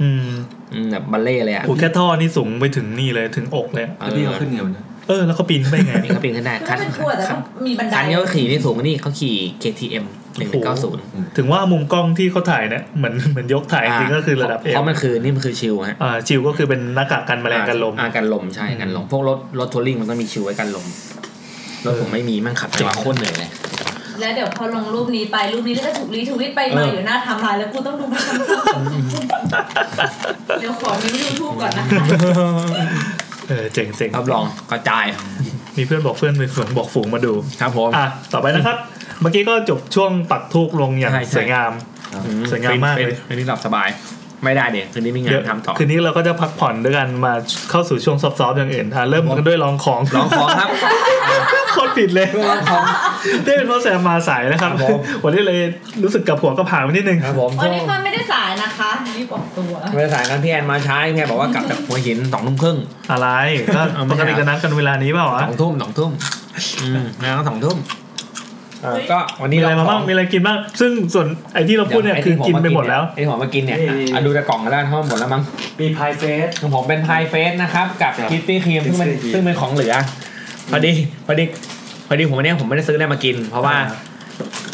S1: อืม
S3: อืมแบบบัลเล่เลยอ่ะ
S1: โอ้แค่ท่อนี่สูงไปถึงนี่เลยถึงอกเลย
S3: เอ
S5: แล้ว
S3: อ
S5: พี่เขาขึ้นเงินนะ
S1: เออ แล้วเขาปีนขึ้นไปไง
S3: นี่เขาปีนขึ้นได้
S9: ถ้า
S3: คัน
S9: เป็นกลัวแต่ต้
S3: คั
S9: อน งมีบันได
S3: คันนี้เขาขี่ที่สูงกว่านี่เขาขี่ KTM หนึ่งเก้าศูนย์
S1: ถึงว่ามุมกล้องที่เขาถ่ายเนี่ยเหมือนเหมือนยกถ่ายจริงๆก็คือระดับเอ
S3: เพราะมันคือนี่มันคือชิวฮะ
S1: อ่าชิวก็คือเป็นหน้ากากกันแมลงกันลม
S3: อ่ากันลมใช่กันลมพวกรถรถทัวริงมันต้องมีชิวไว้กันลมรถผมไม่มีมั่งขับจังหวะโคตรเหนื่อยเลย
S9: แล้วเดี๋ยวพอลงรูปนี้ไปรูปนี้ก็จะถูกรีทวิตไป
S3: เอ
S9: มา
S3: ออ
S9: อยู่หน้าไทำลายแล้วกูต้องดูมันซ้ำๆเดี๋ยวขอนิ้วยูทูบก่อนนะคะ
S1: เออเจ๋งเจ๋ง
S3: รับรองกระจาย
S1: มีเพื่อนบอกเพื่อนไปฝนบอกฝูงมาดู
S3: ครับผม
S1: อ่ะ ต่อไป นะครับ เมื่อกี้ก็จบช่วงปักทูกลงอย่างสวยงาม
S3: อื
S1: สวยงามมากเลย
S3: ป็นป็นที่หลับสบาย ไม่ได้เด็กคืนนี้มีงา
S1: เดี๋ย
S3: นทำต่อ
S1: คืนนี้เราก็จะพักผ่อนด้วยกันมาเข้าสู่ช่วงซอฟต์ๆอย่างอื่นอ่ะเริ่มกันด้วยลองของ
S3: ร้องขอครับ
S1: โคตรผิดเลย
S3: ร้องของ
S1: ได้เป็นเพราะแซมมาสายนะครับ
S3: ครับผม
S1: วันนี้เลยรู้สึกกับหัวก็ผ่านไปนิดนึง
S3: ครับผม
S9: วันนี้ฟันไม่ได้สายนะคะรีบออกตัว
S3: เวลาสายกันพี่แอนมาช้าพี่แอนบอกว่ากลับจากหัวหินสองทุ่มครึ่ง
S1: อะไร ก็
S3: เอาไม่
S1: ปกติ
S3: เอา
S1: ก็นัดกันเวลานี้เปล่าวะ
S3: สองทุ่มสองทุ่มอืมงานก็สองทุ่ม เออก็วันนี้
S1: มีอะไร
S3: เร
S1: มาบ้างมีอะไรกินบ้าง ซึ่งส่วนไอ้ที่เราพูดเนี่ยคือกินไปหมดแล้ว
S3: ไอ้หอมมากินเนี่ย
S5: นี่
S3: อ่ะดูแต่กล่องกันแล้วเพราะว่าหมดแล้วมั้ง
S5: มีพายเฟส
S3: ของผมเป็นพายเฟสนะครับ กับ
S5: ครับ
S3: คิตตี้ครีมซึ่งเป็น
S5: Krispy Kreme
S3: ซึ่งเป็นของเหลือพอดีพอดีพอดีผมวันเนี้ยผมไม่ได้ซื้ออะไรมากิน เพราะว่า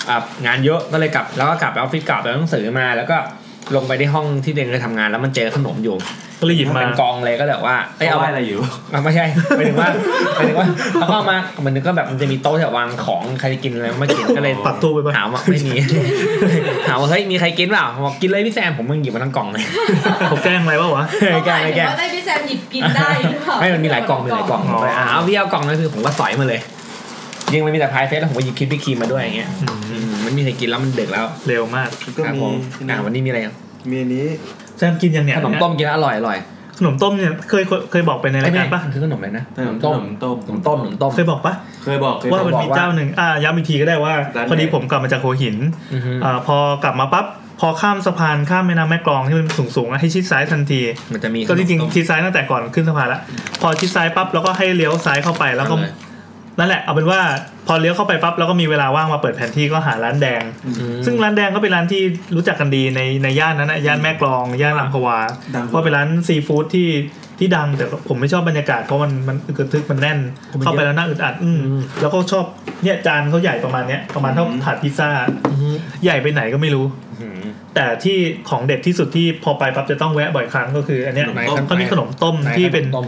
S3: อ่ะงานเยอะก็เลยกลับ แล้วก็กลับไปออฟฟิศกลับไปเอาหนังสือมา แล้วก็ลงไปที่ห้องที่เดนเคยทำงานแล้วมันเจอขนมอยู่
S1: ก็เลยหยิบมา
S3: เป็นกองเลยก็แบบว่าเอ้ย
S5: เอา
S3: เอา
S5: ว่าอะไรอยู่
S3: เอาไม่ใช่หมายถึงว่าหมายถึงว่าเขาก็เอามาเหมือนนึกก็แบบมันจะมีโต๊ะที่แบบวางของใครจะกินอะไรไม่กินก็เลย
S1: ปักตู้ไปปะ
S3: ถามว่าไม่มี ถามว่าเฮ้ยมีใครกินเปล่าบอกกินเลยพี่แซมผมมึงหยิบมาทั้งกล่องเลย
S1: เขาแกล้งอะไรวะวะ
S3: แกล้งแกล้ง
S4: ได้พี่แซมหยิบกินได้หรือเปล่า
S3: ไม่มันมีหลายกล่องมีหลายกล่อง
S1: อ๋อ
S3: อ่าเอาพี่เอากล่องนั้นคือผมก็สอยมาเลยยิงมันมีแต่พายเฟสแล้วผมก็หยิบคิดพี่ครีมมาด้วยอย่างเงี้ย
S1: อื
S3: อื
S1: ม
S3: มมันมีใครกินแล้วมันดึกแล้ว
S1: เร็วมาก
S5: ก็
S3: ครับ
S5: มี
S3: ผมอ่าวันนี้มีอะไร
S5: มีอันนี้
S1: แซมกินยังเนี่ย
S3: ขนมต้มกินแล้วอร่อยอร่อย
S1: ขนมต้มเนี่ยเคยเคยเคยบอกไปในรายการปะ
S3: มันคือขนมอะไรนะ
S5: ขนมต้มต้ม
S3: ขนมต้มขนมต้ม
S1: เคยบอกปะ
S5: เคยบอกเคย
S1: ว่ามัน
S5: บอก
S1: มีเจ้าหนึ่งอ่าย้ำอีกทีก็ได้ว่า
S5: ร้านไหน
S1: พอดีผมกลับมาจากหัวหิน
S3: อือฮึ
S1: อ่าพอกลับมาปั๊บพอข้ามสะพานข้ามแม่น้ำแม่กลองที่มันสูงสูงๆอะให้ชิดซ้ายทันที
S3: มันจะมี
S1: ก็จริง
S3: ขนม
S1: ๆ
S3: ต้ม
S1: ชิดซ้ายตั้งแต่ก่อนขึ้นสะพานละพอชิดซ้ายปั๊บเราก็ให้เลี้ยวซ้ายเข้าไปแล้วก็
S3: เอาเลย
S1: นั่นแหละเอาเป็นว่าพอเลี้ยวเข้าไปปั๊บเราก็มีเวลาว่างมาเปิดแผนที่ก็หาร้านแดง
S3: อืม
S1: ซึ่งร้านแดงก็เป็นร้านที่รู้จักกันดีในในย่านนั้นนะย่านแม่กลองย่านลำพวา
S5: ดัง
S1: เพราะเป็นร้านซีฟู้ดที่ที่ดังแต่ผมไม่ชอบบรรยากาศเพราะมันมันอึกระทึกมันแน่น เข้าไปแล้วน่าอึดอัดอืมแล้วก็ชอบเนี่ยจานเขาใหญ่ประมาณเนี้ยประมาณเท่าถาดพิซซ่า
S3: อือฮึ
S1: ใหญ่ไปไหนก็ไม่รู้
S3: อืม
S1: แต่ที่ของเด็ดที่สุดที่พอไปปั๊บจะต้องแวะบ่อยครั้งก็คืออันเนี้ย
S3: ขนมต้ม
S1: ก็มีขนมต้มที่เป็น
S3: ต้ม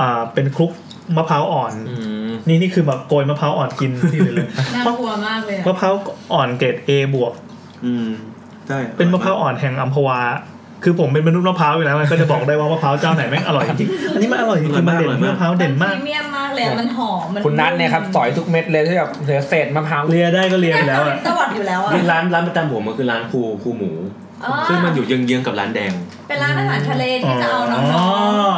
S1: อ่าเป็นคลุกมะพร้าวอ่อน
S3: อืม
S1: นี่นี่คือแบบโกยมะพร้าวอ่อนกินที่เลย เลย
S4: น่ากลัวมากเลยอะ
S1: มะพร้าวอ่อนเกรด A บวก
S5: อืมใช่
S1: เป็นมะพร้าวอ่อนแห่งอัมพวา คือผมเป็นมนุษย์มะพร้าวอยู่แล้วไงก็จะบอกได้ว่ามะพร้าวเจ้าไหนแม่งอร่อยจริงๆอันนี้มันอร่อยจริงๆมันเด่นมะพร้าวเด่นมาก
S4: พรีเมียมมากเลยอะมันหอมมั
S3: คุณนัทเนี่ยครับสอยทุกเม็ดเลยที่แบบเหลือเศษมะพร้าว
S1: เลียได้ก็เลียไปแล้วอ่ะ
S4: ตวัดอยู่แล้วอะ
S5: มีร้านร้านประจำผมมันคือร้านครูครูหมู
S4: อ๋อ
S5: ซึ่งมันอยู่เยื้องๆกับร้านแดง
S4: เป็นร้านอาหารทะเล
S1: อ๋
S4: ที่
S1: อ
S4: จะเอาน้องๆ
S1: อ๋อ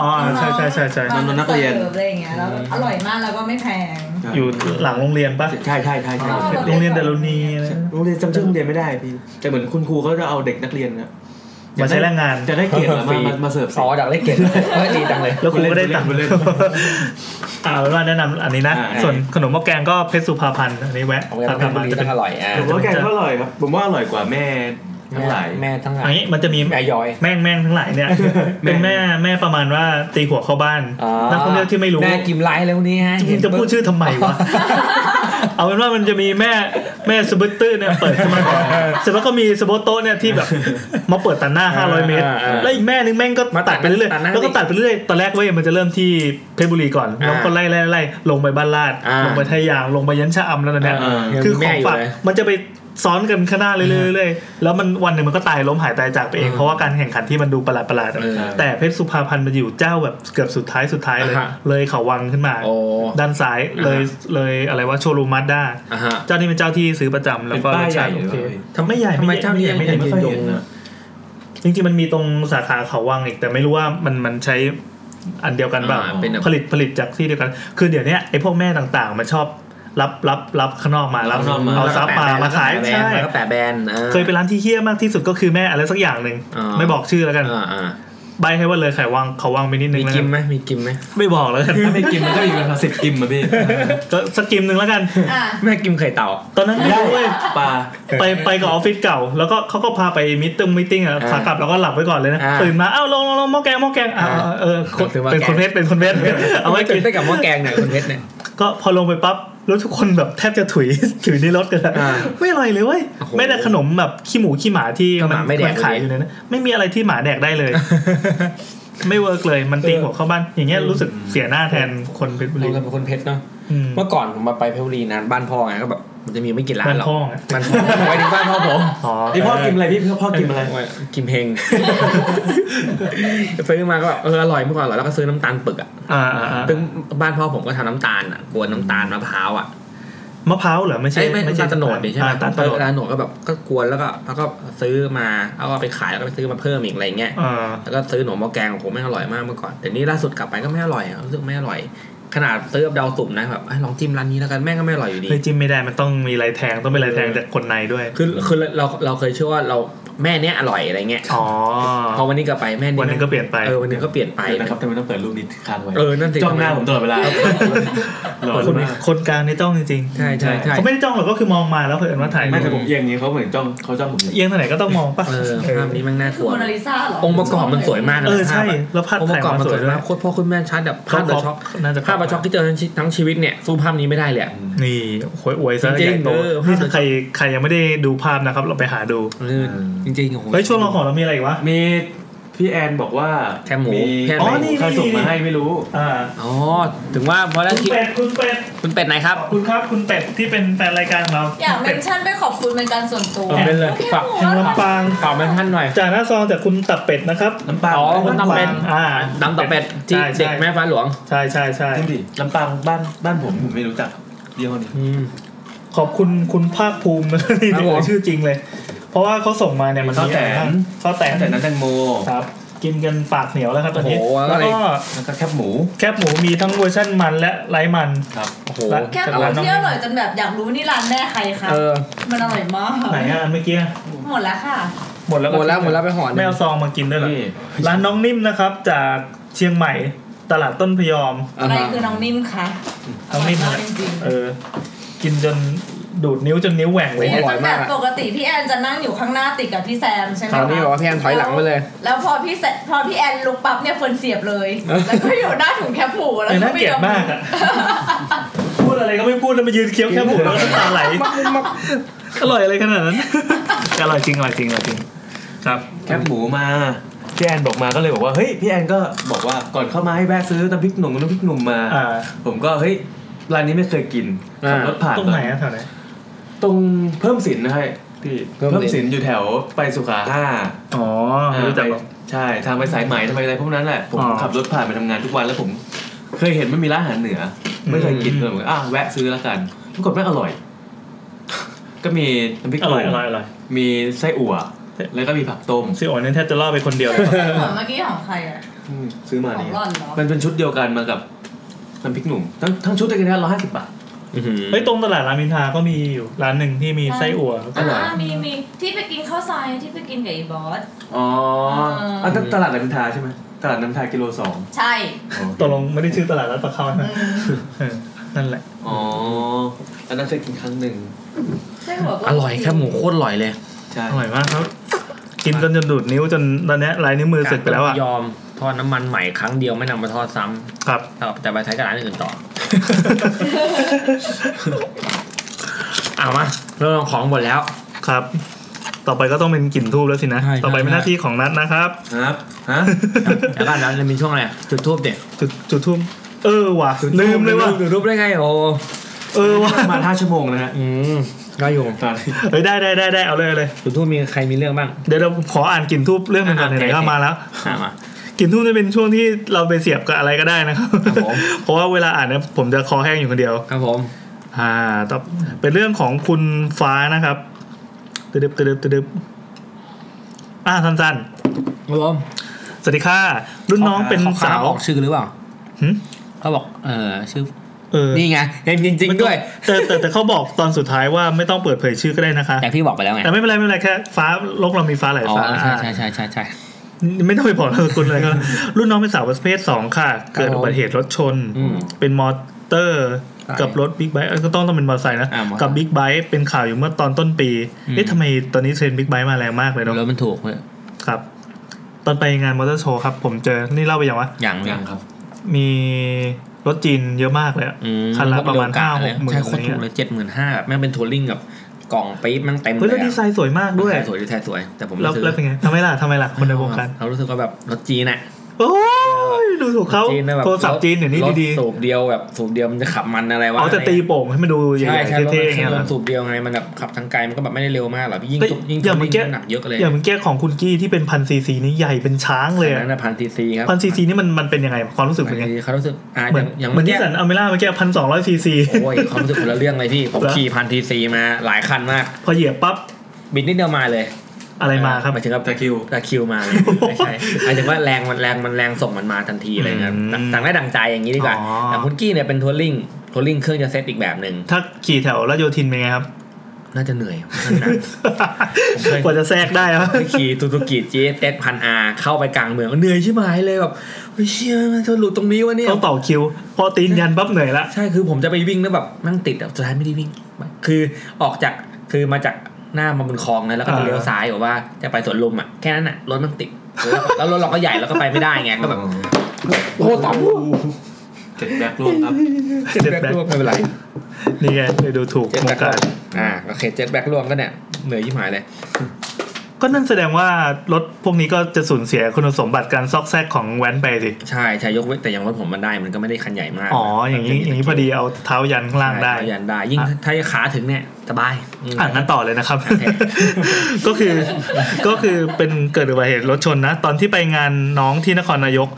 S1: อ๋อ
S4: น้องๆ
S1: ใช่ใช่ใช่ใช่
S5: น้องๆนักเรียน
S4: สิฟอะไรอย่างเงี้ยแล้วอร่อยมากแล้วก็ไม่แพง
S1: อยู่หลังโรงเรียนปะ
S5: ใช่ใช่ใช่ใช่
S4: อ๋อ
S1: โรงเรียนเดลนีอะไรนะ
S5: โรงเรียนจำชื่อโรงเรียนไม่ได้พี่แต่เหมือนคุณครูเขาจะเอาเด็กนักเรียนนะ
S1: มาใช้แรงงาน
S5: จะได้เกรดมา มามามาเสิร์ฟ
S3: อ๋อดักเล็กเก่งเออดีจังเลย
S1: แล้วคุณก็ได้ตังค์
S5: มาเล่น
S1: อ่าแล้วว่าแนะนำอันนี้นะ
S5: อ่า
S1: ส่วนขนมหม้อแกงก็เพชรสุภาพันธ์อันนี้แวะ
S3: เอาไว้ทำ
S1: กลั
S3: ให้บุ
S1: บมา
S3: รี
S1: จะเป็
S3: ต้อง
S1: น
S3: อร่อยอ่ะ
S5: ผมว่าแกงก็อร่อยครับ ผมว่าอร่อยกว่าแม่ทั้งหลาย
S3: แม่ทั้งหลา
S1: อัน
S3: ย
S1: นี้มันจะมี
S3: แม่ย้อย
S1: แม่งแม่งทั้งหลายเนี่ย เป็นแม่แม่ประมาณว่าตีหัวเข้าบ้าน
S3: อ๋อ
S1: นักท่องเที่ยวที่ไม่รู้
S3: แม่กิมไลท์แล้วนี้ฮะ
S1: จริงๆจะพูดชื่อทำไมวะ เอาเป็นว่ามันจะมีแม่แม่สเปตเตอร์เนี่ยเปิดขึ้นมาก่อนเสร็จแล้วก็มีสโบโต้เนี่ยที่แบบมาเปิดตัดหน้า 500 เมตร
S3: อ่าอ่า
S1: แล้วอีกแม่นึงแม่งก็
S3: มาตั
S1: ตั
S3: ด
S1: ดไปเรื่อย
S3: ตัดหน้า
S1: ๆแล้วก็ตัดไปเรื่อยตอนแรกเว้ยมันจะเริ่มที่เพชรบุรีก่อน
S3: อ่า
S1: แล้วก็ไล่ไล่ไล่ลงไปบ้านลาด
S3: อ่า
S1: ลงไปท่ายางลงไปยันชะอำแล้วนะเนี่ย
S5: อ่า
S1: คือข
S3: แม่
S1: อง
S3: อยู่
S1: ฝาก
S3: เลย
S1: มันจะไปซ้อนกันข้างหน้าเรื่อยๆเรื่อยๆแล้วมันวันหนึ่งมันก็ตายล้มหายตายจากไปเองเพราะว่าการแข่งขันที่มันดูประหลาดๆอะ
S3: เออ
S1: แต่เพชรสุภาพันธ์มันอยู่เจ้าแบบเกือบสุดท้ายสุดท้ายเลย
S3: อ่าฮะ
S1: เลยเขาวังขึ้นมา
S3: โอ้
S1: ด้านซ้าย
S3: อ่าฮะ
S1: เลยเลยอะไรว่าโชรูม m ั z ด้า
S3: อ่ะฮะ
S1: เจ้านี่เป็นเจ้าที่ซื้อประจำแล้วก็
S5: เป็นป้าย
S1: รสชติ
S5: ใหญ่
S1: โอเค
S5: เลย
S1: ทำไมใหญ่
S3: ทำไมเจ้านี่
S1: ใหญ่
S3: ยังไม่
S1: ใหญ่
S3: ได้
S5: ไม่
S1: ไม่ค่
S5: ค่อ
S1: อย ย
S5: เห็นนะ
S1: จริงๆมันมีตรงสาขาเขาวังอีก แต่ไม่รู้ว่ามันมันใช้อันเดียวกันเปล่า
S3: อ่าเป็นแบบ
S1: ผลิตผลิตจากที่เดียวกัน คือเดี๋ยวเนี้ยไอ้พวกแม่ต่างๆ มันชอบรับรับรับข้างนอกมารับ
S5: ข้างนอกมา
S1: เอาซับมามาขาย
S3: แล้วก็แปะแบรนด์แล้ว
S1: ใช่
S3: ก็แปะแบรนด์ออ
S1: เคยไปร้านที่เฮี้ยมากที่สุดก็คือแม่อะไรสักอย่างหนึ่ง
S3: อ่า
S1: ไม่บอกชื่อแล้วกัน
S3: อ่าอ่า
S1: ใบให้ว่าเลยไขวังเขาวังไปนิดนึ
S3: มี
S1: งแล้ว
S3: กิ
S1: กัน
S3: มไหมมีกิมไหม
S1: ไม่บอกแล้วกัน
S5: ถ้าไม่กินมันก็อีกราคาสิบกิมมาพี่
S1: ก็สกกิมหนึ่งแล้วกัน
S4: อ่ะ
S3: แม่กิมไข่เต่า
S1: ตอนนั้นไม่รู้เว้ย
S5: ปลา
S1: ไปไปกับออฟฟิศเก่า แล้วก็เขาก็พาไปมิทติ้งมิทติ้งอ่ะ
S3: อ่า
S1: ขากลับเราก็หลับไว้ก่อนเลยนะ
S3: อ่า
S1: ตื่นมาอ้าวลงลงลงหม้อแกงหม้อแกงอ่า
S3: อ่า
S1: เออคน
S3: ถือว่า
S1: เป็น
S3: แกง
S1: คนเพชรเป็นคนเพชร
S3: เอา
S1: เอา
S3: ไว้
S1: ไว้
S3: กิน
S1: กิน
S3: ได้กับหม้อแกงเนี่ยคุณเพชรเนี่ย
S1: ก็พอลงไปปั๊บแล้วทุกคนแบบแทบจะถุย ถุยในรถกันแล้ว
S3: อ่า
S1: ไม่อร่อยเลยเว้ย
S3: โอ้โห
S1: แม้แต่ขนมแบบขี้หมูขี้หมาที่
S3: ก็หมาไม่แดก
S1: นขายอยู่เนี่ยนะไม่มีอะไรที่หมาแดกได้เลย ไม่เวิร์กเลยมันตีหัวเข้าบ้านอย่างเงี้ยรู้สึกเสียหน้าแทนคนเพชรบุ
S3: เรา
S1: รี
S3: เป็นคนเพชรเนาะ
S1: อืม
S3: เมื่อก่อนผมมาไปเพชรบุรีนานบ้านพ่อไงก็แบบมันจะมีไม่กี่ร้านหรอก
S1: บ้านพ่อไง
S3: บ้านพ่อไว้ถึงบ้านพ่อผม
S1: อ๋อ
S5: ไอพ่อกินอะไรพี่พ่อกินอะไร
S3: กิม เพงซื้อมาก็แบบเอออร่อยเมื่อก่อนอร่อยแล้วก็ซื้อน้ำตาลปึกอ่ะ
S1: อ่าอ่าอ่า
S3: ซึ่งบ้านพ่อผมก็ทำน้ำตาลอ่ะกวนน้ำตาลมะพร้าวอ่ะ
S1: มะพร้าวเหรอไม่ใช่
S3: ใช่ไม่ไม่ตาลตะโหนดนี่ใช่ไหม
S1: อ่าตาลตะโหนด
S3: ตาลตะโหนดก็แบบก็กวนแล้วก็แล้วก็ซื้อมาเอาไปขายแล้วก็ไปซื้อมาเพิ่มอีกอะไรเงี้ย
S1: อ่า
S3: แล้วก็ซื้อหนมหม้อแกงของผมไม่งอร่อยมากเมื่อก่อนแต่นี่ล่าสุดกลับไปก็ไม่อร่อยอะรู้สึกไม่อร่อย ขนาดซื้อกับดาวสุ่มนะแบบเอ้ยลองจิ้มร้านนี้แล้วกันแม่งก็ไม่อร่อยอยู่ดี
S1: เฮ้ยจิ้มไม่ได้มันต้องมีลายแทงต้องเป็นลายแทงจากคนในด้วย
S3: คือคือเราเราเคยเชื่อว่าเรา แม่เนี้ยอร่อยอะไรเงี้ย
S1: อ๋อ
S3: พอวันนี้ก็ไปแม่
S1: วันหนึงก็เปลี่ยนไป
S3: เออวันหนึงก็เปลี่ยนไป
S5: เดี๋ยวนะครับทำไมต้องเปิดรูปนี้ค้างไว้
S3: เออนั่นสิ
S5: จ้องหน้าผมตลอดเวลาหลอ
S1: คน น
S5: มาก
S1: คนกลางในจ้องจริง
S3: ใช่ใช่ใช่
S1: ๆเขาไม่ได้จ้องหรอกก็คือมองมาแล้วเห็นว่าถ่าย
S5: ไม่แต่ผมเอียงอย่างนี้เขาเหมือนจ้องเขาจ้องผมอย่าง
S1: เอีย
S5: นี้
S1: งทางไหนก็ต้องมองป่ะ
S3: เออภาพนี้มันน่าก
S9: คื
S3: ลั
S9: อ
S3: ว
S9: โมนาลิซาเหรอ
S3: องค์ประกอบมันสวยมากนะ
S1: เออใช่
S3: ภาพะ
S1: แล้วภาพ
S3: องค์ป
S1: ถ่าย
S3: ระกอบ
S1: มา
S3: มัน
S1: ส
S3: สว
S1: ว
S3: ย ย
S1: ด้วย
S3: มากโคตรพ่อโคุณแม่ชัดแบบภาพเดอะช็อก
S1: น่าจะ
S3: ภาพเดอะช็อกที่เจอทั้งชีทั้งชีวิตเนี่ยสู้ภาพนี้ไม่ได้เลยอะ
S1: นี่โอ้ยอวยซะ
S3: จริงๆ
S1: ใหญ่โต
S3: เออภาพ
S1: นี่ถ้าใครใครยังไม่ได้ดูภาพนะครับ เราไปหาดู
S3: เออจริงๆโอ้โห
S1: เฮ้ยช่วงเราของเรามีอะไรอีกวะ
S5: มีพี่แอนบอกว่า
S3: แคบหมูแค
S5: แค่
S3: บห
S5: ห
S3: มู
S5: มูใครส่งมาให้ไม่รู้
S1: อ่า
S3: อ๋อถึงว่าพอแล้ว
S1: คุณ
S3: คิด
S1: เป็ดคุณเป็ด
S3: คุณเป็ดไหนครับ
S1: ขอบคุณครับคุณเป็ดที่เป็นแฟนรายการของเรา
S4: อยากเมนชั่นไปขอบคุณเป็นการส่วนตัว
S3: เออเป็นเลย
S4: แค่หัว
S1: แห่ง
S4: เราะ
S1: ลำปาง
S3: ตอบมาท่านหน่อย
S1: จากหน้าซองจากคุณตับเป็ดนะครับ
S5: น้ำปลา
S3: อ๋อ
S1: คุณตับเป็ดอ่า
S3: ดำตะเป็ดที่
S1: ใช่ใช่
S3: เด็กแม่ฟ้าหลวง
S1: ใช่ใช่ใช่
S5: จริงดิน้ำปลาบ้านบ้านผมผมไม่รู้จักเดียวนี้
S3: อืม
S1: ขอบคุณคุณภาคภูมินะนี่
S3: ครับผม
S1: ชื่อจริงเลย เพราะว่าเขาส่งมาเนี่ยมันมีอะไรบ้างข้าวแตน
S5: แต่นั้นแตงโม
S1: ครับ กินกันปากเหนียวแล้วครับตอ
S3: โอ้
S1: น
S3: โหแล้วก็
S1: นี้แล้ว
S3: อะไร
S1: ก็
S5: แล้วก็แคบหมู
S1: แคบหมูมีทั้งเวอร์ชั่นมันและไร้มัน
S5: ครับ
S3: โอ้โห
S1: แล้ว
S4: แค่หัวเที่ยวอร่อยจนแบบอยากรู้นี่ร้านแม่ใครคะ
S3: เออ
S4: มันอร่อยมาก
S1: ไหนอ่ะเมื่อกี้อะ
S4: หมดแล้วค่ะ
S1: หมดแล้วก็
S3: หมดแล้วหมดแล้วไปห่อห
S1: ไม่
S3: นึ่ง
S1: เอาซองมากินด้วยเหรอ
S5: นี่
S1: ร้านน้องนิ่มนะครับ จากเชียงใหม่ตลาดต้นพยอม
S3: า
S4: อะไร
S3: ฮะ
S4: คือน้องนิ่มคะ
S1: น้องนิ่ม
S4: ร่ยากจริงๆ
S1: เออ กินจนดูดนิ้วจนนิ้วแหว่งเลย
S4: คือตั้งแต่ปกติพี่แอนจะนั่งอยู่ข้างหน้าติดกับพี่แซมใช่ไหม
S3: คราวนี้บอกว่าพี่แอนถอยหลังไปเลย
S4: แล้วพอพี่แซพอพี่แอนลุกปั๊บเนี่ยเฟิร์นเสียบเลย
S3: เออ
S4: แล้วก็อยู่หน้าถุงแคปหมูแล้ว
S1: เออน่าเกลียดมากอะ พูดอะไรก็ไม่พูดแล้วมายืนเคี้ยวแค่หมูแล้วก็น้ำตาไหล อร่อยอะไรขนาดนั้น อร่อยจริงอร่อยจริงอร่อยจริง ครับ
S5: แคบหมูมาพี่แอนบอกมาก็เลยบอกว่าเฮ้ยพี่แอนก็บอกว่าก่อนเข้ามาให้แวะซื้อน้ำพริกหนุ่มน้ำพริกหนุ่มมา
S1: อ่า
S5: ผมก็เฮ้ยร้านนี้ไม่เคยกินขับรถผ่าน
S1: ตรงไหนอะแถวไหน
S5: ตรงเพิ่มสินนะฮะพี่
S3: เพิ่มสิน
S5: เพิ่มสินอยู่แถวไปสุขาห้า
S1: อ๋อไม่รู้จักหรอก
S5: ใช่ทางไปสายไหมทางไปอะไรพวกนั้นแหละผม
S1: อ๋อ
S5: ขับรถผ่านไปทำงานทุกวันแล้วผม เคยเห็นมันมีร้านอาหารเหนือ ไม่เคยกิน
S1: อืม
S5: เลยผมก็อ่ะแวะซื้อแล้วกันปรากฏว่าอร่อย ก็มีน้ำพริก
S1: อร่อยอ
S5: ห
S1: ร่อ
S5: นุ่
S1: ย
S5: ม
S1: อร่อย
S5: มีไส้อั่วแล้วก็มีผักต้ม
S1: ซีโอนี่แทบจะล่อไปคนเดียวเลย
S4: เหมือนเมื่อกี้ของใครอะ
S5: อืมซื้อมา
S4: ของ
S5: เนี่ย
S4: ร่อนเหรอ
S5: มันเป็นชุดเดียวกันมากับน้ำพริกหนุ่มทั้งทั้งชุดเลยนะร้อยห้าสิบบาท
S3: อื้อหือ
S1: เฮ้ยตรงตลาดรามอินทราก็มีอยู่ร้านหนึ่งที่มีไส้อั่ว
S5: อร่อย
S4: อ่ามีมีที่ไปกินข้าวซอยที่ไปกินกับไอ้บอส
S5: อ๋อ
S4: อ่า
S5: อ่ะตลาดน้ำทาใช่ไหมตลาดน้ำทากิโลสอง
S4: ใช่
S1: ตกลงไม่ได้ชื่อตลาดรัดประเขา
S4: อื
S1: นะ
S4: ม
S1: เออนั่นแหละ
S5: อ๋ออันนั้นเคยกินครั้งหนึ่ง
S4: ใช่หัวก็
S3: อร่อยแคบหมูโคตรอร่อยเลย
S5: ใช่
S1: อร่อยมากครับ กินจนจนดูดนิ้วจนตอนเนี้ยลายนิ้วมือสึกไปแล้วอ่ะ
S3: ยอมทอดน้ำมันใหม่ครั้งเดียวไม่นำมาทอดซ้
S1: ครับ
S3: ำแล้วจะไปใช้กระดาษอื่น ต่อ เอามาเรื่องของหมดแล้ว
S1: ครับ ต่อไปก็ต้องเป็นกลิ่นทูบแล้วสินะ
S3: ใช่
S1: ต่อไปเป็น
S3: ใช่
S1: หน้าที่ของนัดนะครับ
S5: ครับฮะ
S3: แล้วก็นั้นมีช่วงอะไรจุดทูบเด็ก
S1: จุดจุดทูบเออว่ะลืมเลยว่ะ
S3: จุดทูบได้ไงโอ้
S1: เออว่ะ
S5: ประมาณห้าชั่วโมงนะฮะ
S3: อืมก็อยู่
S5: ตอน
S1: เฮ้ยได้ได้ได้ได้เอาเลยเอาเลย
S3: จุดทูบมีใครมีเรื่องบ้าง
S1: เดี๋ยวเราขออ่านกลิ่นทูบเรื่องหนึงก่อน
S3: อ่ะ
S1: ไหนๆก็
S3: โอเค
S1: มาแล้ว
S3: อ่ะมา
S1: กลิ่นทูบจะเป็นช่วงที่เราไปเสียบกับอะไรก็ได้นะครับ
S3: ครับผม
S1: เพราะว่าเวลาอ่านเนี่ยผมจะคอแห้งอยู่คนเดียว
S3: ครับผม
S1: อ่าต่อเป็นเรื่องของคุณฟ้านะครับตึดึบตึดึบตึดึบอ่าสั้น
S3: ครับผม
S1: ๆสวัสดีค่ะ รุ่นน้องเป็น
S3: ขข
S1: สาว
S3: บอกชื่อหรือเปล่า
S1: หึ
S3: เขาบอก เออชื่อ
S1: เออ
S3: นี่ไงเห็นจริง ๆ ด้วย
S1: แต่แต่แต่เขาบอกตอนสุดท้ายว่าไม่ต้องเปิดเผยชื่อก็ได้นะคะ
S3: แต่พี่บอกไปแล้วไง
S1: แต่ไม่เป็นไรไม่เป็นไรแค่ฟ้าโลกเรามีฟ้าหลาย
S3: อ๋อ
S1: ฟ้า
S3: ใช่ใช่ใช่ใช่ใช่
S1: ไม่ต้องไปบอกเราคุณเลยก็ รุ่นน้องเป็นสาวประเภทสองค่ะ เกิดอุบัติเหตุรถชน
S3: อืม
S1: เป็นมอเตอร์กับรถบิ๊กไบค์เอ้ยก็ต้องต้องเป็นมอเตอร์ไซค์นะ
S3: อ่ามอเตอร์
S1: กับบิ๊กไบค์เป็นข่าวอยู่เมื่อตอนต้นปี
S3: อืม
S1: เอ๊ะทำไมตอนนี้เทรนด์บิ๊กไบค์มาแรงมากเลยเนาะ
S3: รถมันถูกเว้ย
S1: ครับ ตอนไปงานมอเตอร์โชว์ครับ ผมเจอ นี่เล่าไปอย่างว่า
S3: อย่าง
S5: ยังครับ
S1: มีรถจีนเยอะมากเลยอะ
S3: อืม
S1: คันละประมาณ
S3: พวเดียว
S1: ห้าน ห
S3: เลย
S1: กหมื่น
S3: ใช่
S1: อะ
S3: โคตรถู
S1: ไรเงี้
S3: กเลย ยเจ็ดหมื่นห้าแบบแม่งเป็นทัวริงกับกล่องปี๊บแม่งเต็มเล
S1: เฮ้ย
S3: ย
S1: แล้วดีไซน์สวยมากด้วย
S3: สวยดีไซน์สวย แต่ผม
S1: แล้ว
S3: ไม่ซื้อ
S1: แล้วเป็นไงทำไมล่ะทำไมล่ะคนในวงการ
S3: เรารู้สึกว่าแบบรถจีนอะ
S1: โอ้ยดูถูกเขา
S3: จีนนะแบบ
S1: โทรศัพท์จีนเดี๋ยวนี้
S3: รถ
S1: ดี
S3: สูบเดียวแบบสูบเดียวมันจะขับมันอะไร
S1: ๆ
S3: วะ
S1: เอาแต่ตีโป่งให้มันดูใหญ่
S3: ใช่ใช่รถ
S1: ๆเท่ๆอย่างเงี้ย
S3: มั
S1: นะ
S3: นสูบเดียวไงมันแบบขับทางไกลมันก็แบบไม่ได้เร็วมากหรอกยิ่ง
S1: เฮ้ย
S3: ยิ่ง
S1: อย่างเมื่
S3: มั
S1: อกี้
S3: หนักเยอะเลย
S1: อย่างเมื่อกี้ของคุณกี้ที่เป็นพันซีซีนี่ใหญ่เป็นช้างเลย
S3: อั
S1: อะ
S3: นนั้นนะพันซีซีครับ
S1: พันซีซีนี่มันมันเป็นยังไงความรู้สึกเป็นไง
S3: อันนี้เขารู้สึกอ่า
S1: เหมือน
S3: ย่าง
S1: เหมือน
S3: เมื่
S1: ที่
S3: อกี้
S1: สันอเมร่าเมื่อกี้พันสองร้อยซีซี
S3: โอ้ยความรู้สึกคนละเรื่องเลยพี่ ผมขี่พันทีซีมาหลายคันมาก
S1: พอเหยียบปั๊บ
S3: บินนิดเดียวมาเลย
S1: อะไรมาครับ
S3: หมายถึงกับ
S5: ตะคริว
S3: ตะคริวมาเลยไม่ใช่หมายถึงว่าแรงมันแรงมันแรงส่งมันมาทันทีเลยครับ
S1: อืม
S3: ต่างได้ดังใจอย่างนี้ดีกว่า
S1: อ๋อ
S3: แต่คุณกี้เนี่ยเป็นทัวริงทัวริงเครื่องจะเซตอีกแบบหนึ่ง
S1: ถ้าขี่แถวราชโยธินเป็นไงครับ
S3: น่าจะเหนื่อยนั่นนะ ผมเคย
S1: กว่าจะแทรกได้อะ
S3: ไปขี่ตูตูกิจีเต็ดพันอาเข้าไปกลางเมืองเหนื่อยใช่ไหมเลยแบบเฮ้ยเชี่ยมันจะหลุดตรงนี้วะเนี่ย
S1: ต้องต่อคิว พอตีนยันปั๊บเหนื่อยละ
S3: ใช่คือผมจะไปวิ่งแล้วแบบนั่งติดอะสุดท้ายไม่ได้วิ่ง คือออกจากคือมาจากหน้ามาบนคลองนะแล้วก็จะ
S1: อ่า
S3: เลี้ยวซ้ายบอกว่าจะไปสวนลุมอ่ะแค่นั้นอ่ะรถมันติดแล้วแล้วรถเราก็ใหญ่แล้วก็ไปไม่ได้ไงก็แบบโอ้โหต่ำ
S5: เจ็ดแบ็คลวงครับ
S1: เจ็ด
S3: เจ็ดแบ
S1: แบ็
S3: ก
S1: ค
S3: ล่วงไม่เป็นไร
S1: นี่ไงเลยดูถูก
S3: เจ็ด
S1: ว
S3: แบ
S1: ง
S3: กล่
S1: กาว รง
S3: อ่าโอเคเจ็ดแบกล่วงก็เนี่ยเหนื่อยยิ่งหายเลย
S1: ก็นั่นแสดงว่ารถพวกนี้ก็จะสูญเสียคุณสมบัติการซอกแซกของแว้นไปสิ
S3: ใช่ใช่ยกเว้นแต่อยังรถผมมันได้มันก็ไม่ได้คันใหญ่มาก
S1: อ๋อ อย่างนี้อย่างนี้พอดีเอาเท้ายันข้างล่างได้
S3: ใช่ยันได้ยิ่ง
S1: อ่ะ
S3: ถ้าขาถึงเนี่ยสบายม
S1: อ่านกันต่อเลยนะครับ
S3: โอเค
S1: ก็คือก็คือเป็นเกิดอุบัติเหตุรถชนนะ ตอนที่ไปงานน้องที่นครนายก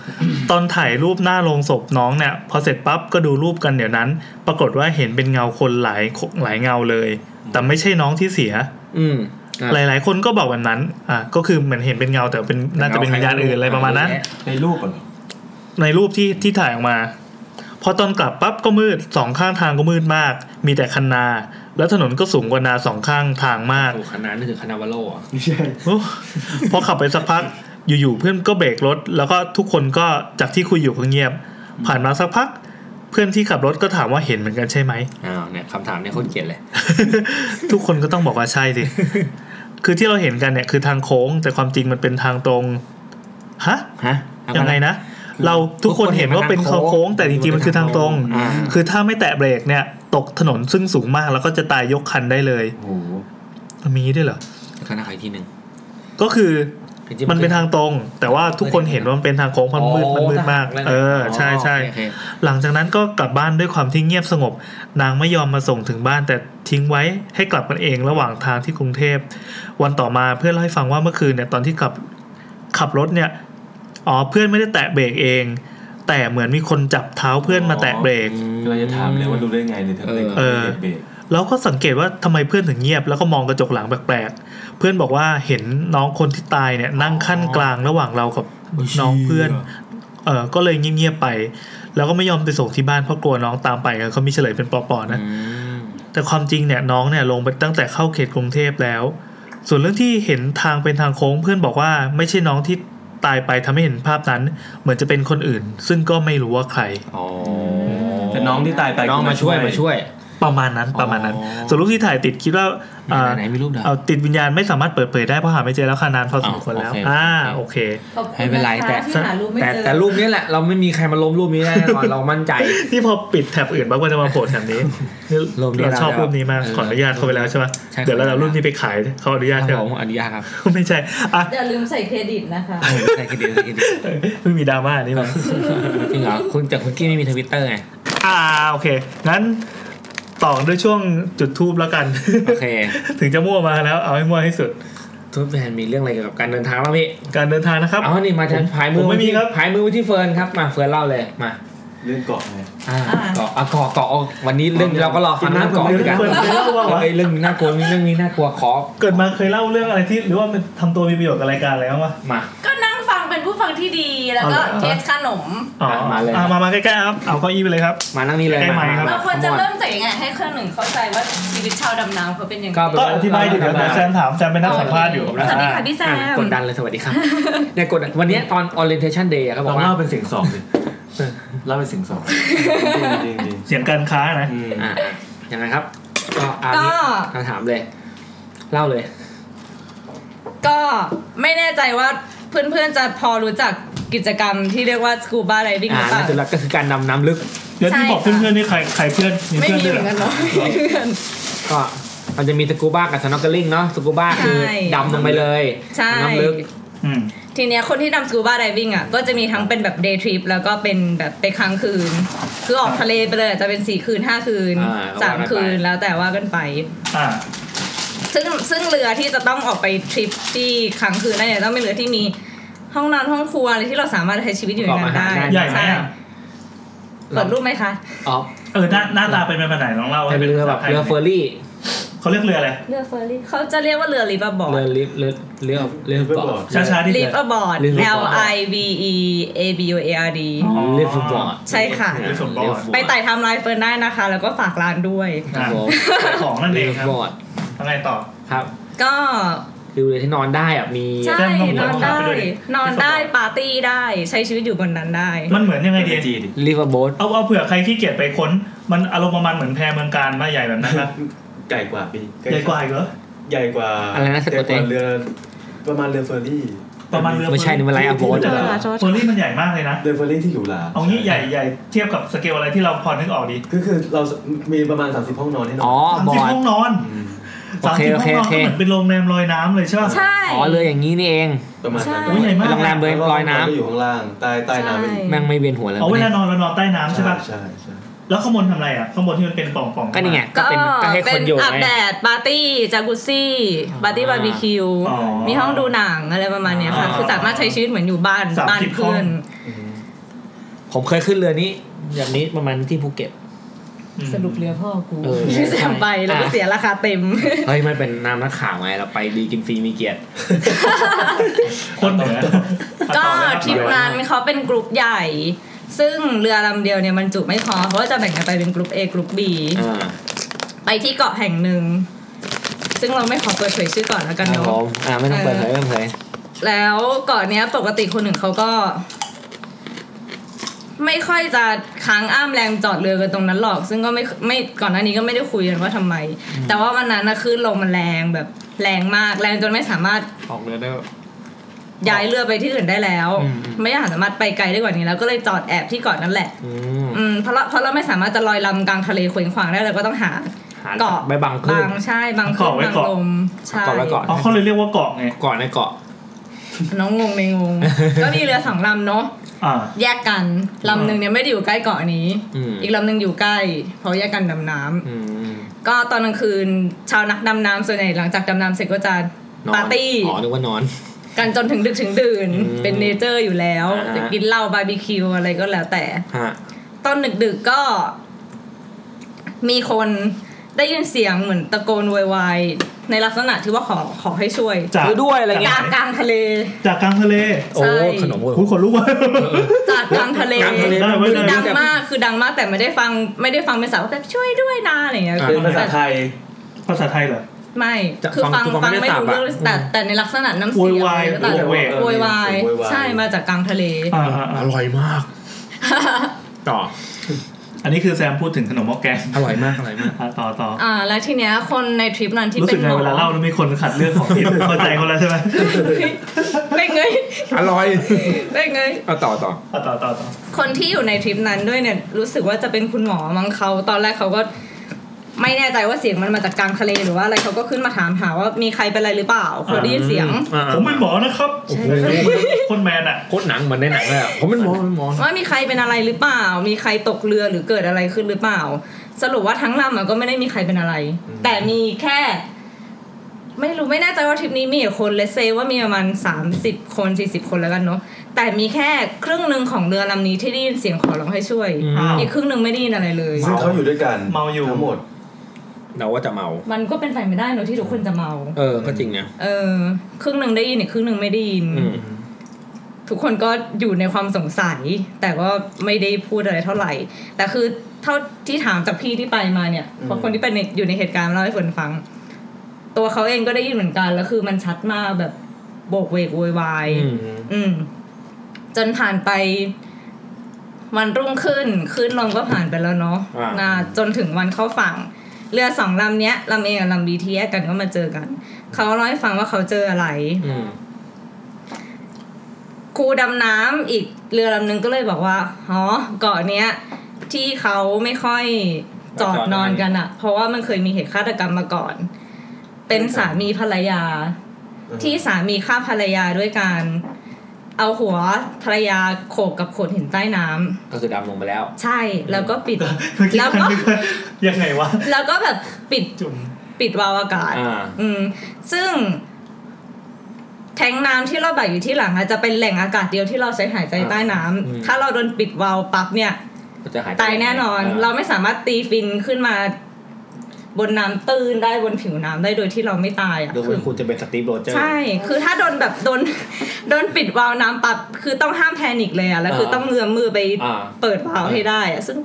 S1: ตอนถ่ายรูปหน้าโรงศพน้องเนี่ย พอเสร็จปั๊บก็ดูรูปกันเดี๋ยวนั้น ปรากฏว่าเห็นเป็นเงาคนหลายหลายเงาเลย แต่ไม่ใช่น้องที่เสีย
S3: อืมอ่ะ
S1: หลาย ๆ คนก็บอกแบบนั้น อ่ะก็คือเหมือนเห็นเป็นเงาแต่เป็นน่าจะเป็นวิญญาณอื่นอะไรประมาณนั้น
S5: ในรูปเหรอ
S1: ในรูปที่ที่ถ่ายออกมา พอตอนกลับปั๊บก็มืดสองข้างทางก็มืดมาก มีแต่คันนา แล้วถนนก็สูงกว่านาสองข้างทางมาก
S3: โอ้โหคณะนี่คือคณะวาโลอ่ะ
S5: ไม่ใช่
S1: โอ้พอขับไปสักพัก อยู่ๆเพื่อนก็เบรกรถ แล้วก็ทุกคนก็จากที่คุยอยู่ก็เงียบ ผ่านมาสักพัก เพื่อนที่ขับรถก็ถามว่าเห็นเหมือนกันใช่ไหม
S3: อ้าวเนี่ยคำถามเนี่ยโคตรเกลียดเลย
S1: ทุกคนก็ต้องบอกว่าใช่สิ คือที่เราเห็นกันเนี่ยคือทางโค้ง แต่ความจริงมันเป็นทางตรงฮะ
S3: ฮะ
S1: ยังไงนะเราทุกคนเห็นว่าเป็นทางโค้ง แต่จริงๆมันคือทางตรง
S3: อ่า
S1: คือถ้าไม่แตะเบรกเนี่ย ตกถนนซึ่งสูงมากแล้วก็จะตายยกคันได้เลย
S5: โอ้โห
S1: มีด้วยเหรอ
S3: คณะใครที่หนึ่ง
S1: ก็คือ
S3: จริงๆ
S1: มันเป็นทางตรง แต่ว่าทุกคนเห็นว่ามันเป็นทางโค้งมันมืดมันมืดมาก
S3: โทหร
S1: เออ ใช่ใช่
S3: โอเคโอเค
S1: หลังจากนั้นก็กลับบ้านด้วยความที่เงียบสงบ นางไม่ยอมมาส่งถึงบ้าน แต่ทิ้งไว้ให้กลับกันเองระหว่างทางที่กรุงเทพ วันต่อมาเพื่อนเล่าให้ฟังว่าเมื่อคืนเนี่ยตอนที่ขับขับรถเนี่ยอ๋อเพื่อนไม่ได้แตะเบรกเอง แต่เหมือนมีคนจับเท้าเพื่อนมาแตะเบรก
S5: กำลังจะถามเลยว่ารู้ได้ไงเลยทั้งเด็ก
S1: เออ
S5: เบรก
S1: แล้วก็สังเกตว่าทำไมเพื่อนถึงเงียบ แล้วก็มองกระจกหลังแปลกๆ เพื่อนบอกว่าเห็นน้องคนที่ตายเนี่ยนั่งขั้นกลางระหว่างเรากับน้องเพื่อน เออก็เลยเงียบๆไป แล้วก็ไม่ยอมไปส่งที่บ้านเพราะกลัวน้องตามไปเขามีเฉลยเป็นปอๆนะ
S3: อืม
S1: แต่ความจริงเนี่ยน้องเนี่ยลงไปตั้งแต่เข้าเขตกรุงเทพแล้ว ส่วนเรื่องที่เห็นทางเป็นทางโค้งเพื่อนบอกว่าไม่ใช่น้องที่ตายไปทำให้เห็นภาพนั้น เหมือนจะเป็นคนอื่น ซึ่งก็ไม่รู้ว่าใคร
S3: อ๋อ
S5: แต่น้องที่ตายไป
S3: น้องมาช่วยมาช่วย
S1: ประมาณนั้นประมาณนั้น
S3: อ๋อ
S1: ส่วนรูปที่ถ่ายติดคิดว่า
S3: ไหน
S1: อ่า
S3: ไหนไหนมีรูปดาว
S1: เอาติดวิญญาณไม่สามารถเปิดเผยได้เพราะหาไม่เจอแล้วค่ะนานพอสมควรแล้ว
S3: อ๋อโอเค
S1: อ่าโอ
S9: ขอบ
S1: เค
S9: คุณ
S3: ไม่เป็นไระ
S9: คะ
S3: แต่
S9: ที่หารูปไม่
S3: แต่
S9: เจอ
S3: แต่รูปนี้แหละ เราไม่มีใครมาล้มรูปนี้แน่น อน เรามั่นใจ
S1: ที่พอปิดแท็บอื่นบ้างก็จะมาโผล่แท็บนี้
S3: รูปนี้
S1: เราชอบ
S3: เราจะ
S1: รูปนี้มาก
S3: เออ
S1: ขออนุญาตเขาไปแล้วใช่ไหม
S3: ใช่
S1: เดี๋ยวเราเอารูปนี้ไปขายเขาอนุญาตใช่ไห
S3: ผม
S1: ม
S3: อนุญาตครับ
S1: ไม่ใช่อ่ะ
S9: อย่าลืมใส่เครดิตนะคะ
S3: ใช่คิดดีใช่คิดดี
S1: เพิ่งมีดราม่านี่มา
S3: จริงเหรอคุณแต่คุณกี้ไม่มีทวิตเตอร์ไง
S1: อ่าโอเค งั้นต่อด้วยช่วงจุดทูบแล้วกัน
S3: โอเค
S1: ถึงจะมั่วมาแล้วเอาให้มั่วให้สุด
S3: ทุกแฟนมีเรื่องอะไรเกี่ยวกับการเดินทางบ้างพี่
S1: การเดินทางนะครับ
S3: เอานี่มาทางพายมื
S1: ผ
S3: อ
S1: มไม่มีครับ
S3: พายมือไว้ที่เฟิร์นครับมาเฟิร์นเล่าเลยมา
S5: เรื่องเกาะไง
S3: อ่าเกาะอ่ะเกาะเกาะเอาวันนี้เรื่องเราก็รอฟังเรื่องเกาะ
S1: เดี๋
S3: ด้วย
S1: ยว
S3: กัน
S1: เปิดเคยเล่าบ้างวะ
S3: เอ้ยเรื่องนี้น่ากลัวมีเรื่องนี้น่ากลัวขอ
S1: เกิดมาเคยเล่าเรื่องอะไรที่ หรือว่ามันทำตัวมีประโยชน์กับรายการอะไรบ้างวะ
S3: มา
S4: ก็นั่งฟังเป็นผู้ฟังที่ดีแล้วก็
S1: เอาเหรอ
S4: เทสขนม
S1: อ๋อ
S3: มาเลย
S1: อ่ะมามาใกล้ๆครับเอาเก้าอี้ไปเลยครับ
S3: มานั่งนี่เลย
S1: ใกล้ไมค์ครับ
S4: เราควรจะ
S3: ขโมย
S4: เริ่มจากยังไงให้เครื่องหนึ่งเข้าใจว่าชีวิตชาวดำน้ำเขาเป็นยังไง
S3: ก็
S1: ก็อธิบายดิเดี๋ยวนะแซมถามแซมเป็นนักสัมภาษณ์อยู่
S4: สวัสดีค่ะพี่แซม
S3: อ่ะกดดันเลยสวัสดี ครับ เนี่ยกดดันวันเนี้ยตอน orientation day อะเขาบ
S5: ล
S3: อ
S5: อก ง
S3: ว่า
S5: เล่าเป็นเสียงสองดิเล่าเป็นเสียงสองจริงจริง
S1: เสียงการค้านะ
S5: ๆอืม
S3: อ่ะยังไงครับ ก็อา
S4: ก็
S3: นี้เราถามเลย เล่าเลย
S4: ก็ไม่แน่ใจว่าเพื่อนๆจะพอรู้จักกิจกรรมที่เรียกว่าสกูบาไ i ดิ้งห
S3: อ่า
S4: รือเป
S3: น่า
S4: ล่า
S3: จะรักก็คือการดำน้ำลึก
S1: เดี๋ยวที่บอก
S4: ใช่ค่ะ
S1: เพื่อนๆนี่ใครใครเพื่อนมี
S4: ไม่
S1: เพื่อน
S4: มี
S1: ด้วย
S4: เห
S1: เหร
S4: มือน
S1: อน
S4: กัเนาะไม่มีเหมือน
S3: ก็มันจะมีสกูบ้ากับสน็อกเกิลลิงเนาะสกูบ้าคือ
S4: ใช่
S3: ดำลงไปเลย
S4: ใช่
S3: น้ำลึก
S1: อืม
S4: ทีเนี้ยคนที่ดำสกูบาไ i ดิ้งอ่ะก็จะมีทั้งเป็นแบบ day trip แล้วก็เป็นแบบไปค้างคืน คือออกทะเลไปเลยอาจจะเป็นสี่คืนห้าคืนสามคืนแล้วแต่ว่ากันไป
S1: อ่า
S4: ซึ่งซึ่งเรือที่จะต้องออกไปทริปที่ครั้งคืนนั่นเนี่ยต้องเป็นเรือที่มีห้องนอนห้องครัวอะไรที่เราสามารถใช้ชีวิตอยู่ในนั้นได้
S1: ใหญ่ไหม
S4: ใช่
S1: อ่ะ
S4: เปิดรูปไหมคะ
S3: อ๋อ
S1: เออหน้าหน้าตาเป็นไปไหนลองเล่าให้
S3: เป็นเรือแบบเรือเฟอร์รี่
S1: เขาเรียกเรืออะไร
S4: เรือเฟอร์รี่เขาจะเรียกว่าเรือลิฟต์บอร์
S3: เรื
S4: ด
S3: อลิฟเรือเรือเรือเบอร์ด
S1: ช้าๆดิ
S4: ลิฟต์บอร์ด
S3: Lift aboard
S4: L I V E A B U A R D
S3: เรือฟุตบอร์ด
S4: ใช่ค่ะ
S3: เรือฟุตบอร์ด
S4: ไปไต่ไทำลายเฟิร์นได้นะคะ แล้วก็ฝากร้านด้วย
S1: อ่ะขายของนั่นเอง
S3: เรือ
S1: ค
S3: ฟุต
S1: รับ
S3: บอร์ด
S1: แล้วไงต่อ
S3: ครับ
S4: ก็
S3: คือเลยที่นอนได้อะมี
S4: ใช่
S1: แจ้งลง
S4: นอนได้
S1: ไปด้วยดิ
S4: นอนได้ปาร์ตี้ได้ใช้ชีวิตอยู่บนนั้นได้
S1: มันเหมือนยังไงดี
S5: จีดิ
S3: ริเวอร์โบ๊ท
S1: เอาเอาเผื่อใครขี้เกียจไปค้น มันอารมณ์ประมาณเหมือนแพรเมืองการมาใหญ่แบบนั้นนะ
S5: ใหญ่กว่าพี่
S1: ใหญ่กว่าอีกเหรอ
S5: ใหญ่กว่า
S3: อะไรนะสะกดเอง
S5: เรือประมาณเรือเฟอร์รี่
S1: ประมาณเรือ
S3: ไม่ใช่นี่มันไลน์อัพโพสต์
S1: เฟอร์รี่มันใหญ่มากเลยนะ
S5: เรือเฟอร์รี่ที่อยู่หลา
S1: เอางี้ใหญ่ใหญ่เทียบกับสเกลอะไรที่เราพอนึกออกดี
S5: คือคือเรามีประมาณ 30 ห้องนอนให้นอน
S3: อ๋อ
S1: สาม
S3: บอ
S1: สิบ
S3: ด
S1: ห้องนอน
S5: ม
S3: โอ
S1: สาม
S3: เค
S1: สิบ
S3: โอ
S1: ห้อ
S3: เค
S1: งน
S3: โอน เค
S1: อก็เหมือนเป็นโรงแรมลอยน้ำเลยใช่ป่ะ
S4: ใช่
S3: อ๋อเรืออย่างนี้นี่เอง
S5: ประมาณนั้น
S1: ใช่อุ๊ยใหญ่มาก
S3: โรงแรมเรือลอยน้ำ
S5: ก็อยู่ข้างล่างใต้ใต้น้ำไปอีก
S3: แม่งไม่เวียนหัวเลย
S1: เอาเวลานอนเรานอนใต้น้ำใช่ป่ะ
S5: ใช่ใช่
S1: แล้วข้างบนทำอะไรอ่ะข้างบนที่มันเป็นปล่องๆ
S3: ก็นี่ไง ก็
S4: ก็
S3: เป็นก็ให้ค
S4: เป็น น
S3: โยน
S4: อาบ
S3: ไง
S4: แดดปาร์ตี้จากุซซี่ปาร์ตี้บาร์บีคิว
S1: อ๋อ
S4: มีห้องดูหนังอะไรประมาณเนี้ยค่ะ
S1: อ๋อ
S4: คือสามารถใช้ชีวิตเหมือนอยู่บ้าน
S1: สาม
S4: บ้าน
S1: สิบห้อง
S4: เพื่อน
S3: ผมเคยขึ้นเรือนี้ แบบนี้ประมาณที่ภูเก็ต
S1: อืม
S4: สรุปเรือพ่อกู
S3: เออ
S4: ที่เสียไปแล้วก็
S3: อ่ะ
S4: เสียราคาเต็ม
S3: เฮ้ยมันเป็นนามนักข่าวไง เราไปดีกินฟรีมีเกียรติ
S1: คนเหนือ
S4: ก็
S1: ต่อเลยครับ
S4: ทริปนั้นเขาเป็นกลุ่มใหญ่ ซึ่งเรือลำเดียวเนี่ยมันจุไม่พอเพราะว่าจะแบ่งกันไปเป็นกลุ่ม A กลุ่ม B
S3: อ่า
S4: ไปที่เกาะแห่งหนึ่ง ซึ่งเราไม่ขอเปิดเผยชื่อก่อนแล้วกัน
S3: ครับ
S4: เนาะ
S3: ผมอ่าไม่ต้องเปิดเผยไม่ต้องเผย
S4: แล้วเกาะเนี้ยปกติคนหนึ่งเขาก็ ไม่ค่อยจะค้างอ้ามแรงจอดเรือกันตรงนั้นหรอก ซึ่งก็ไม่ไม่ก่อนหน้านี้ก็ไม่ได้คุยกันว่าทำไม แต่ว่าวันนั้นนะคลื่นลมมันแรงแบบแรงมากแรงจนไม่สามารถ
S3: ออกเรือได้
S4: ย้ายเรือไปที่อื่นได้แล้ว
S3: อืม
S4: ไม่สามารถไปไกลได้กว่านี้แล้วก็เลยจอดแอบที่เกาะนั่นแหละ
S3: อืม
S4: อืมเพราะเราเพราะเราไม่สามารถจะลอยลำกลางทะเลเคว้งคว้างได้เราก็ต้องหา
S3: หา
S4: เกาะ
S3: ใบบังขึ้น
S4: บางใช่บางคลื่น
S1: เกาะไว้
S4: บาง
S1: เกาะ
S4: ลมใช่
S3: เกาะไว้เกาะ
S1: อ๋อเขาเลยเรียกว่าเกาะไง
S3: เกาะในเกาะ
S4: น้องงงในง ง ก็มีเรือสองลำเนาะ
S1: อ่า
S4: แยกกันลำหนึ่งเนี่ยไม่ได้อยู่ใกล้เกาะนี้
S3: อืม
S4: อีกลำหนึ่งอยู่ใกล้ เพราะแยกกันดำน้ำ
S3: อืม
S4: ก็ตอนกลางคืนชาวนักดำน้ำส่วนใหญ่หลังจากดำน้ำเสร็จก็จะ
S3: นอน
S4: ปาร์ตี้
S3: อ๋อนึกว่านอน
S4: กันจนถึงดึกถึงดื่น
S3: อืม
S4: เป็นเนเจอร์อยู่แล้ว
S3: อ่า
S4: จะกินเหล้าบาร์บีคิวอะไรก็แล้วแต่
S3: ฮะ
S4: ตอนดึกดึกๆก็ มีคนได้ยินเสียงเหมือนตะโกนโวยวายในลักษณะที่ว่าขอขอให้ช่วย
S1: จาก
S3: คือด้วยอะไร
S4: ก
S3: เงี้ย
S4: ลางกลางทะเล
S1: จากกลางทะเล
S3: โอ้
S4: ใช่
S3: ขนมเว้ย
S1: หูขนลุกว่ะ
S4: จากกลางทะเล
S3: กลางทะเล
S1: ได้ไว้
S4: คือ
S1: เลย
S4: ดังมากคือดังมากแต่ไม่ได้ฟังไม่ได้ฟังเป็นสาวแบบช่วยด้วยนะอะไรอย่างเงี้ย
S3: อ่า
S5: เป็นภาษาไทย
S1: ภาษาไทยเหรอ
S4: ไม่
S3: จะ
S4: คือ
S3: ฟั
S4: ฟั
S3: ง
S4: ง
S3: คือฟั
S4: ฟั
S3: ง
S4: ง
S3: ไม่
S4: ไม่
S3: ได้
S4: รู้
S3: สับอะ
S4: เรื่องแต่แต่ในลักษณะน้ำเสี
S1: โว
S4: ยง
S1: ยวาย
S4: อะไรก็ตาม
S1: โวยวาย
S4: โวยวาย
S5: โวยวาย
S4: ใช่มาจากกลางทะเล
S1: อ่าอ่า
S3: อ
S1: อ่า
S3: ร่อยมาก ต่อ
S1: อันนี้คือแซมพูดถึงขนมหม้อแกง
S3: อร่อยมากอร่อยมาก
S1: อ่ะต่อต่อ
S4: อ่าแล้วทีเนี้ยคนในทริปนั้นที่
S1: รู้
S4: เป็
S1: สึ
S4: น
S1: ก
S4: ห
S1: ไง
S4: มอ
S1: เวลาเล่าแล้วมีคนขัดเรื่องของผิดเข้าใจเขาแล้วใช่ไหม
S4: เป็นไง
S3: อร่อย
S4: เป็นไง
S3: เอาต่อต่อ
S1: อ่ะต่อต่อต่อ
S4: คนที่อยู่ในทริปนั้นด้วยเนี่ยรู้สึกว่าจะเป็นคุณหมอมั้งเขาตอนแรกเขาก็ไม่แน่ใจว่าเสียงมันมาจากกลางทะเลหรือว่าอะไรเขาก็ขึ้นมาถามหาว่ามีใครเป็นอะไรหรือเปล่าเขาได้ยินเสียง
S1: ผมเป็นหมอนะครับ
S3: โอ้โห
S1: คนแมนอ่ะ
S3: โคตรหนังเหมือนในหนังเลยอะผมเป็นหมอผมเป็นหมอ
S4: ว่ามีใครเป็นอะไรหรือเปล่า มีใครตกเรือหรือเกิดอะไรขึ้นหรือเปล่า สรุปว่าทั้งลำอะก็ไม่ได้มีใครเป็นอะไร แต่มีแค่ ไม่รู้ไม่แน่ใจว่าทริปนี้มีกี่คนเลเซว่ามีประมาณสามสิบคนสี่สิบคนแล้วกันเนาะแต่มีแค่ครึ่งหนึ่งของเรือลำนี้ที่ได้ยินเสียงขอร้องให้ช่วย
S3: อืม
S4: อีกครึ่งหนึ่งไม่ได้ยินอะไรเลย
S5: ซึ่งเขาอยู่ด้วยกัน
S1: เมาอยู่
S5: ทั้งหมด
S3: เราว่าจะเมา
S4: มันก็เป็นไปไม่ได้เนอะที่ทุกคนจะเมา
S3: เออ ก็จริงนะ
S4: เออ ครึ่งหนึ่งได้ยินอีกครึ่งหนึ่งไม่ได้ยิน
S3: อืม
S4: ทุกคนก็อยู่ในความสงสัย แต่ก็ไม่ได้พูดอะไรเท่าไหร่ แต่คือเท่าที่ถามจากพี่ที่ไปมาเนี่ยเพราะคนที่ไปในอยู่ในเหตุการณ์มาเล่าให้ฝนฟัง ตัวเขาเองก็ได้ยินเหมือนกันแล้วคือมันชัดมากแบบโบกเวกโวยวาย
S3: อืม
S4: อืม จนผ่านไปวันรุ่งขึ้นขึ้นลมก็ผ่านไปแล้วเนาะ
S3: อ่าน
S4: นะจนถึงวันเข้าฝั่ง เรือสองลำเนี้ยลำเอกับลำบีที่แยกกันก็มาเจอกัน เขาเล่าให้ฟังว่าเขาเจออะไร
S3: อืม
S4: ครูดำน้ำอีกเรือลำนึงก็เลยบอกว่าอ๋อเกาะเนี้ย ที่เขาไม่ค่อยจอดนอนกันอะเพราะว่ามันเคยมีเหตุฆาตกรรมมาก่อน เป็นสามีภรรยา
S5: อือฮึ
S4: ที่สามีฆ่าภรรยาด้วยการ เอาหัวภรรยาโขกกับโขดหินใต้น้ำ
S3: ก็คือดำลงไปแล้ว
S4: ใช่แล้วก็ปิด
S1: เมื่อกี้
S4: แล้วก็
S1: นึกว่ายังไงวะ
S4: แล้วก็แบบปิด
S1: จุ่ม
S4: ปิดวาล์วอากาศ
S3: อ่า
S4: อืม ซึ่ง แทงน้ำที่เราแบบอยู่ที่หลังอะจะเป็นแหล่งอากาศเดียวที่เราใช้หายใจใต้น้ำ
S3: อืม
S4: ถ้าเราโดนปิดวาล์วปั๊บเนี่ย
S3: ก็จะหายไป
S4: ตายแน่นอน
S3: า
S4: เราไม่สามารถตีฟินขึ้นมา บนน้ำตื้นได้บนผิวน้ำได้โดยที่เราไม่ตายอ่ะ
S3: ยก
S4: คื
S3: เว้น
S4: อ
S3: คุณจะเป็นสตีฟโรเจอร์
S4: ใช่ คือถ้าโดนแบบโดน โดนปิดวาล์วน้ำปั๊บคือต้องห้ามแพนิคเลยอ่ะแล้วคือ
S3: อ่า
S4: ต้องเอื้อมมือไป
S3: อ่า
S4: เปิดวาล์วให้ได้อ่ะซึ่ง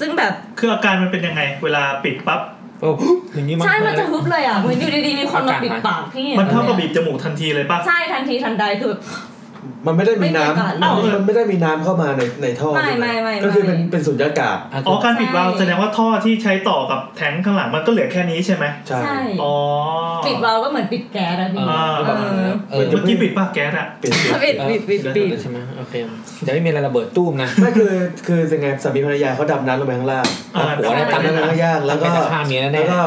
S4: ซึ่งแบบ
S1: คืออาการมันเป็นยังไง เวลาปิดปั๊บ
S3: โอ้ อย่างนี้มาก
S4: ใช่มัน
S3: เล
S4: จะ
S3: ย
S4: ฮึบเลยอ่ะเหมือนอยู่ดีๆมีคนมาปิดปากพี่
S1: มันเท่ากับบีบจมูกทันทีเลยปะ
S4: ใช่ทันทีทันใดคือ
S10: มันไม่ได้มีน้
S4: ไม่มีอากาศ
S10: ำอ้าว
S1: เลย
S10: มันไม่ได้มีน้ำเข้ามาในในท่อ
S4: ไม่
S10: ใช่ห
S4: ไม่ไม่
S10: ก็คือเป็น
S4: ไม่
S10: เป็นสุญญากาศ
S1: อ๋อการปิดวาล์วแสดงว่าท่อที่ใช้ต่อกับแทงค์ข้างหลังมันก็เหลือแค่นี้ใช่ไหม
S10: ใช่
S4: ใช่
S1: อ๋อ
S4: ปิดเราก็เหมือนปิดแก๊สอะพี่
S1: อ่า
S4: เออ
S3: เออ
S1: เมื่อกี้ปิดปะแก๊สอะ
S10: เปลี่ยนเปลี่ยน
S4: ปิดปิดปิดปิด
S3: ใช่ไหมโอเคเดี๋ยวไม่มีอะไรระเบิดตู้มนะ
S10: ไม่คือคือยังไงสามีภรรยาเขาดำน้ำลงไปข้างล่าง
S1: อ่า
S3: หัวเนี่ย
S10: ดำ
S3: ตั้
S10: น้ำ
S3: ง
S10: ลงไปข้างล่างแล้วก็
S3: เป็นจะฆ่าเมียแน่ๆ
S10: แล้วก็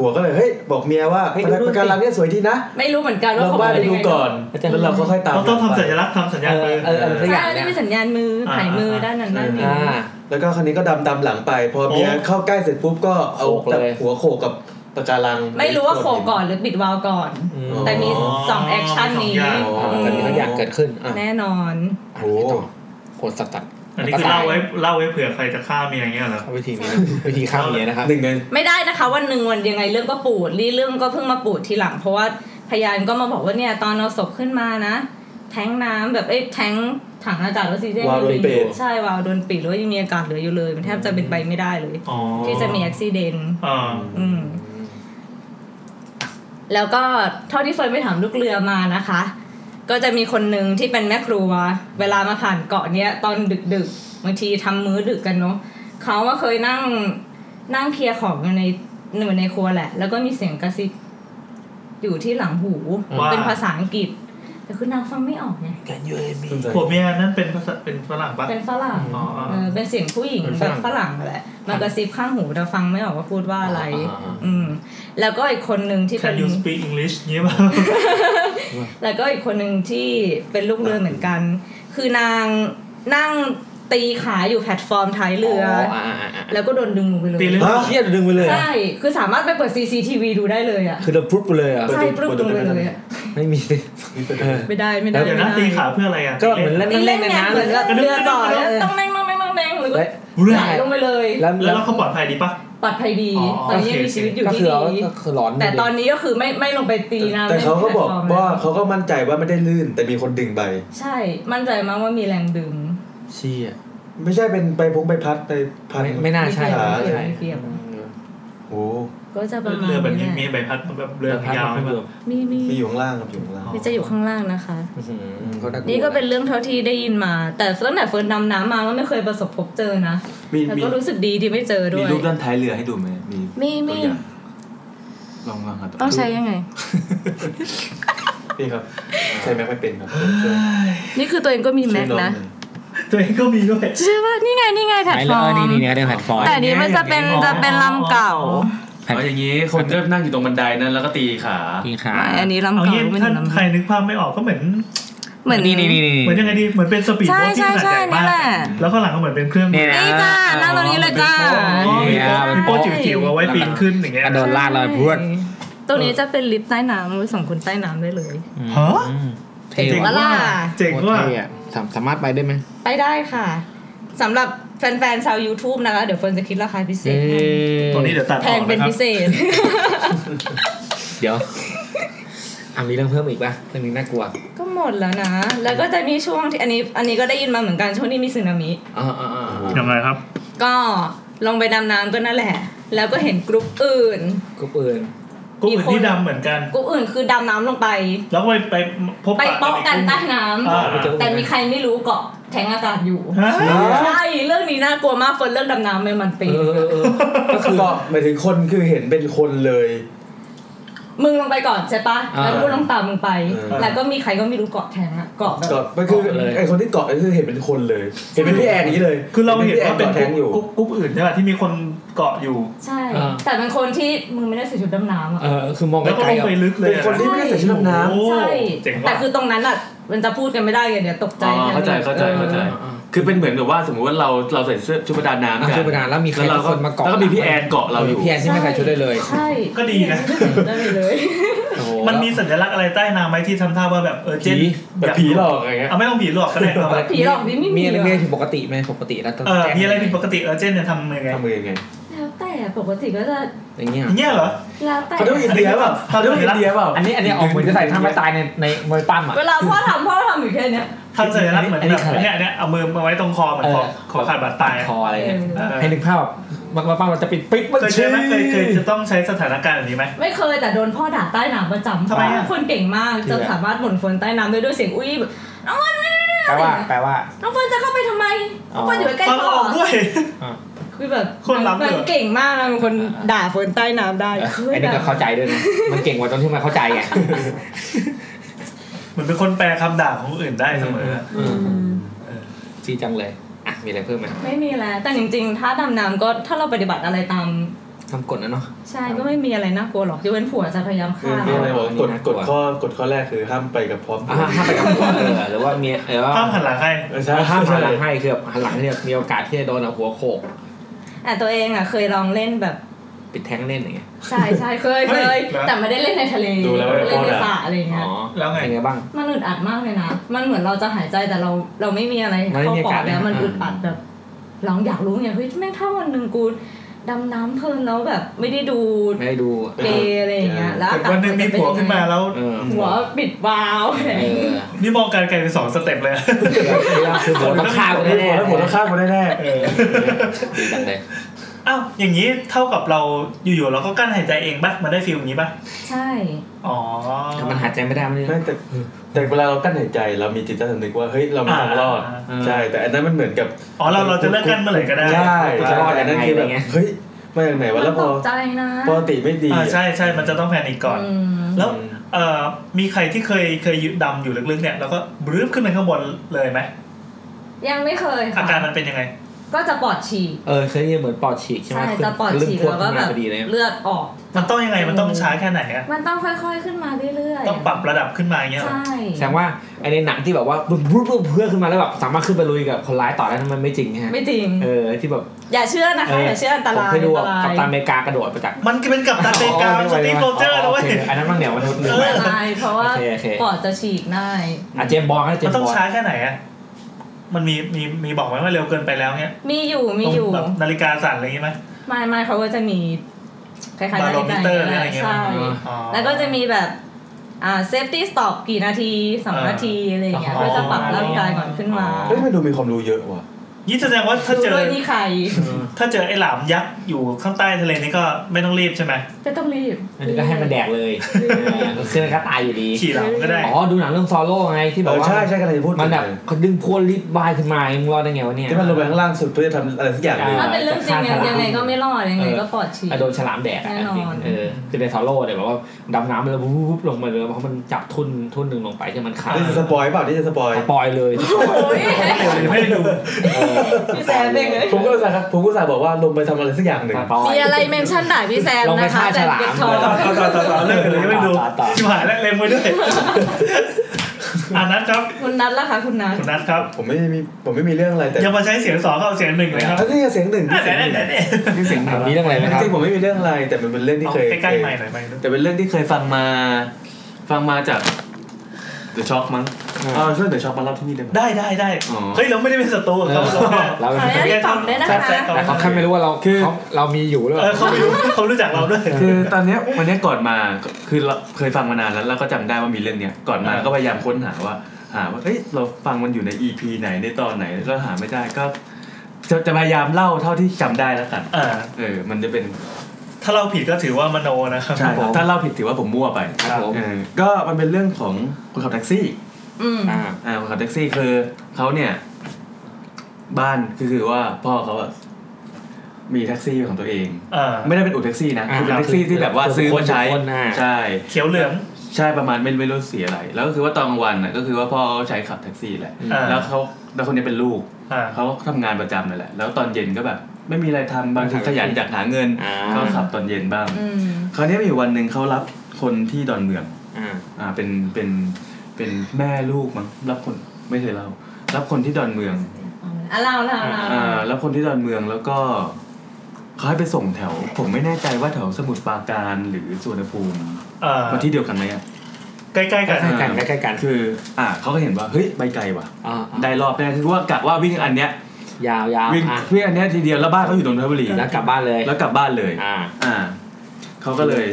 S10: ผัวก็เลยเฮ้ยบอกเมียว่า
S3: เฮ้ย
S10: ป
S3: ดู
S10: ระ
S3: นู่นสิ
S10: การังเนี่ยสวยดีนะ
S4: ไม่รู้เหมือนกัน
S10: ล
S4: ว่า
S10: อง
S4: ของ
S10: บ้าน
S4: มั
S10: ไป
S4: นยั
S10: ดู
S4: งไง
S10: ก่อนแล้วเราก็ค่อยตาม
S1: เราต้องทำสัญลักษณ์ทำสัญญาณมือ
S3: เออเออ
S4: ใช่ไม่ได้มีสัญญาณมือถ่ายมือด้านนั้นด้านนี้
S3: อ่า
S10: แล้วก็คราวนี้ก็ดำดำหลังไป พอเมีย
S1: โอ้
S10: เข้าใกล้เสร็จปุ๊บก็เอา
S3: โขกเลย
S10: หัวโขกกับปะการัง
S4: ไม่รู้ว่าโขกก่อนหรือปิดวาล์วก่อน
S3: อืม
S10: อ๋อ
S4: แต่มีสองแอคชั่นนี้
S1: สองอย่าง
S3: อ่าแต่มีทุกอย่างเกิดขึ้นอ่ะ
S4: แน่นอน
S10: โอ้โห
S3: โหดสัตว์
S1: อันนี้คือเล่าไว้เล่าไว้เผื่อใครจะฆ่าเมียอย่างเงี้ยเหรอ
S3: วิธีนี้นะวิธีฆ่าเมียนะครับ
S10: หนึ่งใน
S4: ไม่ได้นะคะวันหนึ่งวันยังไงเรื่องก็ปูดรีเรื่องก็เพิ่งมาปูดทีหลัง เพราะว่าพยานก็มาบอกว่าเนี่ยตอนเอาศพขึ้นมานะ แทงน้ำแบบเอ้ยแทงถังอากาศว่าซีเจน
S10: วาวโดนเปรต
S4: ใช่วาวโดนปิดหรือว่ายังมีอากาศเหลืออยู่เลย มันแทบจะเป็นไปไม่ได้เลย
S1: อ๋อ
S4: ที่จะมีอุบิเหตุ
S1: อ่า
S4: อืม แล้วก็เท่าที่เฟิร์นไปถามลูกเรือมานะคะ ก็จะมีคนหนึ่งที่เป็นแม่ครัว เวลามาผ่านเกาะเนี้ย ตอนดึกดึกๆบางทีทำมื้อดึกกันเนาะเขาว่าเคยนั่งนั่งเคลียร์ของอยู่ในหนึ่งในครัวแหละ แล้วก็มีเสียงกระซิบอยู่ที่หลังหู
S1: ว่า
S4: เป็นภาษาอังกฤษ แต่คือนางฟังไม่ออกไง
S3: Can you hear me
S1: ผัวเมียนั่นเป็นภาษาเป็นฝรั่งปะ
S4: เป็นฝรั่ง
S1: อ๋ออ๋อ
S4: เออเป็นเสียงผู้หญิง
S3: เป็นฝรั่ง
S4: แบบฝรั่งแหละมันกระซิบข้างหูแต่ฟังไม่ออกว่าพูดว่าอะไร
S3: อ่าอ่าอ่า
S4: อืม แล้วก็อีกคนหนึ่งที่
S1: แค่
S4: เป็น
S1: you speak English เงี้ยป่ะ
S4: แล้วก็อีกคนหนึ่งที่เป็นลูกเรือเหมือนกัน คือนางนั่งตีขาอยู่แพลตฟอร์มท้ายเรืออ
S3: อ่าอ่าอ่า
S4: แล้วก็โดนดึงลงไปเลย
S1: ตีเรื่อง
S3: เชี่ยดึงไปเลยอะ
S4: ใช่ คือสามารถไปเปิด CCTV ดูได้เลยอ่ะ
S3: คือเราพุบไปเลยอ่ะ
S4: ใช่ปลุกลงไปเลยอะ
S3: ไม่มีสิเออ
S4: ไม่ได้ไม่ได้
S1: เดี๋ยว
S4: ไม่
S1: นะ
S4: ได้
S1: ตีขาเพื่ออะไรอ่ะ
S3: ก็เหมือนเล่น
S4: ตี
S3: เล่น
S4: เล่
S3: ๆ
S4: น
S3: ใน
S4: ไง
S3: น้ำ
S4: เหมือนกับ
S1: แล้วก็
S4: เรือจอด
S1: แล้วก็
S4: ต้องแม่งแม่งแม่งแม่งแม่งหรือ
S3: และ
S4: ไหลลงไปเลย
S3: แล้ว
S1: แล้
S3: แล้ว ว
S1: เราเขาปลอดภัยดีปะ
S4: ปลอดภัยดี
S1: อ๋อ
S4: ตอนนี้ยังมีชีวิตอยู่
S3: ก็
S4: ที่
S3: คือเรา
S4: ดี
S3: ก็คือร้อน
S4: แต่ตอนนี้ก็คือไม่ไม่ลงไปตีนะ
S10: แต่เขาก็บอก
S4: ไม่ไปแพลตฟร์ม
S10: ว่าเขาก็มั่นใจว่าไม่ได้ลื่น แต่มีคนดึงไป
S4: ใช่มั่นใจมากว่ามีแรงดึง
S3: เชี่ย
S10: ไม่ใช่เป็นไปพงไปพัดไปพัน
S3: ไม่ไม่น่าใช่
S4: ไม่เกี่ยว
S3: ไม่ใช่
S4: ไม่เกี่ยว
S10: โอ้
S4: ก็จะประมาณ
S1: เรือแบบนี้
S4: นี้แห
S1: มี
S4: ละ
S1: ใบพัดแบบเรือยาวไหมแบบ
S4: มีมี
S10: มีอยู่ข้างล่างครับอยู่ข้างล่าง
S4: นี่จะอยู่ข้างล่างนะคะ
S3: อื้อหือก็น่าลัว
S4: นี่ก็เป็นเรื่องเท่าที่ได้ยินมา แต่ตั้งแต่เฟิร์นดำน้ำมาก็ไม่เคยประสบพบเจอนะ
S5: มี
S4: แล้ว
S5: มี
S4: ก็รู้สึกดีที่ไม่เจอด้
S5: มี
S4: วย
S5: รูปด้านท้ายเรือให้ดูไหมมี
S4: มี
S5: ตั
S4: มี
S5: วอย่างลองลองหาตัว
S4: ต้องใช้ยังไง
S10: พี่ครับ ใช่ไหมไม่เป็น ครับช่วย
S4: นี่คือตัวเองก็มี
S10: ช่วย
S4: แม็ก
S10: น้องหน่
S4: นะ
S10: อย
S1: ตัวเองก็มีด้วย
S4: ใช่ป่ะนี่ไงนี่ไงแพลต
S3: ไม่
S4: ฟ
S3: แล้
S4: อ
S3: ว
S4: ร์ม
S3: นี่นี่เนี่ยเรื่องแพลตฟอร์ม
S4: แต่อันนี้มันจะเป็น
S1: อ๋อ
S4: จะเป็นลำเก่า
S5: เอาอย่างนี้คนก็นั่งอยู่ตรงบันไดนั้นแล้วก็ตีขา
S3: นี่ค่ะ
S4: ไม่อันนี้ลำ
S1: เอา
S4: เก่า
S1: เงี้ย
S4: ไม่
S1: ถ้า
S4: ใช่ลำ
S1: ใคร
S4: ใหม่
S1: นึกภาพไม่ออกก็เหมือน
S4: เหมือน
S3: นี่นี่นี่
S1: เหมือนยังไงดี เหมือนเป็นสปีด
S4: ใช่
S1: โบ๊ทที่
S4: ใช่
S1: ขนาด
S4: ใช่
S1: ใหญ่
S4: นี่
S1: มาก
S4: แหละ
S1: แล้วข้างหลังก็เหมือนเป็นเครื่อง
S3: นี่นะ
S4: นี่จ้านั่งตรงนี้เลยจ้า
S1: อ๋อมีโป๊ะ
S4: ใช่
S1: มีโป๊ะจิ๋วๆเอาไว้ปีนขึ้นอย่างเงี้ย
S3: กระโดดลาดลอยพรวด
S4: ตรงนี้จะเป็นลิฟต์ใต้น้ำไว้ส่งคนใต้น้ำได้เลย
S1: ฮะ
S3: อืมเท่
S1: เจ๋ง
S3: ว่ะ
S1: ว่าเจ๋ง
S3: โคตร
S1: ว่า
S3: ท่อะสามสามารถไปได้ไหม
S4: ไปได้ค่ะสำหรับแฟนๆชาว YouTube นะคะเดี๋ยวเฟิร์นจะคิดราคาพิเศษให้
S1: ตัวนี้เดี๋ยวตัด
S4: แพ
S1: ออง ก
S4: เป็น
S1: นะครับ
S4: พิเศษ
S3: เดี๋ยวอ่ะมีเรื่องเพิ่มอีกป่ะเรื่องนี้น่ากลัว
S4: ก็หมดแล้วนะ แล้วก็จะมีช่วงที่อันนี้ อันนี้ก็ได้ยินมาเหมือนกันช่วงที่มีสึนามิ
S3: อ่าอ่าอ่า
S1: ยังไงครับ
S4: ก็ลงไปดำน้ำก็นั่นแหละ แล้วก็เห็นกลุ่มอื่น
S3: ก็เปิด
S1: กูอื่น
S4: มีคน
S1: ที่ดำเหมือนกัน
S4: กลุ่มอื่นคือดำน้ำลงไป
S1: แล้วก็ไปไปพบ
S4: ไป
S1: ปะ
S4: โป๊ะกันใต้น้ำ
S1: อ่า
S4: แต่มีใครไม่รู้เกาะแทงอากาศอยู่
S1: ฮะ
S4: ใช่เรื่องนี้น่ากลัวมากคนเรื่องดำน้ำไม่มันปี
S3: เออเออเออก็คือ
S10: ก็หมายถึงคนคือเห็นเป็นคนเลย
S4: มึงลงไปก่อนใช่ปะ
S3: อ่า
S4: แล้วกูลงตามมึงไป
S10: เออ
S4: แล้วก็มีใครก็ไม่รู้เกาะแทงอะเกาะแบบ
S10: เกาะมันคือ
S3: เกาะเลย
S10: ไอคนที่เกาะนี่คือเห็นเป็นคนเลย เห็นเป็นพี่แอนอย่างนี้เลย
S1: คือเราเห็นว่าเป็น
S10: พี่แอกาะแทงอยู่
S1: กรุ๊ปกรุ๊ปอื่นใช่ป่ะที่มีคนเกาะอยู่
S4: ใช่
S3: อ่า
S4: แต่เป็นคนที่มึงไม่ได้ใส่ชุดดำน้ำอะ
S3: เออคือมอง
S1: แล้วก็
S3: ไกล
S1: ลง
S3: ๆ
S1: ไป
S3: อ่ะ
S1: ลึกเลย
S10: เป็นคนที่ไม่ได้ใส่ชุดดำน้
S1: โอ้
S4: ใช่
S1: เจ๋ง
S4: แต่
S1: ว่ะ
S4: คือตรงนั้นอ่ะ มันจะพูดกันไม่ได้ไงเดี๋ยวตกใจ
S5: อ๋อ
S4: กัน
S5: เข้าใจเข้าใจ
S4: ออ
S5: เข้าใจ คือเป็นเหมือนแบบว่าสมมติว่าเราเราใส่เสื้อชุดประดาน้ำ
S3: อ่ะ
S5: กัน
S3: ช่วยประดานแล้วมีใคร
S5: แล้วเรา
S3: สักค
S5: ก็
S3: นมาเกาะ
S5: แล้วก็มีพี่แอนเกาะเราอยู่
S3: พี่แอนที่ไม่ใส่ชุดได้เลย
S4: ใช่
S1: ก็ดีนะ
S4: ได้เลย
S3: โอ้โห
S1: มันมีสัญลักษณ์อะไรใต้น้ำไหมที่ทำท่าว่าแบบเออเจน
S3: ผี
S10: ำแบบผีหลอกอะไรเงี้ย
S1: เอาไม่ต้องผีหลอกก็ได้เอาแบบ
S4: ผีหลอกนี่ไม่มี
S3: มีอะไร
S4: หรอ
S3: มีอะไรผิดปกติไหมปกติแล้วต้อง
S1: เออ
S3: แจ้ง
S1: มีอะไรผิดปกติเออเจนเนี่ยทำยังไง
S10: ทำมือยังไง
S4: แล้วแต่ปกติก็จะ
S3: อย่างเงี้ย
S1: อย่างเงี้ยเหรอ
S4: แล้วแต่
S10: เขาเรียกว่าอินเดียเปล่าเขาเรียกว่าอินเดียเปล่า
S3: อันนี้อันนี้ออกเหมือนจะใส่ท่าไม้ตายในในมวยปั้มอ่ะ
S4: เวลาพ่อทำพ่อทำอยู่แค่เนี้ย
S1: ทำสัญลักษณ์เหมือนแบบ
S3: อันนี้
S1: เนี่ยเนี่ยเอามือมาไว้ตรงคอเหมือนคอ
S3: เออ
S1: คอขาดบาดตาย
S3: คออะไรเงี้ย
S1: เออ
S3: ให้นึกภาพแบบ บางบางเราจะปิดปิดบัญ
S1: เคย
S3: ชี
S1: ใช่ไหมเคยเคยจะต้องใช้สถานการณ์แบบนี้ไหม
S4: ไม่เคยแต่โดนพ่อด่าใต้น้ำประจำ
S1: ทำไมอะ
S4: คนเก่งมากจะสามารถหมุนฝนใต้น้ำได้ด้วยเสียงอุ้ยแบบน้องฝน
S3: แปลว่าแปลว่า
S4: น้องฝนจะเข้าไปทำไมน้องฝนอยู่ใกล้
S1: ฟัง
S4: พ่
S1: อ
S4: อ
S1: อกด้วย
S4: คือแบบ
S1: คนรับเหรอ
S4: มันเก่งมากนะเป็นคนด่าฝนใต้น้ำได้คือ
S3: ไอ้นี่
S4: แบ
S3: ก็
S4: บ
S3: เข้าใจด้วยนะมันเก่งกว่าตอนที่มันเข้าใจไง
S1: เหมือนเป็นคนแปลคำด่าของคนอื่นได้เสมอ
S3: เออจีจังเลยอ่ะมีอะไรเพิ่มไหม
S4: ไม่มีแล้วแต่จริงๆ ถ้าดำน้ำก็ถ้าเราปฏิบัติอะไรตาม
S3: ทำกฎนะเนาะ
S4: ใช่ก็ไม่มีอะไรน่ากลัวหรอกยกเว้นผัวจะพยายามฆ่า
S5: มี
S4: เรา
S5: อะไรบอก
S3: ก
S5: ก
S3: ด
S5: ด
S3: ก
S5: ก
S3: ด
S5: ด
S3: ข้
S5: ข้
S3: อ
S5: อ กดข้อแรกคือห้ามไปกับพร้อม
S3: อ่ะห้ามไปกับหัวเออหรือว่าเมียหรือว่า
S1: ห้ามหันหลังให้
S5: เออใช่
S3: ห้ามหันหลัง
S5: ใช่
S3: ให้คือแบบหันหลังเนี่ยมีโอกาสที่จะโดนเอาหัวโขก
S4: แต่ตัวเองอ่ะเคยลองเล่นแบบ
S3: ปิดแท้งเล่นอย่างเงี้ย
S4: ใช่ใช่เคย
S1: เฮ้
S4: เค
S1: ย
S4: ย
S1: เหรอ
S4: แต่ไม่ได้เล่นในทะเล
S5: ดูแล้วไม่ได้
S4: เล่นใน
S5: โพสต์อะ
S4: สระอะไรอย่างเงี้
S3: อ๋
S4: ย
S3: อ
S1: แล้วไง
S3: เป็นไงบ้าง
S4: มันอึดอัดมากเลยนะ มันเหมือนเราจะหายใจแต่เราเราไม่มีอะไร
S3: มันไม่
S4: เข้า
S3: มี
S4: ปอก
S3: อาาศ
S4: ดแล้ว
S3: นะ
S4: มันอึดอัดแบบลองอยากรู้ไงเฮ้ยแม่งถ้าวันหนึ่งกูดำน้ำเพลินแล้วแบบไม่ได้ดู
S3: ไม่ได้ดู
S4: เกย์อะไรอย่างเงี้ยแล้ว
S1: เกิดวันหนึ่งมีผัวขึ้นมาแล้ว
S3: เออ
S4: หัวปิดวาล์วอะไรอย่าง
S3: เอ
S4: เงี้ย
S3: อ
S1: นี่มองการไกลเป็นสองสเต็ปเลย
S3: คือหัวต้องฆ่ากู
S5: ไม่ได้
S3: แน่ๆ
S5: แล้วผมต้องฆ่าคนแน่ๆเออ
S3: ดีจังเลย
S1: อ้าวอย่างนี้เท่ากับเราอยู่ๆเราก็กั้นหายใจเองปะมันได้ฟีลอย่างนี้ปะ
S4: ใช่
S1: อ๋อ
S3: แต่มันหายใจไม่ได้มันเลย
S5: ไม่แต่แต่เวลาเรากั้นหายใจเรามีจิตใต้สำนึกว่าเฮ้ยเรามีทางรอด
S1: อ่า
S5: ใช่แต่อันนั้นมันเหมือนกับ
S1: อ๋อเราเราจะเลิกกั้นเมื่อไหร่ก็ได้
S5: ใช่ใช่อันนั้นคือแบบเฮ้ยมาจากไหนวะ
S4: มั
S5: แล้ว
S4: น
S5: พ
S4: ต
S5: อก
S4: ใจนะ
S5: ปกติไม่ดี
S1: อ่าใช่ใช่มันจะต้องแพนิคก่อน
S4: อืม
S1: แล้วเอ่อมีใครที่เคยเคยดำอยู่ลึกๆเนี่ยแล้วก็บรื้อขึ้นไปข้างบนเลยไหม
S4: ยังไม่เคย
S1: อา
S4: ค่ะ
S1: การมันเป็นยังไง
S4: ก็จะปอดฉีก
S3: เออเคยได้ยินเหมือนปอดฉีกใช่ไหม
S4: ใช่จะปอดฉีก
S3: ขึ้น
S4: แล้วก็
S3: ขึ้น
S4: แบ
S3: มา
S4: บ
S3: พอดีเลย
S4: เลือดออก
S1: มันต้องยังไงมันต้องช้าแค่ไหนอะ
S4: มันต้องค่อยๆขึ้นมาเรื่อยๆ
S1: ต้องปรับระดับขึ้นมาอย่างเงี้ยเหรอ
S4: ใช่
S3: แสดงว่าไอ้ในหนังที่แบบว่าบึ้มบึ้มบึ้มเพื่อขึ้นมาแล้วแบบสามารถขึ้นไปลุยกับคนร้ายต่อได้นั้นมันไม่จริงใช่ไหม
S4: ไม่จริง
S3: เออที่แบบ
S4: อย่าเชื่อนะคะ
S3: เอออ
S4: อย่าเชื่ออันต
S3: ผม
S4: ราย
S3: เคยดูแบบกั
S4: อั
S3: ป
S4: นต
S3: ตัน
S4: รา
S3: อเมริกากระโดดมาจาก
S1: มันเป็นกับตันเตกาวสตีฟโรเจอร์นะเว้ย
S3: โคอันนั้นมันเหนียวมันทุดหนึ่ง
S1: เออ
S4: ยอันตรายเพราะว่า
S3: โอเคโอเค
S4: ปอดจะฉีกได้
S3: อ่ะเจมส์บอลนะเจม
S1: มัน
S3: ส์บ
S1: ต้อ
S3: องล
S1: ช้าแค่ไหนอะมันมีมีมีบอกไหมว่าเร็วเกินไปแล้วเนี่ย
S4: มีอยู่มี
S1: ต้อง
S4: อยู่
S1: แบบนาฬิกาสั่นอะไรอย่างงี้ไหม
S4: ไม่ไม่เขาก็จะมีคล้ายๆ
S1: บาโลมิเตอร์หรืออะไรเงี้ย
S4: ใช่
S1: อ๋อ
S4: แล้วก็จะมีแบบอ่าเซฟตี้สต็อปกี่นาทีสอง
S1: เออ
S4: นาทีอะไรอย่างเงี้ย
S3: อ๋อ
S4: เพื่อจะปรับร่างกายก่อนขึ้นมา
S5: เฮ้ยมันดูมีความรู้เยอะว่ะ
S1: นี่แสดงว่าถ้า
S4: ดู
S1: เจอ
S4: ด้วยนี่ใคร
S1: ถ้าเจอไอ้หลามยักษ์อยู่ข้างใต้ทะเลนี่ก็ไม่ต้องรีบใช่ไหม
S4: ไม่ต้องรีบ
S3: อันนี้ก็ให้มันแดกเลยเออคือมันก็ตายอยู่ดี
S1: ขี่หลามก็ได้
S3: อ๋อดูหนังเรื่องฟอลโล่ไงที่แบ
S5: เอบอ
S3: ว่า
S5: ใช่ใช่กำลังจะพูด
S3: มันแบบ
S5: ถึงเลย
S3: เขาดึงพวกลิฟต์บายขึ้นมาเองรอดได้ไงวะเนี่ย
S5: ที่มันลงไปข้างล่างสุดเพื่อจะทำอะไรสักอย่างหนึ่ง
S4: ถ้าเป็นเรื่องจริงเนี่ย
S3: ฆ่าฉลาม
S4: ยังไงก็ไม่รอดยังไง
S3: เออ
S4: ก็ปอดฉีก
S3: อ่ะโดนฉลามแดกอ่ะ
S4: แน่นอน
S3: จริงๆเออคือในฟอลโล่เนี่ยแบบว่าดำน้ำไปแล้ววุบๆลงมาเลยเพราะมันจับทุ่นทุ่นหนึ่งลงไปที่มันขาด
S5: นี่จะสปอยเปล่านี่จะสปอย
S3: สปอยเลย
S1: ไม่ได้ดู
S3: เออ
S4: พี่แซมเองเลย
S5: ผมก็อุตส่าห์ครับผมก็อุตส่าห์บอกว่าลงไปทำอะไรสักอย่างหนึ่ง
S3: สปอย
S4: มีอะไรเมนชั่นด่าพี่แซม
S3: ลองไป
S4: นะคะ
S3: ฆ่า
S4: แซ
S3: ฉ
S4: ม
S3: ลาม
S4: เก็บทอง
S1: ต่อต่อต่อต่อต่อเรื่องอื่นเลยก็ไม่ดู
S3: ต่อต่อ
S1: ชิบหายแล้วเล็มไว้ด้วย อ่านัทครับ
S4: คุณนัทล่ะคะคุณนัท
S1: คุณนัทครับ
S5: ผมไม่มีผมไม่มีเรื่องอะไรแต่
S1: อย่ามาใช้เสียงสองเข้าเสียงหนึ่งเลยครับ
S5: ถ้าที่เสียงหนึ่ง
S1: อ่ะเ
S5: ที่
S1: ดี๋
S5: เสี
S1: ย
S5: ยว ง
S1: เดี๋
S3: นี่เสียงหนังมี
S1: ยวเดี๋ยวเดี๋ยว
S5: หนึ่ง
S3: เรื่องอะไรไหมค
S5: จ
S3: รับ
S5: ริงๆผมไม่มีเรื่องอะไร แต่มันเป็นเรื่องที่
S1: เอา
S5: เคย
S1: ใกล้ๆใหม่หน่อยไหมค์ดู
S5: แต่เป็นเรื่องที่เคยฟังมา ฟังมาจากเดอะช็อคมั้งเอาช่วยเดอะช็อคมาเล่าที่นี่ได้ไหม
S1: ได้ได้ได้
S5: อ๋อ
S1: เฮ้ยเราไม่ได้เป็นศัตรูกับเขาเราแค่
S3: เราเป็น
S4: ขออนุญาตพี่ป๋องด้วยนะ
S1: แซ่บ
S4: คะ
S1: แซ่บเขา
S3: แต่เขาแค่ไม่รู้ว่าเรา
S5: คือ
S3: เขาเรามีอยู่หรือเป
S1: เออ
S3: ล่า
S1: เขาไม่รู้เขารู้จักเราด้วย
S5: คือตอนเนี้ยวันเนี้ยก่อนมาคือเราเคยฟังมานานแล้วแล้วก็จำได้ว่ามีเรื่องเนี้ยก่อนมา
S1: อ่า
S5: ก็พยายามค้นหาว่า หาว่าเอ้ยเราฟังมันอยู่ใน EP ไหนในตอนไหนก็หาไม่ได้ก็จะจะพยายามเล่าเท่าที่จำได้แล้วกัน
S1: อ่า
S5: เออมันจะเป็น
S1: ถ้าเราผิดก็ถือว่ามโนนะครับ
S5: ใช่ครับ
S3: ผม
S5: ถ้าเล่าผิดถือว่าผมมั่วไป
S3: ครับผม
S5: เออก็มันเป็นเรื่องของคนขับแท็กซี่
S4: อืม
S3: อ่า
S5: อ่าคนขับแท็กซี่คือเขาเนี่ย บ้านคือคือว่าพ่อเขาอะมีแท็กซี่เป็นของตัวเอง
S1: อ่า
S5: ไม่ได้เป็นอู่แท็กซี่นะคือเป็นแท็กซี่ที่แบบว่าซื้อมาใช้
S3: คนน่ะ
S5: ใช่
S1: เขียวเหลือง
S5: ใช่ประมาณไม่ไม่รู้สีอะไร แล้วก็คือว่าตอนกลางวันน่ะก็คือว่าพ่อเขาใช้ขับแท็กซี่แหละ
S1: อ่า
S5: แล้วเขาแล้วคนนี้เป็นลูก
S1: อ่า
S5: เขาทำงานประจำนั่นแหละ แล้วตอนเย็นก็แบบ ไม่มีอะไรทำบางทีขยันอยากหาเงิน
S3: อ่า
S5: ก็ขับตอนเย็นบ้าง
S4: อืม
S5: คราวนี้มีอยู่วันหนึ่งเขารับคนที่ดอนเมือง
S3: อ่า
S5: อ่าเป็นเป็นเป็นแม่ลูกมั้งรับคนไม่เคยเล่ารับคนที่ดอนเมือง
S4: อ่ะเล่าเล่าเล่า
S5: อ่ารับคนที่ดอนเมืองแล้วก็เขาให้ไปส่งแถว ผมไม่แน่ใจว่าแถวสมุทรปราการหรือสุวรรณภูมิ
S1: อ่า
S5: มาที่เดียวกันไหมอะ
S1: ใกล้ๆกัน
S3: ใกล้ๆกันใกล้ๆกัน
S5: คืออ่ะเขาก็เห็นว่าเฮ้ยไปไกลว่ะ
S3: อ่า
S5: ได้รอบแน่คือว่ากะว่าวิ่งอันเนี้ย
S3: ยาวยาว
S5: วิ่ง
S3: อ่ะ
S5: วิ่งอันเนี้ยทีเดียวแล้วบ้านเขาอยู่นนทบุรี
S3: แล้วกลับบ้านเลย
S5: แล้วกลับบ้านเลย
S3: อ่า
S5: อ่าเขาก็เลย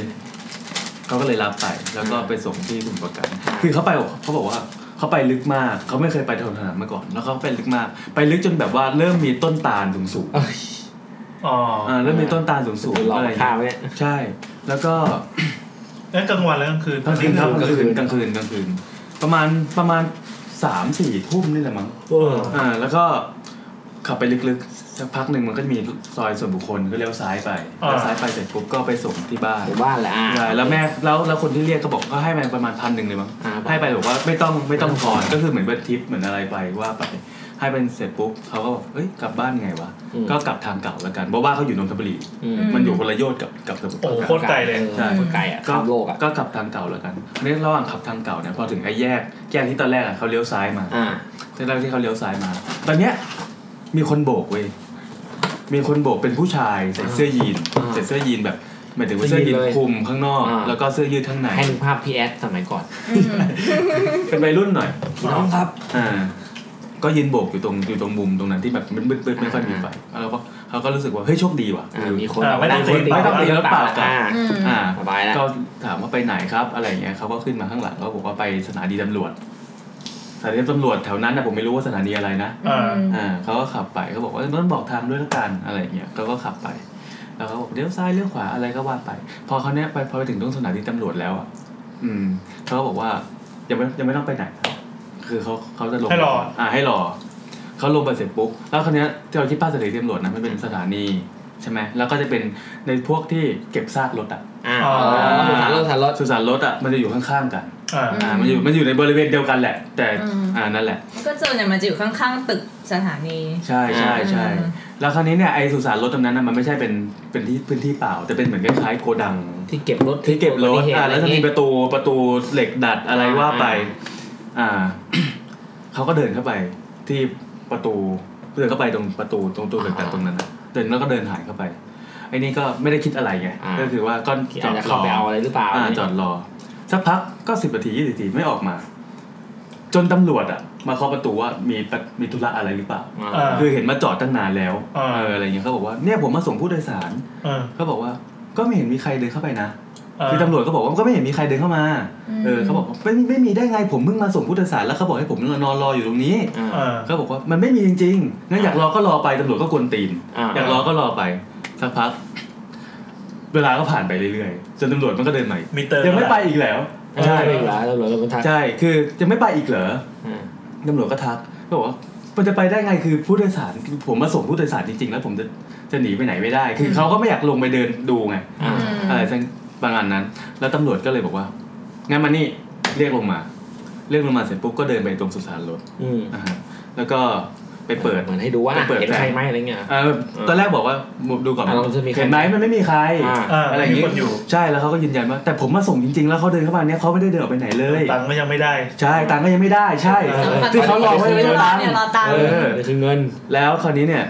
S5: เขาก็เลยรับไปแล้วก็ไปส่งที่สมุทรปราการคือเขาไปเขาบอกว่าเขาไปลึกมากเขาไม่เคยไปถนนขนาดมาก่อน แล้วเขาไปลึกมาก ไปลึกจนแบบว่าเริ่มมีต้นตาลสูง
S3: เอ้ย
S1: อ๋อ
S5: อ่าแล้วมีต้นตาลสูงสูง
S3: หลอก
S5: อะไรอย่าง
S3: ข้า
S5: เงี้ย
S3: ไว้เนี่ย
S5: ใช่ แล้วก็
S1: แล้วกลางวันแล้วกลางคืน
S5: กลางคืน
S1: ค
S5: ค
S1: รับบ
S5: รักลางคืนกลางคืนกลางคืน ประมาณประมาณสามสี่ทุ่มนี่แหละมั้ง
S1: เออ
S5: อ่าแล้วก็ขับไปลึกๆสักพักหนึ่งมันก็จะมีซอยส่วนบุคคลก็เลี้ยวซ้ายไปเลี้ยวซ้ายไปเสร็จปุ๊บก็ไปส่งที่บ้าน
S3: หมู่บ้านแหละอ่า
S5: ใช่แล้วแม่แล้วแล้วคนที่เรียกก็บอกก็ให้มาประมาณพันหนึ่งเลยมั้ง
S3: อ่า
S5: ให้ไปบอกว่าไม่ต้องไม่ต้องทอนก็คือเหมือนเป็นทิปเหมือนอะไรไปว่าไปให้เป็นเสร็จปุ๊บเขาก็บอกเอ้ยกลับบ้านไงวะก็กลับทางเก่าแล้วกันเพราะว่าเขาอยู่นนทบุรี
S3: อืม
S5: มันอยู่คนละโยชน์กับกับสมุทรป
S1: โอ้โห
S5: ราการ
S1: โคตรไกลเลย
S3: ออโคตรไกลอ่ะข้ามโลกอ่ะ
S5: ก็ขับทางเก่าแล้วกันอันนี้ระหว่างขับทางเก่าเนี่ยพอถึงไอ้แยกแยกที่ตอนแรกอะเขาเลี้ยวซ้ายมา
S3: อ่า
S5: ตอนแรกที่เขาเลี้ยวซ้ายมา ตอนเนี้ยมีคนโบกเว้ย มีคนโบกเป็นผู้ชายใส่เสื้อยีน
S3: า
S5: ใส่เสื้อยีนแบบหมายถึงว่าเสื้อยีน
S3: เสื้อยีนเลย
S5: คลุมข้างนอก
S3: อ่า
S5: แล้วก็เสื้อยืดข้างใน
S3: ให้นึกภาพพีแอดสมัยก่อน
S5: เป็นวัยรุ่นหน่อย
S3: พี่น้องครับ
S5: อ่า ก็ยืนโบกอยู่ตรงอยู่ตรงมุมตรงนั้นที่แบบมันมืดๆไม่ค่อยมีไฟแล้วก็เขาก็รู้สึกว่าเฮ้ยโชคดีว่ะ
S3: อ่ามีคน
S1: อ่าไม่ต้อง
S3: เา
S1: ตี
S3: ไม่ต้องตี
S5: ไม่ต้องตี
S3: เปล่า
S5: แล้วเปล่า
S3: อ่า
S4: อืม
S5: อ่า
S3: สบายแล้ว
S5: ก็ถามว่าไปไหนครับ อะไรอย่างเงี้ยเขาก็ขึ้นมาข้างหลังก็บอกว่าไปสถานีตำรวจสถานีตำรวจแถวนั้นนะผมไม่รู้ว่าสถานีอะไรนะ
S1: อ่า
S5: อ่าเขาก็ขับไปเขาบอกว่าเอ้ยต้องบอกทางด้วยละกันอะไรอย่างเงี้ยเขาก็ขับไป แล้วเขาบอกเลี้ยวซ้ายเลี้ยวขวาอะไรก็ว่าไป พอเขาเนี้ยไปพอไปถึงตรงสถานีตำรวจแล้วอ่ะอืมเขาก็บอกว่ายังไม่ยังไม่ต้องไปไหนครับคือเขาเขาจะลง
S1: ให้รอ
S5: อ่าให้รอเขาลงไปเสร็จปุ๊บแล้วคนนี้ยที่เราคิดว่าสถานีตำรวจนะมันเป็นสถานีใช่ไหมแล้วก็จะเป็นในพวกที่เก็บซากรถอ่ะ
S3: อ่า
S1: อ๋อ
S3: สุสานรถสุสานรถ
S5: สุสานรถอ่ะมันจะอยู่ข้างๆกัน
S1: อ่า
S5: อ่า มันอยู่ มันอยู่ในบริเวณเดียวกันแหละ แต่
S4: อืม
S5: อ่านั่นแหละ
S4: ก็เจอเนี่ยมันจะอยู่ข้างๆตึกสถานี
S5: ใช่ใช่ใช่
S4: อ่า
S5: แล้วคราวนี้เนี่ยไอสุสานรถตรงนั้นน่ะมันไม่ใช่เป็น เป็นที่พื้นที่เปล่า แต่เป็นเหมือนคล้ายๆโกดัง
S3: ที่เก็บรถ
S5: ที่เก็บร
S3: อุ
S5: ถ
S3: บัติหตุ
S5: อ่า แล้วจะมี
S3: อ
S5: ป
S3: ไร
S5: ระตู ประตูเหล็กดัดอะไรว่าไป อ่า เขาก็เดินเข้าไป ที่ประตู เดินเข้าไปตรงประตูตรงประตูเหล็กดัดตรงนั้นน่ะเดินแล้วก็เดินหายเข้าไป ไอ้นี่ก็ไม่ได้คิดอะไรไง ก็คือว่าก็
S3: ที่
S5: จ
S3: อา
S5: อ
S3: จ
S5: ด
S3: จะ
S5: ร
S3: เข้า
S5: อ
S3: ไปเอาอะไรหรือเปล่า
S5: อ่าจอดรอ สักพักก็สิบนาทียี่สิบนาทีไม่ออกมา จนตำรวจอ่ะ มาเคาะประตูว่ามีปะมีธุระอะไรหรือเปล่า
S1: อ่า
S5: คือเห็นมาจอดตั้งนานแล้ว
S1: อ่า
S5: เอออะไรเงี้ยเขาบอกว่าเนี่ยผมมาส่งผู้โดยสาร
S1: อ่า
S5: เขาบอกว่า ก็ไม่เห็นมีใครเดินเข้าไปนะ
S1: อ่า
S5: คือตำรวจก็บอกว่าก็ไม่เห็นมีใครเดินเข้ามา
S4: อืม
S5: เออเขาบอกว่าไม่ไม่มีได้ไงผมเพิ่งมาส่งผู้โดยสารแล้วเขาบอกให้ผมนอนรออยู่ตรงนี้
S3: อ่า
S1: อ่า
S5: เขาบอกว่ามันไม่มีจริงๆงั้นอยากรอก็รอไปตำรวจก็กวนตีน
S3: อ่า
S5: อยากรอก็รอไปสักพัก เวลาก็ผ่านไปเรื่อยๆจนตำรวจมันก็เดินมาอีก
S1: มีเติม
S5: ยังไม่ไปอีกแล้ว
S3: ใช่เหรอตำรวจเป็นทัก
S5: ใช่คือจะไม่ไปอีกเหรอ
S3: อ่า
S5: ตำรวจก็ทักก็บอกว่ามันจะไปได้ไงคือผู้โดยสารคือผมมาส่งผู้โดยสารจริงๆ แล้วผมจะจะหนีไปไหนไม่ได้ คือเขาก็ไม่อยากลงไปเดินดูไง
S3: อ่า
S5: อะไรสักประมาณนั้น แล้วตำรวจก็เลยบอกว่างั้นมานี่เรียกลงมา เรียกลงมาเสร็จปุ๊บก็เดินไปตรงสุสานรถ
S3: อืม
S5: นะฮะแล้วก็ไปเปิด
S3: เหมือนให้ดูว่า
S5: ไปเปิด
S3: เห็นใคร
S5: แฟน
S3: ไหมอะไรเงี้ย
S5: เอ่อตอนแรกบอกว่าดูก่อน
S3: อ่ะเราจะมีใคร
S5: เห็นไหมมันไม่มีใคร
S3: อ่า
S1: อ่า
S5: อะไรอย่าง
S1: มี
S5: งี้
S1: คนอยู่
S5: ใช่แล้วเขาก็ยืนยันว่าแต่ผมมาส่งจริงๆ แล้วเขาเดินเข้ามาเนี่ยเขาไม่ได้เดินออกไปไหนเลย
S1: ตังค์ก็ยังไม่ได้
S5: ใช่ตังค์ก็ยังไม่ได้ใช่
S3: เออ
S5: ที่เขารอไว้ไม่ได้
S4: รอ
S5: ตังค์
S4: เนี่ยรอตังค์
S5: เออ
S3: เดี๋ยวถึงเงิน
S5: แล้วคราวนี้เนี่ย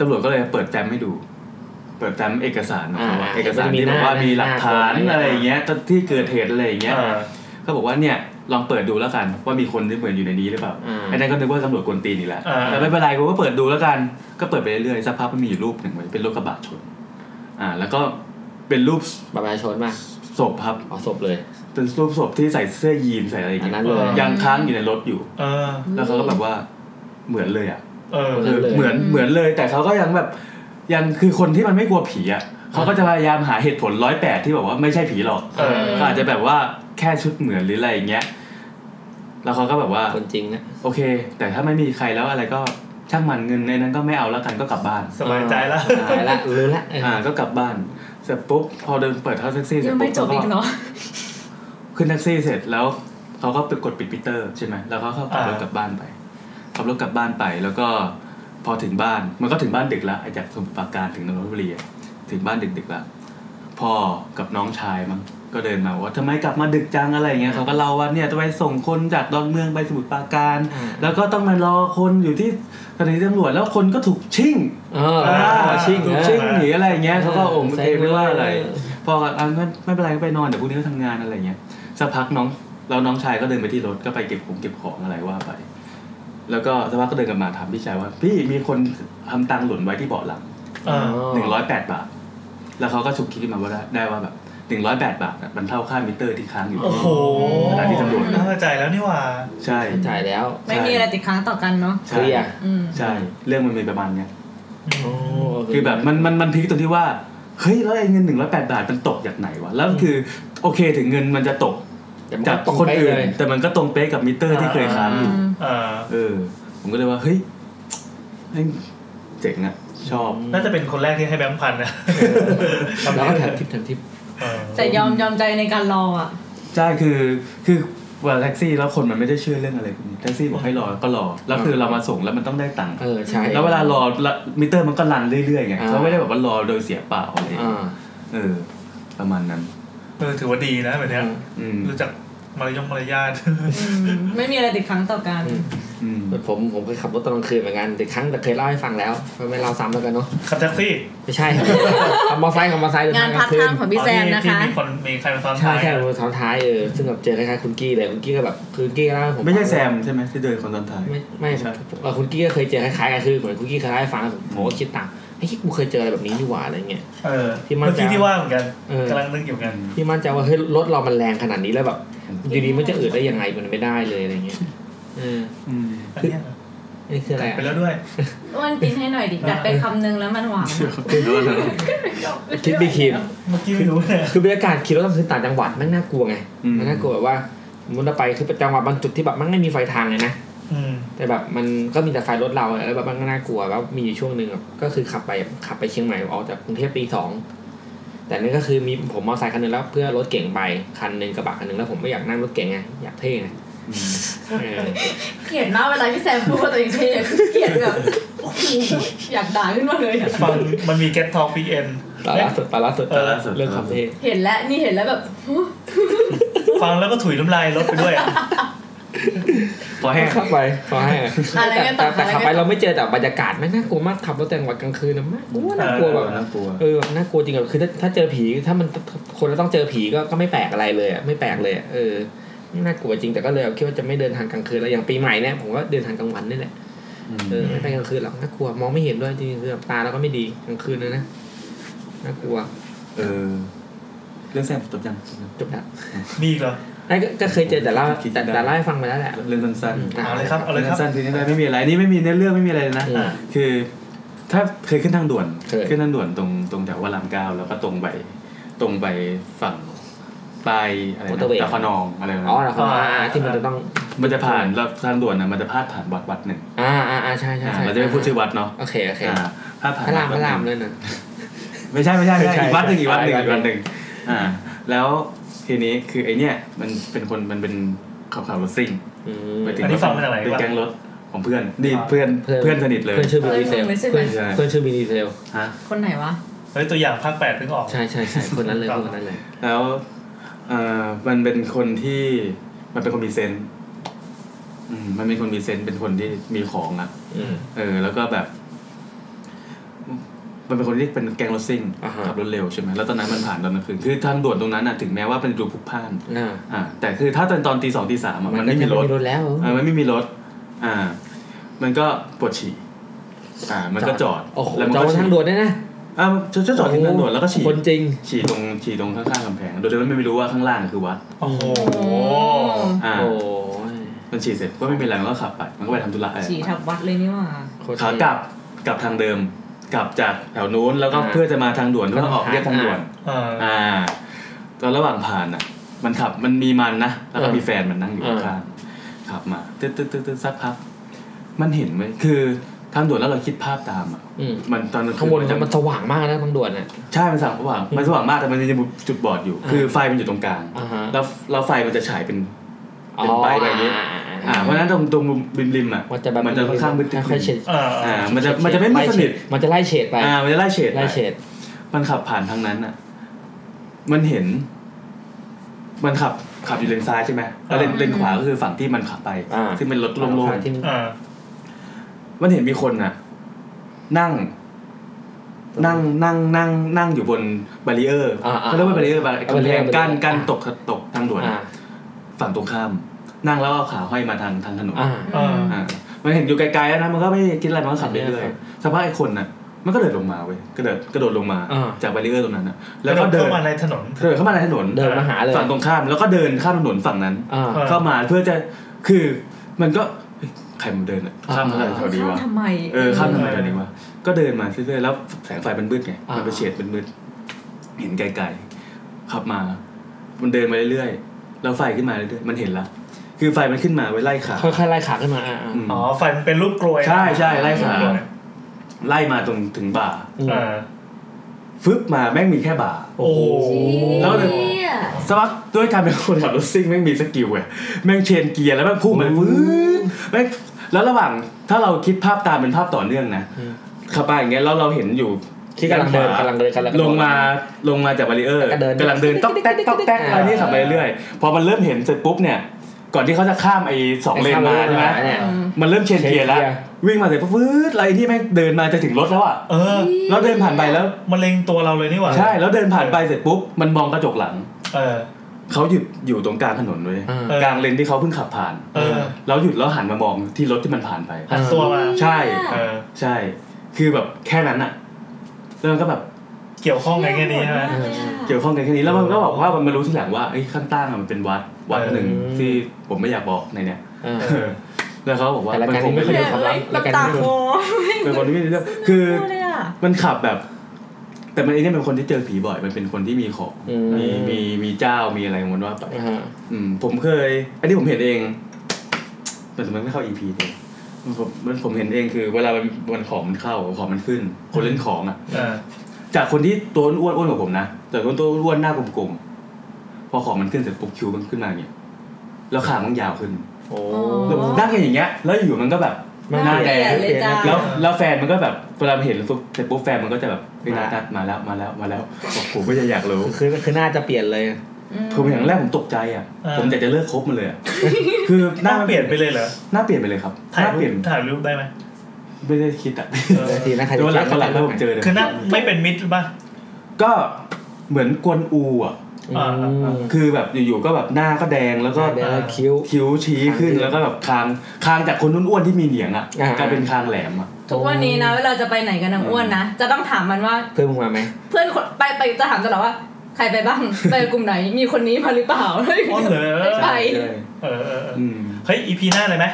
S5: ตำรวจก็เลยเปิดแฟ้มให้ดู เปิดแฟ้มเอกสารของเขาอะ
S3: อ่า
S5: เอกสารที่บอกว่า
S3: จะมี
S5: มี
S3: หน้า
S5: หลักฐาน
S3: หน้า
S5: อะไรอย่างเงี้ยที่เกิดเหตุอะไรอย่างเงี้ย
S1: อ่า
S5: เขาบอกว่าเนี่ยลองเปิดดูแล้วกันว่ามีคนที่เหมือนอยู่ในนี้หรือเปล่า
S3: อ่า
S5: ไอ้นั่นก็นึกว่าตำรวจกวนตีนอีกแล้ว
S1: อ่า
S5: แต่ไม่เป็นไรกูก็เปิดดูแล้วกันก็เปิดไปเรื่อยๆสักพักมันมีอยู่รูปหนึ่งเว้ยเป็นรถกระบะชนอ่า แล้วก็เป็นรูป
S3: บัตรประชาชนมา
S5: ศพครับ
S3: เอาศพเลย
S5: เป็นรูปศพที่ใส่เสื้อยีนใส่อะไรอย่าง
S3: อัน
S5: เงี้
S3: นั้
S5: ย
S3: นเลย
S5: ยังค้างอยู่ในรถอยู่
S1: เออ
S5: แล้วเขาก็แบบว่าเหมือนเลยอ่ะ
S1: เออ
S3: หมือนเลย
S5: เหมือนเหมือนเลย แต่เขาก็ยังแบบยังคือคนที่มันไม่กลัวผีอ่ะเขาก็จะพยายามหาเหตุผลร้อยแปดที่แบบว่าไม่ใช่ผีหรอก
S1: เออ
S5: เขาอาจจะแบบว่าแค่ชุดเหมือนหรืออะไรอย่างเงี้ยแล้วเขาก็แบบว่า
S3: คนจริงนะ
S5: โอเค แต่ถ้าไม่มีใครแล้วอะไรก็ช่างมันเงินในนั้นก็ไม่เอาแล้วกันก็กลับบ้าน
S1: สบายใจแล้ว
S3: ตายละรู้ละเออ
S5: อ่าก็กลับบ้านเสร็จปุ๊บพอเดินเปิดเข้าแท็กซี่เสร็จ
S4: ยัง
S5: ปุ๊
S4: ไม่
S5: บ
S4: จ
S5: เขา
S4: บ
S5: ก็
S4: อีกเนาะ
S5: ขึ้นแท็กซี่เสร็จแล้วเขาก็ไปกดปิดปีเตอร์ใช่ไหมแล้วเขาก็ขับรถ
S1: อ่า
S5: กลับบ้านไปขับรถกลับบ้านไปแล้วก็พอถึงบ้านมันก็ถึงบ้านดึกแล้วไอ้จากสมุทรปราการถึงนนทบุรีอะถึงบ้านดึกดึกๆแล้วพ่อกับน้องชายมั้งก็เดินมาว่าทำไมกลับมาดึกจังอะไรอย่างเงี้ยเขาก็เล่าว่าเนี่ยจะไปส่งคนจากดอนเมืองไปสมุทรปราการ แล้วก็ต้องมารอคนอยู่ที่สถานีตำรวจแล้วคนก็ถูกชิ่ง
S3: เออ
S1: อ่า
S5: ชิง
S3: เออ
S5: ชิงหนีอะไรอย่างเงี้ยเขาก็โอม
S3: ใส่
S5: เทไม่ว่าอะไร
S3: เออ
S5: พอก็อ่ะงั้นไม่เป็นไรก็ไปนอนเดี๋ยวพรุ่งนี้ก็ทำงานอะไรอย่างเงี้ยสักพักน้องเราน้องชายก็เดินไปที่รถก็ไปเก็บของเก็บของอะไรว่าไป แล้วก็สักพักก็เดินกลับมาถามพี่ชายว่า พี่มีคนทำตังค์หล่นไว้ที่เบาะหลัง
S1: อ่า
S5: หนึ่งร้อยแปดบาท แล้วเขาก็ฉุกคิดขึ้นมาว่าได้ได้ว่าแบบหนึ่งร้อยแปดบาทน่ะมันเท่าค่ามิเตอร์ที่ค้างอยู่
S1: โอ้โห
S5: ขณะที่ตำรวจ
S1: น่าเข้าใจแล้วนี่หว่า
S5: ใช่
S3: จ่ายแล้ว
S4: ไม่มีอะไรติดค้างต่อกันเนาะ
S3: เคลียร์
S4: อืม
S5: ใช่ เรื่องมันมีประมาณเนี้ย คือแบบมันมันมันพีคตรงที่ว่า เฮ้ย แล้วไอ้เงินหนึ่งร้อยแปดบาทมันตกจากไหนวะ แล้วคือโอเคถึงเงินมันจะตกจากคนอื่น แต่มันก็ตรงเป๊ะกับมิเตอร์ที่เคยค้างอยู่
S1: อ่า
S5: เออ ผมก็เลยว่าเฮ้ยแม่งเจ๋งอะชอบ
S1: น่าจะเป็นคนแรกที่ให้แบงค์พันนะ
S3: แล้วก็แถมทิปแถมทิป
S1: เออ
S4: แต่ยอมยอมใจในการรออ่ะ
S5: ใช่คือคือเวลาแท็กซี่แล้วคนมันไม่ได้เชื่อเรื่องอะไรพวกนี้แท็กซี่บอกให้รอก็รอ แล้วคือเรามาส่งแล้วมันต้องได้ตังค์
S3: เออใช่
S5: แล้วเวลารอละมิเตอร์มันก็รันเรื่อยๆไง
S3: อ่า
S5: เขาไม่ได้แบบว่ารอโดยเสียเปล่าอะไร
S3: อ่า
S5: เออ ประมาณนั้น
S1: เออถือว่าดีนะแบบเนี้ย
S5: อืม
S1: รู้จักมารยงมารยาท
S4: ไม่มีอะไรติดค้างต่อกัน
S5: อืม
S3: ผมผมเคยขับรถตอนกลางคืนเหมือนกันแต่ครั้งแต่เคยเล่าให้ฟังแล้วไม่เล่าซ้ำแล้วกันเนาะ
S1: ขับแท็กซี่
S3: ไม่ใช่ ขับมอเตอร์ไซค์ขับมอเตอร์ไซค์เดิน
S4: งา
S3: ทาน งก
S4: พั
S3: ลางคื
S4: ดทาน งของพี่แซมนะ
S1: อ๋อที่ที่มี
S4: คะ
S1: คนมีใครมาซ้อน
S3: ใช่
S1: ท้าย
S3: ใช่ผมซ้อนท้ายเออซึ่งแบบเจอคล้ายๆคุณกี้เลยคุณกี้ก็แบบคือคุณกี้ก็เล่าให้ผม
S5: ไม่ใช่แซ
S3: ฟัง
S5: มใช่ไหมที่เดินคนตอนท้าย
S3: ไม่ไม่
S5: ใช่
S3: เอ่อคุณกี้ก็เคยเจอคล้ายๆกันคือเหมือนคุณกี้เคยเล่าให้ฟังผมผมก็คิดตามไอ้ที่กูเคยเจออะไรแบบนี้นี่หว่าอะไรเงี้ย
S1: เออ
S3: ที่มั่น
S1: เมื่อ
S3: ใจ
S1: กี้ที่ว่าเหมือนกัน
S3: เออ
S1: กำลังนึกอยู่เหมือนกัน
S3: ที่มั่นใจว่าเฮ้ยรถเรามันแรงขนาดนี้แล้วแบบอยู่ดีมันจะอืดได้ยังไงมันไม่ได้เลยอะไรเงี้ยเออ
S5: อืม
S1: อันเนี้ย
S3: นี่คืออะไร
S1: ไป
S3: อะ
S1: แล้วด้วย
S4: อ้วนปิ้นให้หน่อยดิกัดไปคำนึงแล้วมันหวาน
S3: คิดบีคิม
S1: เมื่อกี้ไม่รู้เนี่ย
S3: คือบรรยากาศขี่รถกลางคืนต่างจังหวัดแม่งน่ากลัวไง
S5: อืม
S3: มันน่ากลัวแบบว่ามันเราไปคือจังหวัดบางจุดที่แบบมันไม่มีไฟทางเลยนะ
S1: อืม
S3: แต่แบบมันก็มีแต่ไฟรถเราอะแล้วแบบมันก็น่ากลัวแล้วมีอยู่ช่วงหนึ่งอะก็คือขับไปขับไปเชียงใหม่ออกจากกรุงเทพตีสองแต่นี่ก็คือมีผมมอเตอร์ไซค์คันหนึงแล้วเพื่อรถเก่งไปคันหนึ่งกระบะคันหนึ่งแล้วผมไม่อยากนั่งรถเก่งไงอยากเท่ ไงเออ
S4: เกลียดมากเวลาพี่แซมพูดว่าตัวเองเท่เกลียดแบบโอ้โหอยากด่าขึ้นมาเลยอะ
S1: ฟังมันมี Get Talk p n
S3: ตาล่าสุดตาล่าสุดตาล่าสุดเรื่องความเท่
S4: เห็นแล้วนี่เห็นแล้วแบบ
S1: ฟังแล้วก็ถุยน้ำลายรถไปด้วย
S5: พอแห้ง
S3: ขับไปขอให้
S4: อะไรกันต่
S3: แต่
S4: อ
S3: แต่
S4: อะไร
S3: ขับไป
S4: กันต่อ
S3: เราไม่เจอแต่บรรยากาศไม่งน่ากลัวมากขับรถแต่งวัดกลางคืนนะมากลัวน่ากลัวแบบ
S5: น่ากลัว
S3: เออแบบน่ากลัวจริงอะคือถ้าถ้าเจอผีถ้ามันคนจะต้องเจอผีก็ก็ไม่แปลกอะไรเลยอะไม่แปลกเลยอะเออน่ากลัวจริงแต่ก็เลยคิดว่าจะไม่เดินทางกลางคืนแล้วอย่างปีใหม่เนี่ยผมก็เดินทางกลางวันนี่แหละเออไม่ไปกลางคืนหรอกน่ากลัวมองไม่เห็นด้วยจริงๆคือแบบตาเราก็ไม่ดีกลางคืนนะนะน่ากลัว
S5: เออ เรื่องแซมจบยังจบยัง
S3: จบละ
S1: มีอีกเหรอ
S3: ไอ้ก็ก็เคยเจอแต่เล่า
S5: คิดได้
S3: แต่แต่เล่าให้ฟังไปแล้วแหละ
S5: เรื่องสั้นๆ
S1: เอาเลยครับ เอาเลยครับ
S5: สั้นๆทีนี้ได้ไม่มีอะไรนี่ไม่มีเนื้อเรื่องไม่มีอะไรเลยนะ
S3: อืม
S5: คือ ถ้าเคยขึ้นทางด่วน
S3: เคย
S5: ขึ้นทางด่วนตรงตรงแถววารามเก้าแล้วก็ตรงไปตรงไปฝั่งไปอะไร
S3: มอ
S5: นะ
S3: เตอร์เวย์
S5: ตะขนองอะไรนะ
S3: อ๋อเหรอครับอ่าอ่าที่มันจะต้อง
S5: มันจะผ่านแล้วทางด่วนน่ะมันจะพาดผ่านวัดวัดหนึ่ง
S3: อ่าอ่าอ่าใช่ใช่
S5: อ่า
S3: ใช่
S5: เราจะไม่พูดชื่อวัดเนาะ
S3: โอเคโอเค
S5: อ่าพาดผ่าน
S3: พระรามพ
S5: วัด
S3: ระ
S5: ห
S3: ราม
S5: นึ่ง
S3: เลยนะ
S5: ไม่ใช่ไม่ใช่ไม่
S3: ไม่ใช่
S5: ใช่อีกวัดหนึ่งอีกวัดหนึ่ง
S3: อี
S5: อี
S3: ก
S5: ก
S3: วั
S5: วั
S3: ด
S5: ด
S3: ห
S5: ห
S3: นึ่
S5: นึ่
S3: ง
S5: งอ่า แล้วทีนี้คือไอเนี่ยมันเป็นคนมันเป็นขับขับรถซิ่ง
S3: อืม
S5: ไปถึง
S1: อันนี้ฟังมาจากไหน
S5: เป็น
S1: วะ
S5: แก๊งรถของเพื่อนนี่เพื่อน
S3: เพื่อน
S5: เพื่อนสนิทเลย
S3: เพื่อนชื่อบิลดีเซล
S4: เพื่อนมึงเลย
S3: เพื่อน
S4: ใช่ไหม
S5: ใช่
S3: เพื่อนชื่อบิลดีเซล
S5: ฮะ
S4: คนไหนวะ
S1: เฮ้ยตัวอย่างภาคแปดเพิ่งออก
S3: ใช่ใช่ใช่คนนั้นเลยคนนั้นเลย
S5: แล้วเอ่อมันเป็นคนที่มันเป็นคนมีเซนส์อืมมันเป็นคนมีเซนส์เป็นคนที่มีของอ่ะ
S3: อืม
S5: เออ แล้วก็แบบ มันเป็นคนที่เป็นแก๊งรถซิ่ง
S3: อ่าฮะ
S5: ขับรถเร็วใช่ไหมแล้วตอนนั้นมันผ่านตอนกลางคืนคือทางด่วนตรงนั้นน่ะถึงแม้ว่าเป็นดูพลุกพล่าน
S3: น่า
S5: อ่าแต่คือถ้าตอนตอนตีสองตีสามอ่ะ
S3: มั
S5: มัน น
S3: ก็
S5: ไม่
S3: จะ
S5: มีร
S3: ไม่
S5: ถ
S3: มีรถแล้ว
S5: เออมันไม่มีรถ อ่า มันก็ปวดฉี่อ่า มันก็จอด
S3: โอ้โห
S5: แล้วมั
S3: จอดบน
S5: ก็ฉี่
S3: ทางด่วนเนี่ยนะ
S5: อ่าจะจะจอดที่ทางด่วนแล้วก็ฉี่
S3: คนจริง
S5: ฉี่ตรงฉี่ตรงข้างๆกำแพงโดยที่มันไม่รู้ว่าข้างล่างคือวัด
S1: โอ้โห
S5: อ่า
S3: โอ้ย
S5: มันฉี่เสร็จก็ไม่มีแรงก็ขับไป มันก็ไปทำธุระอะไร
S4: ฉี่ทับวัดเลยนี่หว่า
S3: โคตร
S5: ขาก
S3: เท่
S5: ลับกลับทางเดิม กลับจากแถวนู้นแล้วก็
S3: อ่า
S5: เพื่อจะมาทางด่วนก็ต้องออก
S3: อ่า
S5: เรียบทางด่วน
S1: เออ
S5: อ่าตอนระหว่างผ่านอ่ะ มันขับมันมีมันนะแล้วก็
S3: เออ
S5: มีแฟนมันนั่งอยู่
S3: เออ
S5: ข้างๆขับมาตึ๊ดตึ๊ดตึ๊ดตึ๊ดสักพักมันเห็นไหมคือทางด่วนแล้วเราคิดภาพตามอ่ะ
S3: อืม
S5: มันตอนกลคื
S3: ข้างบน
S5: มัจะ
S3: มันสว่างมากนะทางด่วนอ่ะ
S5: ใช่มันสว่างมันสว่างมากแต่มันจะมีจุดบอดอยู่
S3: อ่า
S5: คือไฟมันอยู่ตรงกลาง
S3: อ่าฮะ
S5: แล้วแล้วไฟมันจะฉายเป็น เป็นไปแบบนี้
S3: อ่าอ่าอ่า
S5: อ่าเพราะฉะนั้นตรงตรงริมริมๆอ่ะ
S3: มันจะแบบ
S5: มันจะค่อนข้างมืด
S3: ค่อยๆเฉด
S1: เออ
S5: อ่ามันจะมันจะไม่มืดสนิท
S3: มันจะไล่เฉดไป
S5: อ่ามันจะไล่เฉดป
S3: ไล่เฉด
S5: มันขับผ่านทางนั้นอ่ะ มันเห็น มันขับขับอยู่เลนซ้ายใช่ไหมแล้วเลนเลนขวาก็คือฝั่งที่มันขับไป
S3: อ่า
S5: ซึ่งเป็นรถโล่ง
S3: ที่มัน
S1: เออ
S5: ๆ มันเห็นมีคนอ่ะ นั่ง นั่งนั่งนั่ง นั่งอยู่บนบารีเออร์
S3: อ่าอ่า
S5: เขาเรียกว่าบารีเออร์บารีกำแพงกั้นกั้นตกตกทางด่วน
S3: อ่า
S5: ฝั่งตรงข้าม นั่งแล้วเอาขาห้อยมาทางทางถนน
S3: อ่า
S1: เออ
S5: อ่ามันเห็นอยู่ไกลๆแล้วนะมันก็ไม่คิดอะไรมันก็ขับ
S3: ขับเรื่
S5: เรื่
S3: อ
S5: อย ย
S3: ๆ
S5: ๆสักพักไอ้คนน่ะ มันก็เดินลงมาเว้ยกระโดดกระโดดลงมา
S3: อ่า
S5: จากบารีเออร์ตรงนั้นน่ะ
S1: แล้
S5: แล้ว ว
S1: ก็
S5: ก็
S1: เดิ
S5: เดิ
S1: น
S5: น
S1: เข้ามาในถนน
S5: เดินเข้ามาในถนน
S3: เดินมาหาเลย
S5: ฝั่งตรงข้ามแล้วก็เดินข้ามถนนฝั่งนั้น
S3: อ่า
S1: เออ
S5: เข้ามาเพื่อจะคือมันก็เฮ้ยใครมันเดินอะข้ามถนนแถวนี้
S4: ข้าม
S5: วะ
S4: ทำไม
S5: เออข้ามทำไมแถวนี้วะ ก็เดินมาเรื่อยๆแล้วแสงไฟมันมืดไง
S3: อ่ามั
S5: มันเป็นเฉดเป็นมืดๆเห็นไกลๆขับมา มันเดินมาเรื่อยๆแล้วไฟขึ้นมาเรื่อยๆมันเห็นละคือไฟมันขึ้นมาไว้ไล่ขา
S3: ค่อยๆไล่ขาขึ้นมาอ่า
S5: อืม
S1: อ๋อไฟมันเป็นรูปกลวย
S5: ใช่ใช่ไล่ขา
S1: รูปกลวย
S5: ไล่มาตรงถึงบ่า
S1: อ่า
S5: ฟึบมาแม่งมีแค่บ่า
S1: โอ้โห
S5: แล้วเดี๋ยว
S9: เนี่ย
S5: สักพักด้วยการเป็นคนขับรถซิ่งแม่งมีสกิลไงแม่งเชนเกียร์แล้วแม่งพุ่งไปวื้อแม่งแล้วระหว่างถ้าเราคิดภาพตามเป็นภาพต่อเนื่องนะ
S3: อืม
S5: ขับไปอย่างเงี้ยแล้วเราเห็นอยู่
S3: ที่กำลังเดิ
S5: ขวาก
S3: นำลังเดินกำลัง
S5: ลงมาลงมาจากบารีเออร์
S3: แล้วก็เดิน
S5: กำลังเดินต๊อกแต๊กต๊อกแต๊ก
S3: อ่า
S5: อะไรนี่ขับไปเรื่อยพอมันเริ่มเห็นเสร็จปุ๊บเนี่ย ก่อนที่เขาจะข้ามไอ้สองเลนมาใช่ไหม
S3: เนี่ย
S5: มันเริ่มเชนเกียร์แล้ว
S3: เชนเกียร์
S5: วิ่งมาเสร็จปุ๊บวื้ออะไรที่แม่งเดินมาจะถึงรถแล้วอ่ะ
S1: เออ
S5: แล้วเดินผ่านไปแล้ว
S1: มะเร็งตัวเราเลยนี่หว่า
S5: ใช่แล้วเดินผ่านไปเสร็จปุ๊บมันมองกระจกหลัง
S1: เออ
S5: เขาหยุดอยู่ตรงกลางถนนเลย
S3: อ่า
S5: กลางเลนที่เขาเพิ่งขับผ่าน
S1: เออ
S5: แล้วหยุดแล้วหันมามองที่รถที่มันผ่านไป
S1: หันตัวมา
S5: ใช่
S1: เออ
S5: ใช่ คือแบบแค่นั้นอะแล้วมันก็แบบ
S1: เกี่ยวข้องกันแค่นี้ใช่ไหม
S9: เยอะ
S5: เกี่ยวข้องกันแค่นี้แล้วมันก็บอกว่ามันมารู้ทีหลังว่าไอ้ยข้างใต้อะมันเป็นวัดวัดหนึ่ง
S3: เออ
S5: ที่ผมไม่อยากบอกในเนี้ย
S3: อ่า
S5: เออแล้วเขาบอกว่า
S3: แต่ละ
S5: มันคงไม่
S3: การนี้
S5: ใช่
S9: เนี่ยเอ้ยน้ำตาคลอ
S5: เป็นคนที่ไม่ได้เรื่องคือ
S9: ไม่เลยอ่ะ
S5: มันขับแบบ แต่มันไอ้เนี่ยเป็นคนที่เจอผีบ่อย มันเป็นคนที่มีของ
S3: อืม
S5: มีมีมีเจ้ามีอะไรของมันว่าไป
S3: อ่า
S5: อืมผมเคย อันนี้ผมเห็นเองแต่มันไม่เข้า EP เลยผมมันผมเห็นเองคือ เวลามันมันของมันเข้าของมันขึ้น คนเล่นของอ่ะ
S1: เออ
S5: จากคนที่ตัวอ้วนอ้วนกว่าผมนะแต่คนตัวอ้วนหน้ากลมๆพอของมันขึ้นเสร็จปุ๊บคิวมันขึ้นมาอย่างเงี้ยแล้วขามันยาวขึ้น
S3: โอ้
S9: อ๋อ
S5: นั่งอย่างเงี้ย แล้วอยู่มันก็แบบ
S3: มัน
S5: หน้าแดง
S9: เปลี่ยนเลยจ้า
S5: แล้วแล้วแฟนมันก็แบบเวลาเห็นปุ๊บเสร็จปุ๊บแฟนมันก็จะแบบเฮ้ยนัดนัดมาแล้วมาแล้วมาแล้วบอกผมก็จะอยากรู้
S3: คือคือหน้าจะเปลี่ยนเลย
S5: ผมเห็นครั้งแรกผมตกใจอ่ะ ผมอยากจะเลิกคบมันเลยอะ คือ
S1: ห
S5: ห
S1: น้า
S5: น้า
S1: เปลี่ยนไปเลยเหรอ
S5: หน้าเปลี่ยนไปเลยครับห
S1: ถ่ายรู
S5: น้าเปลี่ย
S1: ป
S5: น
S1: ถ่ายรูปได้ไหม
S5: ไม่ได้คิดอ่ะ
S1: เออ
S3: ทีนะใคร
S5: แต่ว่าหลังหลังๆแล้วผมเจอเลย
S1: คือหน้าไม่เป็นมิตรป่ะ
S5: ก็เหมือนกวนอูอ่ะ
S3: อ่า
S5: คือแบบอยู่ๆก็แบบหน้าก็แดงแล้วก็
S3: หน้าแดงแล้วคิ้ว
S5: คิ้วชี้ขึ้นแล้วก็แบบคางคางจากคนอ้วนๆที่มีเหนียงอ่ะ
S3: อ่า
S5: กลายเป็นคางแหลมอ่ะ
S4: ทุกวันนี้นะเวลาจะไปไหนกันนางอ้วนนะ จะต้องถามมันว่า
S3: เพิ่มมึงมาไหม
S4: เพื่อนคนไปไปจะถามตลอดว่า ใครไปบ้าง ไปกลุ่มไหนมีคนนี้มาหรือเปล่า
S1: อ๋อเหรอ
S4: ไม่ไป
S1: เออเออเออ
S5: อืม
S1: เฮ้ยอีพีหน้าเลยไหม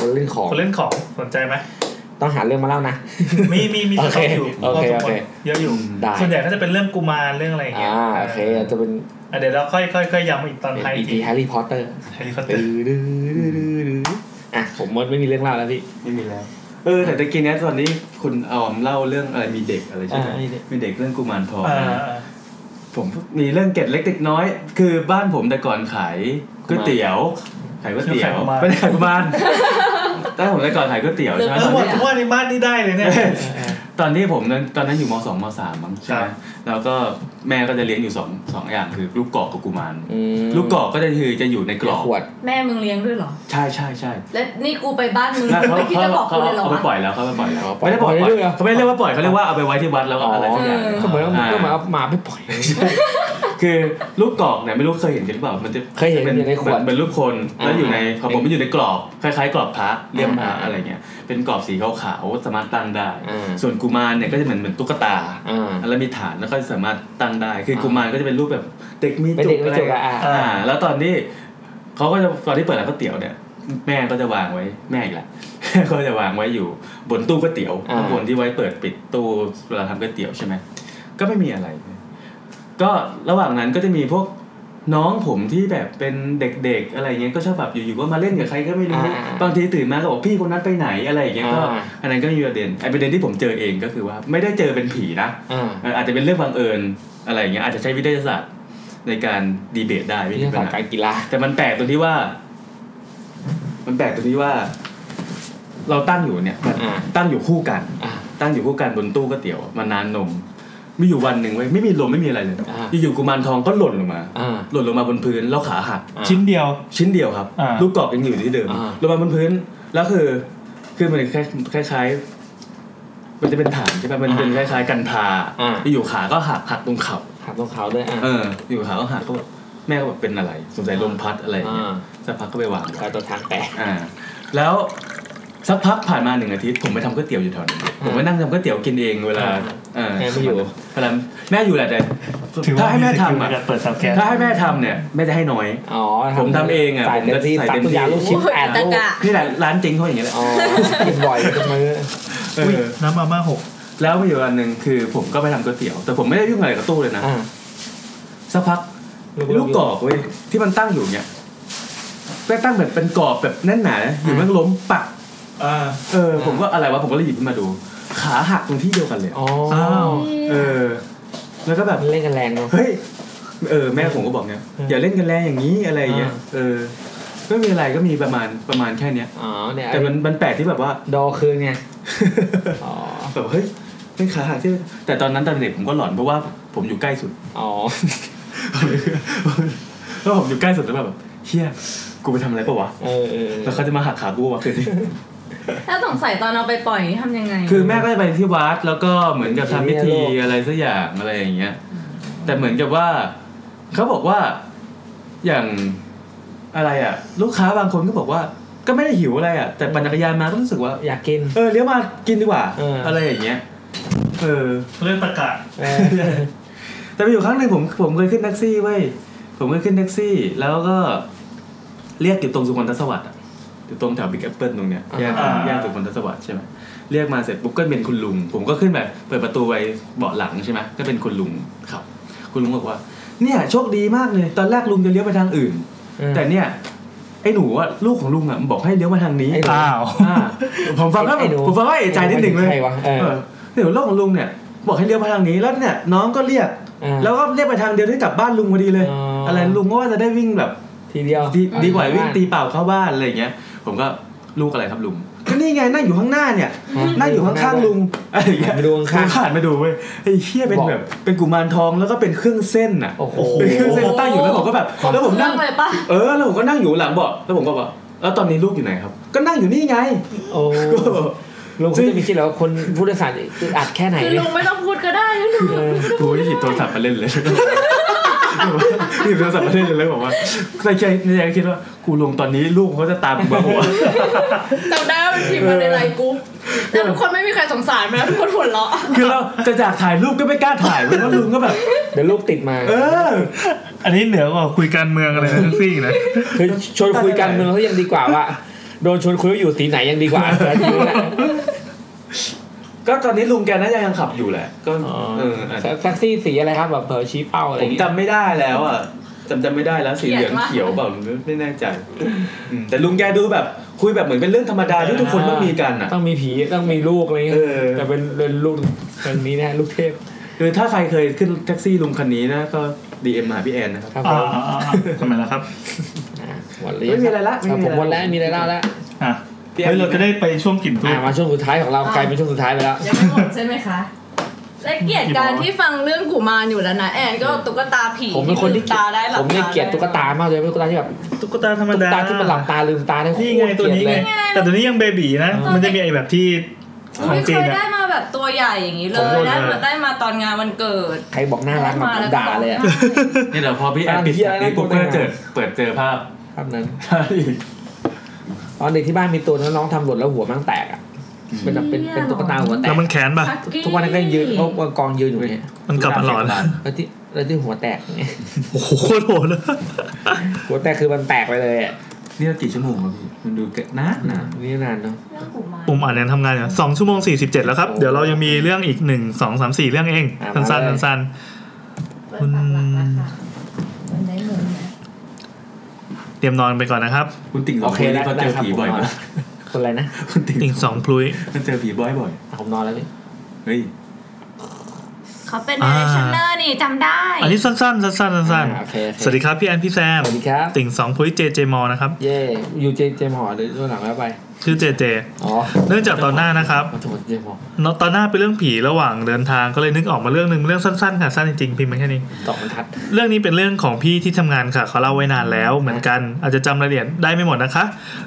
S3: คนเล่นของ
S1: คนเล่นของสนใจไหม
S3: ต้องหาเรื่องมา เล่านะ
S1: มีมีมี
S3: โอ
S1: ส
S3: เค
S1: ต็อกอยู่
S3: โอเค
S1: พอสมค
S3: โอ
S1: วร
S3: เค
S1: เยอะอยู่
S3: ได้
S1: ส่วนใหญ่ก็จะเป็นเรื่องกุมารเรื่องอะไรอย่างเงี้ย
S3: อ่าโอเคจะเป็น
S1: อ่ะเดี๋ยวเราค่อยค่อยค่อยย้ำอีกตอน
S3: เป็น
S1: ท้ายอีก
S3: EP
S1: ที
S3: แฮร์รี่พอตเตอร์
S1: แฮร์รี่พอตเตอ
S3: ดื้อ
S1: ร์
S3: ดื้อดื้อดื้อดื้ออ่ะผมมดไม่มีเรื่องเล่าแล้วพี่
S5: ไม่มีแล้ว เออ แต่ตะกี้เนี้ยตอนนี้คุณออมเล่าเรื่องอะไรมีเด็กอะไรใช่ไหม
S3: อ่ามีเด็ก
S5: มีเด็กเรื่องกุมารทอง
S1: อ่า
S5: ผมมีเรื่องเกร็ดเล็กเล็กน้อย คือบ้านผมแต่ก่อนขายก๋วยเตี๋ยวขายก๋วยเตี๋ยว
S1: ขายกุมาร
S5: ไม่ได้ขายกุมารแต่ผมแต่ก่อนขายก๋วยเตี๋ยวใช่ไหม
S1: เออวันทุกวันในบ้านนี่ได้เลยเนี่ย
S5: ตอนที่ผม นั้นตอนนั้นอยู่มสองมสามมั้งใช่ไห
S1: ค
S5: ม
S1: รับ
S5: แล้วก็แม่ก็จะเลี้ยงอยู่สองสองอย่างคือลูกกอกกับกุมาร
S3: อืม
S5: ลูกกอกก็จะคือจะอยู่ในกรอบ
S3: ขวด
S4: แม่มึงเลี้ยงด้วยเหรอ
S5: ใช่ใช่ใช่
S4: และนี่กูไปบ้านมึง
S5: แล้วเขา
S4: ไม่คิด
S5: เขา
S4: จะบอก
S5: เขา
S4: กูเลยเหรอ
S5: เอาไป
S4: วะ
S5: ปล่อยแล้วเขาไปปล่อยแล้ว
S3: ปล่อย
S5: ไม่ได้ปล่อย
S3: ปล่อยเรื่อยๆ
S5: เขาไม่เรียกว่าปล่อยเขาเรียกว่าเอาไปไว้ที่วัดแล้วก็อะไรสักอย่าง
S4: อ๋
S3: ก็เหมือน
S5: อ่า
S3: ก็เหมือนเอาหมาไปปล่อย
S5: คือลูกกรอกเนี่ยไม่รู้เคยเห็นกันหรือเปล่า มันจะ
S3: เคยเห็น
S5: ป็
S3: อยู่ในขวด
S5: เมือเป็นรูปคน
S3: อ่า
S5: แล้วอยู่ในของผม
S3: เห็น
S5: มันอยู่ในกรอบคล้ายๆกรอบพระเลี่ยมพระ
S3: อ่า
S5: อะไรเงี้ยเป็นกรอบสีขาวๆสามารถตั้งได้
S3: อ่า
S5: ส่วนกุมารเนี่ยก็จะเหมือนเหมือนตุ๊กตา
S3: อ่า
S5: แล้วมีฐานแล้วก็สามารถตั้งได้ คืออา กุมารก็จะเป็นรูปแบบเด็กมี
S3: ไม่
S5: จุ
S3: เด็ก
S5: ก
S3: ไม่
S5: อะไร
S3: จบอะอ่ะ
S5: อ่า แล้วตอนที่เขาก็จะตอนที่เปิดร้านก๋วยเตี๋ยวเนี่ย แม่ก็จะวางไว้แม่อีกละ ก็จะวางไว้อยู่บนตู้ก๋วยเตี๋ยว
S3: อ่า
S5: ข้างบนที่ไว้เปิดปิดตู้เวลาทำก๋วยเตี๋ยวใช่ไหมก็ไม่มีอะไร ก็ระหว่างนั้นก็จะมีพวกน้องผมที่แบบเป็นเด็กๆอะไรเงี้ยก็ชอบแบบอยู่ๆก็มาเล่นกับใครก็ไม่รู้
S3: อ่า
S5: บางทีตื่นมาก็บอกพี่คนนั้นไปไหนอะไรอย่างเงี้ยก็
S3: อ่า
S5: อันนั้นก็มีประเด็นไอ้ประเด็นที่ผมเจอเองก็คือว่าไม่ได้เจอเป็นผีนะ
S3: อ่า
S5: เอ่ออาจจะเป็นเรื่องบังเอิญอะไรอย่างเงี้ยอาจจะใช้วิทยาศาสตร์ในการดีเบตได้ไม่
S3: วิทยา
S5: ใช่ปั
S3: ศาส
S5: ญ
S3: ตร์
S5: หา
S3: การกีฬา
S5: แต่มันแปลกตรงที่ว่า มันแปลกตรงที่ว่า เราตั้งอยู่เนี่ยมัน
S3: อ่า
S5: ตั้งอยู่คู่กัน
S3: อ่า
S5: ตั้งอยู่คู่กันบนตู้ก๋วยเตี๋ยวมานานนมมีอยู่วันหนึ่งไว้ยไม่มีลมไม่มีอะไรเลย
S3: อ่า
S5: อยู่ๆกุมารทองก็หล่นลงมา
S3: อ่า
S5: หล่นลงมาบนพื้นแล้วขาหัก
S3: อ่า
S1: ชิ้นเดียว
S5: ชิ้นเดียวครับ
S1: อ่า
S5: ลูกกรอกยังอยู่ที่เดิม
S3: อ่า
S5: ลงมาบนพื้นแล้วคือ คือมันคล้ายคล้ายๆมันจะเป็นฐานใช่ไหมมันเป็นคล้ายๆกันพาอยู่ขาก็หักหักตรงเข่า
S3: ถามตรงเขาด้วยอ่ะ
S5: เออ อยู่ขาก็หักก็แบบแม่ก็แบบเป็นอะไร สงสัยลมพัดอะไรอย่างเงี้ย
S3: อ่า
S5: สักพักก็ไปวาง
S3: กลายตัวทางแตก
S5: อ่า แล้วสักพักผ่านมาหนึ่งอาทิตย์ผมไปทำก๋วยเตี๋ยวอยู่แถวนั้นผมไปนั่งทำก๋วยเตี๋ยวกินเองเวลาเออ
S3: แม่ไม่อยู่
S5: เวลาแม่อยู่แหละแต่
S1: ถือ
S5: ถ้า
S1: ว่า
S5: ให้แม่
S1: สกิล
S5: ทำ
S1: ใน
S5: อ่ะ
S1: การเปิดสาวแกน
S5: ถ้าให้แม่ทำเนี่ยแม่จะให้น้อย
S3: อ๋อ
S5: ผมทำเองอ่ะ
S3: ใส่
S5: ผม
S3: เต็
S5: ก็
S3: มที่
S5: ใส่
S3: ตัก
S5: เต็ม
S3: ตัวอ
S5: ที่
S3: ยางลูกชิ้นแปดลูก
S4: ตะกะ
S5: นี่แหละร้านจริงเขาอย่างเงี้ยแหละ
S3: อ๋อกินบ่อยทุกมื้อ
S5: เออ
S1: น้ำมาม่าหก
S5: แล้วมีอยู่อันหนึ่งคือผมก็ไปทำก๋วยเตี๋ยว แต่ผมไม่ได้ยุ่งอะไรกับตู้เลยนะ
S3: อ่า
S5: สักพักลูกกรอกเว้ยที่มันตั้งอยู่เนี่ยแม่งตั้งแบบเป็นกรอบแบบแน่นหนาอยู่แม่งล้มปัก
S10: อ่า
S5: เออผมก็อะไรวะผมก็เลยหยิบขึ้นมาดู ขาหักตรงที่เดียวกันเลย
S3: อ๋อ
S1: อ้าว
S5: เออ แล้วก็แบบ
S3: มันเล่นกันแรงเนาะ
S5: เฮ้ย เออ แม่ผมก็บอกเนี่ยอย่าเล่นกันแรงอย่างนี้อะไรอย่างเงี้ย
S3: อ่า
S5: เออก็มีอะไรก็มีประมาณประมาณแค่เนี้ย
S3: อ๋อเนี่ย
S5: แต่มันมันแปลกที่แบบว่า
S3: ดอคืนไงอ๋อ
S5: แบบเฮ้ยเป็นขาหักที่ แต่ตอนนั้นตอนเด็กผมก็หลอนเพราะว่าผมอยู่ใกล้สุด
S3: อ๋อ
S5: แล้วผมอยู่ใกล้สุดแล้วแบบเฮียกูไปทำอะไรปะวะ
S3: เออเออ
S5: แล้วเขาจะมาหักขากูปะวะคืนนี้
S4: ถ้าสงสัยตอนเอาไปปล่อยนี่ทำยังไง
S5: คือแม่ก็จะไปที่วัดแล้วก็เหมือนกับทำพิธีอะไรสักอย่างอะไรอย่างเงี้ย แต่เหมือนกับว่าเขาบอกว่าอย่างอะไรอ่ะ ลูกค้าบางคนก็บอกว่า ก็ไม่ได้หิวอะไรอ่ะ แต่ปั่นจักรยานมาก็รู้สึกว่า
S3: อยากกิน
S5: เออเลี้ยวมากินดีกว่า
S3: เอออ
S5: อะไรอย่างเงี้ยเออ
S1: เรื่องประกาศ
S3: เออ
S5: แต่มีอยู่ครั้งหนึ่งผมผมเคยขึ้นแท็กซี่เว้ยผมเคยขึ้นแท็กซี่ แล้วก็เรียกอยู่ตรงสุขนทสวัสดิ์อะอยู่ตรงแถวบิ๊กแอปเปิลตรงเนี้ยแยก
S1: อ่า
S5: แยกสุขนทสวัสดิ์ใช่ไหมเรียกมาเสร็จปุ๊บก็เป็นคุณลุง ผมก็ขึ้นไปเปิดประตูไปเบาะหลังใช่ไหมก็เป็นคุณลุงครับ คุณลุงบอกว่า เนี่ยโชคดีมากเลย ตอนแรกลุงจะเลี้ยวไปทางอื่น แต่เนี่ยไอ้หนูอ่ะลูกของลุงอ่ะมันบอกให้เลี้ยวมาทางนี้
S1: อ้าว
S5: อ่าผมฟังก็
S3: ไอ้หนู
S5: ผมฟังว่าเอะใจนิดหนึ่งเลย
S3: ใครวะเออ
S5: เออเดี๋ยวโลกของลุงเนี่ย บอกให้เลี้ยวไปทางนี้แล้วเนี่ย น้องก็เรียก
S3: แล้
S5: แล้ว วก็เรียกไปทางเดียวที่กลับบ้านลุงพอดีเลย
S3: อ๋ออ
S5: อะไรลุงก็ว่าจะได้วิ่งแบบ
S3: ทีเดียว
S5: ดีดีกว่า
S3: บ้าน
S5: วิ่งตีเปล่าเข้าบ้านอะไรอย่างเงี้ย ผมก็ลูกอะไรครับลุงก็นี่ไงนั่งอยู่ข้างหน้าเนี่ย นั่งอยู่ข้างๆลุงอะไรอย่างเงี้ย
S3: มาดูข้างๆ
S5: ผมผ่านมาดูเว้ยไอ้เหี้ยเป็นแบบเป็นกุมารทองแล้วก็เป็นเครื่องเส้นอ่ะ
S3: โอ้โห
S5: เป็นเครื่องเส้นตั้งอยู่แล้วผมก็แบบแล้วผมนั่ง
S4: เรื่องเลยปะ
S5: เออแล้วผมก็นั่งอยู่หลังเบาะแล้วผมก็บอกแล้วตอนนี้ลูกอยู่ไหนครับ ก็นั่งอยู่นี่ไง
S3: โอ้
S5: ก็แบบ
S3: ลุงเขาจะมีคิดแล้วาคนผู้โดยสารอึดอัดแค่ไหน
S4: คือ
S3: เนี่
S4: ลุ
S3: ย
S4: งไม่ต้องพูดก็ได้ลุง
S3: เออ
S5: กูไม่หยิบโทรศัพท์มาเล่นเลย หยิบโทรศัพท์มาเล่นเลยแล้วบอกว่าในใจในใจคิดว่ากูลงตอนนี้ลูกเขาจะตามกูมาหั ว
S4: จำได้ว่ามันพิมพ์มาในไลน์กรุ๊ปแต่ทุกคนไม่มีใครสงสารมันนะทุกคนหัวเราะ
S5: คือเราจะอยากถ่ายรูปก็ไม่กล้าถ่ายเพราะลุงก็แบบ
S3: เดี๋ยวลูกติดมา
S5: เออ
S1: อันนี้เหนือกว่าคุยการเมืองอะไรทั้งสิ้นอีกนะ
S3: คือชวนคุยกันเมืองเขายังดีกว่าว่าโดนชวนคุยว่าอยู่สีไหนยังดี กว่าแต่ทีนี้แหละ
S5: ก็ตอนนี้ลุงแกน่าจะยังขับอยู่แหละ ก็เอออาจจะ
S3: แท็กซี่สีอะไรครับแบบเผลอชี้เป้าอะไรอ
S5: ผ
S3: ย่าม งเงี้ย
S5: จำไม่ได้แล้วอ่ะจำจำไม่ได้แล้วสีเหลืองเขียวเปล่าไม่แน่ใจอืมแต่ลุงแกดูแบบ คุยแบบเหมือนเป็นเรื่องธรรมดาที่ทุกคนต้องมีกันอ่ะ
S3: ต้องมีผีต้องมีลูกอะไรเงี้ย
S5: เออ
S3: แต่เป็นเป็นลูกแบบนี้นะลูกเทพ
S5: คือถ้าใครเคยขึ้นแท็กซี่ลุงคันนี้นะก็ดีเอ็มหาพี่แอนนะครับ
S3: ครับผ
S1: อ่าม อ่าอ่าทำไมล่ะครับ
S3: อ่ะหมดเลย
S5: ไม่มีอะไรละ
S3: ครับ
S5: ไม่มี
S3: ผม
S5: อะไรละ
S3: หมดแล้วไม่มีอะไรเล่าแล้ว
S1: อ่ะเฮ้ยเราจะได้ไปช่วงกลิ่นทู
S3: อ่ะ
S1: บ
S3: มาช่วงสุดท้ายของเรากลายเป็นช่วงสุดท้ายไปแล้ว
S9: ยังไม่หมดใช่ไหมคะ
S4: และเกลียดการที่ฟังเรื่องกุมารอยู่แล้วนะแอนก็ตุ๊กตาผี
S3: ผมเป็นคนที่
S4: ลืตาได้หลับ
S3: ผมเนี่ย
S4: ตา
S3: เกลียด
S4: ได้
S3: ตุ๊กตามากเลยเป็นตุ๊กตาที่แบบ
S1: ตุ๊กตาธรรม
S3: ตุ๊ก
S1: ดา
S3: ตาที่มันหลับตาลืมตาเนี่ย
S1: นี่ไงตัวนี้ไง
S3: โคตรเกลียดเลย
S1: แต่ตัวนี้ยังเบบีนะ
S4: เออ
S1: มันจะมีไอ้แบบที่ข
S4: อุ๊
S1: อยง
S4: เค
S1: จีน
S4: ย
S1: อะ
S4: ได้มาแบบตัวใหญ่อย่างนี้เล
S1: ผม
S4: ย
S1: โดน
S4: ได้
S1: เล
S4: มาย ได้มาตอนงานวันเกิด
S3: ใครบอกน่ารักมาด่าเลยอะ
S5: นี่เดี๋ยวพอพี่แอนปิด
S3: เหี้ยอะไรนะ
S5: นี่ปุ๊บ
S3: กู
S5: ก็
S3: ไม่
S5: เจอ
S3: หา
S5: เปิดเจอภาพ
S3: ภาพนั้น
S5: ใช่
S3: ตอนเด็กที่บ้านมีตัวนั้นน้องทำหล่นแล้วหัวมันแตกอ่ะเป็นแบบเป็นเป็นตุ๊กตาหัวแต
S1: แล้
S3: ก
S1: วมันแขนปะ
S3: ทุกวันนั้นก็ยังยืนเพราะว่ากองยืนอยู่เนี่ย
S1: มันกลับมาหลอน
S3: แล้วที่แล้วที่หัวแตกเนี่ย
S1: โอ้โหโคตรโหดเลย
S3: หัวแตกคือมันแตกไปเลยอ่ะ
S5: นี่เรากี่ชั่วโมงแล้วพี่มันดูเกะนานนาน
S3: นี่นานเนาะ
S1: ปุ่มอ่านยังทำงานอยู่สองชั่วโมงสี่สิบเจ็ดแล้วครับ
S3: โอ้
S1: เดี๋ยวเรายังมีเรื่องอีกหนึ่งสองสามสี่เรื่องเอง
S3: อ่ะมา
S1: สั้น
S3: เลย
S1: ๆสั้นๆคุณเตรียมนอนไปก่อนนะครับ
S5: คุณติ่งส
S3: โอ
S5: อง
S3: เค
S5: คน
S3: ได้
S5: นี่เขาเจอ
S3: ครับ
S5: ผี
S3: ผม
S5: บ่อย
S3: นอน
S5: มาก
S3: คนอะไรนะ
S5: คุณติ่ง
S1: อีกสองพลุย
S5: เขาเจอผีบ่อยบ่อย
S3: ผมนอนแล้วพี่
S5: ๆเฮ้ย
S4: เขาเป็น
S1: อ่า
S4: เดชเนอร์นี่จำได้
S1: อันนี้สั้นๆสั้นๆสั้น
S3: อ่าโอเคโอ
S1: ๆ
S3: เค
S1: สวัสดีครับพี่แอนพี่แซม
S3: สวัสดีครับ
S1: ติ่งสองพลุยเจเจมอนะครับ
S3: เย่อยู่เจเจมหอหรือตัวหลังแล้วไป
S1: ชื่อเจเจ
S3: อ๋อ
S1: เนื่องจากตอนหน้านะครับ
S3: มาถูกเจมหอ
S1: เนอะตอนหน้าเป็นเรื่องผีระหว่างเดินทางก็เลยนึกออกมาเรื่องหนึ่งเรื่องสั้นๆค่ะสั้นจริงๆพิมพ์มาแค่นี้
S3: ตอกบรรทัด
S1: เรื่องนี้เป็นเรื่องของพี่ที่ทำงานค่ะเขาเล่าไว้นานแล้วเหมือนกันอาจจะจำรายละเอียดได้ไม่หมดนะคะ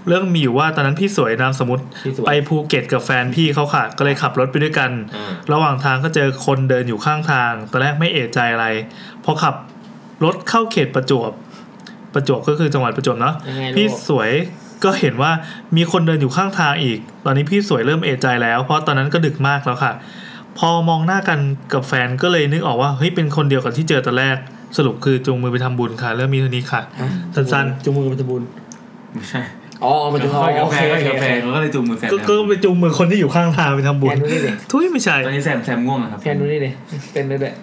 S1: เรื่องมีอยู่ว่าตอนนั้นพี่สวยนามสมมติ
S3: พี่สวย
S1: ไปภูเก็ตกับแฟนพี่เขาค่ะ ก็เลยขับรถไปด้วยกัน
S3: อ่า
S1: ระหว่างทางก็เจอคนเดินอยู่ข้างทางตอนแรกไม่เอะใจอะไรพอขับรถเข้าเขตประจวบ ประจวบก็คือจังหวัดประจวบเนาะ
S3: ยังไงลูก
S1: พี่สวยก็เห็นว่ามีคนเดินอยู่ข้างทางอีก ตอนนี้พี่สวยเริ่มเอะใจแล้ว เพราะตอนนั้นก็ดึกมากแล้วค่ะ พอมองหน้ากันกับแฟนก็เลยนึกออกว่าเฮ้ยเป็นคนเดียวกับที่เจอตอนแรก สรุปคือจูงมือไปทำบุญค่ะ เริ่มมีเท่านี้ค่ะ สั้น
S3: จุงมือกับปัจจุบัน
S5: ไม่ใช่
S3: อ๋อมันจะ
S5: ค่อยกาแฟค่อยกาแฟ
S3: น
S5: แล้วก็เลยจูงมือแซม
S1: ก็ก็ไปจูงมือคนที่อยู่ข้างทางไปทำบุญ
S3: ดูนี่ดิ
S1: ทุยไม่ใช่
S5: ตอนนี้แซมแซมง่วงนะครับ
S3: แฟนดูนี่ดิเป็นเลยด้วย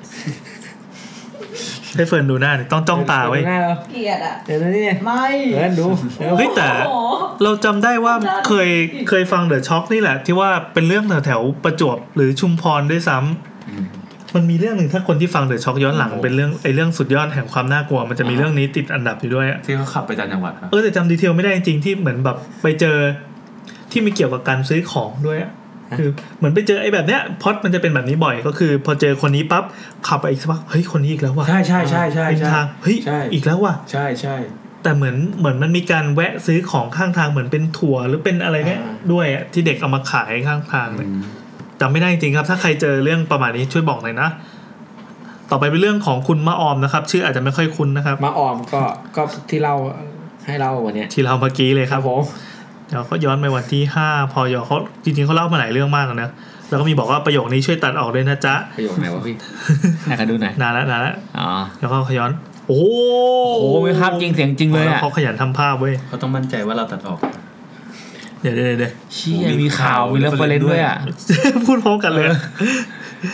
S1: ให้เฟิร์นดูหน้าหน่อยต้องจ้องตาไว้
S3: หน้าเรา
S9: เกลียดอ่ะ
S3: เดี๋ยวดูนี่ดิ
S9: ไม่
S3: เฟิร์นดูเร็ว
S1: เฮ้ยแต่
S9: โอ้โห
S1: เราจำได้ว่า
S9: จำ
S1: เคยเคยฟังเดอะช็อคนี่แหละ ที่ว่าเป็นเรื่องแถวแถวๆประจวบหรือชุมพรด้วยซ้ำ
S5: อืม
S1: มันมีเรื่องหนึ่งถ้าคนที่ฟังเดอะช็อคย้อนหลังเป็นเรื่องไอเรื่องสุดยอดแห่งความน่ากลัว มันจะมีเรื่องนี้ติดอันดับอยู่ด้วยอะ
S5: ที่เขาขับไปต่างจังหวัดครับ
S1: เออแต่จำดีเทลไม่ได้จริงๆที่เหมือนแบบไปเจอที่มีเกี่ยวกับการซื้อของด้วยอะคือเหมือนไปเจอไอ้แบบเนี้ยพล็อดมันจะเป็นแบบนี้บ่อยก็คือ พอเจอคนนี้ปั๊บขับไปอีกสักพักเฮ้ยคนนี้อีกแล้วว่ะ
S10: ใช่ใช่ใช่ใช่
S1: ริม
S10: ใช่
S1: ทางเฮ้ย
S10: ใช่
S1: อีกแล้วว่ะ
S10: ใช่ใช่
S1: แต่เหมือนเหมือนมันมีการแวะซื้อของข้างทางเหมือนเป็นถั่วหรือเป็นอะไรเนี้ยด้วยอะที่เด็กเอามาขายข้างทางเนี่ยจำไม่ได้จริงๆครับ ถ้าใครเจอเรื่องประมาณนี้ช่วยบอกหน่อยนะ ต่อไปเป็นเรื่องของคุณมะออมนะครับ ชื่ออาจจะไม่ค่อยคุ้นนะครับ
S3: มาออมก็ก็ที่เราให้เราวันเนี้ย
S1: ที่เราเมื่อกี้เลยครับ
S3: ผม
S1: เดี๋ยวก็ย้อนไปวันที่ห้าพอยอเขาจริงๆเขาเล่ามาหลายเรื่องมากแล้วนะแล้วก็มีบอกว่าประโยคนี้ช่วยตัดออกด้วยนะจ๊ะ
S3: ประโยคไหนวะพี่ให้กันดูหน่อย
S1: นานแล้วนานแล้ว
S3: อ๋อ
S1: แล้วก็ขย้อน โอ้โห
S3: โอ้โหมีภาพจริงเสียงจริงเลย
S1: แว
S3: อ่ะ
S1: เขาขยันทำภาพเว้ย
S5: เขาต้องมั่นใจว่าเราตัดออก
S1: เดี๋ยวเดี๋ยวเดี๋ยว
S3: เชี่ยมีข่าวมีเรฟเฟรน
S5: reference
S3: ด้วยอ่ะ
S1: พูดพร้อมกันเลย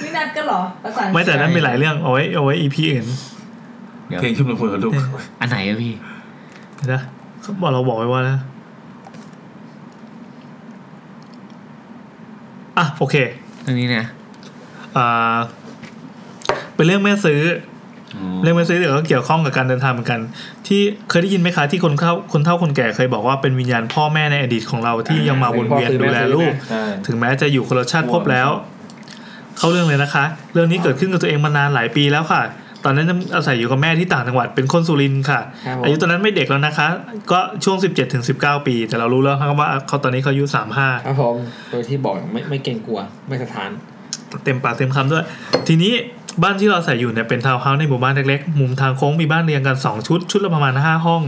S9: ไม่นัดกันเหรอประสาน
S1: ไม่แต่นั้นเป็นหลายเรื่องเอาไว้เอาไว้ EP อื่น
S3: เดี๋ยว
S5: เพลงชุมนุมพลกับลูก
S3: อันไหนอะพี่
S1: นะบอกเราบอกไว้ว่านะอ่ะโอเค
S3: ตรงนี้เนี่ย
S1: อ่าเป็นเรื่องแม่ซื้อ
S5: อ๋
S1: อ
S5: อ
S1: เรื่องแม่ซื้อเดี๋ยวก็เกี่ยวข้องกับการเดินทางเหมือนกัน ที่เคยได้ยินไหมคะที่คนเฒ่าคนเฒ่าคนแก่เคยบอกว่าเป็นวิญญาณพ่อแม่ในอดีตของเราที่ยังมาวนเวียนดูแลลูก
S5: ใช่
S1: ถึงแม้จะอยู่คนละชาติภพแล้ว เข้าเรื่องเลยนะคะ เรื่องนี้เกิดขึ้นกับตัวเองมานานหลายปีแล้วค่ะ ตอนนั้นอาศัยอยู่กับแม่ที่ต่างจังหวัดเป็นคนสุรินทร์ค่ะ
S3: ครับผม
S1: อายุตอนนั้นไม่เด็กแล้วนะคะ ก็ช่วง 17ถึง19 ปี แต่เรารู้แล้วครับว่าเขาตอนนี้เขาอายุ
S3: ครับผมโดยที่บอกไม่ไม่เกรงกลัวไม่สถาน
S1: 35 เต็มปากเต็มคำด้วย ทีนี้บ้านที่เราอาศัยอยู่เนี่ยเป็นทาวน์เฮาส์ในหมู่บ้านเล็กๆ มุมทางโค้งมีบ้านเรียงกัน 2 ชุด ชุดละประมาณ 5 ห้อง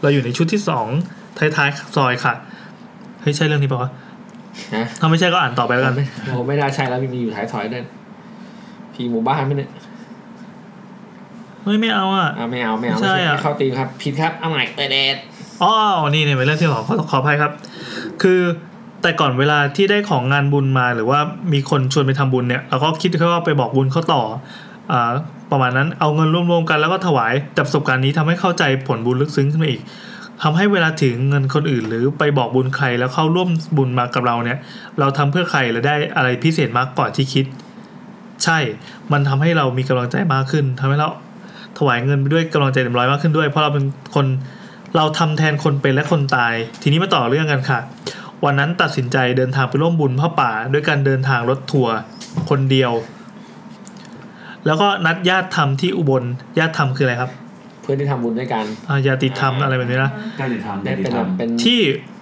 S1: เราอยู่ในชุดที่ 2 ท้ายๆซอยค่ะเฮ้ยใช่เรื่องนี้ปะวะ
S3: ฮะ
S1: ถ้าไม่ใช่ก็อ่านต่อไปแล้วกัน
S3: โอ้ไม่น่าใช่แล้วพี่มีอยู่ท้ายถอยด้วยพี่หมู่บ้านไหมเนี่ย
S1: เฮ้ยไม่เอาอ่ะ
S3: อ่าไม่เอาไม่เอา
S1: ไม่ใช่อะ
S3: เข้าตีมครับผิดครับเอาใหม่เตะเดด
S1: อ๋อ นี่เนี่ยเป็นเรื่องที่ขอขอขออภัยครับ คือแต่ก่อนเวลาที่ได้ของงานบุญมาหรือว่ามีคนชวนไปทำบุญเนี่ยเราก็คิดแค่ว่าไปบอกบุญเขาต่ออ่าประมาณนั้นเอาเงินรวมๆกันแล้วก็ถวายแต่ประสบการณ์นี้ทำให้เข้าใจผลบุญลึกซึ้งขึ้นมาอีกทำให้เวลาถึงเงินคนอื่น หรือไปบอกบุญใครแล้วเข้าร่วมบุญมากับเราเนี่ย เราทำเพื่อใครและได้อะไรพิเศษมากกว่าที่คิด ใช่ มันทำให้เรามีกำลังใจมากขึ้นทำให้เราถวายเงินไปด้วยกำลังใจเต็มร้อยมากขึ้นด้วย เพราะเราเป็นคน เราทำแทนคนเป็นและคนตาย ทีนี้มาต่อเรื่องกันค่ะ วันนั้นตัดสินใจเดินทางไปร่วมบุญพ่อป่า ด้วยการเดินทางรถทัวร์คนเดียว แล้วก็นัดญาติธรรมที่อุบล ญาติธรรมคืออะไรครับ
S3: เพื่อนที่ทำบุญด้วยกัน
S1: อ่าญาติธรรมอะไรแบบนี้นะ
S5: ใกล้จะทำใก
S3: ได้
S5: ล้จะ
S3: เป็นแบบ
S5: ทำ
S3: เป็น
S1: ที่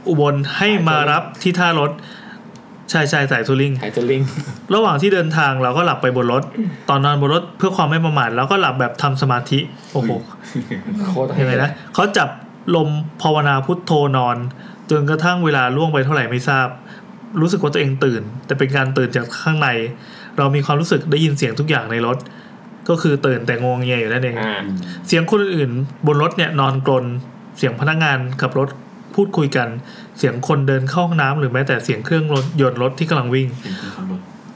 S1: อุบลให้มารับที่ท่ารถชายชายสายทูริง
S3: ขายตัวลิง
S1: ระหว่างที่เดินทางเราก็หลับไปบนรถ ตอนนอนบนรถเพื่อความไม่ประมาทเราก็หลับแบบทำสมาธิ โอ้โห
S3: โคตร
S1: ยังไงนะเขาจับลมภาวนาพุทโธนอน จนกระทั่งเวลาล่วงไปเท่าไหร่ไม่ทราบ รู้สึกว่าตัวเองตื่น แต่เป็นการตื่นจากข้างใน เรามีความรู้สึกได้ยินเสียงทุกอย่างในรถ ก็คือตื่นแต่งวงเงียอยู่นั่นเอง
S3: อ่า
S1: เสียงคนอื่นๆบนรถเนี่ยนอนกลน เสียงพนักงานขับรถพูดคุยกัน เสียงคนเดินเข้าห้องน้ำหรือแม้แต่เสียงเครื่องรถยนต์รถที่กำลังวิ่ง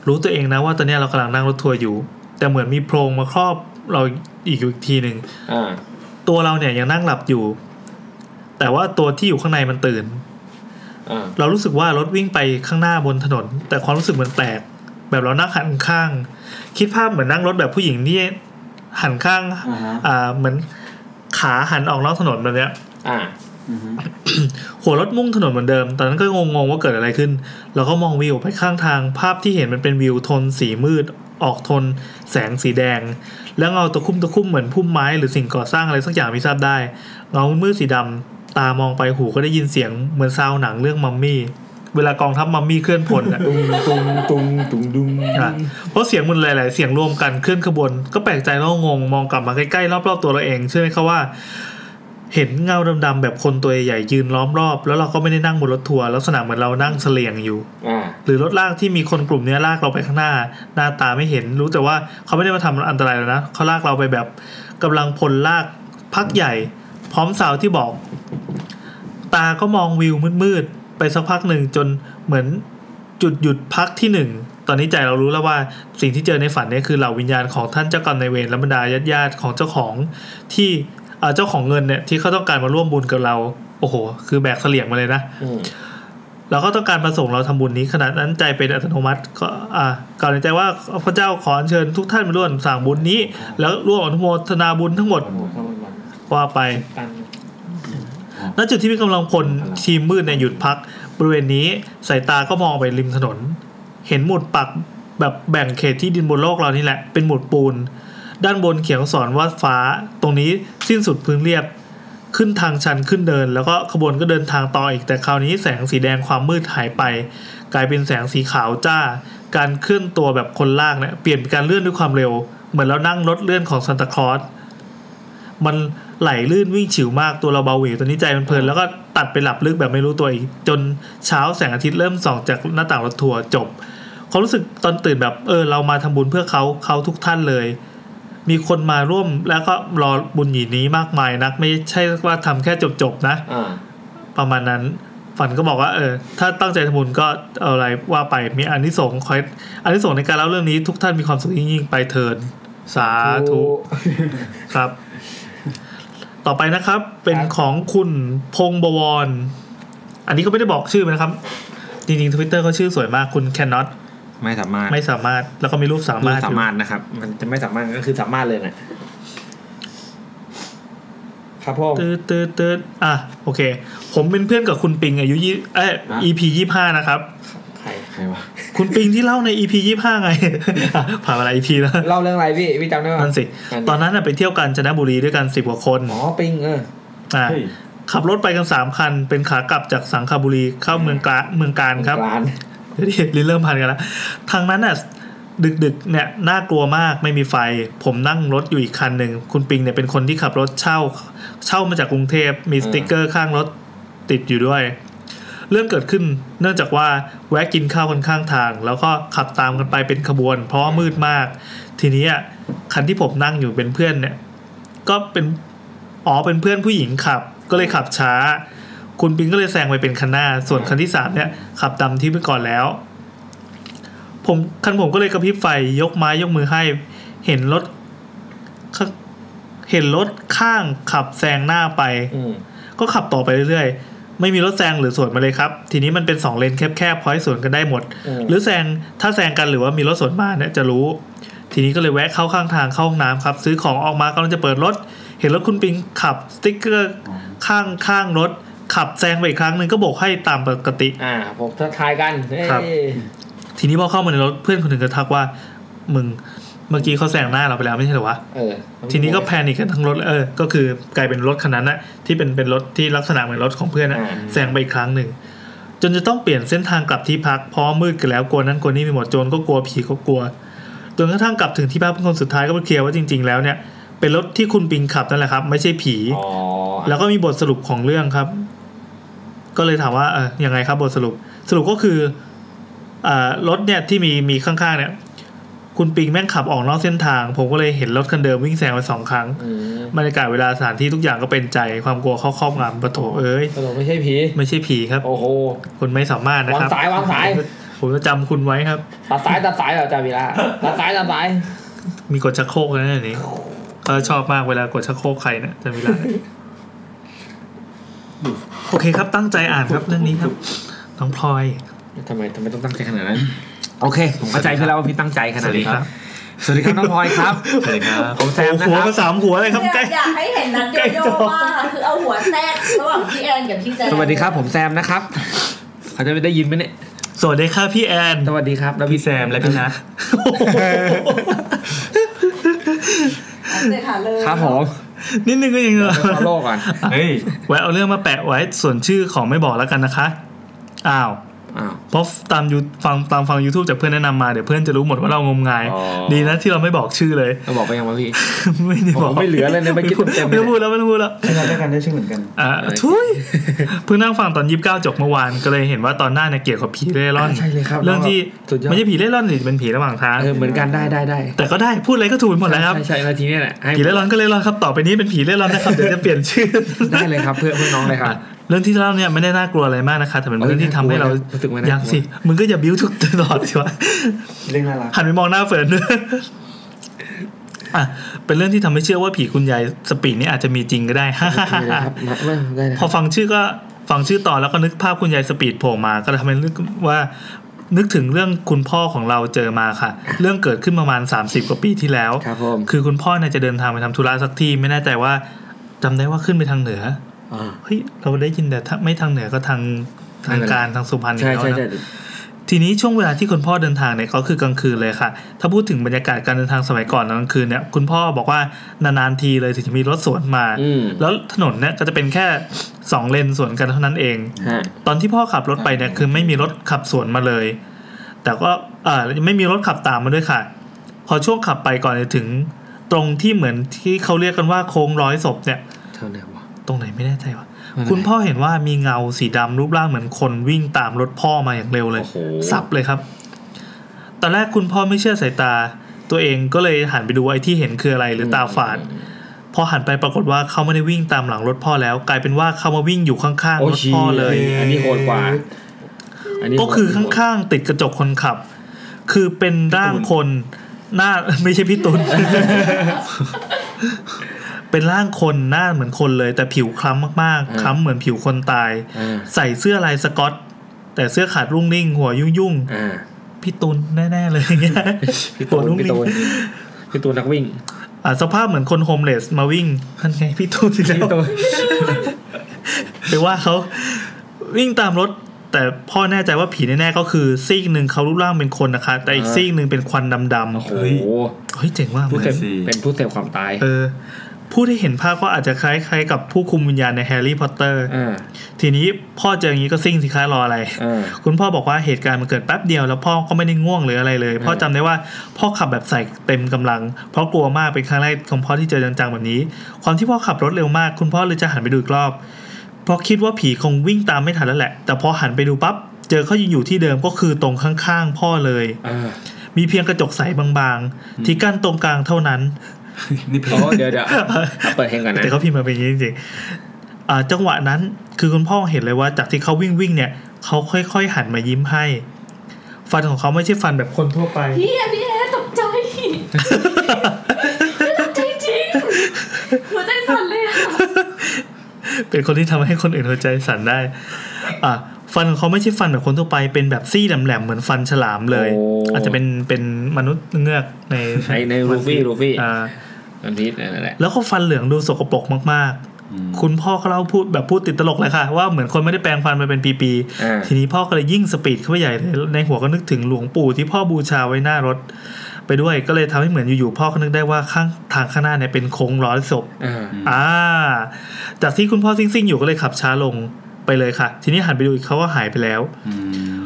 S1: รู้ตัวเองนะว่าตอนเนี้ยเรากำลังนั่งรถทัวร์อยู่ แต่เหมือนมีโพรงมาครอบเราอีกอยู่อีกทีหนึ่ง
S3: อ่า
S1: ตัวเราเนี่ยยังนั่งหลับอยู่ แต่ว่าตัวที่อยู่ข้างในมันตื่น
S3: อ่า
S1: เรารู้สึกว่ารถวิ่งไปข้างหน้าบนถนน แต่ความรู้สึกมันแปลกแบบเรานั่งหันข้าง คิดภาพเหมือนนั่งรถแบบผู้หญิงที่หันข้าง
S5: อ่าฮะ
S1: อ่าเหมือนขาหันออกนอกถนนแบบเนี้ย
S3: อ่า
S5: อือฮึ
S1: หัวรถมุ่งถนนเหมือนเดิม ตอนนั้นก็งงๆว่าเกิดอะไรขึ้น เราก็มองวิวไปข้างทาง ภาพที่เห็นมันเป็นวิวโทนสีมืด ออกโทนแสงสีแดง แล้วเงาตะคุ่มตะคุ่มเหมือนพุ่มไม้หรือสิ่งก่อสร้างอะไรสักอย่างไม่ทราบได้ เงามืดๆสีดำ ตามองไปหูก็ได้ยินเสียงเหมือนซาวหนังเรื่องมัมมี่ เวลากองทัพมัมมี่เคลื่อนพลน่ะ
S3: ตุงตุงตุงตุงดุง
S1: อ่ะเพราะเสียงมันหลาย ๆ เสียงรวมกันเคลื่อนขบวน ก็แปลกใจแล้วก็งงมองกลับมาใกล้ ๆ รอบ ๆ ตัวเราเองเชื่อไหมครับว่า เห็นเงาดำ ๆ แบบคนตัวใหญ่ๆยืนล้อมรอบ แล้วเราก็ไม่ได้นั่งบนรถทัวร์ลักษณะเหมือนเรานั่งเสลียงอยู่
S3: อ่า
S1: หรือรถลากที่มีคนกลุ่มเนี้ยลากเราไปข้างหน้า หน้าตาไม่เห็นรู้แต่ว่าเขาไม่ได้มาทำอันตรายแล้วนะเขาลากเราไปแบบกำลังพลลากพักใหญ่ พร้อมสาวที่บอก ตาก็มองวิวมืดๆ ไปสักพักหนึ่งจนเหมือนจุดหยุดพักที่หนึ่ง ตอนนี้ใจเรารู้แล้วว่าสิ่งที่เจอในฝันเนี่ยคือเหล่าวิญญาณของท่านเจ้ากรรมนายเวรและบรรดาญาติๆของเจ้าของที่เอ่อเจ้าของเงินเนี่ยที่เขาต้องการมาร่วมบุญกับเรา โอ้โห คือแบกเสลี่ยงมาเลยนะ
S3: อืม
S1: เราก็ต้องการประสงค์เราทำบุญนี้ขนาดนั้นใจเป็นอัตโนมัติก็อ่าก่อนในใจว่าพระเจ้าขออัญเชิญทุกท่านมาร่วมสั่งบุญนี้ แล้วร่วมอนุโมทนาบุญทั้งหมดว่าไป
S3: ตัน
S1: ณจุดที่มีกำลังพลทีมมืดเนี่ยหยุดพัก บริเวณนี้สายตาก็มองไปริมถนน เห็นหมุดปักแบบแบ่งเขตที่ดินบนโลกเรานี่แหละ เป็นหมุดปูน ด้านบนเขียนอักษรว่าฟ้า ตรงนี้สิ้นสุดพื้นเรียบ ขึ้นทางชันขึ้นเดิน แล้วก็ขบวนก็เดินทางต่ออีกแต่คราวนี้แสงสีแดงความมืดหายไป กลายเป็นแสงสีขาวจ้า การเคลื่อนตัวแบบคนลากเนี่ยเปลี่ยนเป็นการเลื่อนด้วยความเร็ว เหมือนเรานั่งรถเลื่อนของซานตาคลอส มันไหลลื่นวิ่งฉิวมากตัวเราเบาหวิวตัวนี้ใจมันเพลินแล้วก็ตัดไปหลับลึกแบบไม่รู้ตัวอีก จนเช้าแสงอาทิตย์เริ่มส่องจากหน้าต่างรถทัวร์จบความรู้สึกตอนตื่นแบบเออเรามาทำบุญเพื่อเขาเขาทุกท่านเลย มีคนมาร่วมแล้วก็รอบุญหยีนี้มากมายนัก ไม่ใช่ว่าทำแค่จบๆนะ
S3: อ่า
S1: ประมาณนั้นฝันก็บอกว่าเออถ้าตั้งใจทำบุญก็เอาอะไรว่าไปมีอานิสงส์คอยอานิสงส์ในการเล่าเรื่องนี้ทุกท่านมีความสุขยิ่งๆไปเทินสาธุ ครับ ต่อไปนะครับ เป็นของคุณพงษ์บวร อันนี้ก็ไม่ได้บอกชื่อนะครับ จริงๆทวิตเตอร์เขาชื่อสวยมากคุณ cannot
S3: ไม่สามารถ
S1: ไม่สามารถ แล้วก็มีรูปสามารถ
S3: สามารถนะครับ มันจะไม่สามารถก็คือสามารถเลยนะครับพ่อ
S1: ตืดตืดตืดอ่ะ โอเค ผมเป็นเพื่อนกับคุณปิงอายุยี่เอ้ย
S5: นะ
S1: EP ยี่ห้านะครับ
S3: ใคร
S5: ใครวะ
S1: คุณปิงที่เล่าใน EP ยี่ห้าไง อ่ะผ่านมาหลาย EP แล้ว
S3: เล่าเรื่องอะไรพี่พี่จำได้ป่ะ
S1: นั่นสิ ตอนนั้นน่ะไปเที่ยวกาญจนบุรีด้วยกันสิบกว่าคน
S3: หมอปิงเออ
S1: อ่ะ
S5: เฮ้ย
S1: ขับรถไปกันสามคัน เป็นขากลับจากสังขบุรีเข้าเมืองกลางเมืองการครับ
S3: ร้าน
S1: เดี๋ยวดิลิ้ นเริ่มพันกันแล้ว ทางนั้นน่ะดึกดึกๆเนี่ยน่ากลัวมากไม่มีไฟ ผมนั่งรถอยู่อีกคันหนึ่ง คุณปิงเนี่ยเป็นคนที่ขับรถเช่า เช่ามาจากกรุงเทพมี
S3: อ่า
S1: สติกเกอร์ข้างรถติดอยู่ด้วย เรื่องเกิดขึ้นเนื่องจากว่าแวะกินข้าวกันข้างทาง แล้วก็ขับตามกันไปเป็นขบวน เพราะว่ามืดมาก ทีนี้อ่ะคันที่ผมนั่งอยู่เป็นเพื่อนเนี่ย ก็เป็นอ๋อเป็นเพื่อนผู้หญิงขับ ก็เลยขับช้า คุณปิงก็เลยแซงไปเป็นคันหน้า ส่วนคันที่สามเนี่ยขับตามที่ไปก่อนแล้ว ผมคันผมก็เลยกระพริบไฟยกไม้ยกมือให้ เห็นรถข้างเห็นรถข้างขับแซงหน้าไป
S3: อืม
S1: ก็ขับต่อไปเรื่อยๆ ไม่มีรถแซงหรือสวนมาเลยครับ ทีนี้มันเป็นสองเลนแคบๆพอยสวนกันได้หมด
S3: อืม
S1: หรือแซงถ้าแซงกันหรือว่ามีรถสวนมาเนี่ยจะรู้ ทีนี้ก็เลยแวะเข้าข้างทางเข้าห้องน้ำครับ ซื้อของออกมากำลังจะเปิดรถ เห็นรถคุณปิงขับสติ๊กเกอร์ข้างข้างรถ ขับแซงไปอีกครั้งหนึ่งก็โบกให้ตามปกติ
S3: อ่าผมทักทายกันเอ้ย
S1: ครับ ทีนี้พอเข้ามาในรถเพื่อนคนหนึ่งก็ทักว่า มึงเมื่อกี้เขาแซงหน้าเราไปแล้วไม่ใช่เหรอวะ
S3: เออ
S1: ทีนี้ก็แพนิกกันทั้งรถเออ ก็คือกลายเป็นรถคันนั้นนะที่เป็นเป็นรถที่ลักษณะเหมือนรถของเพื่อนนะแซงไปอีกครั้งหนึ่ง จนจะต้องเปลี่ยนเส้นทางกลับที่พักเพราะมืดกันแล้วกลัวนั้นกลัวนี่ไปหมดโจรก็กลัวผีก็กลัวจนกระทั่งกลับถึงที่พักเป็นคนสุดท้ายก็มาเคลียร์ว่าจริง ๆ แล้วเนี่ยเป็นรถที่คุณปิงขับนั่นแหละครับ ไม่ใช่ผี
S3: อ๋อ
S1: แล้วก็มีบทสรุปของเรื่องครับ ก็เลยถามว่าเออยังไงครับบทสรุป สรุปก็คือเอ่อรถเนี่ยที่มีมีข้างๆเนี่ย คุณปิงแม่งขับออกนอกเส้นทาง ผมก็เลยเห็นรถคันเดิมวิ่งแซงไปสองครั้ง
S3: อืม
S1: บรรยากาศเวลาสถานที่ทุกอย่างก็เป็นใจความกลัวเข้าครอบงำปะโถเอ้ย
S3: สรุปไม่ใช่ผี
S1: ไม่ใช่ผีครับ
S3: โอ้โห
S1: คุณไม่สามารถนะ
S3: วาง
S1: ครับ
S3: สายวางสาย
S1: ผมจะจำคุณไว้ครับ
S3: ตัดสายตัดสายเหรอจาวีระตัดสายตัดสาย
S1: มีกดชักโครกนะเนี่ยก็ชอบมากเวลากดชักโครกใครเนี่ยจะมีลาโอเคครับตั้งใจอ่านครับเรื่องนี้ครับน้องพลอย
S3: ทำไมทำไมต้องตั้งใจขนาดนั้น โอเค ผมเข้าใจพี่แล้วว่าพี่ตั้งใจขนาดนี้ครับ สวัสดีครับน้องพลอยครับ
S5: สวัสดีครับ
S3: ผมแซมนะค
S1: หั
S3: ว รับ
S1: มาสามหัวเลยครับใกล้
S9: อยากให้เห็นนัดโยโย่ว่าคือเอาหัวแทรกระหว่างพี่แอนกับพี่แจ๊
S3: สวัสดีครับ ผมแซมนะครับ เขาจะไม่ได้ยินไหมเนี่ย
S1: สวัสดีครับพี่แอน
S3: สวัสดีครับแล้ว
S5: พี่แซมและพี่ นัท
S9: เดี๋ยวถามเลย
S3: ครับผม
S1: นิดนึงก็ยังเหรอ
S3: เอาโลกก่อน
S5: เฮ้ย
S1: ไว้เอาเรื่องมาแปะไว้ส่วนชื่อของไม่บอกแล้วกันนะคะ อ้าว
S3: อ้าว
S1: เพราะตามยูฟังตามฟัง YouTube จากเพื่อนแนะนำมาเดี๋ยวเพื่อนจะรู้หมดว่าเรางมงาย
S3: อ๋อ
S1: ดีนะที่เราไม่บอกชื่อเลย
S3: เราบอกไปยังวะพี่
S1: ไม่ได้บอก
S3: ผมไม่เหลือเลยนะเมื่อกี้เต็มๆเลย
S1: ไม่ต้องพูดแล้วไม่ต้องพูดแล้ว
S10: ใช้งานด้วยกันได้ชื่อเหมือนกัน
S1: อ่าทุยเพิ่งนั่งฟังตอนยีิบเก้าจบเมื่อวานก็เลยเห็นว่าตอนหน้าเนี่ยเกี่ยวกับผีเร่ร่อน
S3: ใช่เลยครับ
S1: เรื่องที่
S3: สุดยอด
S1: ไม่ใช่ผีเร่ร่อนสิเป็นผีระหว่างทาง
S3: เออเหมือนกันได้ได้ได้
S1: แต่ก็ได้พูดอะไรก็ถูกไปหมดแล้วครับ
S3: ใช่ใช่นาทีเนี้แหละให้
S1: ผีเร่ร่อนก็เร่ร่อนครับต่อไปนี้เป็นผีเร่ร่อนนะครับเดี๋ยวจะเปลี่ยนชื่อ
S3: ได้เลยครับ เพื่อเพื่อน้องเลยครับ
S1: เรื่องที่เล่าเนี่ยไม่ได้น่ากลัวอะไรมากนะคะ แต่เป็นเรื่องที่ทำให้เรา
S3: รู้สึกว่าน่ากลัว
S1: อยากสิมึงก็อย่าบิ้วทุกตลอดสิ วะ
S10: เรื่องน่ารัก
S1: หันไปมองหน้าเฟิร์นด้วยอ่ะ เป็นเรื่องที่ทำให้เชื่อว่าผีคุณยายสปีดนี่อาจจะมีจริงก็ได้
S3: ไม ่ได้นะ
S1: พอฟังชื่อก็ฟังชื่อต่อนแล้วก็นึกภาพคุณยายสปีดโผล่มา ก็ทำให้นึกว่า นึกถึงเรื่องคุณพ่อของเราเจอมาค่ะ เรื่องเกิดขึ้นประมาณ 30 กว่าปีที่แล้ว
S3: ครับผม
S1: คือคุณพ่อเนี่ยจะเดินทางไปทำธุระสักที่ ไม่แน่ใจว่าจำได้ว่าขึ้นไปทางเหนือ
S3: อ่า
S1: เฮ้ย เราได้ยินแต่ถ้าไม่ทางเหนือก็ทางทางการทางสุพรรณอยู่
S3: ใช่
S1: แล้ว
S3: ใช่
S1: นะ
S3: ใช่
S1: ทีนี้ช่วงเวลาที่คุณพ่อเดินทางเนี่ยก็คือกลางคืนเลยค่ะ ถ้าพูดถึงบรรยากาศการเดินทางสมัยก่อนตอนกลางคืนเนี่ยคุณพ่อบอกว่านานๆทีเลยถึงจะมีรถสวนมา
S3: อืม
S1: แล้วถนนเนี่ยก็จะเป็นแค่ 2 เลนสวนกันเท่านั้นเอง
S3: ฮะ
S1: ตอนที่พ่อขับรถไปเนี่ยคือไม่มีรถขับสวนมาเลย แต่ก็เออไม่มีรถขับตามมาด้วยค่ะ พอช่วงขับไปก่อนจะถึง ตรงที่เหมือนที่เขาเรียกกันว่าโค้งร้อยศพเนี่ย
S3: เท่าไหร่วะ
S1: ตรงไหนไม่แน่ใจว่า
S3: ไม่เป็นไร
S1: คุณพ่อเห็นว่ามีเงาสีดำรูปร่างเหมือนคนวิ่งตามรถพ่อมาอย่างเร็วเลย
S3: โอ้โห
S1: สับเลยครับ ตอนแรกคุณพ่อไม่เชื่อสายตา ตัวเองก็เลยหันไปดูไอ้ที่เห็นคืออะไรหรือตาฝาด พอหันไปปรากฏว่าเขาไม่ได้วิ่งตามหลังรถพ่อแล้ว กลายเป็นว่าเขามาวิ่งอยู่ข้าง
S3: โอ้
S1: ๆรถ
S3: ชี
S1: พ่อเลย
S3: อันนี้โหดกว่า อันนี้
S1: ก็คือ
S3: โหด
S1: ข้างๆติดกระจกคนขับ คือเป็นร่างคนหน้า ไม่ใช่พี่ตุน เป็นร่างคนหน้าเหมือนคนเลย แต่ผิวคล้ำมากๆคล้ำเหมือนผิวคนตาย
S3: อ่า
S1: ใส่เสื้อลายสกอต แต่เสื้อขาดรุ่งริ่งหัวยุ่ง
S3: อ่า
S1: ๆพี่ตุนแน่ๆเลย อย่างเงี้ย
S3: พี่ตูน
S1: หัวรุ่ง
S3: พี่ตู
S1: ริ่
S3: น
S1: ง
S3: พี่ตูนนักวิ่ง
S1: อ่ะสภาพเหมือนคนโฮมเลสมาวิ่งนั่นไงพี่ตูนที่แล้ว
S3: พี่ตูน
S1: ไปว่าเขาวิ่งตามรถ แต่พ่อแน่ใจว่าผีแน่ๆก็คือซีกหนึ่งเขารูปร่างเป็นคนนะคะ แต่อีก
S3: อ่า
S1: ซีกหนึ่งเป็นควันดำ
S3: โอ้โห
S1: ๆเฮ้ยเจ๋งมากเล
S3: ผู้เส
S1: ย
S3: พเป็นผู้เสพความตาย
S1: เออ ผู้ที่เห็นภาพก็อาจจะคล้ายๆกับผู้คุมวิญญาณในแฮร์รี่พอตเตอร์
S3: อ่า
S1: ทีนี้พ่อเจออย่างนี้ก็ซิ่งสิคะรออะไร
S3: อ่า
S1: คุณพ่อบอกว่าเหตุการณ์มันเกิดแป๊บเดียวแล้วพ่อก็ไม่ได้ง่วงหรืออะไรเลย พ่อจำได้ว่าพ่อขับแบบใส่เต็มกำลัง เพราะกลัวมากเป็นครั้งแรกของพ่อที่เจอจังๆแบบนี้ ความที่พ่อขับรถเร็วมาก คุณพ่อเลยจะหันไปดูอีกรอบ เพราะคิดว่าผีคงวิ่งตามไม่ทันแล้วแหละ แต่พอหันไปดูปั๊บเจอเขายังอยู่ที่เดิมก็คือตรงข้างๆ พ่อเลย
S3: อ่า
S1: มีเพียงกระจกใสบางๆ ที่กั้นตรงกลางเท่านั้น
S5: นี่เพล
S3: โอ้
S5: ง
S3: เดี๋ยวเดี๋ยวเอาเปิดเพลงก่อนนะ
S1: แต่เขาพิมพ์มาเป็นอย่างนี้จริงๆอ่าจังหวะนั้นคือคุณพ่อเห็นเลยว่าจากที่เขาวิ่งวิ่งๆเนี่ยเขาค่อยๆหันมายิ้มให้ ฟันของเขาไม่ใช่ฟันแบบคนทั่วไป
S9: พี่อะพี่เอะตกใจ ตกใจจริงหัวใจสั่นเลยอะ
S1: เป็นคนที่ทำให้คนอื่นหัวใจสั่นได้ อ่ะฟันของเขาไม่ใช่ฟันแบบคนทั่วไป เป็นแบบซี่แหลมๆเหมือนฟันฉลามเลย
S3: โ
S1: อาจจะเป็นเป็นมนุษย์เงือกใน
S3: ในในลูฟี่ลูฟี่
S1: อ่า
S3: อันนี้นั่นแหละ
S1: แล้วก็ฟันเหลืองดูสกปรกมากๆ คุณพ่อเขาเล่าพูดแบบพูดติดตลกเลยค่ะ ว่าเหมือนคนไม่ได้แปรงฟันมาเป็นปีๆ
S3: อ่า
S1: ทีนี้พ่อก็เลยยิ่งสปีดเข้าไปใหญ่เลยในหัวก็นึกถึงหลวงปู่ที่พ่อบูชาไว้หน้ารถ ไปด้วยก็เลยทำให้เหมือนอยู่ๆพ่อก็นึกได้ว่าข้างทางข้างหน้าเนี่ยเป็นโค้งร้อยศพ
S3: อ่า
S1: อ่าจากที่คุณพ่อซิ่งๆอยู่ก็เลยขับช้าลงไปเลยค่ะ ทีนี้หันไปดูอีกเขาก็หายไปแล้ว
S5: อืม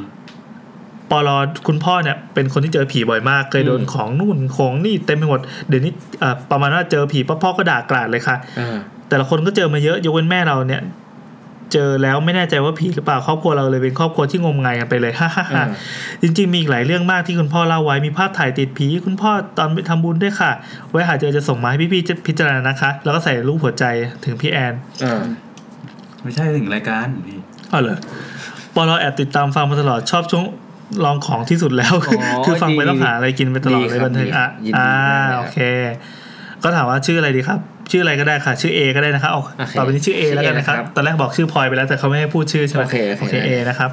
S1: ปอลอคุณพ่อเนี่ยเป็นคนที่เจอผีบ่อยมาก เคยโดนของนู่นของนี่เต็มไปหมดเดี๋ยวนี้อ่าประมาณว่าเจอผีพ่อพ่อก็ด่ากราดเลยค่ะ
S3: อ่า
S1: แต่ละคนก็เจอมาเยอะยกเว้นแม่เราเนี่ย เจอแล้วไม่แน่ใจว่าผีหรือเปล่าครอบครัวเราเลยเป็นครอบครัวที่งมงายกันไปเลย ฮ่าฮ่า
S3: อ่า
S1: ฮ่าจริงๆมีอีกหลายเรื่องมากที่คุณพ่อเล่าไว้มีภาพถ่ายติดผี คุณพ่อตอนไปทำบุญด้วยค่ะ ไว้หาเจอจะส่งมาให้พี่ๆพิจารณานะคะ แล้วก็ใส่รูปหัวใจถึงพี่แอน
S3: อ่า
S5: ไม่ใช่ถึงรายการพี่
S1: อ๋อเหรอปอเราแอบติดตามฟังมาตลอดชอบช่วงลองของที่สุดแล้ว คือฟังไปต้องหาอะไรกินไปตลอดเลยบันเทิงอ่ะอ่าโอเค ก็ถามว่าชื่ออะไรดีครับ ชื่ออะไรก็ได้ค่ะ ชื่อ A ก็ได้นะครับเอาต่อไปนี้ชื่อ A แล้วกันนะครับ ตอนแรกบอกชื่อพลอยไปแล้วแต่เขาไม่ให้พูดชื่อใช่ไหม
S3: โอเคโอ
S1: โอเค
S3: เค
S1: A นะครับ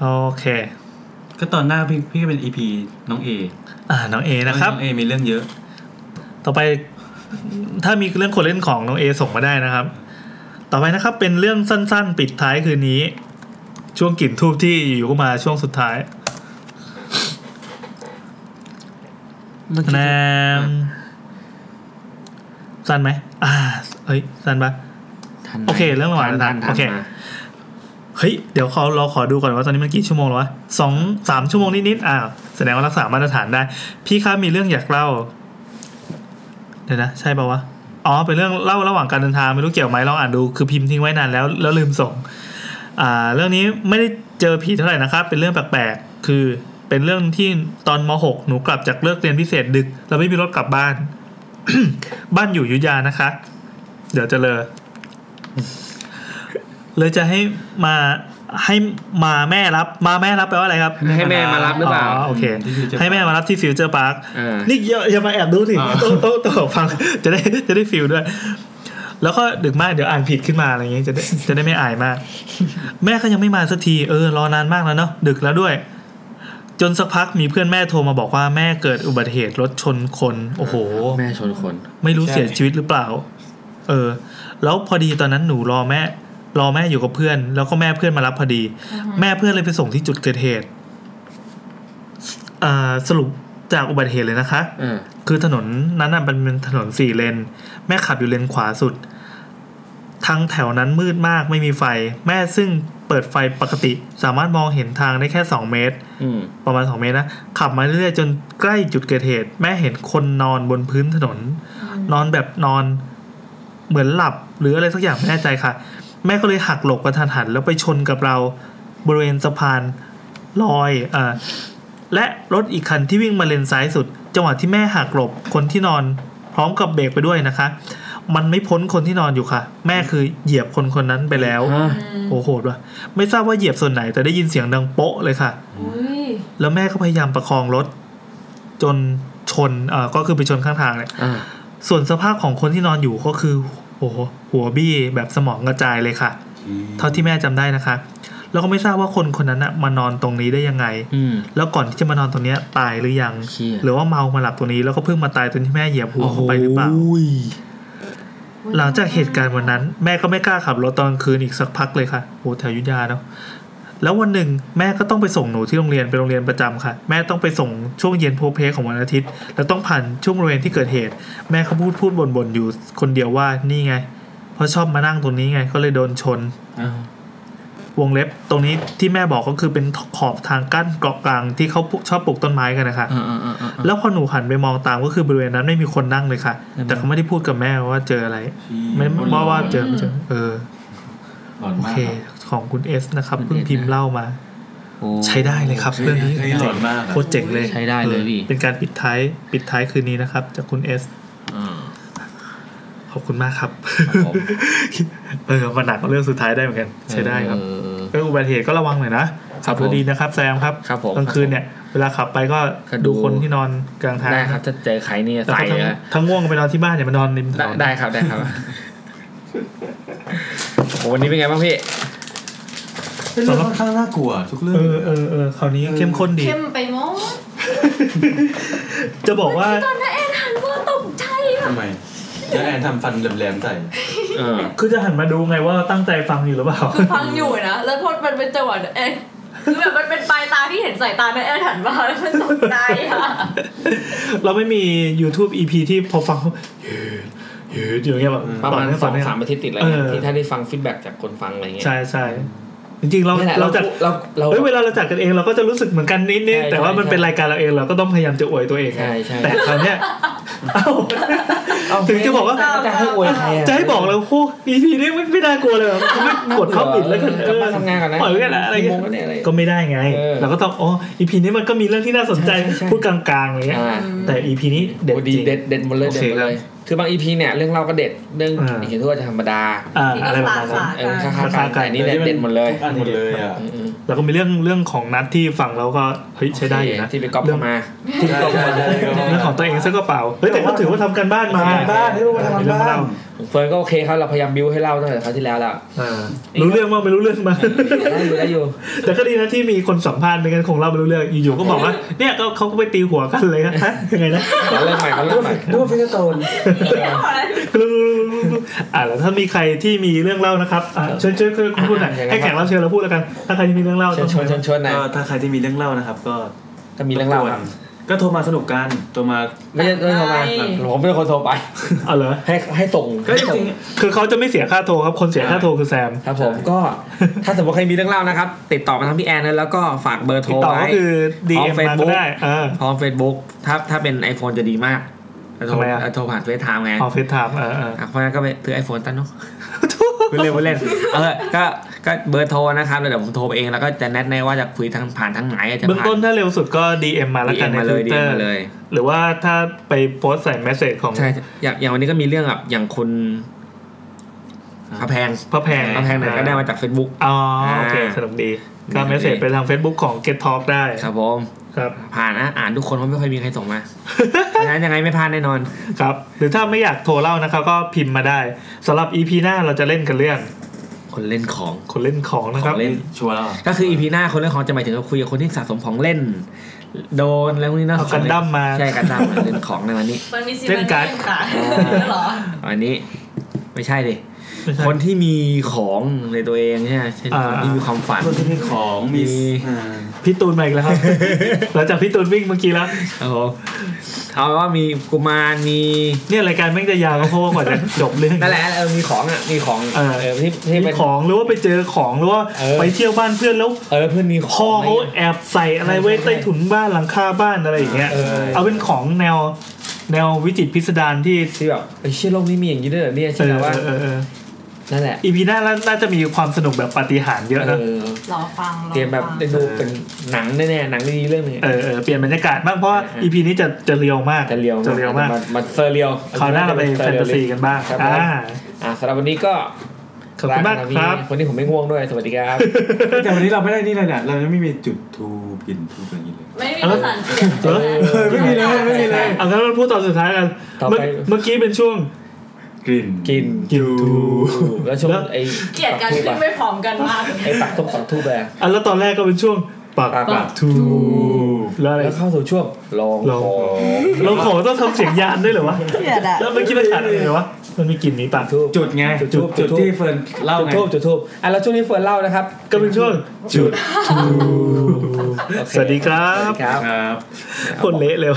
S1: โอเค
S5: ก็ตอนหน้าพี่พี่ก็เป็นอีพีน้องเอ
S1: อ่าน้อง A นะครับ
S5: องเอมีเรื่องเยอะ
S1: ต่อไปถ้ามีเรื่องคนเล่นของน้องเอส่งมาได้นะครับ ต่อไปนะครับเป็นเรื่องสั้นๆ ปิดท้ายคืนนี้ ช่วงกลิ่นทูบที่อยู่ๆก็มาช่วงสุดท้ายแนมสั้นไหมอ่าเฮ้ยสั้นปะ
S3: ทันไหม
S1: โอเคเรื่องระหว่าง
S3: ทัน
S1: นั้น
S3: ทัน
S1: โอเค
S3: มา
S1: เฮ้ยเดี๋ยวเขาเราขอดูก่อนว่าตอนนี้มันกี่ชั่วโมงแล้ววะสองสามชั่วโมงนิดๆอ่าแสดงว่ารักษามาตรฐานได้ พี่ครับมีเรื่องอยากเล่า เดี๋ยวนะ ใช่ป่าวะ อ๋อ เป็นเรื่องเล่าระหว่างการเดินทางไม่รู้เกี่ยวไหมลองอ่านดูคือพิมพ์ทิ้งไว้นานแล้วแล้วลืมส่ง อ่า เรื่องนี้ไม่ได้เจอผีเท่าไหร่นะครับ เป็นเรื่องแปลกๆ คือเป็นเรื่องที่ตอนม .6 หนูกลับจากเลิกเรียนพิเศษดึก เราไม่มีรถกลับบ้าน บ้านอยู่อยุธยานะคะ เดี๋ยวจะเลอ เลยจะให้มาให้มาแม่รับมาแม่รับแปลว่าอะไรครับ
S3: ให้แม่มารับหรือเปล่า
S1: โอเค ให้แม่มารับที่ฟิวเจอร์พาร์ค
S3: เออ
S1: นี่อย่าอย่ามาแอบดูสิ
S5: อ่า
S1: ต้องต้องต้องฟัง จะได้จะได้ฟิลด้วย แล้วก็ดึกมากเดี๋ยวอ่านผิดขึ้นมาอะไรอย่างเงี้ยจะได้จะได้ไม่อายมาก แม่ก็ยังไม่มาสักทีเออรอนานมากแล้วเนาะดึกแล้วด้วย จนสักพักมีเพื่อนแม่โทรมาบอกว่าแม่เกิดอุบัติเหตุรถชนคนโอ้โห
S3: แม่ชนคน
S1: ไม่รู้เสียชีวิตหรือเปล่า เออ แล้วพอดีตอนนั้นหนูรอแม่ รอแม่อยู่กับเพื่อน แล้วก็แม่เพื่อนมารับพอดี แม่เพื่อนเลยไปส่งที่จุดเกิดเหตุ อ่า สรุปจากอุบัติเหตุเลยนะคะ
S3: เออ
S1: คือถนนนั้นน่ะมันเป็นถนนสี่เลน แม่ขับอยู่เลนขวาสุด ทางแถวนั้นมืดมากไม่มีไฟ แม่ซึ่งเปิดไฟปกติ สามารถมองเห็นทางได้แค่สองเมตร
S3: อืม
S1: ประมาณ 2 เมตรนะ ขับมาเรื่อยๆ จนใกล้จุดเกิดเหตุ แม่เห็นคนนอนบนพื้นถนน นอนแบบนอนเหมือนหลับหรืออะไรสักอย่างไม่แน่ใจค่ะ แม่ก็เลยหักหลบกระทันหัน แล้วไปชนกับเราบริเวณสะพานลอยอ่าและรถอีกคันที่วิ่งมาเลนซ้ายสุด จังหวะที่แม่หักหลบคนที่นอน พร้อมกับเบรกไปด้วยนะคะ มันไม่พ้นคนที่นอนอยู่ค่ะ แม่คือเหยียบคนคนนั้นไปแล้ว
S3: ฮะ
S1: โอ้โหดว่ะไม่ทราบว่าเหยียบส่วนไหนแต่ได้ยินเสียงดังโป๊ะเลยค่ะ
S9: อุ้ย
S1: แล้วแม่ก็พยายามประคองรถ จนชนเอ่อก็คือไปชนข้างทางเนี่ย
S3: อ่า
S1: ส่วนสภาพของคนที่นอนอยู่ก็คือโอ้โหหัวบี้แบบสมองกระจายเลยค่ะ เท่าที่แม่จำได้นะคะ แล้วก็ไม่ทราบว่าคนคนนั้นน่ะมานอนตรงนี้ได้ยังไง
S3: อืม
S1: แล้วก่อนที่จะมานอนตรงเนี้ยตายหรือยัง
S3: เชี่ย
S1: หรือว่าเมามาหลับตรงนี้แล้วก็เพิ่งมาตายตอนที่แม่เหยียบหัวเข้าไปหรือเปล่า
S3: โย
S1: หลังจากเหตุการณ์วันนั้น แม่ก็ไม่กล้าขับรถตอนกลางคืนอีกสักพักเลยค่ะโอ้แถวอยุทธยาเนาะแล้ววันหนึ่งแม่ก็ต้องไปส่งหนูที่โรงเรียนเป็นโรงเรียนประจำค่ะ แม่ต้องไปส่งช่วงเย็นโพลเพลของวันอาทิตย์ แล้วต้องผ่านช่วงบริเวณที่เกิดเหตุ แม่เขาพูดพูดบ่นๆอยู่คนเดียวว่านี่ไง เพราะชอบมานั่งตรงนี้ไง ก็เลยโดนชน
S3: อ้าว
S1: วงเล็บตรงนี้ที่แม่บอกก็คือเป็นขอบทางกั้นเกาะกลางที่เขาชอบปลูกต้นไม้กันนะคะ
S3: อ่าอ่าอ่าอ่า
S1: แล้วพอหนูหันไปมองตามก็คือบริเวณนั้นไม่มีคนนั่งเลยค่ะ แต่เขาไม่ได้พูดกับแม่ว่าเจออะไร ไม่ว่าว่าเจอไม่เจอเออ
S5: หลอน
S1: โอ
S5: มาก
S1: เค ของคุณเอสนะครับเพิ่งพิมพ์เล่ามา
S3: โอ้
S1: ใช้ได้เลยครับเรื่องนี้
S5: หลอนมากอะ
S1: โคตรเจ๋งเลย
S3: ใช้ได้เลย
S1: ออ
S3: พี่
S1: เป็นการปิดท้ายปิดท้ายคืนนี้นะครับ จากคุณเอส
S3: อ่า
S1: ขอบคุณมากครับ
S3: ครับผม
S1: เออมาหนักกว่าเรื่องสุดท้ายได้เหมือนกัน ใช้ได้ครับ
S3: เออเออ
S1: เอออุบัติเหตุก็ระวังหน่อยนะครับขับร
S3: ผ
S1: ถ
S3: ม
S1: ดีนะครับแซมครับ
S3: ครับผม
S1: กลางคืนเนี่ย เวลาขับไปก็
S3: ก็ดู
S1: ดูคนที่นอนกลางทาง
S3: ได้ครับจะเจอใครเนี่ย
S1: แล้ว
S3: ใส่
S1: ก็ทั้ง
S3: เลย
S1: ทั้งง่วงไปนอนที่บ้านอย่ามานอนริมถ
S3: ได้
S1: นน
S3: ได้ครับได้ครับโอ้โหวันนี้เป็นไงบ้างพี่
S5: เป็นเรื่องค่อนข้างน่ากลัว ทุกเรื่อง
S1: เออเออเออคราวนี้เข้มข้นดี
S9: เข้มไปหมด
S1: จะบอกว่า
S9: ตอนนั้นแอนหันมาตกใจอะ
S5: ทำไมแล้วแอนทำฟันแหลมๆใส่
S3: เออ
S1: คือจะหันมาดูไงว่าตั้งใจฟังอยู่หรือเปล่า
S9: คือฟังอยู่นะ แล้วพอมันเป็นจังหวะเองคือแบบมันเป็นปลายตาที่เห็นสายตาแอนหันมาแล้วมันตกใจอะ
S1: เราไม่มี YouTube EP ที่พอฟังเฮ้ยเฮ้ยอย่างเงี้ยแบบ
S3: ประมาณ
S1: ให้
S3: สอง
S1: ให้
S3: สามอาทิตย์ติดอะไรเงี้ย
S1: เออ
S3: ที่ถ้าได้ฟังฟีดแบ็กจากคนฟังอะไรเงี้ย
S1: ใช่ใช่จริงๆ เรา
S3: นี่แหละ
S1: เราจัด
S3: เราเรา
S1: เฮ้ยเวลาเราจัดกันเองเราก็จะรู้สึกเหมือนกันนิดนึง
S3: ใช่
S1: แต่ว่ามัน
S3: ใช่
S1: เป็นรายการเราเองเราก็ต้องพยายามจะอวยตัวเองไง
S3: ใช่ใช่
S1: แต่คราวเนี้ยเอ้าถึงจะบอกว่า
S3: จะให้อวยใครอ
S1: จะให้บอกเลยโอ้อีพีนี้มันไม่น่ากลัวเลยแบบไม่กดเข้าปิดแล้วกัน
S3: กลับบ้านทำงานก่อนนะ
S1: ปล่อยไว้กันนะอะไร
S3: กี่โมงแล้วเนี่ยอะไร
S1: ก็ไม่ได้ไง
S3: เออ
S1: เราก็ต้องอ๋ออีพีนี้มันก็มีเรื่องที่น่าสนใจ
S3: ใช่ใช่ใช่
S1: พูดกลางๆอะไรเงี้ย
S3: อ่า
S1: แต่อีพีนี้เด็ด
S3: โอ้
S1: จ
S3: ดี
S1: ริง
S3: เด็ดเด็ดหมดเลย
S1: โอ
S3: เด็ด
S1: เค
S3: หมดเลย คือบางอีพีเนี่ยเรื่องเราก็เด็ดเรื่อง
S1: อ่า
S3: เห็นทั่วจะธรรมดา
S1: อ่า
S9: นี่
S1: อะไร
S9: ก็
S1: ประ
S9: ฝา
S1: มาณนั้
S9: ฝาน กัน
S3: ค่า
S1: คล้า
S3: ค่าย
S1: ๆกัน
S3: แต่อันนี้เนี่ยเด็ดหมดเลย
S5: อันหมดเลยอ่ะ
S3: อืมอืม
S1: แล้วก็มีเรื่องเรื่องของนัดที่ฟังแล้วก็เฮ้ยใช้ได้อยู่นะ
S3: ที่ไปก๊อปเข้ามา
S5: ใช่ใช่ใช่
S1: เรื่องของตัวเองซะก็เปล่าเฮ้ยแต่ก็ถือว่าทำกันบ้านมา
S10: ทำการบ้านให้รู้ว่าทำการบ้าน
S1: เออ
S3: เฟิร์นก็โอเคครับเราพยายามบิวให้เล่าตั้งแต่คราวที่แล้วแล้ว
S1: เออรู้เรื่องบ้างไม่รู้เรื่องบ้าง
S3: ได้อยู่ได้อยู่
S1: แต่ก็ดีนะที่มีคนสัมภาษณ์ไม่งั้นคงเล่าไม่รู้เรื่องอยู่ๆก็บอกว่า เนี่ยก็เขาก็ไปตีหัวกันเลยนะฮะยังไงนะ
S3: เราเริ่มใหม่เราเริ่มใหม่
S10: ดูว่าฟิสโตน
S1: อ่าแล้วถ้ามีใครที่มีเรื่องเล่านะครับอ่ะเชิญเชิญเชิญคุณพูดหน่อยให้แขกรับเชิญเราพูดแล้วกัน ถ้าใครที่มีเรื่องเล่า
S3: เชิญชวนเชิญชวนนะ
S5: ก็ถ้าใครที่มีเรื่องเล่านะครับ ก็
S3: ถ้ามีเรื่องเล่าครับ
S5: ก็โทรมาสนุกกันโทรมา
S3: ไม่ใช่ไม่ใช่โทรมา
S9: ไม่
S3: ผมเป็นคนโทรไป
S1: เอาเหรอ
S3: ให้ให้ส่ง
S5: ก็จ
S3: ให้ส่
S5: ริง
S1: คือเขาจะไม่เสียค่าโทรครับคนเสียค่าโทรคือแซม
S3: ครับผมก็ ถ้าสมมติใครมีเรื่องเล่านะครับ ติดต่อมาทางพี่แอนนะแล้วก็ฝากเบอร์โท
S1: ติ
S3: ร
S1: ดต่อ
S3: ไว้
S1: ก็คือ DM
S3: พร้อม
S1: มา
S3: Facebook
S1: ก็ได้เออ
S3: พร้อม Facebook ถ้าถ้าเป็น iPhone จะดีมากโทร
S1: ทำไมอะ
S3: โทรผ่านเฟซไทม์ไง
S1: ออฟเฟซไทม์เออเออ
S3: อ่ะเพราะงั้นก็ไปถือ iPhone ตั้นเนาะ เล่นเล่นเล่นเออก็ก็เบอร์โทรนะครับแล้วเดี๋ยวผมโทรไปเองแล้วก็จะแนะในว่าจะคุยทางผ่านทางไหนอาจจะ
S1: เบื้อง
S3: ผ่าน
S1: ต้นถ้าเร็วสุดก็ DM มาแล้วกัน
S3: DM
S1: ใน
S3: มาเลย
S1: Twitter
S3: DM มาเลย
S1: หรือว่าถ้าไปโพสต์ใส่เมสเซจของ
S3: ใช่อย่างอย่างวันนี้ก็มีเรื่องแบบอย่างคุณ พระแพง
S1: พระแพง
S3: พระแพงเนี่ยก็ได้มาจาก Facebook
S1: อ๋อโอเคสนุกดีก็เมสเซจไปทาง Facebook ของ Get Talk ได้
S3: ครับผม
S1: ครับ
S3: ผ่านนะอ่านทุกคนเพราะไม่ค่อยมีใครส่ง มาเพราะฉะนั้นยังไงไม่พลาดแน่นอน
S1: ครับ หรือถ้าไม่อยากโทรเล่านะครับก็พิมพ์มาได้สำหรับ EP หน้าเราจะเล่นกันเรื่อง
S3: คนเล่นของ
S1: คนเล่นของนะครับ
S3: ของเล่น
S5: ชัวร์แล้วเหรอ
S3: ก็คืออีพีหน้าคนเล่นของจะหมายถึงว่าคุยกับคนที่สะสมของเล่น โดนอะไรพวกนี้เนอะ
S1: เอากันดั้มมา
S3: ใช่กันดั้มมาเล่นของในวันนี้
S9: มันมีซี
S1: เล่
S9: ซั่น
S1: นการ์ด
S9: หนึ่งค่ะเหรอ
S3: อันนี้ไม่ใช่ดิ
S1: ไม่ใช่
S3: คนที่มีของในตัวเองใช่ไหมเช่น
S1: อ่า
S3: คนที่มีความฝัน
S5: คนที่มีของมี
S3: มี
S5: อ่า
S1: พี่ตูนมาอีกแล้วครับ หลังจากพี่ตูนวิ่งเมื่อกี้แล้ว
S3: ครับผมเอาเป็นว่ามีกุมารมี
S1: เนี่ยรายการแม่งจะยาวก็เพราะว่ากว่าจะจบเรื่อง
S3: นั่นแหละเออมีของอ่ะมีของ
S1: เออ
S3: ที่ที่
S1: มี
S3: เป็น
S1: ของหรือว่าไปเจอของหรือว่า
S3: เออ
S1: ไปเที่ยวบ้านเพื่อนแล้ว
S3: เออเพื่อนมีข
S1: ค
S3: อ
S1: อง เขา
S3: อะไรเงี้ย
S1: แอบใส่อะไรไว้ใต้ถุนบ้านหลังคาบ้านอะไรอย่างเงี้ย
S3: เออ
S1: เอาเป็นของแนวแนววิจิตรพิสดารที่
S3: ที่แบบไอ้ยเชื่อโลกนี้มีอย่างนี้ด้วยเหรอเนี่ย
S1: เอ
S3: ใช่ไหม
S1: อ
S3: ว่า
S1: เออเออ
S3: นั่นแหละ
S1: อีพีหน้าน่าจะมีความสนุกแบบปาฏิหาริย์เยอะนะ
S3: เออ
S9: รอฟังอฟัง
S3: เตรียมแบบได้ดูเป็นหนังแน่ๆหนังดีๆเรื่องหนึง
S1: เออเออเปลี่ยนบรรยากาศบ้างเพราะว่า
S3: เออ
S1: อีพีนี้จะจะเรียวมาก
S3: จะเลียว
S1: จะเรียวมาก
S3: มันเซอร์เรียว
S1: คราวหน้าเราไปแฟนตาซีกันบ้าง
S3: ครับผม
S1: อ่า
S3: อ่าสำหรับวันนี้ก็
S1: ขอบคุณมากครับ
S3: วันนี้ผมไม่ง่วงด้วยสวัสดีครับ
S5: แต่วันนี้เราไม่ได้นี่เลยเนี่ยเรายังไม่มีจุดทูบกินทูบอะไรอย่างเงี้เ
S9: ไม่
S5: ลย
S9: มีภาษาอังกฤษ
S1: เออ
S5: เออไม่มีเลยไม่มีเลย
S1: เอางั้นเราพูดตอนสุดท้ายกัน
S3: ต่อไป
S1: เมื่อเมื่อกี้เป็นช่วง
S5: กลิ่น
S3: กิน
S1: กินทู
S3: แล้วช่วง
S1: แล้ว
S3: ไอ้
S9: เกลียดกันขึ้นไม่พร้อมกันมาก
S3: ไอ้ปักทุบปักทุบแบ
S1: อันแล้วตอนแรกก็เป็นช่วงปาก
S3: ปาก
S1: ปากทูแล้วอะไร
S3: แล้วเข้าสู่ช่วงลอง
S1: ลอง
S3: ของ
S1: ลองขอต้องทำเสียงยานด้วยเหรอวะ
S8: เกลียดอะ
S1: แล้วเมื่อกี้มันขาดอะไรวะมันมีกลิ่นมีปากทู
S5: จุดไงจุดจุดที่เฟิร์นเล่า
S3: จุด
S5: ไง
S3: ทูบจุดทูบอ่ะแล้วช่วงนี้เฟิร์นเล่านะครับ
S1: ก็เป็นช่วงจุดทู
S3: โอเค
S1: สวัสดีครั
S3: สวั
S1: บ
S3: สดีครับ
S5: ครับ
S1: คนเละเลย